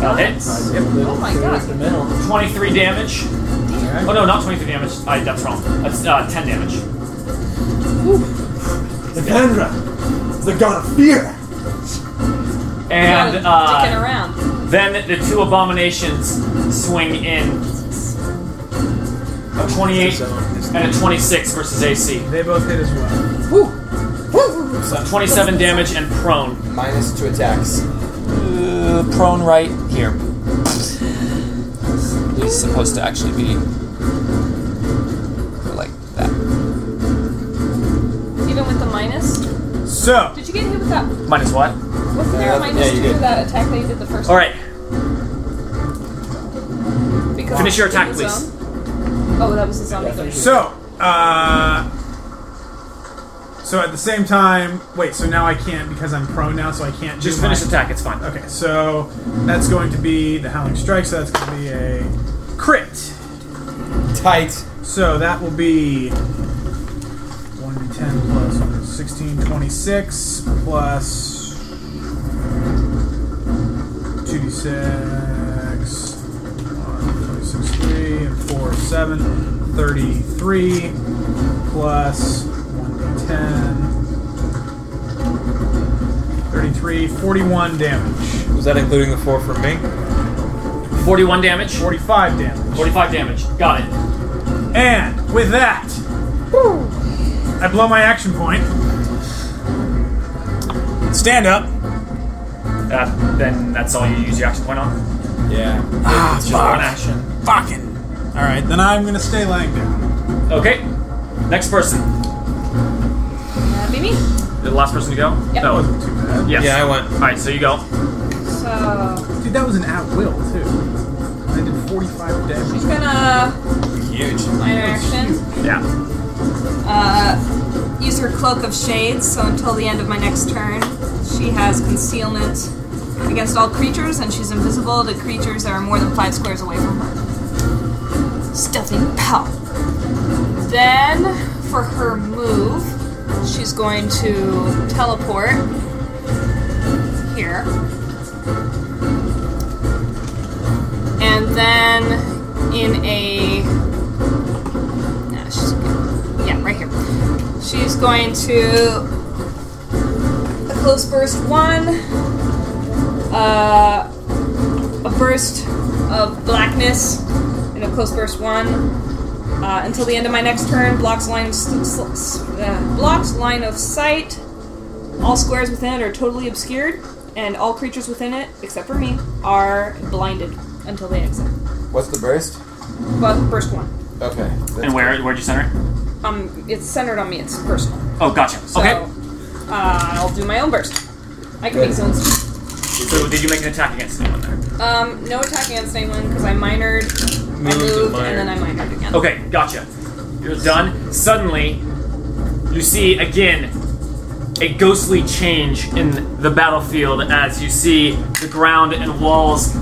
Speaker 3: That hits.
Speaker 6: Oh my god.
Speaker 10: The middle.
Speaker 3: 23 damage. Oh no, not 23 damage. I, that's wrong. That's uh, 10 damage.
Speaker 5: Evandra, the god of fear.
Speaker 3: And
Speaker 6: Dicking
Speaker 3: uh,
Speaker 6: around.
Speaker 3: then the two abominations swing in a 28 and a 26 versus AC.
Speaker 7: They both hit as well.
Speaker 3: So 27 Uh, damage and prone.
Speaker 13: Minus two attacks.
Speaker 17: Uh, prone right here. He's supposed to actually be like that.
Speaker 6: Even with the minus?
Speaker 7: So
Speaker 6: Did you get hit with that?
Speaker 3: Minus what?
Speaker 6: Wasn't there
Speaker 13: Yeah,
Speaker 6: a minus
Speaker 13: yeah, you
Speaker 6: two
Speaker 13: did.
Speaker 6: for that attack that you did the first
Speaker 3: All right,
Speaker 6: time? Because
Speaker 3: finish your
Speaker 6: it was
Speaker 3: attack,
Speaker 6: in the
Speaker 3: please.
Speaker 6: zone? Oh, that was the zombie thing.
Speaker 7: so uh. So at the same time, wait. So now I can't because I'm prone now, so I can't.
Speaker 3: just
Speaker 7: do
Speaker 3: finish
Speaker 7: my-
Speaker 3: attack. It's fine.
Speaker 7: Okay, so that's going to be the Howling Strike, so that's going to be a crit.
Speaker 13: Tight.
Speaker 7: So that will be 1d10 plus what is it, 16, 26 plus 2d6, 1, 26, 3, and 4, 7, 33 plus 1d10, 33, 41 damage.
Speaker 2: Was that including the four from me?
Speaker 3: 41 damage.
Speaker 7: 45 damage.
Speaker 3: 45 damage. Got it.
Speaker 7: And with that, I blow my action point. Stand up.
Speaker 3: That, Uh, then that's all you use your action point on.
Speaker 2: Yeah.
Speaker 7: Ah,
Speaker 3: One
Speaker 7: fuck.
Speaker 3: action.
Speaker 7: Fucking. All right, then I'm gonna stay lying down.
Speaker 3: Okay. Next person.
Speaker 6: That'd be me.
Speaker 3: The last person to go.
Speaker 6: Yep.
Speaker 7: That
Speaker 3: No.
Speaker 7: wasn't too bad.
Speaker 3: Yes.
Speaker 2: Yeah, I went.
Speaker 3: All right, so you go.
Speaker 6: So
Speaker 7: Dude, that was an at will too. I did 45 damage.
Speaker 6: she's gonna
Speaker 2: Huge.
Speaker 6: minor action.
Speaker 3: Yeah.
Speaker 6: Uh, use her cloak of shades, so until the end of my next turn, she has concealment against all creatures, and she's invisible to creatures that are more than five squares away from her. Stealthing pow. Then, for her move, she's going to teleport here. And then, in a. Nah, she's yeah, right here. She's going to a close burst one, uh, a burst of blackness, and a close burst one uh, until the end of my next turn. Blocks line of s- s- s- uh, blocks line of sight. All squares within it are totally obscured, and all creatures within it, except for me, are blinded until they exit.
Speaker 13: What's the burst?
Speaker 6: But burst one,
Speaker 13: Okay.
Speaker 3: And where where'd you center it?
Speaker 6: um, it's centered on me. It's personal.
Speaker 3: Oh, gotcha.
Speaker 6: So
Speaker 3: okay.
Speaker 6: uh, I'll do my own burst. I can make zones.
Speaker 3: So did you make an attack against anyone there?
Speaker 6: Um, no attack against anyone because I minored, I
Speaker 2: Moved and
Speaker 6: moved,
Speaker 2: minored.
Speaker 6: and then I minored again.
Speaker 3: Okay, gotcha. You're done. Suddenly, you see again a ghostly change in the battlefield as you see the ground and walls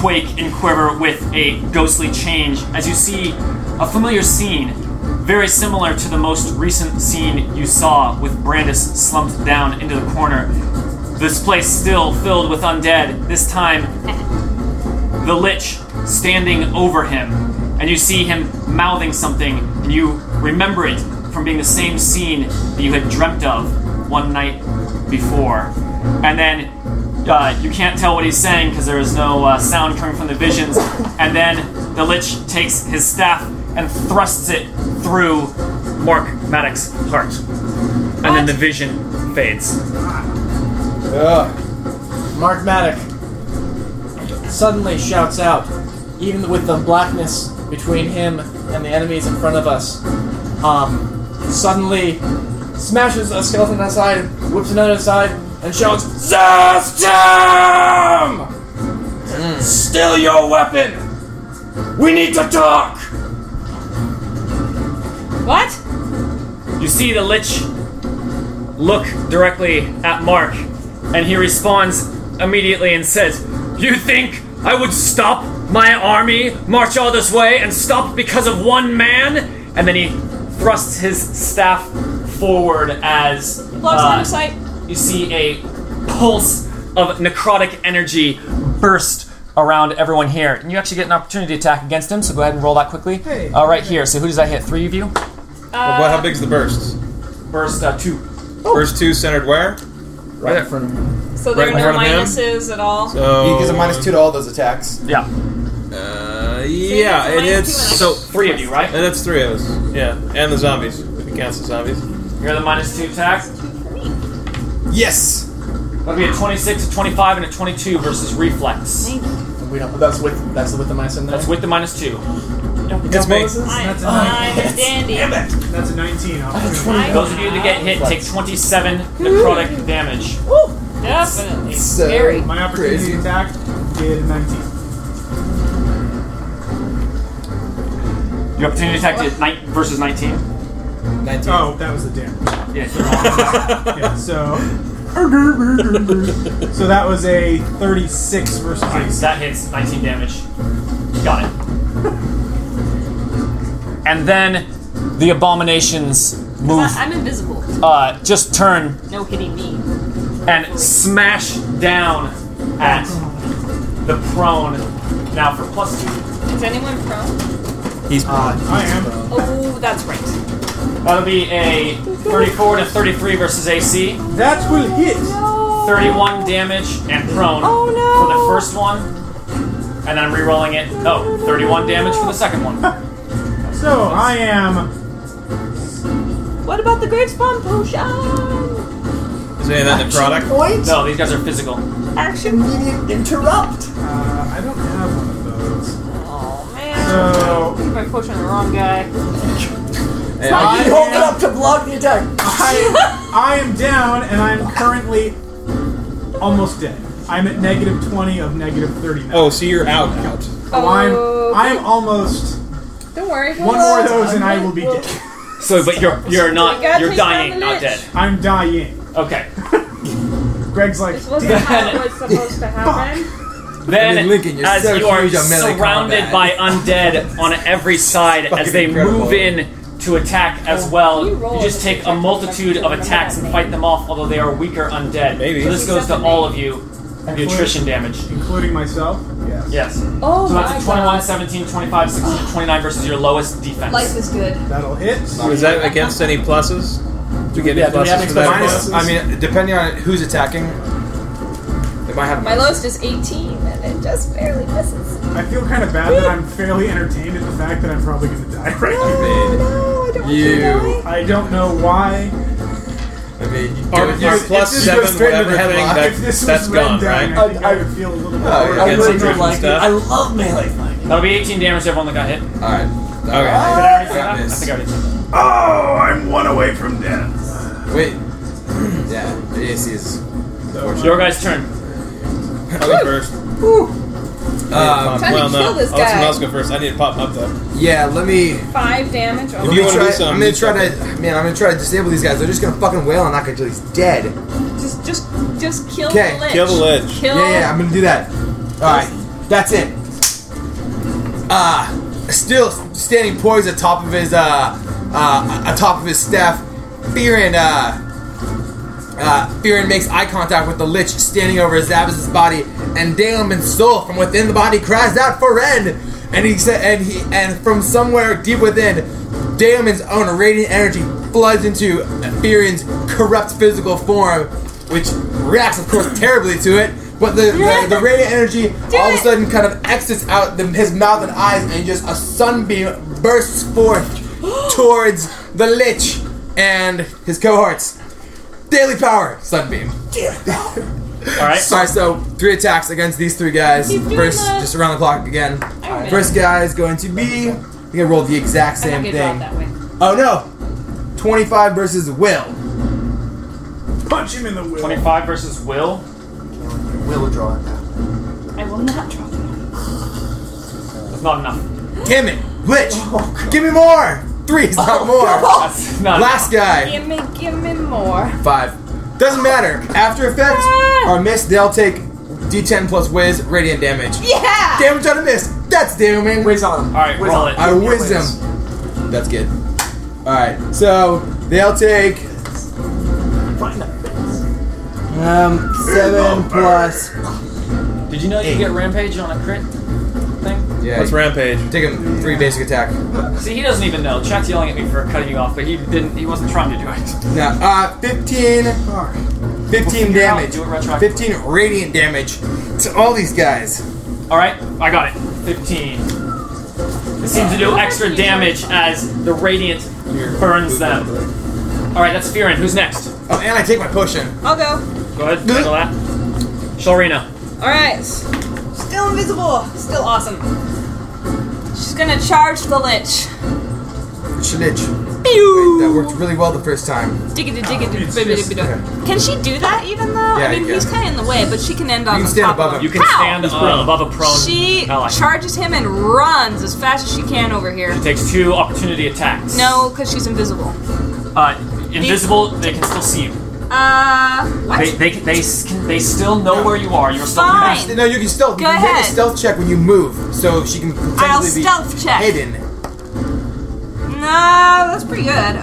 Speaker 3: quake and quiver with a ghostly change as you see a familiar scene very similar to the most recent scene you saw with Brandis slumped down into the corner. This place still filled with undead, this time the Lich standing over him, and you see him mouthing something, and you remember it from being the same scene that you had dreamt of one night before. And then uh, you can't tell what he's saying because there is no uh, sound coming from the visions, and then the Lich takes his staff and thrusts it through Mark Maddox's heart. And then the vision fades.
Speaker 10: Mark Maddock suddenly shouts out, even with the blackness between him and the enemies in front of us, um, suddenly smashes a skeleton aside
Speaker 16: whips another aside, and shouts, Zastam! Steal your weapon! We need to talk!
Speaker 6: What?
Speaker 3: You see the Lich look directly at Mark, and he responds immediately and says, You think I would stop my army, march all this way, and stop because of one man? And then he thrusts his staff forward as
Speaker 6: Block's
Speaker 3: uh,
Speaker 6: line of sight.
Speaker 3: you see a pulse of necrotic energy burst around everyone here. And you actually get an opportunity attack against him, so go ahead and roll that quickly.
Speaker 7: Hey.
Speaker 3: Uh, right here. So who does I hit? Three of you?
Speaker 2: Well, well, how big's the burst?
Speaker 3: Burst uh, two.
Speaker 2: Burst two centered where?
Speaker 3: Right there.
Speaker 6: So there
Speaker 2: Right
Speaker 6: are no
Speaker 2: in front of
Speaker 6: minuses at all.
Speaker 2: So
Speaker 5: He gives a minus two to all those attacks.
Speaker 3: Yeah.
Speaker 2: Uh, yeah,
Speaker 6: it's a
Speaker 2: it
Speaker 6: minus
Speaker 2: is.
Speaker 6: two
Speaker 2: So
Speaker 6: and
Speaker 3: Three of you, right?
Speaker 2: and that's three of us. Yeah, and the zombies. If it counts the zombies.
Speaker 3: You're the minus two attack.
Speaker 5: Yes.
Speaker 3: That'd be a 26, a 25, and a 22 versus reflex.
Speaker 16: We don't. That's with that's with the mice in there.
Speaker 3: That's with the minus two.
Speaker 2: It's me.
Speaker 6: I'm,
Speaker 7: That's a
Speaker 6: I'm a dandy.
Speaker 7: That's a 19. opportunity.
Speaker 6: I'm
Speaker 3: Those of you that get hit take 27 necrotic damage.
Speaker 6: Definitely
Speaker 5: So-
Speaker 6: scary.
Speaker 7: My opportunity
Speaker 5: Crazy.
Speaker 7: attack did 19.
Speaker 3: Your opportunity attack is nine versus 19.
Speaker 5: Nineteen.
Speaker 7: Oh, that was the damage.
Speaker 3: Yeah, you're wrong.
Speaker 7: Yeah, so. so that was a 36 versus
Speaker 3: Alright,
Speaker 7: 8.
Speaker 3: that hits 19 damage. Got it. and then the abominations move,
Speaker 6: I'm invisible.
Speaker 3: uh, just turn
Speaker 6: No kidding me.
Speaker 3: and smash down at the prone. Now for plus two.
Speaker 6: Is anyone prone?
Speaker 7: I am.
Speaker 6: Oh, that's right.
Speaker 3: That would be a 34 to 33 versus AC,
Speaker 7: That will hit.
Speaker 3: 31 damage and prone
Speaker 6: Oh,
Speaker 3: for
Speaker 6: no.
Speaker 3: the first one, and then I'm re-rolling it. Oh, 31 damage for the second one.
Speaker 7: So I am.
Speaker 6: What about the great spawn potion? Oh,
Speaker 2: Is any of that necrotic?
Speaker 3: No, these guys are physical.
Speaker 6: Action.
Speaker 5: Interrupt.
Speaker 7: Uh, I don't have one of those.
Speaker 6: Oh man.
Speaker 7: So
Speaker 6: Put my potion on the wrong guy.
Speaker 5: You hold it up to block the attack.
Speaker 7: I, I am down, and I'm currently almost dead. I'm at negative 20 of negative 30 now.
Speaker 2: Oh, so you're out. Out.
Speaker 7: So
Speaker 6: Oh.
Speaker 7: I'm, I'm almost
Speaker 6: Don't worry.
Speaker 7: one more of those, and I will be dead.
Speaker 3: So, but you're you're
Speaker 6: We
Speaker 3: not
Speaker 6: gotta
Speaker 3: you're
Speaker 6: take down the
Speaker 3: dying, not
Speaker 6: lich.
Speaker 3: dead.
Speaker 7: I'm dying.
Speaker 3: Okay.
Speaker 7: Greg's like,
Speaker 6: This wasn't how it was supposed to happen.
Speaker 3: Then,
Speaker 5: I mean, Lincoln, you're
Speaker 3: as
Speaker 5: so
Speaker 3: you are
Speaker 5: huge on melee
Speaker 3: surrounded
Speaker 5: combat.
Speaker 3: by undead on every side as
Speaker 5: fucking
Speaker 3: they
Speaker 5: incredible.
Speaker 3: move in to attack as well,
Speaker 6: Can you roll
Speaker 3: you just
Speaker 6: to
Speaker 3: take a
Speaker 6: protect
Speaker 3: multitude of
Speaker 6: yourself?
Speaker 3: attacks and fight them off, although they are weaker undead.
Speaker 2: Maybe.
Speaker 3: So this goes to all of you. The attrition damage.
Speaker 7: including myself. Yes.
Speaker 3: Yes. So
Speaker 6: Oh my
Speaker 3: that's a 21,
Speaker 6: god.
Speaker 3: 17, 25, 16, 29 versus your lowest defense.
Speaker 6: Life is good.
Speaker 7: That'll hit.
Speaker 2: Was that against any pluses? Do we get any
Speaker 5: Yeah, do we have
Speaker 2: pluses for that?
Speaker 5: Minus, I mean, depending on who's attacking, they might have.
Speaker 6: My lowest is 18, and it just barely misses.
Speaker 7: I feel kind of bad that I'm fairly entertained at the fact that I'm probably going to die right
Speaker 6: Oh, no, I don't want
Speaker 5: You.
Speaker 7: now. I don't know why.
Speaker 5: I mean, you
Speaker 2: Our,
Speaker 5: do it,
Speaker 2: our
Speaker 5: you-
Speaker 2: plus
Speaker 5: you go
Speaker 2: seven,
Speaker 5: straight into
Speaker 2: whatever
Speaker 5: the
Speaker 2: thing,
Speaker 5: block.
Speaker 2: that,
Speaker 7: if this
Speaker 2: that's
Speaker 7: was
Speaker 2: gone,
Speaker 7: gone, down,
Speaker 2: right?
Speaker 7: I think I, would feel a little bit
Speaker 5: Oh,
Speaker 7: better.
Speaker 5: yeah.
Speaker 2: Against the
Speaker 5: really don't
Speaker 2: drift
Speaker 5: like
Speaker 2: and stuff.
Speaker 16: love melee fighting.
Speaker 3: That'll be 18 damage to everyone that got hit. Did
Speaker 5: All right.
Speaker 2: Okay.
Speaker 3: I already say
Speaker 5: got
Speaker 3: that? I
Speaker 5: this.
Speaker 3: think I already said that.
Speaker 12: Oh, I'm one away from death.
Speaker 5: Wait. Yeah, the AC is.
Speaker 3: Your guy's turn.
Speaker 2: I'll go first.
Speaker 5: Um,
Speaker 6: Trying to
Speaker 2: well, no.
Speaker 6: kill this
Speaker 2: I'll let
Speaker 6: guy.
Speaker 2: someone else go first. I need to pop up though.
Speaker 5: yeah, let me.
Speaker 6: Five damage.
Speaker 2: If
Speaker 5: Let
Speaker 2: you
Speaker 5: me
Speaker 2: wanna do
Speaker 5: try,
Speaker 2: something,
Speaker 5: I'm gonna
Speaker 2: do
Speaker 5: try to. Man, I'm gonna try to disable these guys. They're just gonna fucking wail and knock until he's dead.
Speaker 6: Just, just, just kill
Speaker 5: Okay,
Speaker 6: the lich.
Speaker 2: Kill the lich.
Speaker 6: Kill.
Speaker 5: Yeah, yeah, I'm gonna do that. Alright, that's it. Uh, still standing poised atop of his, uh, uh, atop of his staff, Fearin, uh, uh, Fearin makes eye contact with the Lich standing over Zabaz's body, and Daemon's soul from within the body cries out for Ren! And he said, and he, and from somewhere deep within, Daemon's own radiant energy floods into Fearin's corrupt physical form, which reacts, of course, terribly to it. But the, the, the radiant energy all of a
Speaker 6: it.
Speaker 5: sudden kind of exits out the, his mouth and eyes, and just a sunbeam bursts forth towards the Lich and his cohorts. Daily power, sunbeam.
Speaker 3: All right.
Speaker 5: Sorry, so three attacks against these three guys.
Speaker 6: Keep doing
Speaker 5: First,
Speaker 6: that.
Speaker 5: just around the clock again.
Speaker 6: Iron Man.
Speaker 5: First guy is going to be. We're gonna roll the exact
Speaker 6: I'm
Speaker 5: same Oh,
Speaker 6: not gonna draw it
Speaker 5: thing.
Speaker 6: that way.
Speaker 5: Oh no! 25 versus Will.
Speaker 7: Punch him in the will.
Speaker 3: 25 versus Will.
Speaker 10: Will draw it now.
Speaker 6: I will not draw that.
Speaker 3: That's not enough.
Speaker 5: Damn it, Lich!
Speaker 6: Oh,
Speaker 5: Give me more. Three is not more.
Speaker 3: That's not
Speaker 5: Last guy.
Speaker 6: Gimme, gimme more.
Speaker 5: Five. Doesn't matter. After effects
Speaker 6: Ah.
Speaker 5: are missed, they'll take D10 plus whiz radiant damage.
Speaker 6: Yeah!
Speaker 5: Damage on a miss. That's damning.
Speaker 10: Whiz on him.
Speaker 3: All right,
Speaker 10: Whiz
Speaker 3: roll
Speaker 10: on
Speaker 3: it.
Speaker 5: I
Speaker 10: Give me a
Speaker 5: wisdom.
Speaker 10: whiz.
Speaker 5: That's good. All right, so they'll take
Speaker 10: Find that face.
Speaker 5: um seven plus.
Speaker 18: Did you know you get rampage on a crit thing?
Speaker 5: Yeah,
Speaker 2: Let's rampage.
Speaker 5: take him three basic attack.
Speaker 3: See, he doesn't even know. Chuck's yelling at me for cutting you off, but he didn't. He wasn't trying to do it.
Speaker 5: Now, uh, 15, 15
Speaker 3: figure it out.
Speaker 5: damage,
Speaker 3: Do it retroactively.
Speaker 5: 15 radiant damage to all these guys.
Speaker 3: All right, I got it. 15. It seems to do extra damage as the radiant burns them. All right, that's Fearin. Who's next?
Speaker 5: Oh, and I take my potion.
Speaker 6: I'll go.
Speaker 3: Go ahead. Handle that. Shalrina.
Speaker 6: Alright. Still invisible. Still awesome. She's gonna charge the lich.
Speaker 5: Shlich. That
Speaker 6: Pew!
Speaker 5: worked really well the first time.
Speaker 6: Diggity diggity
Speaker 7: It's
Speaker 6: bibbidi
Speaker 7: just-
Speaker 6: bibbidi. Can she do that even though?
Speaker 5: Yeah,
Speaker 6: I mean,
Speaker 5: you
Speaker 6: he's
Speaker 5: can.
Speaker 6: kind of in the way, but she can end on
Speaker 5: can
Speaker 6: the
Speaker 5: stand
Speaker 6: top
Speaker 5: above
Speaker 6: of
Speaker 5: him.
Speaker 3: You can
Speaker 6: How?
Speaker 3: stand uh, above a prone
Speaker 6: She
Speaker 3: ally.
Speaker 6: charges him and runs as fast as she can over here.
Speaker 3: Takes two opportunity attacks.
Speaker 6: No, because she's invisible.
Speaker 3: Uh, invisible, they can still see you.
Speaker 6: Uh, what?
Speaker 3: They, they, they, s- can, they still know where you are. You're still
Speaker 6: Fine.
Speaker 5: No, you can still
Speaker 6: Go
Speaker 5: you can make
Speaker 6: ahead.
Speaker 5: a stealth check when you move, so she can potentially
Speaker 6: I'll
Speaker 5: be
Speaker 6: stealth check.
Speaker 5: hidden.
Speaker 6: No, that's pretty good. Uh,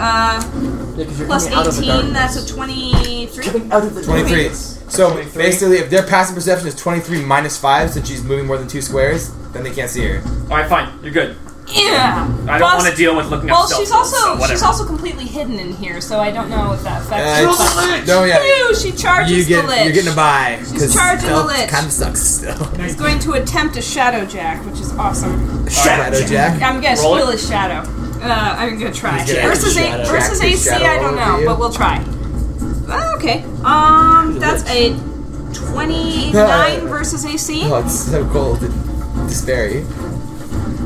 Speaker 10: Yeah, 'cause you're
Speaker 6: plus
Speaker 10: coming out of the
Speaker 6: 18,
Speaker 10: darkness.
Speaker 6: that's a 23.
Speaker 10: Coming out of the
Speaker 5: 23.
Speaker 10: darkness.
Speaker 5: So basically, if their passive perception is 23 minus 5, since she's moving more than two squares, then they can't see her.
Speaker 3: Alright, fine. You're good.
Speaker 6: Yeah.
Speaker 3: I don't
Speaker 6: Plus-
Speaker 3: want to deal with looking
Speaker 6: Well,
Speaker 3: up stealth
Speaker 6: she's
Speaker 3: rolls, so
Speaker 6: also
Speaker 3: whatever.
Speaker 6: she's also completely hidden in here, so I don't know if that
Speaker 5: Uh,
Speaker 6: affects.
Speaker 5: it's- no, yeah.
Speaker 6: Phew, she charges
Speaker 5: You get,
Speaker 6: the lich.
Speaker 5: you're getting a buy.
Speaker 6: She's charging the lich.
Speaker 5: Kind of sucks still.
Speaker 6: He's going to attempt a shadow jack, which is awesome.
Speaker 5: Shadow Jack.
Speaker 6: I'm gonna
Speaker 3: Roll it.
Speaker 6: steal his shadow. Uh, I'm gonna try.
Speaker 5: He's gonna
Speaker 6: Versus
Speaker 5: shadow
Speaker 6: a,
Speaker 5: jack
Speaker 6: versus
Speaker 5: the
Speaker 6: AC,
Speaker 5: shadow
Speaker 6: I don't
Speaker 5: over
Speaker 6: know,
Speaker 5: you.
Speaker 6: but we'll try. Uh, okay. Um, that's a 29 versus AC.
Speaker 5: Oh, it's so cold. It's very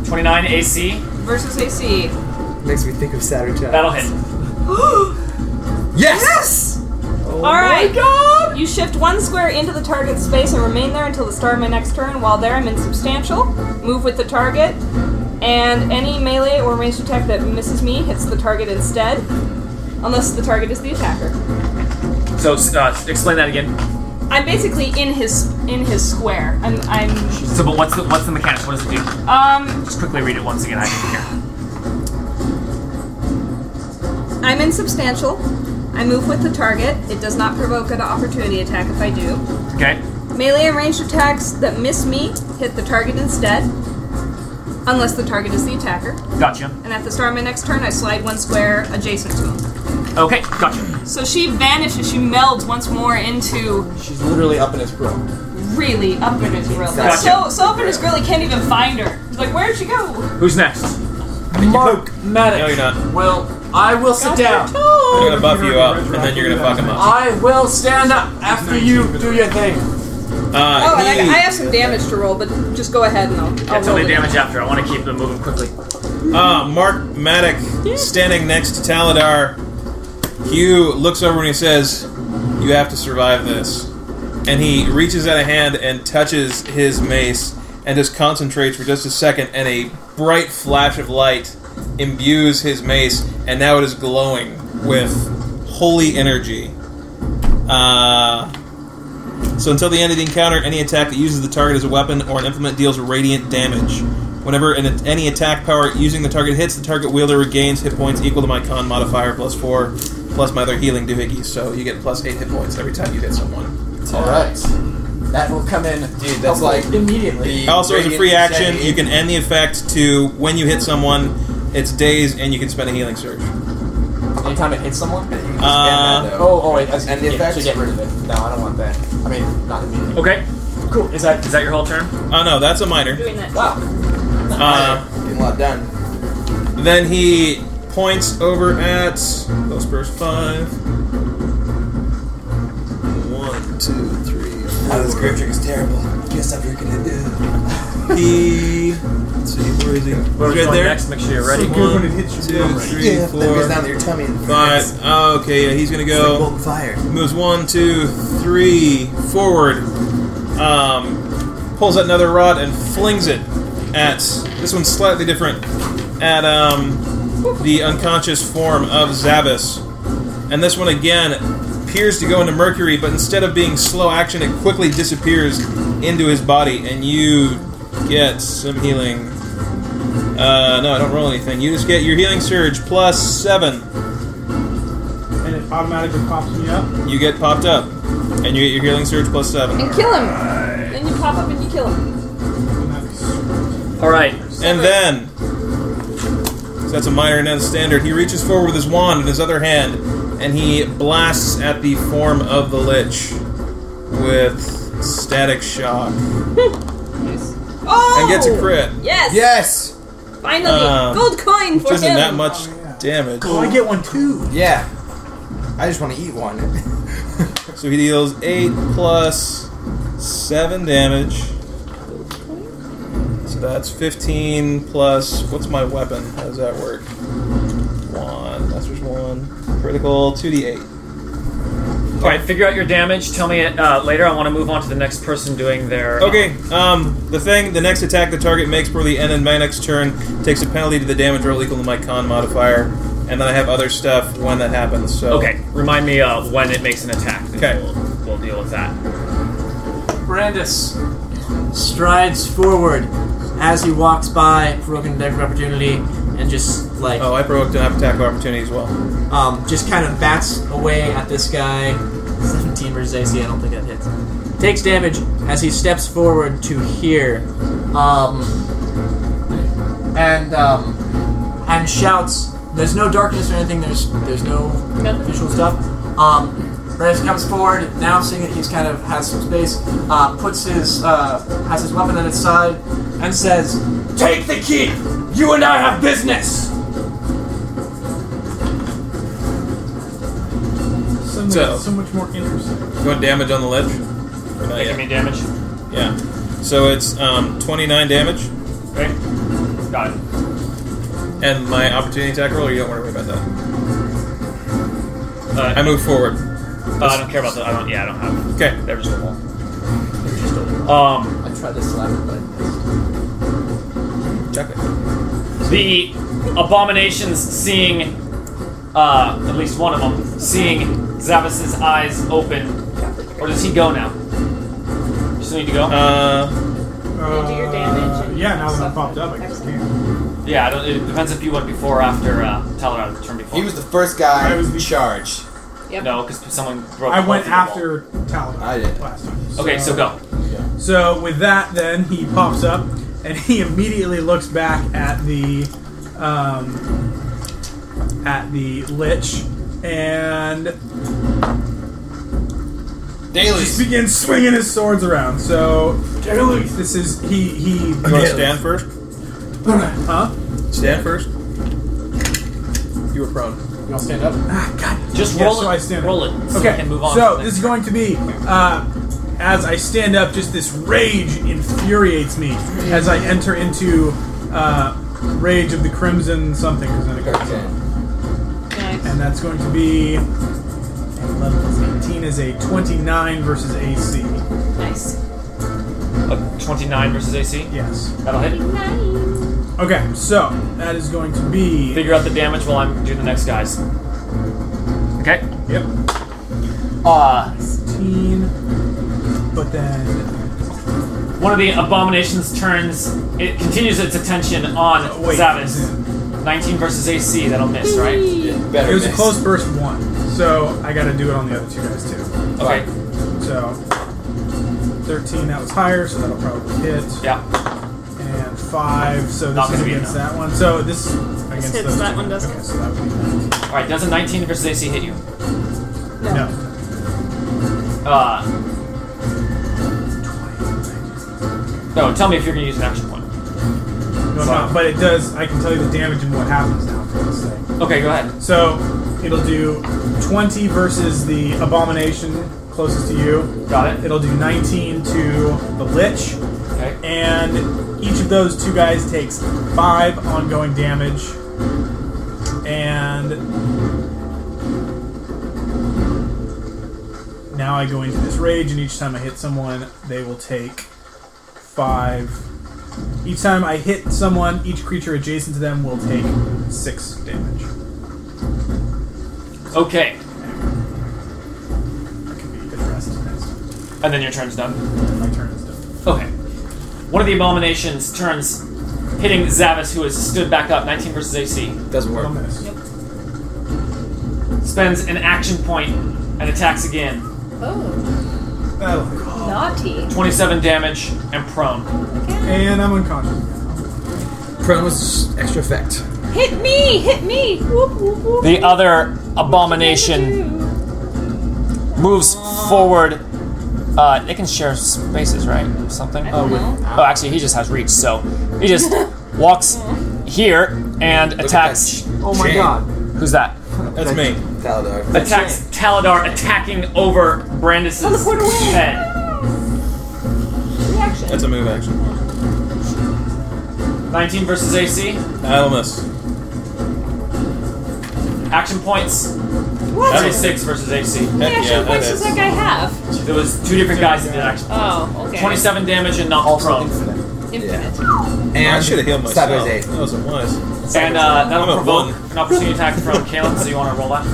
Speaker 3: 29 AC.
Speaker 6: Versus AC.
Speaker 5: makes me think of Saturn Jack.
Speaker 3: That'll hit.
Speaker 5: Oh Yes!
Speaker 6: All right. You shift one square into the target space and remain there until the start of my next turn. While there, I'm insubstantial. Move with the target, and any melee or ranged attack that misses me hits the target instead, unless the target is the attacker.
Speaker 3: So, uh, explain that again.
Speaker 6: I'm basically in his in his square. I'm I'm
Speaker 3: So, but what's the, what's the mechanics? What does it do?
Speaker 6: um
Speaker 3: Just quickly read it once again. I can hear.
Speaker 6: I'm insubstantial. I move with the target. It does not provoke an opportunity attack if I do.
Speaker 3: Okay.
Speaker 6: Melee and ranged attacks that miss me hit the target instead, unless the target is the attacker.
Speaker 3: Gotcha.
Speaker 6: And at the start of my next turn, I slide one square adjacent to him.
Speaker 3: Okay. Gotcha.
Speaker 6: So she vanishes, she melds once more into
Speaker 19: She's literally up in his grill.
Speaker 6: really up in his grill.
Speaker 3: Gotcha.
Speaker 6: So, so up in his grill, he can't even find her. He's like, where'd she go?
Speaker 3: Who's next?
Speaker 10: Mark Maddox.
Speaker 2: No, you're not.
Speaker 10: Well, I will sit down.
Speaker 2: They're
Speaker 6: Oh,
Speaker 2: gonna buff you up, and then you're gonna fuck him up.
Speaker 10: I will stand up after you do your thing.
Speaker 2: Uh,
Speaker 6: Oh, and
Speaker 2: he,
Speaker 6: I, I have some damage to roll, but just go ahead and I'll, I'll
Speaker 3: Yeah,
Speaker 6: roll
Speaker 3: totally
Speaker 6: it.
Speaker 3: damage after. I want to keep them moving quickly.
Speaker 2: uh, Mark Maddock, standing next to Taladar, Hugh looks over and he says, "You have to survive this." And he reaches out a hand and touches his mace, and just concentrates for just a second, and a bright flash of light imbues his mace, and now it is glowing with holy energy. Uh, So until the end of the encounter, any attack that uses the target as a weapon or an implement deals radiant damage. Whenever an, any attack power using the target hits, the target wielder regains hit points equal to my con modifier plus four, plus my other healing doohickeys. So you get plus eight hit points every time you hit someone.
Speaker 19: All right. That will come in.
Speaker 5: Dude, that's like
Speaker 19: immediately.
Speaker 2: Also, as a free
Speaker 5: Radiant
Speaker 2: action,
Speaker 5: insanity.
Speaker 2: you can end the effect to when you hit someone. It's days, and you can spend a healing surge.
Speaker 10: Anytime it hits someone.
Speaker 2: Uh,
Speaker 10: Oh, oh wait. That's,
Speaker 5: And the
Speaker 10: yeah,
Speaker 5: effect?
Speaker 10: so get rid of it. No, I don't want that. I mean, not immediately.
Speaker 3: Okay.
Speaker 10: Cool. Is that
Speaker 3: Is that your whole turn?
Speaker 2: oh no, that's a minor.
Speaker 6: Doing that.
Speaker 10: wow?
Speaker 2: Uh,
Speaker 5: Oh. getting a lot done.
Speaker 2: Then he points over at those first five. One, two, three,
Speaker 20: Oh, this grip trick is terrible. Guess I'm drinking it.
Speaker 2: He. Let's see, where is he? He's
Speaker 3: Where
Speaker 2: right
Speaker 3: we're going
Speaker 2: there.
Speaker 3: next, make sure you're ready.
Speaker 7: Good when it
Speaker 2: One,
Speaker 7: hits you.
Speaker 2: two, three,
Speaker 20: yeah, that
Speaker 2: four,
Speaker 20: goes down to your tummy and
Speaker 2: five.
Speaker 20: It's
Speaker 2: Oh, okay, yeah, he's gonna
Speaker 20: like
Speaker 2: go.
Speaker 20: molten fire.
Speaker 2: Moves one, two, three, forward. Um, pulls out another rod and flings it at this one's slightly different at um, the unconscious form of Zavis. And this one again appears to go into Mercury, but instead of being slow action, it quickly disappears into his body, and you get some healing. Uh, no, I don't roll anything. You just get your healing surge plus seven.
Speaker 7: And it automatically pops me up.
Speaker 2: You get popped up, and you get your healing surge plus seven.
Speaker 6: And kill him. Then you pop up and you kill him.
Speaker 7: And that's-
Speaker 3: All right.
Speaker 2: And then, so that's a minor and not a standard. He reaches forward with his wand in his other hand, and he blasts at the form of the lich with static shock
Speaker 6: Oh!
Speaker 2: and gets a crit,
Speaker 6: Yes.
Speaker 20: Yes!
Speaker 6: Finally,
Speaker 2: Um,
Speaker 6: gold coin
Speaker 2: which
Speaker 6: for
Speaker 2: isn't
Speaker 6: him.
Speaker 2: that much damage.
Speaker 7: Oh, I get one too.
Speaker 5: Yeah. I just want to eat one.
Speaker 2: So he deals eight plus seven damage. So that's fifteen plus what's my weapon? How does that work? One. That's just one. Critical two d eight.
Speaker 3: All right. Figure out your damage. Tell me it uh, later. I want to move on to the next person doing their. uh,
Speaker 2: Okay, um, the thing, the next attack the target makes before the end of my next turn takes a penalty to the damage roll equal to my con modifier, and then I have other stuff when that happens, so.
Speaker 3: Okay. Remind me uh, when it makes an attack. and
Speaker 2: Okay.
Speaker 3: We'll, we'll deal with that. Oh,
Speaker 10: Brandis strides forward as he walks by, provoking an attack of opportunity, and just like
Speaker 2: Oh, I provoked an attack of opportunity as well.
Speaker 10: um, just kind of bats away at this guy. 17 versus AC, I don't think that hits. Takes damage as he steps forward to here, um, and um, and shouts. There's no darkness or anything. There's there's no visual stuff. Um, Brandis comes forward, now seeing that he's kind of has some space. Uh, puts his uh, has his weapon at his side and says, "Take the key. You and I have business."
Speaker 7: So, much-
Speaker 2: So.
Speaker 7: so much more interesting.
Speaker 2: You want damage on the ledge? Or not
Speaker 3: Making
Speaker 2: yet?
Speaker 3: me damage.
Speaker 2: Yeah. So it's um, 29 damage,
Speaker 3: Okay. Got it.
Speaker 2: and my opportunity attack roll, or you don't want to worry about that?
Speaker 3: Uh,
Speaker 2: I move forward.
Speaker 3: uh, I don't care about that. I don't. Yeah, I don't have.
Speaker 2: Okay.
Speaker 3: They're just a wall. Um,
Speaker 10: I tried this last, but I missed.
Speaker 2: Okay.
Speaker 3: the abominations seeing, uh, at least one of them seeing Zavis's eyes open, or does he go now? You still need to go.
Speaker 2: Uh,
Speaker 7: Uh,
Speaker 6: do your damage and
Speaker 7: yeah, now that
Speaker 6: stuff.
Speaker 7: I'm popped up, I guess I
Speaker 6: Excellent.
Speaker 7: can.
Speaker 3: yeah, I don't, it depends if you went before or after uh, Telerad turned before.
Speaker 5: He was the first guy
Speaker 7: I was the-
Speaker 5: charged.
Speaker 6: Yep.
Speaker 3: no, because someone broke.
Speaker 7: I
Speaker 3: both
Speaker 7: went
Speaker 3: of them all.
Speaker 7: after Talon
Speaker 5: I did.
Speaker 7: last time.
Speaker 3: Okay, so go.
Speaker 7: So with that, then he pops up and he immediately looks back at the um, at the lich and
Speaker 5: Daily.
Speaker 7: just begins swinging his swords around. So this is he he
Speaker 2: you want to stand first?
Speaker 7: huh?
Speaker 2: Stand first? You were prone.
Speaker 10: You want to stand up?
Speaker 7: Ah, God,
Speaker 3: Just
Speaker 7: yeah,
Speaker 3: roll
Speaker 7: so
Speaker 3: it.
Speaker 7: I stand up.
Speaker 3: roll it. So we
Speaker 7: Okay,
Speaker 3: can move on. to
Speaker 7: so
Speaker 3: the
Speaker 7: this
Speaker 3: next-
Speaker 7: is going to be uh, as I stand up. Just this rage infuriates me as I enter into uh, rage of the crimson something. 'cause then it goes on.
Speaker 6: Nice.
Speaker 7: And that's going to be 11 plus 18 is a 29 versus AC.
Speaker 6: Nice.
Speaker 3: Uh, 29 versus AC.
Speaker 7: Yes.
Speaker 3: That'll hit.
Speaker 7: Okay, so that is going to be.
Speaker 3: Figure out the damage while I'm doing the next guys. Okay.
Speaker 7: Yep.
Speaker 3: Uh,
Speaker 7: 18. But then.
Speaker 3: One of the abominations turns. It continues its attention on
Speaker 7: Oh, wait.
Speaker 3: Zavis. 19 versus AC. That'll miss, right?
Speaker 7: It
Speaker 5: Better
Speaker 7: was a
Speaker 5: miss.
Speaker 7: close burst one, so I gotta do it on the other two guys too.
Speaker 3: Okay.
Speaker 7: So. 13, that was higher, so that'll probably hit.
Speaker 3: Yeah.
Speaker 7: And 5, so
Speaker 3: Not gonna
Speaker 7: this is
Speaker 3: be
Speaker 7: against
Speaker 3: enough.
Speaker 7: that one. So this. Against
Speaker 6: hits,
Speaker 7: those
Speaker 6: that
Speaker 7: two.
Speaker 6: one doesn't.
Speaker 7: Okay, so that would be 19.
Speaker 3: All right. Does a 19 versus AC hit you?
Speaker 6: No.
Speaker 7: No.
Speaker 3: Uh, no. Tell me if you're gonna use an action point.
Speaker 7: No, I'm not, but it does. I can tell you the damage and what happens now for this thing.
Speaker 3: Okay. Go ahead.
Speaker 7: So it'll do 20 versus the abomination closest to you.
Speaker 3: Got it.
Speaker 7: It'll do 19 to the Lich.
Speaker 3: Okay.
Speaker 7: And each of those two guys takes 5 ongoing damage. And. Now I go into this rage, and each time I hit someone, they will take 5. Each time I hit someone, each creature adjacent to them will take 6 damage.
Speaker 3: Okay.
Speaker 7: That could be a good rest next time.
Speaker 3: And then your turn's done.
Speaker 7: My turn is done.
Speaker 3: Okay. One of the abominations turns, hitting Zavis, who has stood back up. 19 versus AC.
Speaker 5: Doesn't
Speaker 7: One
Speaker 5: work.
Speaker 7: minute.
Speaker 3: Spends an action point and attacks again.
Speaker 6: Oh,
Speaker 7: That'll-
Speaker 6: naughty.
Speaker 3: 27 damage and prone.
Speaker 7: And I'm unconscious.
Speaker 5: Prone was extra effect.
Speaker 6: Hit me! Hit me! Whoop, whoop, whoop.
Speaker 3: The other abomination moves forward. Uh, they can share spaces, right? Something.
Speaker 6: Oh, with-
Speaker 3: Oh, actually, he just has reach, so he just walks here and
Speaker 5: that
Speaker 3: attacks.
Speaker 5: sh-
Speaker 10: Oh my
Speaker 5: Shame.
Speaker 10: god.
Speaker 3: Who's that?
Speaker 2: That's me.
Speaker 5: Taladar.
Speaker 3: Attacks Taladar, attacking over Brandis'
Speaker 6: Teleport away.
Speaker 3: head.
Speaker 6: Reaction.
Speaker 2: That's a move action.
Speaker 3: 19 versus AC.
Speaker 2: I'll miss.
Speaker 3: Action points.
Speaker 6: What?
Speaker 3: 26 versus AC.
Speaker 6: How
Speaker 2: Heck
Speaker 6: many action
Speaker 2: yeah, that
Speaker 6: points does
Speaker 2: is.
Speaker 6: that guy have?
Speaker 3: There was two different guys that did action.
Speaker 6: Oh, okay.
Speaker 3: 27 damage and not prone.
Speaker 6: Infinite.
Speaker 5: And
Speaker 2: I should have healed myself.
Speaker 5: Cyber's eight.
Speaker 2: That was a wise.
Speaker 3: And uh, that'll
Speaker 2: I'm at
Speaker 3: provoke
Speaker 2: one.
Speaker 3: an opportunity attack from Caleb, so you want to roll that?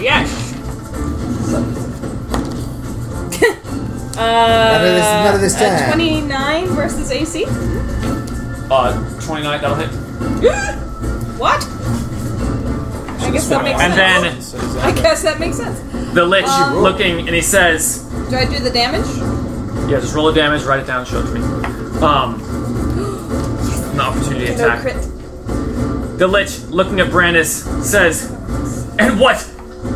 Speaker 6: Yes. uh,
Speaker 5: of this- none of this
Speaker 6: a
Speaker 5: time.
Speaker 6: 29 versus AC?
Speaker 3: Uh, 29, that'll hit.
Speaker 6: what? I guess that makes
Speaker 3: And
Speaker 6: sense.
Speaker 3: then
Speaker 6: I guess that makes sense.
Speaker 3: the Lich
Speaker 6: Um,
Speaker 3: looking, and he says,
Speaker 6: Do I do the damage?
Speaker 3: Yeah, just roll the damage, write it down, show it to me. Um, an opportunity
Speaker 6: No
Speaker 3: attack.
Speaker 6: crit.
Speaker 3: The Lich, looking at Brandis, says, "And what?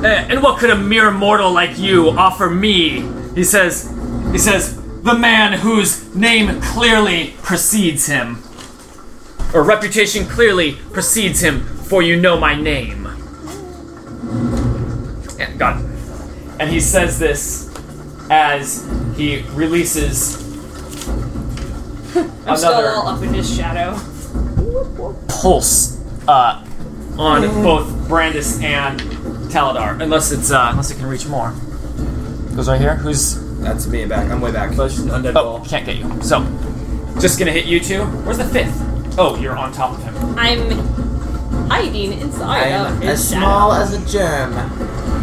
Speaker 3: eh, and what could a mere mortal like you offer me?" He says, "He says the man whose name clearly precedes him, or reputation clearly precedes him, for you know my name." And got it. And he says this as he releases
Speaker 6: I'm still
Speaker 3: another
Speaker 6: all up in his shadow.
Speaker 3: pulse uh, on both Brandis and Taladar, unless it's uh, unless it can reach more. Goes right here. Who's?
Speaker 5: That's me back. I'm way back.
Speaker 10: But it's just an undead
Speaker 3: Oh,
Speaker 10: ball.
Speaker 3: can't get you. So, just gonna hit you two. Where's the fifth? Oh, you're on top of him.
Speaker 6: I'm hiding inside of
Speaker 5: I'm
Speaker 6: his
Speaker 5: as
Speaker 6: shadow.
Speaker 5: small as a germ.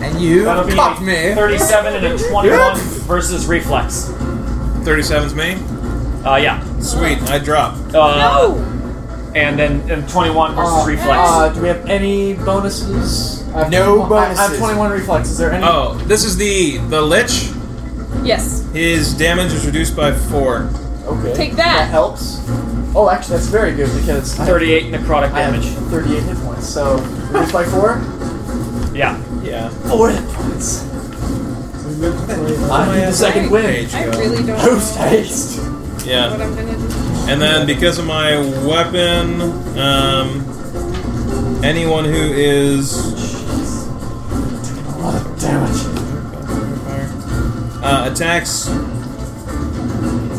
Speaker 5: And you
Speaker 3: That'll be
Speaker 5: caught me.
Speaker 3: 37 and a 21 versus reflex.
Speaker 2: 37's me.
Speaker 3: Uh, yeah.
Speaker 2: Sweet, I drop.
Speaker 3: Uh,
Speaker 6: no!
Speaker 3: And then and 21 versus
Speaker 10: Uh,
Speaker 3: reflex.
Speaker 10: Uh, do we have any bonuses? I have
Speaker 5: No
Speaker 10: 21 I- I have
Speaker 5: bonuses.
Speaker 10: 21 reflex. Is there any?
Speaker 2: Oh, this is the the lich.
Speaker 6: Yes.
Speaker 2: His damage is reduced by four.
Speaker 10: Okay.
Speaker 6: Take that.
Speaker 10: helps. Oh, actually, that's very good because I have-
Speaker 3: 38 necrotic
Speaker 10: I have
Speaker 3: damage.
Speaker 10: 38 hit points. So reduced by four.
Speaker 3: Yeah.
Speaker 2: Yeah.
Speaker 10: Four hit points. I need the second win.
Speaker 2: Page
Speaker 6: I
Speaker 2: go.
Speaker 6: really don't
Speaker 10: Post
Speaker 6: know
Speaker 10: haste.
Speaker 6: what
Speaker 2: Yeah.
Speaker 6: I'm gonna do.
Speaker 2: And then because of my weapon, um, anyone who is
Speaker 10: A lot of damage.
Speaker 2: uh, attacks.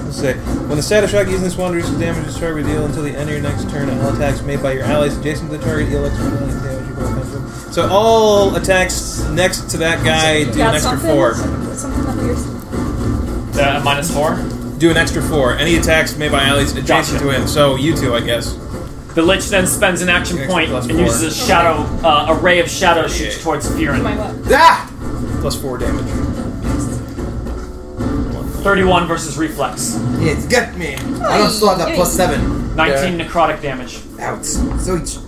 Speaker 2: Let's say when the status shock using this one reduces damage to target deal until the end of your next turn, and all attacks made by your allies adjacent to the target deal extra damage. you both have to- So all attacks next to that guy do an
Speaker 6: Got
Speaker 2: extra
Speaker 6: something?
Speaker 2: four.
Speaker 6: Something up here.
Speaker 3: Uh, minus four.
Speaker 2: do an extra four. Any attacks made by allies adjacent
Speaker 3: Gotcha.
Speaker 2: to him. So you two, I guess.
Speaker 3: The Lich then spends an action
Speaker 2: Extra
Speaker 3: point
Speaker 2: plus
Speaker 3: and uses a shadow, uh, a ray of shadow shoots towards Viren.
Speaker 6: My left.
Speaker 5: Ah!
Speaker 2: Plus four damage.
Speaker 3: 31 versus reflex.
Speaker 5: It's got me. I don't still have that plus seven.
Speaker 3: 19 necrotic damage.
Speaker 5: There. Ouch. So each.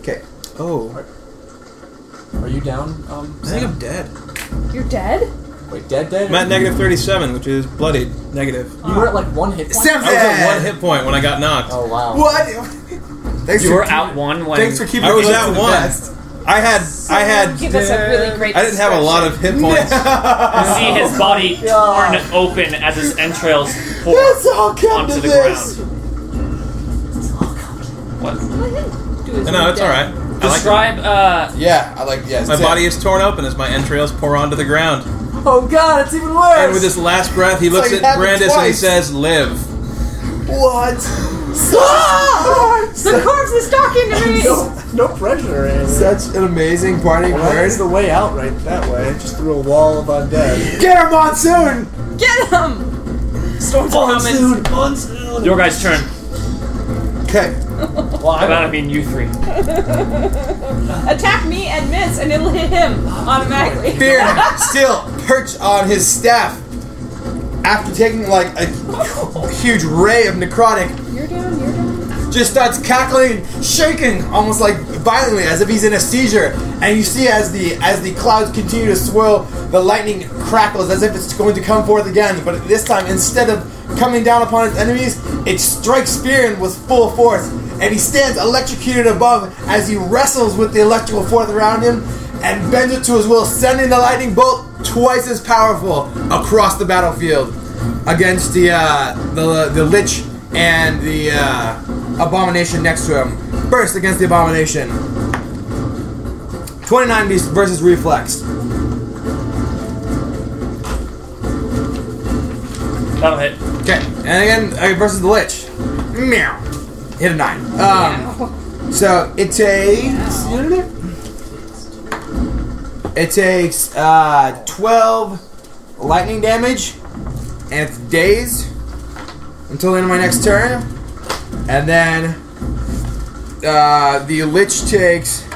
Speaker 5: Okay. Oh.
Speaker 10: Are you down? Um,
Speaker 5: I think I'm dead.
Speaker 6: You're dead?
Speaker 10: wait, dead, dead.
Speaker 2: I'm at negative 37, which is bloodied. Negative.
Speaker 10: you were at like one hit point.
Speaker 5: Sam-
Speaker 2: I was
Speaker 5: Yeah.
Speaker 2: at one hit point when I got knocked.
Speaker 10: Oh wow.
Speaker 5: What? Thanks
Speaker 3: You
Speaker 5: for
Speaker 3: were
Speaker 5: keep-
Speaker 3: out one when.
Speaker 5: Thanks for keeping
Speaker 2: I was
Speaker 5: it
Speaker 2: at
Speaker 5: to the
Speaker 2: one.
Speaker 5: best.
Speaker 2: I had, I had,
Speaker 6: Give us a really great
Speaker 2: I didn't have a lot of hit points.
Speaker 3: You see his body
Speaker 10: God.
Speaker 3: torn open as his entrails pour
Speaker 5: Let's all come
Speaker 3: onto
Speaker 5: to
Speaker 3: the
Speaker 5: this.
Speaker 3: ground. What?
Speaker 2: no, no, it's all right. I like it.
Speaker 3: Describe uh,
Speaker 5: Yeah, I like. Yes.
Speaker 2: My body is torn open as my entrails pour onto the ground.
Speaker 10: Oh god, it's even worse.
Speaker 2: And with his last breath, he looks
Speaker 5: like it
Speaker 2: at
Speaker 5: happened
Speaker 2: Brandis and he
Speaker 5: twice.
Speaker 2: says, "Live."
Speaker 5: What? Ah!
Speaker 6: The corpse is talking to me!
Speaker 10: no, no pressure. or anything.
Speaker 5: Such an amazing party
Speaker 10: Well,
Speaker 5: word.
Speaker 10: There's the way out right that way. Just through a wall of undead.
Speaker 5: Get her monsoon!
Speaker 6: Get him!
Speaker 3: Storms are coming. Your guys' turn.
Speaker 5: Okay.
Speaker 10: Well,
Speaker 3: But
Speaker 10: I
Speaker 3: I mean you three.
Speaker 6: Attack me and miss, and it'll hit him automatically.
Speaker 5: Fear still perched on his staff. After taking like a huge ray of necrotic,
Speaker 6: You're down, you're down.
Speaker 5: just starts cackling, shaking, almost like violently, as if he's in a seizure. And you see as the as the clouds continue to swirl, the lightning crackles as if it's going to come forth again. But this time, instead of coming down upon its enemies, it strikes Fearin with full force, and he stands electrocuted above as he wrestles with the electrical force around him and bends it to his will, sending the lightning bolt twice as powerful across the battlefield against the uh, the the lich and the uh, abomination next to him. First against the abomination. 29 beast versus reflex.
Speaker 3: That'll hit.
Speaker 5: Okay, and again uh, versus the lich. Meow. Hit a nine. Um, so it takes. It takes uh, 12 lightning damage, and it's dazed until the end of my next turn. And then uh, the Lich takes,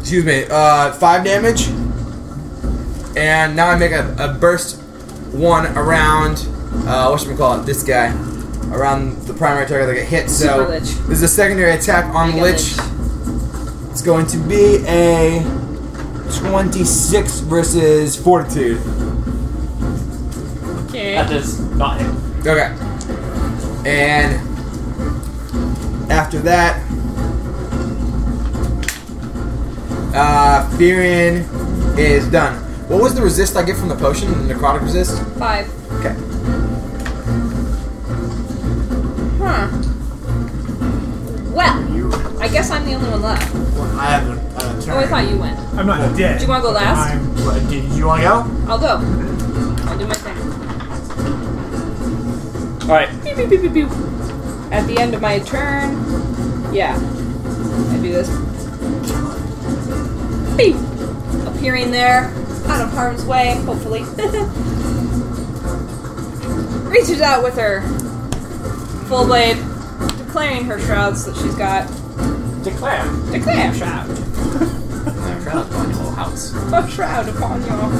Speaker 5: excuse me, uh, 5 damage. And now I make a, a burst one around, uh, whatchamacallit, this guy. Around the primary target that get hit. So
Speaker 6: Super Lich.
Speaker 5: this is a secondary attack on
Speaker 6: Mega
Speaker 5: Lich. It's going to be a 26 versus Fortitude.
Speaker 6: Okay.
Speaker 3: That does not hit.
Speaker 5: Okay. And after that, uh, Fearin is done. What was the resist I get from the potion? The necrotic resist?
Speaker 6: Five.
Speaker 5: Okay.
Speaker 6: Huh. Well, I guess I'm the only one left.
Speaker 10: haven't. I haven't
Speaker 6: Oh, I
Speaker 10: turned.
Speaker 6: thought you went.
Speaker 7: I'm not dead.
Speaker 6: Do you wanna go
Speaker 7: but
Speaker 6: last?
Speaker 7: I'm-
Speaker 10: What, Did you want to go?
Speaker 6: I'll go. I'll do my thing.
Speaker 3: Alright.
Speaker 6: Beep, beep, beep, beep, beep. At the end of my turn, yeah, I do this. Beep. Appearing there, out of harm's way, hopefully. Reaches out with her full blade, declaring her shrouds that she's got.
Speaker 10: Declare.
Speaker 6: Declare shroud, a shroud upon y'all.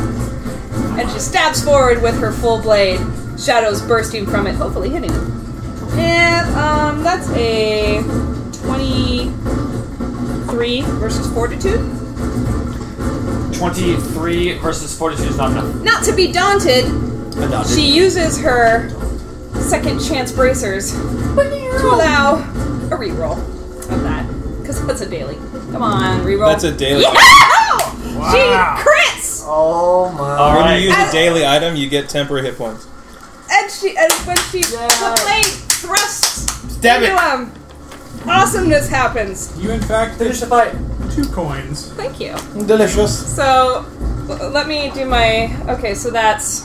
Speaker 6: And she stabs forward with her full blade, shadows bursting from it, hopefully hitting him. And um, that's a 23 versus Fortitude.
Speaker 3: 23 versus 42 is not enough.
Speaker 6: Not to be daunted,
Speaker 3: Adopted.
Speaker 6: she uses her second chance bracers to allow a reroll of that. Because that's a daily. Come on, reroll.
Speaker 2: That's a daily.
Speaker 6: Yeah!
Speaker 2: item.
Speaker 6: She
Speaker 7: Wow.
Speaker 6: crits!
Speaker 10: Oh my.
Speaker 2: When you use
Speaker 3: Alright.
Speaker 2: a daily item, you get temporary hit points.
Speaker 6: And she, and when she, the blade thrusts
Speaker 2: Stab
Speaker 6: into
Speaker 2: it!
Speaker 6: him, awesomeness happens.
Speaker 7: You in fact
Speaker 10: Finish the fight.
Speaker 7: two coins.
Speaker 6: Thank you.
Speaker 2: Delicious.
Speaker 6: So l- let me do my. Okay, so that's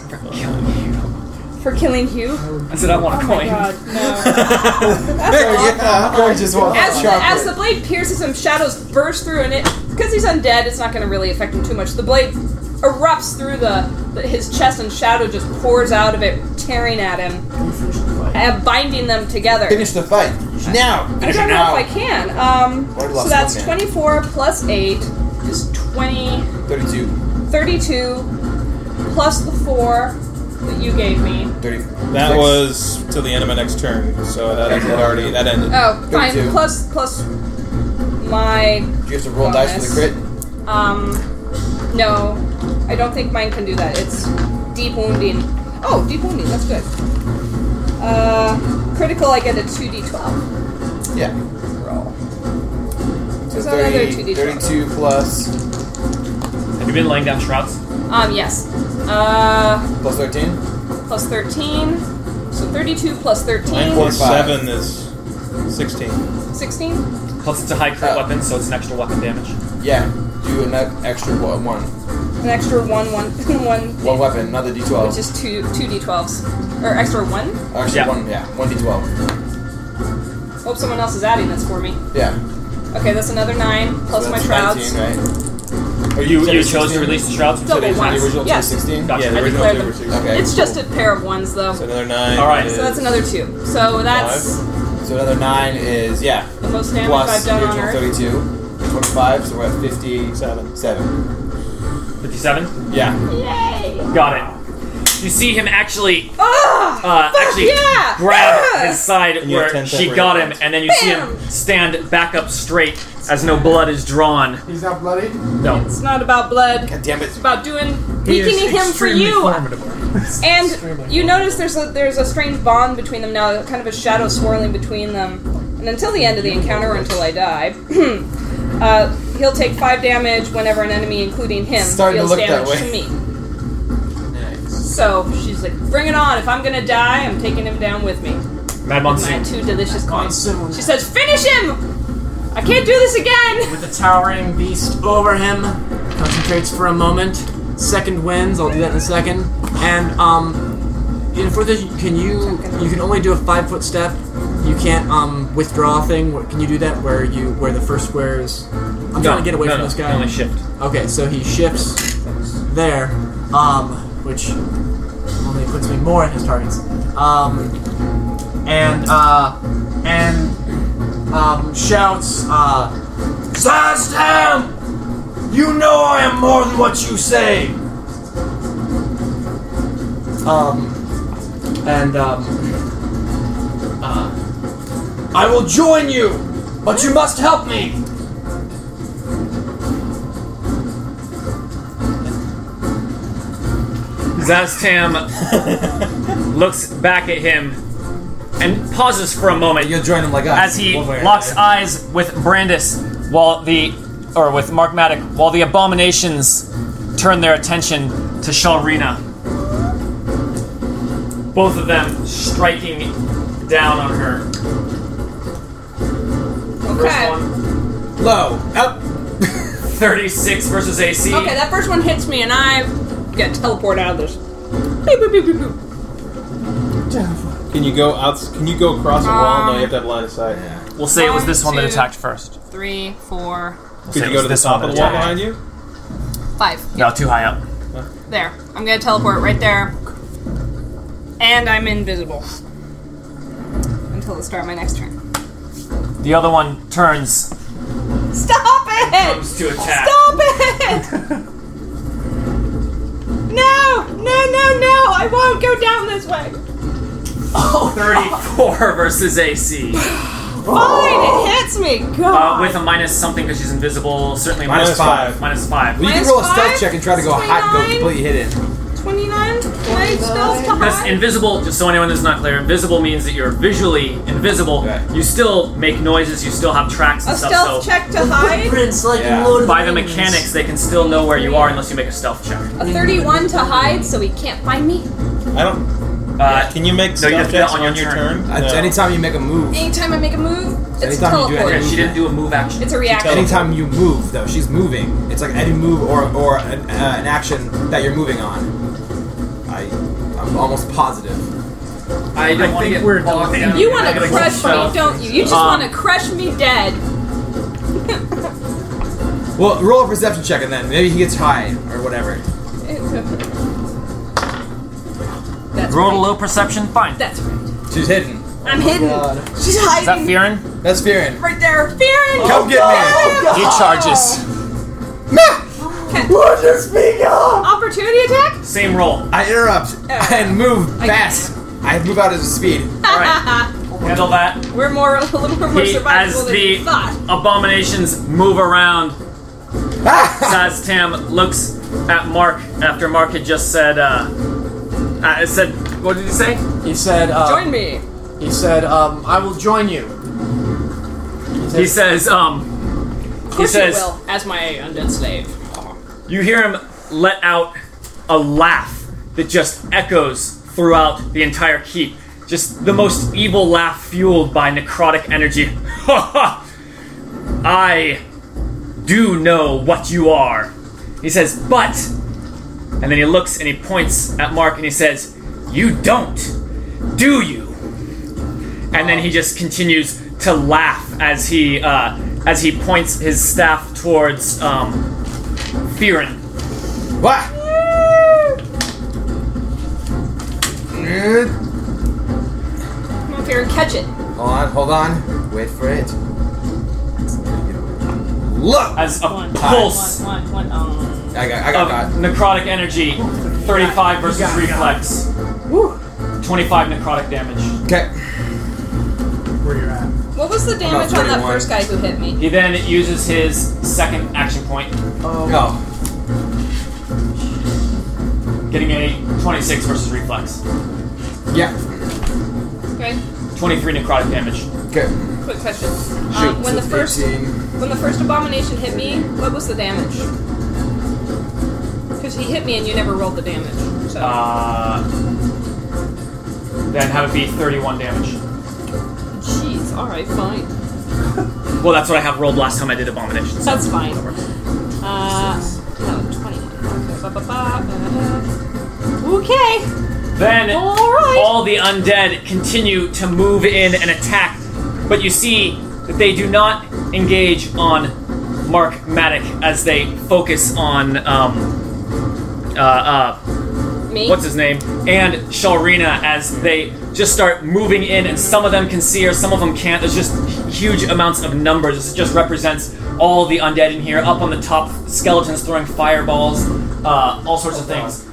Speaker 6: for killing Hugh.
Speaker 3: I said I want a
Speaker 6: Oh my
Speaker 3: coin.
Speaker 6: god, no.
Speaker 5: Oh, yeah, I just want
Speaker 6: as, the,
Speaker 5: chocolate.
Speaker 6: as the blade pierces him, shadows burst through, and it because he's undead, it's not going to really affect him too much. The blade erupts through the, the his chest, and shadow just pours out of it, tearing at him and binding them together.
Speaker 5: Finish the fight. Now!
Speaker 6: I
Speaker 5: Finish
Speaker 6: don't
Speaker 5: it
Speaker 6: know
Speaker 5: now.
Speaker 6: if I can. Um,
Speaker 5: Or lost
Speaker 6: so that's
Speaker 5: one man.
Speaker 6: 24 plus 8 is 20,
Speaker 5: 32.
Speaker 6: 32 plus the 4 that you gave me.
Speaker 5: 30.
Speaker 2: That was till the end of my next turn, so that, that already that ended.
Speaker 6: Oh, fine.
Speaker 5: 32.
Speaker 6: Plus, plus my.
Speaker 5: You have to roll dice for the
Speaker 6: bonus.
Speaker 5: crit.
Speaker 6: Um, no, I don't think mine can do that. It's deep wounding. Oh, deep wounding. That's good. Uh, critical. I get a 2d12
Speaker 5: Yeah.
Speaker 6: roll.
Speaker 5: So
Speaker 6: There's another
Speaker 5: 30,
Speaker 6: 2d12.
Speaker 5: 32 plus,
Speaker 3: Have you been laying down shrouds?
Speaker 6: Um, yes. Uh,
Speaker 5: plus 13.
Speaker 6: plus 13. So 32 plus 13.
Speaker 2: Nine plus
Speaker 5: 45.
Speaker 2: seven is sixteen.
Speaker 6: 16?
Speaker 3: Plus it's a high crit
Speaker 5: Uh,
Speaker 3: weapon, so it's an extra weapon damage.
Speaker 5: Yeah. Do an extra e, one.
Speaker 6: an extra one, one, one,
Speaker 5: One weapon, another
Speaker 6: which
Speaker 5: d12.
Speaker 6: is two, two d12s, or extra one.
Speaker 5: Actually,
Speaker 3: Yeah.
Speaker 5: one, yeah, one d12.
Speaker 6: Hope someone else is adding this for me.
Speaker 5: Yeah.
Speaker 6: Okay, that's another nine plus
Speaker 5: So
Speaker 6: my
Speaker 5: that's
Speaker 6: shrouds.
Speaker 5: 19, right?
Speaker 2: Or you,
Speaker 3: So
Speaker 2: you
Speaker 3: Oh, you chose to release the shrouds.
Speaker 6: Double
Speaker 5: So
Speaker 6: ones.
Speaker 5: The original
Speaker 6: Yes.
Speaker 5: 16?
Speaker 3: Gotcha.
Speaker 2: Yeah,
Speaker 6: I
Speaker 2: the original
Speaker 6: declared
Speaker 2: two
Speaker 6: them.
Speaker 2: were six.
Speaker 5: Okay.
Speaker 6: It's just a pair of ones though.
Speaker 2: So
Speaker 6: So
Speaker 2: another nine.
Speaker 3: All right.
Speaker 2: is-
Speaker 6: that's another two. So that's
Speaker 5: So another 9 is, yeah.
Speaker 6: the most damage I've
Speaker 5: Plus the
Speaker 6: done on
Speaker 5: original
Speaker 6: Earth.
Speaker 5: 32. 25, so we're at 57.
Speaker 3: Fifty-seven.
Speaker 5: Yeah.
Speaker 3: Got it. You see him actually,
Speaker 6: Ah!
Speaker 3: uh,
Speaker 6: Fuck
Speaker 3: actually
Speaker 6: yeah!
Speaker 3: grab
Speaker 6: Ah!
Speaker 3: his side
Speaker 2: And you have
Speaker 3: where
Speaker 2: 10
Speaker 3: she
Speaker 2: separate
Speaker 3: got him,
Speaker 2: rounds.
Speaker 3: and then you see him
Speaker 6: Bam!
Speaker 3: stand back up straight as no blood is drawn.
Speaker 21: He's not bloody.
Speaker 3: No.
Speaker 6: It's not about blood.
Speaker 5: God damn it.
Speaker 6: It's about doing
Speaker 22: He is
Speaker 6: weakening him for
Speaker 22: extremely
Speaker 6: you.
Speaker 22: formidable.
Speaker 6: And you notice there's a there's a strange bond between them now, kind of a shadow swirling between them. And until the end of the encounter, or until I die, uh, he'll take five damage whenever an enemy, including him,
Speaker 5: Starting to
Speaker 6: deals
Speaker 5: look that
Speaker 6: damage
Speaker 5: way.
Speaker 6: to me. So she's like, "Bring it on! If I'm gonna die, I'm taking him down with me."
Speaker 3: Mad
Speaker 6: My
Speaker 3: Monsoon.
Speaker 6: two delicious coins.
Speaker 10: Monsoon.
Speaker 6: She says, "Finish him! I can't do this again."
Speaker 10: With the towering beast over him, concentrates for a moment. Second wins. I'll do that in a second. And um, in further, can you? You can only do a five foot step. You can't um withdraw thing. What- Can you do that where you where the first square is? I'm trying to get away
Speaker 3: no,
Speaker 10: from
Speaker 3: no,
Speaker 10: this guy.
Speaker 3: Only shift.
Speaker 10: Okay, so he shifts there, um, which only puts me more in his targets. Um, and uh, and um, shouts, uh, Zazdam! You know I am more than what you say. Um, and um, uh, I will join you, but you must help me.
Speaker 3: Zastam looks back at him and pauses for a moment
Speaker 5: You'll join him like us.
Speaker 3: as he
Speaker 5: One way or
Speaker 3: locks
Speaker 5: another.
Speaker 3: eyes with Brandis while the or with Mark Maddock while the abominations turn their attention to Shalrina. Both of them striking down on her. First
Speaker 6: Okay.
Speaker 3: one,
Speaker 5: Low. Up.
Speaker 3: 36 versus AC.
Speaker 6: Okay, that first one hits me, and I get teleported out of this. Beep, beep, beep, beep, beep.
Speaker 2: Can you go out? Can you go across a wall? No, you have to have line of sight.
Speaker 3: We'll say it was this one that
Speaker 6: One, two.
Speaker 3: attacked first.
Speaker 6: Three, four,
Speaker 3: We'll say
Speaker 2: Could
Speaker 3: it
Speaker 2: you go
Speaker 3: was
Speaker 2: to the
Speaker 3: this
Speaker 2: top
Speaker 3: one
Speaker 2: of the
Speaker 3: that
Speaker 2: wall
Speaker 3: attacked.
Speaker 2: behind you?
Speaker 6: five.
Speaker 3: No, too high up.
Speaker 6: There. I'm gonna teleport right there. And I'm invisible. Until the start of my next turn.
Speaker 3: The other one turns
Speaker 6: Stop it!
Speaker 3: comes to attack.
Speaker 6: Stop it! No! No, no, no! I won't go down this way!
Speaker 3: 34 versus AC.
Speaker 6: Fine, it hits me!
Speaker 3: Uh,
Speaker 6: God!
Speaker 3: with a minus something because she's invisible. Certainly
Speaker 5: Minus
Speaker 3: minus
Speaker 5: five.
Speaker 3: five. Minus five.
Speaker 5: Well, you can
Speaker 6: Minus
Speaker 5: roll a
Speaker 6: five,
Speaker 5: stealth check and try to go hot, go
Speaker 6: 29.
Speaker 5: completely hidden.
Speaker 6: 29? My spells come
Speaker 3: Because
Speaker 6: on?
Speaker 3: invisible, just so anyone that's not clear, invisible means that you're visually invisible.
Speaker 5: Right.
Speaker 3: You still make noises, you still have tracks and
Speaker 6: A
Speaker 3: stuff,
Speaker 6: stealth
Speaker 3: so
Speaker 6: check to hide?
Speaker 10: Footprints like
Speaker 5: Yeah.
Speaker 10: Lord of
Speaker 3: by the
Speaker 10: Rings.
Speaker 3: mechanics, they can still know where you are unless you make a stealth check. Uh,
Speaker 6: A 31 to hide so he can't find me?
Speaker 2: I don't.
Speaker 3: Uh,
Speaker 2: Can you make
Speaker 3: No, you have
Speaker 2: stealth
Speaker 3: to do that
Speaker 2: checks
Speaker 3: on your
Speaker 2: on your
Speaker 3: turn.
Speaker 2: turn?
Speaker 5: Uh,
Speaker 2: No.
Speaker 5: Anytime you make a move,
Speaker 6: Anytime I make a move, it's
Speaker 5: Anytime you do
Speaker 6: teleport.
Speaker 3: yeah, she didn't do a move action.
Speaker 6: It's a reaction.
Speaker 5: anytime you move, though, she's moving. It's like any move or, or an, uh, an action that you're moving on. I, I'm almost positive.
Speaker 3: I don't want to get
Speaker 22: we're
Speaker 3: bogged
Speaker 22: talking-
Speaker 3: down.
Speaker 6: You want
Speaker 3: Gotta
Speaker 6: to
Speaker 3: go
Speaker 6: crush me,
Speaker 3: stealth.
Speaker 6: don't you? You just
Speaker 3: Um,
Speaker 6: want to crush me dead.
Speaker 5: Well, roll a perception check and then maybe he gets high or whatever.
Speaker 6: That's
Speaker 3: Roll
Speaker 6: right.
Speaker 3: a low perception. Fine. Is
Speaker 6: That's right.
Speaker 5: She's hidden.
Speaker 6: I'm hidden. She's
Speaker 3: that
Speaker 6: hiding
Speaker 3: Fearin?
Speaker 5: That's Fearin.
Speaker 6: right there. Fearing.
Speaker 2: Oh,
Speaker 5: Come get me!
Speaker 3: He charges.
Speaker 6: Opportunity attack.
Speaker 3: Same roll.
Speaker 5: I interrupt and move
Speaker 6: I
Speaker 5: fast. I move out at speed.
Speaker 3: All right. Handle that.
Speaker 6: We're more a little bit more
Speaker 3: He, as
Speaker 6: survivable than
Speaker 3: the
Speaker 6: you thought.
Speaker 3: abominations move around,
Speaker 5: Ah!
Speaker 3: Saztam looks at Mark after Mark had just said, uh, uh, said, what did he say?
Speaker 10: He said, uh,
Speaker 6: Join me.
Speaker 10: He said, um, I will join you.
Speaker 3: He says, um,
Speaker 6: Of course
Speaker 3: says-
Speaker 6: you will, as my undead slave.
Speaker 3: you hear him let out a laugh that just echoes throughout the entire keep. Just the most evil laugh fueled by necrotic energy. Ha ha! I do know what you are. He says, but And then he looks and he points at Mark and he says, You don't, do you? And then he just continues to laugh as he uh, as he points his staff towards um, Fearin.
Speaker 23: What?
Speaker 6: Come up here and catch it.
Speaker 23: Hold on, hold on. Wait for it. Look!
Speaker 3: As a
Speaker 6: One,
Speaker 3: pulse
Speaker 6: one, one, one, um,
Speaker 23: I got, I
Speaker 3: of
Speaker 23: got that.
Speaker 3: necrotic energy, 35 versus
Speaker 7: got it,
Speaker 3: reflex, 25 necrotic damage.
Speaker 23: Okay.
Speaker 7: where you're at.
Speaker 6: What was the damage on that first guy who hit me?
Speaker 3: He then uses his second action point,
Speaker 23: Oh.
Speaker 3: getting a 26 versus reflex,
Speaker 5: Oh.
Speaker 23: Yeah.
Speaker 6: Okay,
Speaker 3: 23 necrotic damage.
Speaker 23: Okay.
Speaker 6: quick question. Um, when the first
Speaker 23: 18.
Speaker 6: when the first abomination hit me, what was the damage? Because he hit me and you never rolled the damage. So
Speaker 3: Uh, then have it be 31 damage.
Speaker 6: jeez, all right, fine.
Speaker 3: Well, that's what I have rolled last time I did abominations.
Speaker 6: That's fine. Uh, no, twenty. Okay. ba, ba, ba, uh, okay.
Speaker 3: Then
Speaker 6: All right.
Speaker 3: all the undead continue to move in and attack, but you see that they do not engage on Mark Matic as they focus on um, uh, uh,
Speaker 6: Me.
Speaker 3: what's his name and Shalrina as they just start moving in, and some of them can see her, some of them can't. There's just huge amounts of numbers. This just represents all the undead in here. Up on the top, skeletons throwing fireballs, uh, all sorts of things.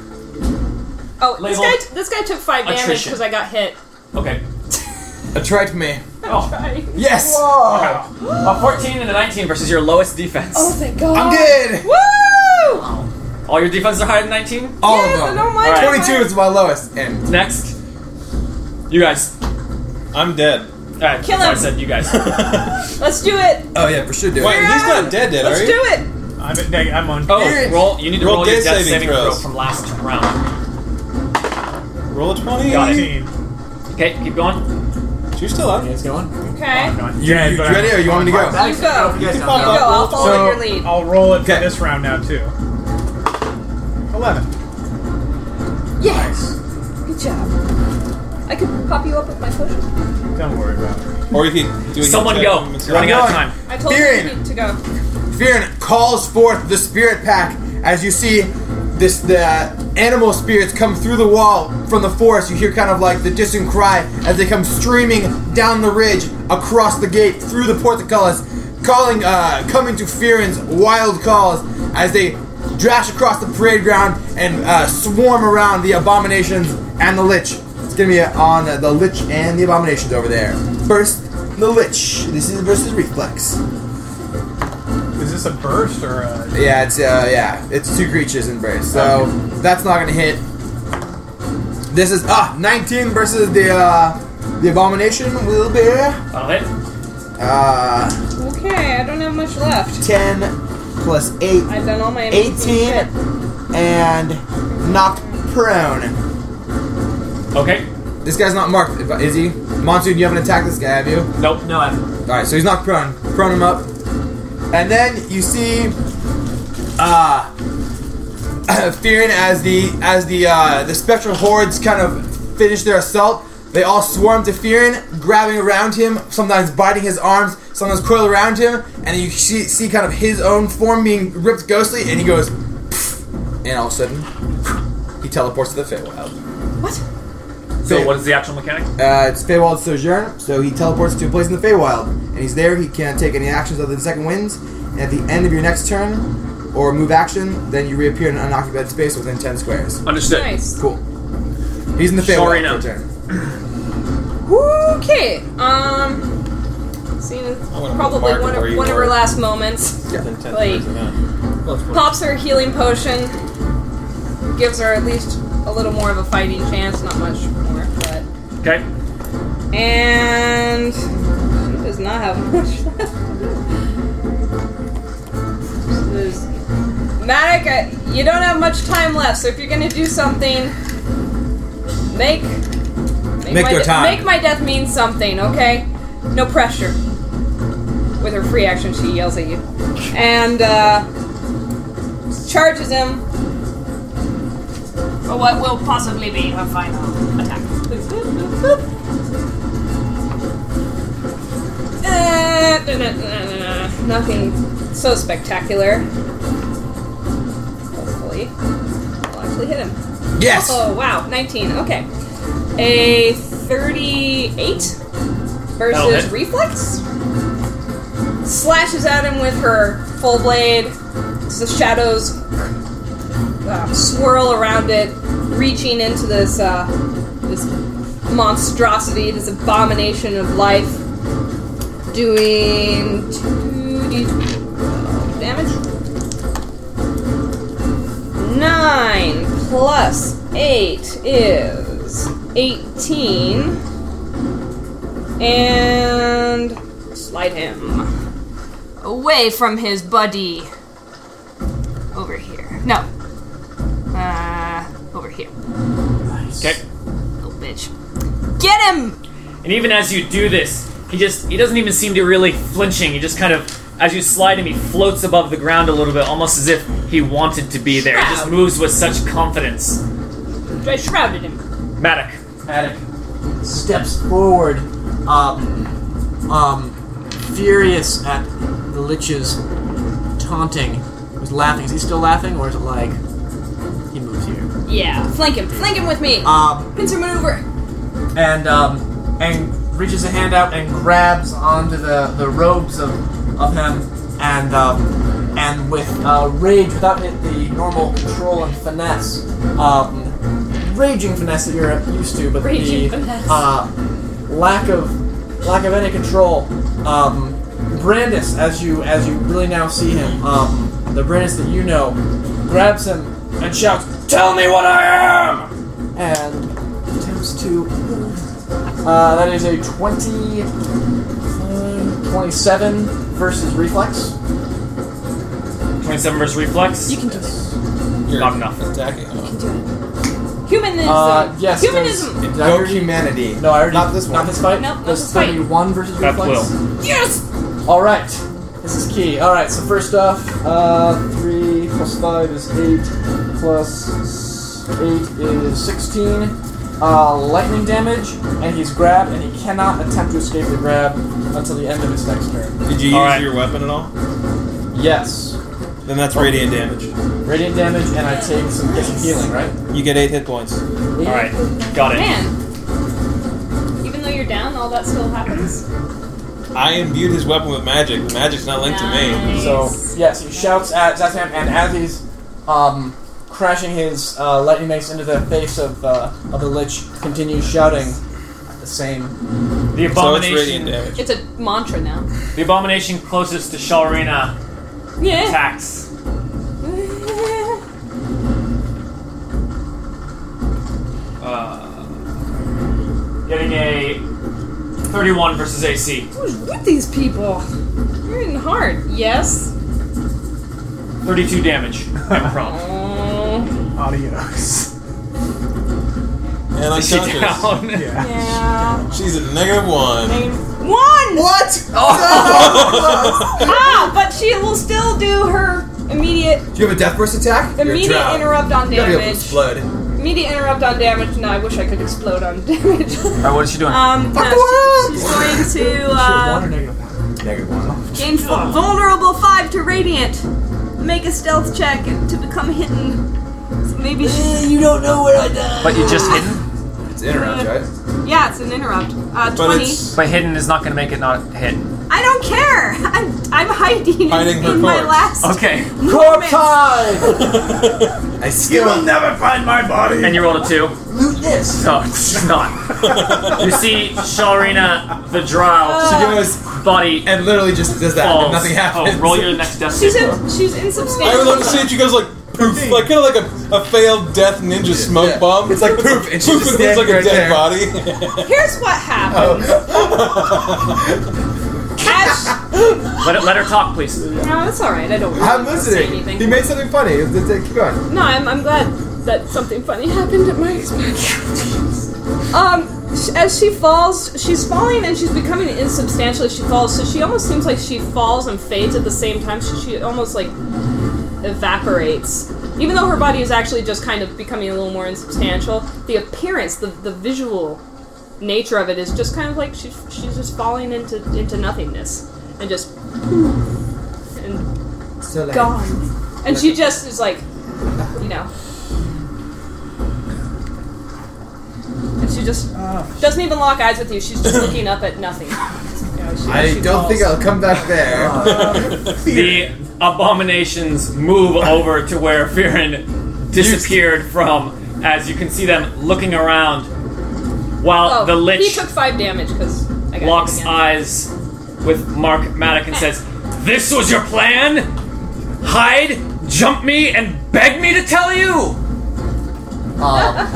Speaker 6: oh, this
Speaker 3: label?
Speaker 6: guy. This guy took five damage
Speaker 3: Attrition.
Speaker 6: because I got hit.
Speaker 3: Okay.
Speaker 5: Attract me.
Speaker 3: Oh.
Speaker 5: Yes!
Speaker 3: A 14 Uh, and a 19 versus your lowest defense.
Speaker 6: Oh, thank God.
Speaker 5: I'm good!
Speaker 6: Woo!
Speaker 3: All your defenses are higher than 19?
Speaker 5: All
Speaker 6: Yes, I
Speaker 5: of
Speaker 6: don't
Speaker 5: them.
Speaker 6: mind.
Speaker 3: Alright.
Speaker 6: fire.
Speaker 5: 22 is my lowest. And
Speaker 3: Next. You guys.
Speaker 2: I'm dead.
Speaker 3: Alright,
Speaker 6: Kill
Speaker 3: I
Speaker 6: him.
Speaker 3: said you guys.
Speaker 6: Let's do it.
Speaker 5: Oh, yeah, for sure do
Speaker 2: Wait,
Speaker 5: it.
Speaker 2: he's not dead, dead,
Speaker 6: Let's
Speaker 2: are
Speaker 6: do
Speaker 2: you?
Speaker 6: it.
Speaker 7: I'm at neg- I'm on.
Speaker 3: Oh, roll. You need to roll,
Speaker 2: Roll
Speaker 3: your
Speaker 2: death
Speaker 3: death saving,
Speaker 2: saving
Speaker 3: throw
Speaker 2: throws.
Speaker 3: from last round.
Speaker 2: Roll a 20.
Speaker 3: Got it.
Speaker 7: 18.
Speaker 3: Okay, keep going.
Speaker 2: You're still up.
Speaker 10: It's going.
Speaker 6: Okay.
Speaker 7: Not dead,
Speaker 5: You
Speaker 7: but I'm-
Speaker 5: ready or you want me to go?
Speaker 6: You go. You
Speaker 10: guys
Speaker 2: can
Speaker 10: don't
Speaker 2: pop
Speaker 10: know.
Speaker 6: go. I'll follow
Speaker 5: So-
Speaker 6: your lead.
Speaker 7: I'll roll it
Speaker 5: Okay.
Speaker 7: for this round now too. Eleven.
Speaker 6: Yes. Good job. I could pop you up with my potion.
Speaker 7: Don't worry about it.
Speaker 2: Or you could do it.
Speaker 3: Someone go.
Speaker 2: It's
Speaker 3: Running out of
Speaker 5: going.
Speaker 3: time.
Speaker 6: I told
Speaker 5: Fearing.
Speaker 6: you to go.
Speaker 5: Fearin calls forth the spirit pack as you see this the animal spirits come through the wall from the forest. You hear kind of like the distant cry as they come streaming down the ridge, across the gate, through the portcullis, calling, uh, coming to Fearin's wild calls as they dash across the parade ground and uh, swarm around the abominations and the lich. It's gonna be on uh, the lich and the abominations over there. First, the lich. This is versus reflex.
Speaker 7: Is this a burst or a?
Speaker 5: Yeah, it's uh, yeah, it's two creatures in brace, so that's not gonna hit. This is ah 19 versus the uh, the abomination will be
Speaker 3: That'll hit.
Speaker 5: uh
Speaker 6: Okay, I don't have much left.
Speaker 5: 10 plus 8,
Speaker 6: I've done all my amazing
Speaker 5: 18,
Speaker 6: shit.
Speaker 5: and knocked prone.
Speaker 3: Okay.
Speaker 5: This guy's not marked, if- is he? Monsoon, you haven't attacked this guy, have you?
Speaker 3: Nope.
Speaker 10: No, I haven't.
Speaker 5: All right, so he's knocked prone. Prone him up, and then you see, uh, Fearin as the as the uh, the spectral hordes kind of finish their assault. They all swarm to Fearin, grabbing around him, sometimes biting his arms, sometimes coil around him, and you see, see kind of his own form being ripped ghostly, and he goes, and all of a sudden, he teleports to the Feywild.
Speaker 6: What?
Speaker 3: So what is the actual mechanic?
Speaker 5: Uh, it's Feywild Sojourn, so he teleports to a place in the Feywild, and he's there. He can't take any actions other than second winds. And at the end of your next turn, or move action, then you reappear in an unoccupied space within ten squares.
Speaker 3: Understood.
Speaker 6: Nice.
Speaker 5: Cool. He's in the
Speaker 3: Sure
Speaker 5: Feywild
Speaker 3: enough.
Speaker 5: for a turn.
Speaker 6: Okay. Um. Seeing as
Speaker 2: I wanna
Speaker 6: probably
Speaker 2: mark
Speaker 6: one
Speaker 2: where
Speaker 6: of
Speaker 2: you
Speaker 6: one of
Speaker 2: were.
Speaker 6: her last moments, Like- pops her healing potion, gives her at least a little more of a fighting chance. Not much more, but
Speaker 3: Okay.
Speaker 6: and she does not have much left. This is- Matic, I- you don't have much time left, so if you're gonna do something, make
Speaker 5: Make
Speaker 6: my
Speaker 5: your
Speaker 6: de-
Speaker 5: time.
Speaker 6: Make my death mean something, okay? No pressure. With her free action, she yells at you and uh, charges him Or what will possibly be her final attack. Uh, nah, nah, nah, nah, nah. Nothing so spectacular. Hopefully. I'll actually hit him.
Speaker 5: Yes.
Speaker 6: Oh, wow. 19. Okay. A 38
Speaker 17: That'll
Speaker 6: versus
Speaker 17: hit.
Speaker 6: reflex. Slashes at him with her full blade. The shadows uh, swirl around it, reaching into this uh, this monstrosity, this abomination of life. Doing two d damage. Nine plus eight is eighteen. And slide him away from his buddy. Over here. No. Uh, over here.
Speaker 17: Okay.
Speaker 6: Little bitch. Get him!
Speaker 17: And even as you do this, he just he doesn't even seem to really flinching. He just kind of as you slide him, he floats above the ground a little bit, almost as if he wanted to be there. He just
Speaker 6: Shroud.
Speaker 17: moves with such confidence.
Speaker 6: I shrouded him.
Speaker 17: Matic.
Speaker 10: Attic steps forward, um, um, furious at the Lich's taunting. He's laughing. Is he still laughing, or is it like he moves here?
Speaker 6: Yeah. Flank him. Flank him with me.
Speaker 10: Um,
Speaker 6: Pincer maneuver.
Speaker 10: and um, and reaches a hand out and grabs onto the, the robes of, of him and um, and with uh, rage without it, the normal control and finesse um, raging finesse that you're used to but
Speaker 6: Raging
Speaker 10: the
Speaker 6: finesse.
Speaker 10: Uh, lack of lack of any control um, Brandis as you as you really now see him um, the Brandis that you know grabs him and shouts tell me what I am and attempts to. Uh, that is a 20, uh, 27 versus reflex.
Speaker 17: 27 versus reflex.
Speaker 6: You can do it.
Speaker 2: You're
Speaker 17: Not enough.
Speaker 2: attacking him.
Speaker 6: Humanism.
Speaker 10: Uh, yes. there's-
Speaker 6: Humanism.
Speaker 10: did I
Speaker 13: Go
Speaker 10: already-
Speaker 13: humanity.
Speaker 10: No, I already.
Speaker 13: Not this one.
Speaker 10: Not this fight.
Speaker 6: No, not
Speaker 10: There's
Speaker 6: this fight.
Speaker 10: 31 versus
Speaker 17: That
Speaker 10: reflex.
Speaker 6: Yes!
Speaker 10: All right. This is key. All right. So first off, uh, three plus five is eight, plus s- eight is sixteen. Uh, lightning damage, and he's grabbed, and he cannot attempt to escape the grab until the end of his next turn.
Speaker 2: Did you use
Speaker 17: All right.
Speaker 2: your weapon at all?
Speaker 10: Yes.
Speaker 2: Then that's radiant damage.
Speaker 10: Radiant damage, and I take some get some healing, right?
Speaker 2: You get eight hit points.
Speaker 17: Alright, got it.
Speaker 6: Man. Even though you're down, all that still happens.
Speaker 2: I imbued his weapon with magic. The magic's not linked to me.
Speaker 6: Nice.
Speaker 10: So yes, he shouts at Zatham, and as he's um, crashing his uh, lightning mace into the face of uh, of the lich, continues shouting at the same.
Speaker 17: The
Speaker 2: So it's
Speaker 17: abomination
Speaker 2: radiant damage.
Speaker 6: It's a mantra now.
Speaker 17: the abomination closest to Shalrina
Speaker 6: Yeah.
Speaker 17: attacks. Uh, getting a 31 versus AC.
Speaker 6: Who's with these people? You're in hard. Yes.
Speaker 17: 32 damage. I'm prompt.
Speaker 6: Oh,
Speaker 7: Adios.
Speaker 2: And
Speaker 17: Is she
Speaker 2: unconscious.
Speaker 17: down?
Speaker 7: Yeah.
Speaker 6: yeah.
Speaker 2: She's at negative one.
Speaker 6: One!
Speaker 5: What?
Speaker 6: Ah, but she will still do her immediate
Speaker 5: Do you have a death burst attack? You're
Speaker 6: immediate
Speaker 5: drowned.
Speaker 6: interrupt on
Speaker 5: You gotta be able to
Speaker 6: damage.
Speaker 5: explode.
Speaker 6: Immediate interrupt on damage, and I wish I could explode on damage.
Speaker 3: Alright, what is she doing?
Speaker 6: um, no,
Speaker 5: the
Speaker 6: she's, she's going to uh,
Speaker 5: Negative one.
Speaker 6: gain vul- vulnerable five to radiant. Make a stealth check to become hidden. So maybe she.
Speaker 5: You don't know where I died.
Speaker 3: But you're just hidden?
Speaker 5: It's interrupt, right?
Speaker 6: Yeah, it's an interrupt. Uh,
Speaker 2: But
Speaker 6: Twenty.
Speaker 2: it's
Speaker 3: But hidden is not gonna make it not hit.
Speaker 6: I don't care. I'm I'm hiding,
Speaker 2: Hiding
Speaker 6: in,
Speaker 2: her
Speaker 6: my
Speaker 2: corpse.
Speaker 6: last.
Speaker 3: Okay.
Speaker 10: Corp time!
Speaker 5: I
Speaker 12: You
Speaker 5: still.
Speaker 12: will never find my body.
Speaker 17: And you rolled a 2.
Speaker 10: Loot this!
Speaker 17: No, it's not. you see Shalrina the Drow
Speaker 6: Oh.
Speaker 5: She goes
Speaker 17: body
Speaker 5: and literally just does that.
Speaker 17: falls.
Speaker 5: and Nothing happens.
Speaker 17: Oh, roll your next death
Speaker 6: She's
Speaker 17: save.
Speaker 6: in, she's insubstantial.
Speaker 2: I would love to see it. She goes like poof, like kind of like a, a failed death ninja smoke
Speaker 5: Yeah.
Speaker 2: bomb.
Speaker 5: It's like poof, and she
Speaker 2: poof,
Speaker 5: just
Speaker 2: it looks like
Speaker 5: stands
Speaker 2: a
Speaker 5: right
Speaker 2: dead
Speaker 5: there.
Speaker 2: body.
Speaker 6: Here's what happened.
Speaker 2: Oh.
Speaker 6: As,
Speaker 17: Let, it, let her talk, please.
Speaker 6: no, that's all right. I don't.
Speaker 13: I'm
Speaker 6: really say
Speaker 13: listening.
Speaker 6: anything.
Speaker 13: He made something funny. It's- it's- Keep going.
Speaker 6: No, I'm, I'm glad that something funny happened at my expense. um, sh- as she falls, she's falling and she's becoming insubstantial as she falls. So she almost seems like she falls and fades at the same time. She, she almost like evaporates. Even though her body is actually just kind of becoming a little more insubstantial, the appearance, the, the visual nature of it is just kind of like she's, she's just falling into, into nothingness. And just. And
Speaker 5: So like,
Speaker 6: gone. And she just is like, you know. And she just doesn't even lock eyes with you. She's just looking up at nothing. You know, she-
Speaker 5: I
Speaker 6: she
Speaker 5: don't
Speaker 6: falls.
Speaker 5: think I'll come back there.
Speaker 3: The abominations move over to where Viren disappeared from as you can see them looking around while
Speaker 6: Oh,
Speaker 3: the
Speaker 6: he
Speaker 3: Lich
Speaker 6: took five damage because I got
Speaker 3: locks
Speaker 6: hit again.
Speaker 3: eyes with Mark Maddock and says, This was your plan? Hide, jump me, and beg me to tell you?
Speaker 6: Uh,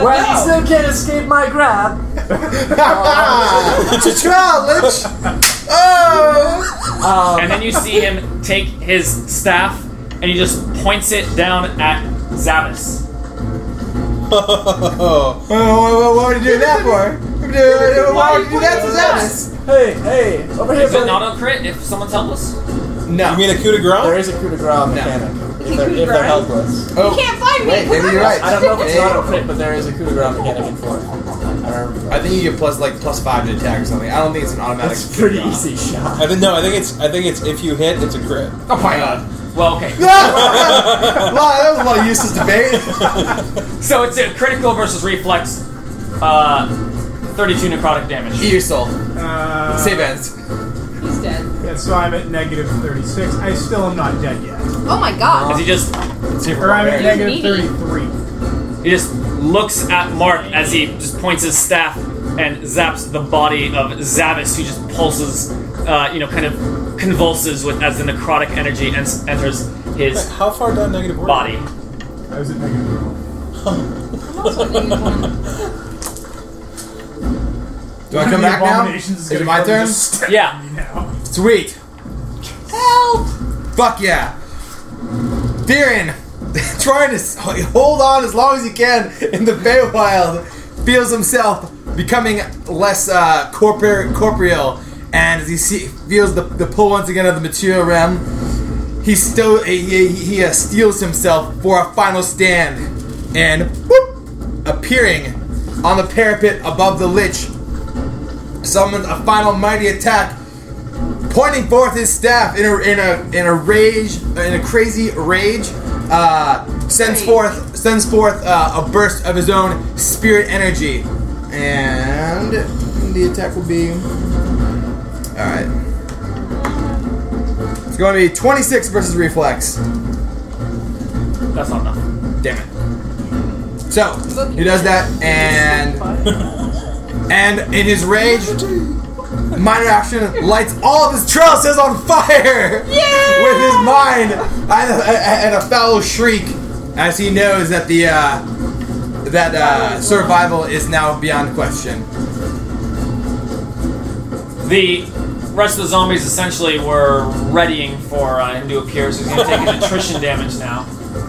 Speaker 24: Well,
Speaker 6: no.
Speaker 24: you still can't escape my grab.
Speaker 5: to trial, Lich! Oh!
Speaker 24: Um,
Speaker 3: And then you see him take his staff and he just points it down at Zavis.
Speaker 5: oh, what, what would you do that for? Why would you do that to Zeus?
Speaker 24: Hey, hey, over here,
Speaker 3: Is it
Speaker 24: buddy.
Speaker 3: not a crit if someone's helpless?
Speaker 2: You mean a coup de
Speaker 10: There
Speaker 2: grace?
Speaker 10: is a coup de grace mechanic if they're, if they're helpless.
Speaker 6: You
Speaker 5: Oh,
Speaker 6: can't find me.
Speaker 5: wait, maybe you're right.
Speaker 10: I don't know if it's
Speaker 5: Hey,
Speaker 10: auto crit, but there is a coup de grace mechanic in four. I remember
Speaker 25: I think you get plus like plus five to attack or something. I don't think it's an automatic.
Speaker 10: That's a pretty easy shot.
Speaker 2: I think no. I think it's. I think it's if you hit, it's a crit.
Speaker 25: Oh my god!
Speaker 3: Well, okay.
Speaker 5: wow, that was a lot of useless debate.
Speaker 3: So it's a critical versus reflex, uh, 32 necrotic damage.
Speaker 25: Eat your soul.
Speaker 7: Uh,
Speaker 25: Save ends.
Speaker 6: He's dead.
Speaker 7: yeah, so I'm at negative 36. I still am not dead yet.
Speaker 6: Oh my god.
Speaker 3: As he just
Speaker 7: Or I'm at
Speaker 6: He's
Speaker 7: negative
Speaker 6: meaty.
Speaker 7: 33.
Speaker 3: he just looks at Mark as he just points his staff and zaps the body of Zavis, who just pulses, uh, you know, kind of convulses with as the necrotic energy en- enters his
Speaker 2: How far down negative were you?
Speaker 3: body.
Speaker 7: I was at negative 1.
Speaker 6: I'm also a negative one.
Speaker 5: Do I come back now?
Speaker 7: Abominations
Speaker 5: Is
Speaker 7: is
Speaker 5: it
Speaker 7: gonna
Speaker 5: my
Speaker 7: come
Speaker 5: turn?
Speaker 7: just
Speaker 3: Yeah.
Speaker 7: Now.
Speaker 5: Sweet.
Speaker 6: Help!
Speaker 5: Fuck yeah. Darren, trying to s- hold on as long as he can in the Feywild, feels himself becoming less uh, corpor- corporeal, and as he see- feels the, the pull once again of the material realm, he, sto- he, he, he uh, steals himself for a final stand, and whoop, appearing on the parapet above the lich, summons a final mighty attack pointing forth his staff in a in a in a rage in a crazy rage uh, sends
Speaker 6: Rage.
Speaker 5: forth sends forth uh, a burst of his own spirit energy and the attack will be all right it's going to be 26 versus reflex
Speaker 3: That's not enough.
Speaker 5: damn it so he does that and and in his rage minor action lights all of his trellises on fire
Speaker 6: Yeah!
Speaker 5: with his mind and a, and a foul shriek as he knows that the uh, that uh, survival is now beyond question.
Speaker 3: The rest of the zombies essentially were readying for uh, him to appear, so he's going to take an attrition damage now.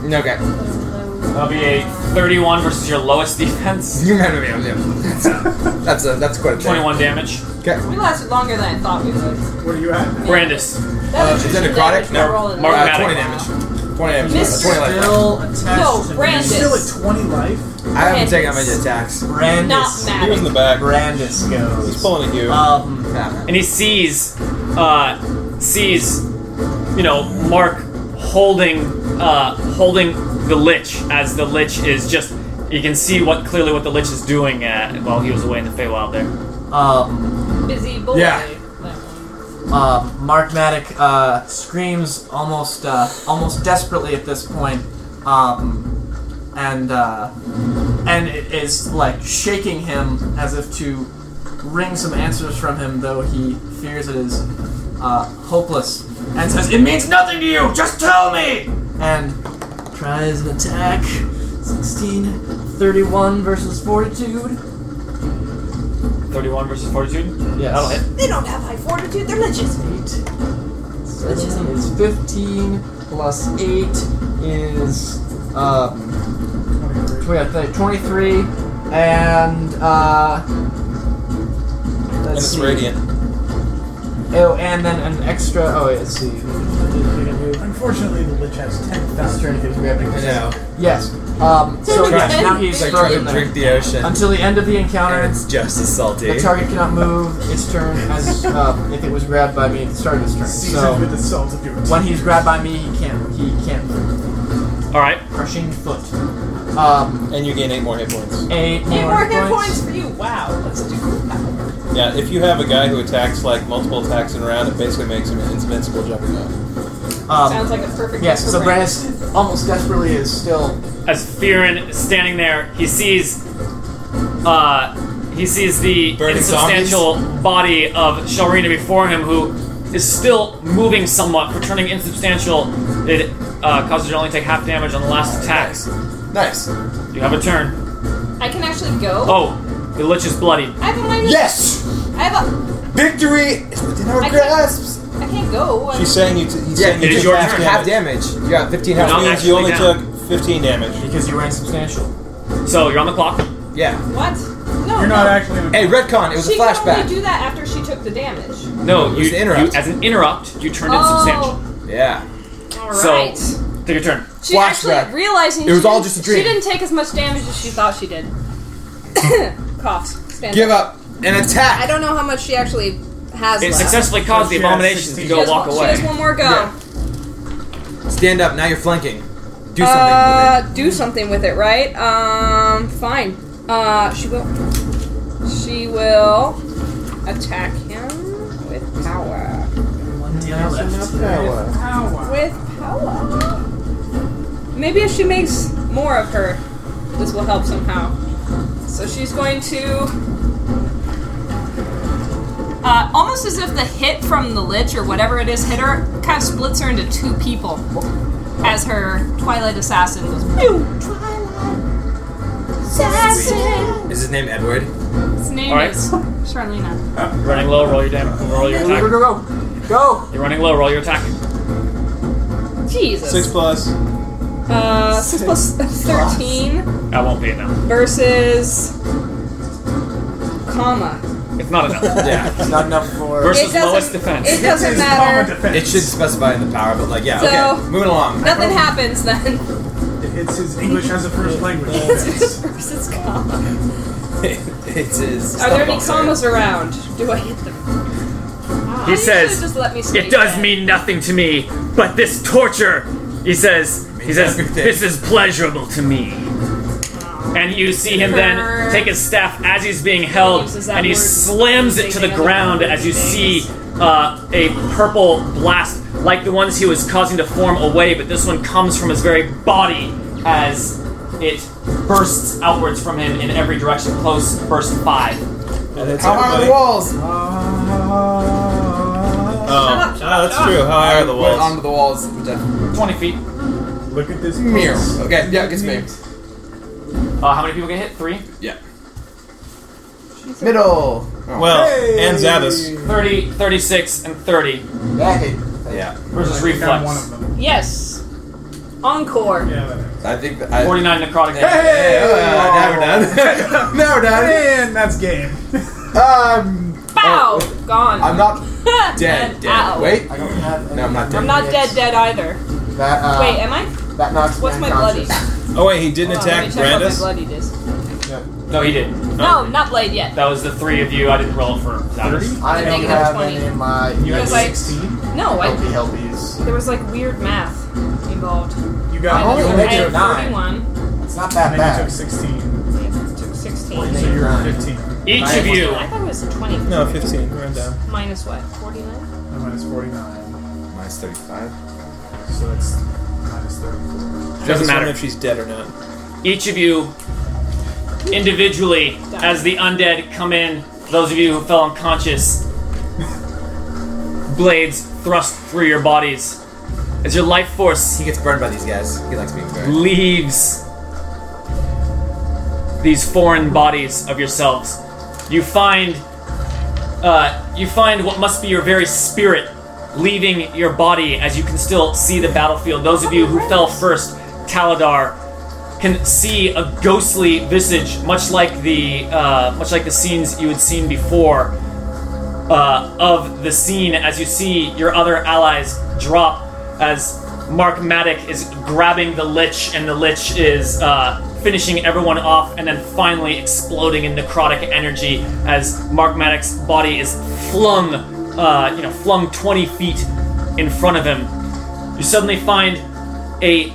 Speaker 5: Okay,
Speaker 3: That'll be a 31 versus your lowest defense.
Speaker 5: you remember me? I'm new. That's a, that's quite a thing.
Speaker 3: 21 damage.
Speaker 5: Okay,
Speaker 6: We lasted longer than I thought we would.
Speaker 7: What are you at?
Speaker 3: Brandis.
Speaker 5: Uh, is that necrotic?
Speaker 6: No.
Speaker 5: No.
Speaker 3: Mark
Speaker 5: uh,
Speaker 3: Maddox.
Speaker 5: twenty damage. Twenty damage.
Speaker 6: Miss-
Speaker 5: Uh, Twenty life.
Speaker 10: Still attached
Speaker 6: No,
Speaker 10: to
Speaker 6: Brandis.
Speaker 7: Still at 20 life.
Speaker 5: I haven't taken out many attacks.
Speaker 10: Brandis.
Speaker 6: Not
Speaker 2: He was in
Speaker 6: mad.
Speaker 2: the back.
Speaker 10: Brandis
Speaker 2: He's
Speaker 10: goes.
Speaker 2: pulling at you.
Speaker 10: Um,
Speaker 3: and he sees uh, sees you know Mark holding uh, holding the lich as the lich is just you can see what clearly what the lich is doing uh while he was away in the Feywild there.
Speaker 10: um,
Speaker 6: Busy boy.
Speaker 5: Yeah.
Speaker 10: uh, Mark Matic uh, screams almost, uh, almost desperately at this point, um, and uh, and it is like shaking him as if to wring some answers from him, though he fears it is uh, hopeless, and says, "It means nothing to you. Just tell me." And tries an attack. 16, 31 versus fortitude.
Speaker 3: Thirty one versus fortitude.
Speaker 10: Yes.
Speaker 3: That'll hit.
Speaker 6: They don't have high fortitude. They're liches.
Speaker 10: Eight. Seven is fifteen plus eight is um tw- yeah, th- twenty-three and uh
Speaker 2: and
Speaker 10: let's
Speaker 2: it's
Speaker 10: see.
Speaker 2: radiant.
Speaker 10: Oh, and then an extra. Oh, wait, let's see.
Speaker 7: Unfortunately, the lich has ten thousand.
Speaker 10: trying to think if we have any-
Speaker 5: I know.
Speaker 10: Yes. Um, so
Speaker 5: Try.
Speaker 10: yes, now he's
Speaker 5: It's like trying
Speaker 10: frozen
Speaker 5: to
Speaker 10: there.
Speaker 5: drink the ocean,
Speaker 10: Until the end of the encounter,
Speaker 5: and it's just as salty.
Speaker 10: the target cannot move its turn as um, if it was grabbed by me at the start of his turn.
Speaker 7: Seasoned with
Speaker 10: So
Speaker 7: the salt of your teeth.
Speaker 10: when he's grabbed by me, he can't he can't move.
Speaker 3: All right.
Speaker 10: Crushing foot. Um,
Speaker 2: And you gain eight more hit points.
Speaker 10: eight
Speaker 6: Eight
Speaker 10: more
Speaker 6: more hit
Speaker 10: points.
Speaker 6: points for you. Wow, that's such a cool power.
Speaker 2: Yeah, if you have a guy who attacks like multiple attacks in a round, it basically makes him an invincible jumping off.
Speaker 10: Um,
Speaker 6: Sounds like a perfect.
Speaker 10: yes. So
Speaker 6: program.
Speaker 10: Brannis almost desperately is still
Speaker 3: As Fearin is standing there, he sees, uh, he sees the
Speaker 5: Burning
Speaker 3: insubstantial body of Shalrina before him, who is still moving somewhat. For turning insubstantial, it uh, causes you to only take half damage on the last attack.
Speaker 5: nice.
Speaker 3: You have a turn.
Speaker 6: I can actually go.
Speaker 3: Oh, the lich is bloody.
Speaker 6: I have a minus.
Speaker 5: Yes,
Speaker 6: I have a.
Speaker 5: victory is within our
Speaker 6: I can't-
Speaker 5: grasps.
Speaker 6: I can't go. I-
Speaker 2: She's saying you. T- he's saying you
Speaker 3: it is
Speaker 2: took
Speaker 3: your
Speaker 2: half
Speaker 3: turn.
Speaker 26: Half
Speaker 2: damage.
Speaker 26: damage. You're at 15
Speaker 3: You're
Speaker 26: health.
Speaker 3: not
Speaker 2: Means you only
Speaker 3: actually
Speaker 2: took 15 damage.
Speaker 10: because you were insubstantial.
Speaker 3: So you're on the clock.
Speaker 26: Yeah.
Speaker 6: What? No.
Speaker 7: You're
Speaker 6: no.
Speaker 7: not actually. in a-
Speaker 26: Hey, retcon. It was
Speaker 6: She
Speaker 26: a
Speaker 6: can only
Speaker 26: flashback.
Speaker 6: do that after she took the damage.
Speaker 3: No, you,
Speaker 26: was the interrupt.
Speaker 3: you- as an interrupt, you turned insubstantial.
Speaker 6: Oh,
Speaker 26: Yeah.
Speaker 6: all
Speaker 3: So-
Speaker 6: right.
Speaker 3: Take your turn.
Speaker 6: she
Speaker 26: flashback.
Speaker 6: actually realizing
Speaker 26: It was
Speaker 6: she
Speaker 26: all
Speaker 6: didn't-
Speaker 26: just a dream.
Speaker 6: She didn't take as much damage as she thought she did. Coughs. Stand
Speaker 5: Give up and
Speaker 6: I
Speaker 5: attack.
Speaker 6: don't know how much she actually has
Speaker 3: It
Speaker 6: left.
Speaker 3: successfully caused the
Speaker 7: she has
Speaker 3: abominations to
Speaker 7: 16.
Speaker 6: She
Speaker 3: go
Speaker 6: has
Speaker 3: walk
Speaker 6: one, She has
Speaker 3: away.
Speaker 6: one more go.
Speaker 5: Yeah. Stand up. Now you're flanking. Do something.
Speaker 6: uh, do something with it, right? Um, fine. Uh, she will. She will attack him with power. With power. Maybe if she makes more of her, this will help somehow. So she's going to. Uh, almost as if the hit from the lich or whatever it is hit her, kind of splits her into two people as her Twilight Assassin goes. Pew! Assassin!
Speaker 5: Is his name Edward?
Speaker 6: Its name
Speaker 3: Alright.
Speaker 6: is Charlena.
Speaker 3: Running low, roll your damage. Roll your
Speaker 10: Go
Speaker 3: attack.
Speaker 10: go go go!
Speaker 3: You're running low, roll your attack.
Speaker 6: Jesus.
Speaker 2: Six plus.
Speaker 6: Uh, six plus thirteen
Speaker 3: That won't be enough.
Speaker 6: versus comma.
Speaker 3: It's not enough.
Speaker 5: Yeah.
Speaker 10: It's not enough for.
Speaker 3: Versus
Speaker 6: It doesn't-
Speaker 3: lowest defense.
Speaker 6: It doesn't
Speaker 7: It's common
Speaker 6: matter.
Speaker 7: defense.
Speaker 5: It should specify in the power, but like yeah.
Speaker 6: So-
Speaker 5: okay, moving along.
Speaker 6: Nothing happens then.
Speaker 7: It's his English as a first language.
Speaker 6: It's versus comma.
Speaker 5: it's his.
Speaker 6: Are there any
Speaker 5: stuff on
Speaker 6: commas around? Do I hit them? Ah,
Speaker 3: He
Speaker 6: you should've
Speaker 3: says,
Speaker 6: just let me sneak
Speaker 3: It does
Speaker 6: in.
Speaker 3: mean nothing to me, but this torture, he says, he
Speaker 5: Means
Speaker 3: says,
Speaker 5: everything.
Speaker 3: this is pleasurable to me. And you see him then take his staff as he's being held,
Speaker 6: Uses that
Speaker 3: and he
Speaker 6: word.
Speaker 3: slams it to the
Speaker 6: Using other
Speaker 3: ground
Speaker 6: words
Speaker 3: as you
Speaker 6: and
Speaker 3: see
Speaker 6: things.
Speaker 3: uh, a purple blast, like the ones he was causing to form away, but this one comes from his very body as it bursts outwards from him in every direction. Close, burst five.
Speaker 2: And that's
Speaker 5: How high are
Speaker 2: everybody.
Speaker 5: the walls? We're
Speaker 2: Oh, ah, that's true. How high are the walls?
Speaker 5: onto the walls. Which I-
Speaker 3: 20 feet.
Speaker 7: Look at this.
Speaker 5: Mirror.
Speaker 7: place.
Speaker 5: Okay, yeah, it gets me.
Speaker 3: Uh, how many people get hit? Three?
Speaker 5: Yeah. Middle.
Speaker 2: Well, and Zavis.
Speaker 3: 30, 36, and 30
Speaker 5: Back. Yeah.
Speaker 3: versus
Speaker 7: I found one
Speaker 3: reflex.
Speaker 7: of them.
Speaker 6: Yes. Encore.
Speaker 7: Yeah, that is.
Speaker 5: I think. That I,
Speaker 3: 49 necrotic damage.
Speaker 5: Hey! uh, now we're done. now we're done.
Speaker 7: And that's game.
Speaker 5: Um,
Speaker 6: Bow.
Speaker 3: Oh.
Speaker 6: Gone.
Speaker 5: I'm not dead.
Speaker 6: Dead.
Speaker 5: Dead.
Speaker 6: Ow.
Speaker 5: Wait.
Speaker 10: I don't have. Any
Speaker 5: No, I'm not dead.
Speaker 6: I'm not dead. Dead either.
Speaker 10: That, uh,
Speaker 6: Wait, am I?
Speaker 10: that knocks me
Speaker 6: What's my bloody?
Speaker 10: unconscious.
Speaker 2: Oh wait, he didn't
Speaker 6: Hold on, let
Speaker 2: attack
Speaker 6: me check what my
Speaker 2: Brandis.
Speaker 6: bloodied is.
Speaker 3: No, he didn't.
Speaker 6: No, not blade yet.
Speaker 3: That was the three of you. I didn't roll for Zavis.
Speaker 10: I don't
Speaker 6: Negative
Speaker 10: have
Speaker 6: 20.
Speaker 10: any in my.
Speaker 7: You have
Speaker 6: Because I-
Speaker 7: sixteen.
Speaker 6: No, I,
Speaker 10: Healthy helpies.
Speaker 6: there was like weird math involved.
Speaker 7: You
Speaker 6: I
Speaker 7: got.
Speaker 10: only
Speaker 6: had
Speaker 7: you only
Speaker 10: a Oh, negative
Speaker 7: took-
Speaker 10: nine.
Speaker 6: 31.
Speaker 10: It's not that
Speaker 7: and then you took
Speaker 10: bad.
Speaker 7: sixteen.
Speaker 6: Took 16.
Speaker 7: So you're at fifteen.
Speaker 3: Each of you.
Speaker 6: I thought it was 20.
Speaker 2: No, 15. We're down.
Speaker 6: Minus what? 49?
Speaker 7: And minus forty-nine.
Speaker 5: Minus 35.
Speaker 7: So that's minus thirty-four.
Speaker 3: Doesn't matter.
Speaker 2: if she's dead or not.
Speaker 3: Each of you individually, as the undead come in, those of you who fell unconscious, blades thrust through your bodies. As your life force
Speaker 5: He gets burned by these guys. He likes being burned.
Speaker 3: leaves these foreign bodies of yourselves. You find uh, you find what must be your very spirit leaving your body as you can still see the battlefield. Those of you who fell first, Taladar, can see a ghostly visage, much like the uh, much like the scenes you had seen before uh, of the scene as you see your other allies drop as Mark Matic is grabbing the Lich, and the Lich is uh, finishing everyone off, and then finally exploding in necrotic energy as Mark Matic's body is flung, uh, you know, flung 20 feet in front of him. You suddenly find a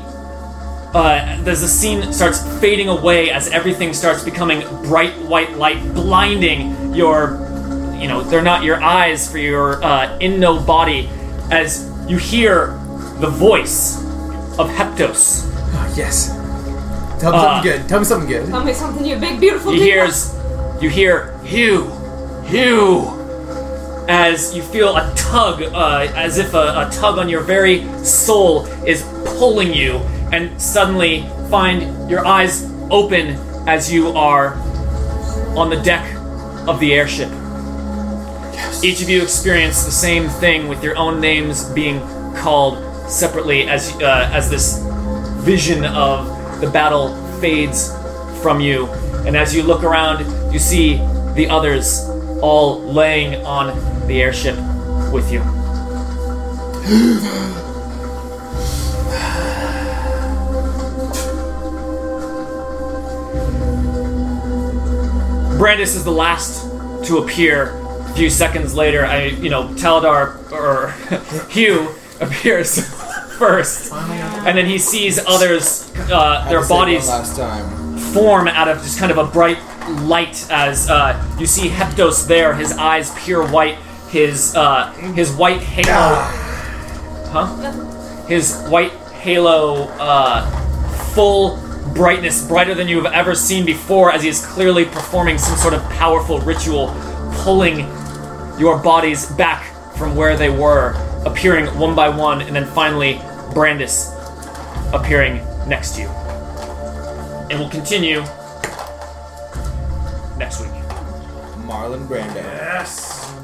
Speaker 3: uh, as the scene starts fading away, as everything starts becoming bright white light, blinding your, you know, they're not your eyes for your uh, in no body, as you hear the voice of Heptos.
Speaker 5: Ah,
Speaker 27: Oh, yes. Tell me
Speaker 3: Uh,
Speaker 27: something good. Tell me something good.
Speaker 6: Tell me something, you big, beautiful
Speaker 3: You
Speaker 6: people.
Speaker 3: hears, you hear Hugh, Hugh, as you feel a tug, uh, as if a, a tug on your very soul is pulling you, and suddenly find your eyes open as you are on the deck of the airship. Each of you experience the same thing with your own names being called separately as uh, as this vision of the battle fades from you. And as you look around, you see the others all laying on the airship with you. Brandis is the last to appear. A few seconds later, I, you know, Taladar or Hugh appears first, and then he sees others, uh,
Speaker 5: I
Speaker 3: their
Speaker 5: said one
Speaker 3: bodies
Speaker 5: Last time.
Speaker 3: form out of just kind of a bright light as uh, you see Heptos there, his eyes pure white, his uh, his white halo, huh? His white halo, uh, full brightness, brighter than you have ever seen before, as he is clearly performing some sort of powerful ritual, pulling your bodies back from where they were, appearing one by one, and then finally Brandis appearing next to you and we'll continue next week.
Speaker 5: Marlon Brando.
Speaker 28: Yes.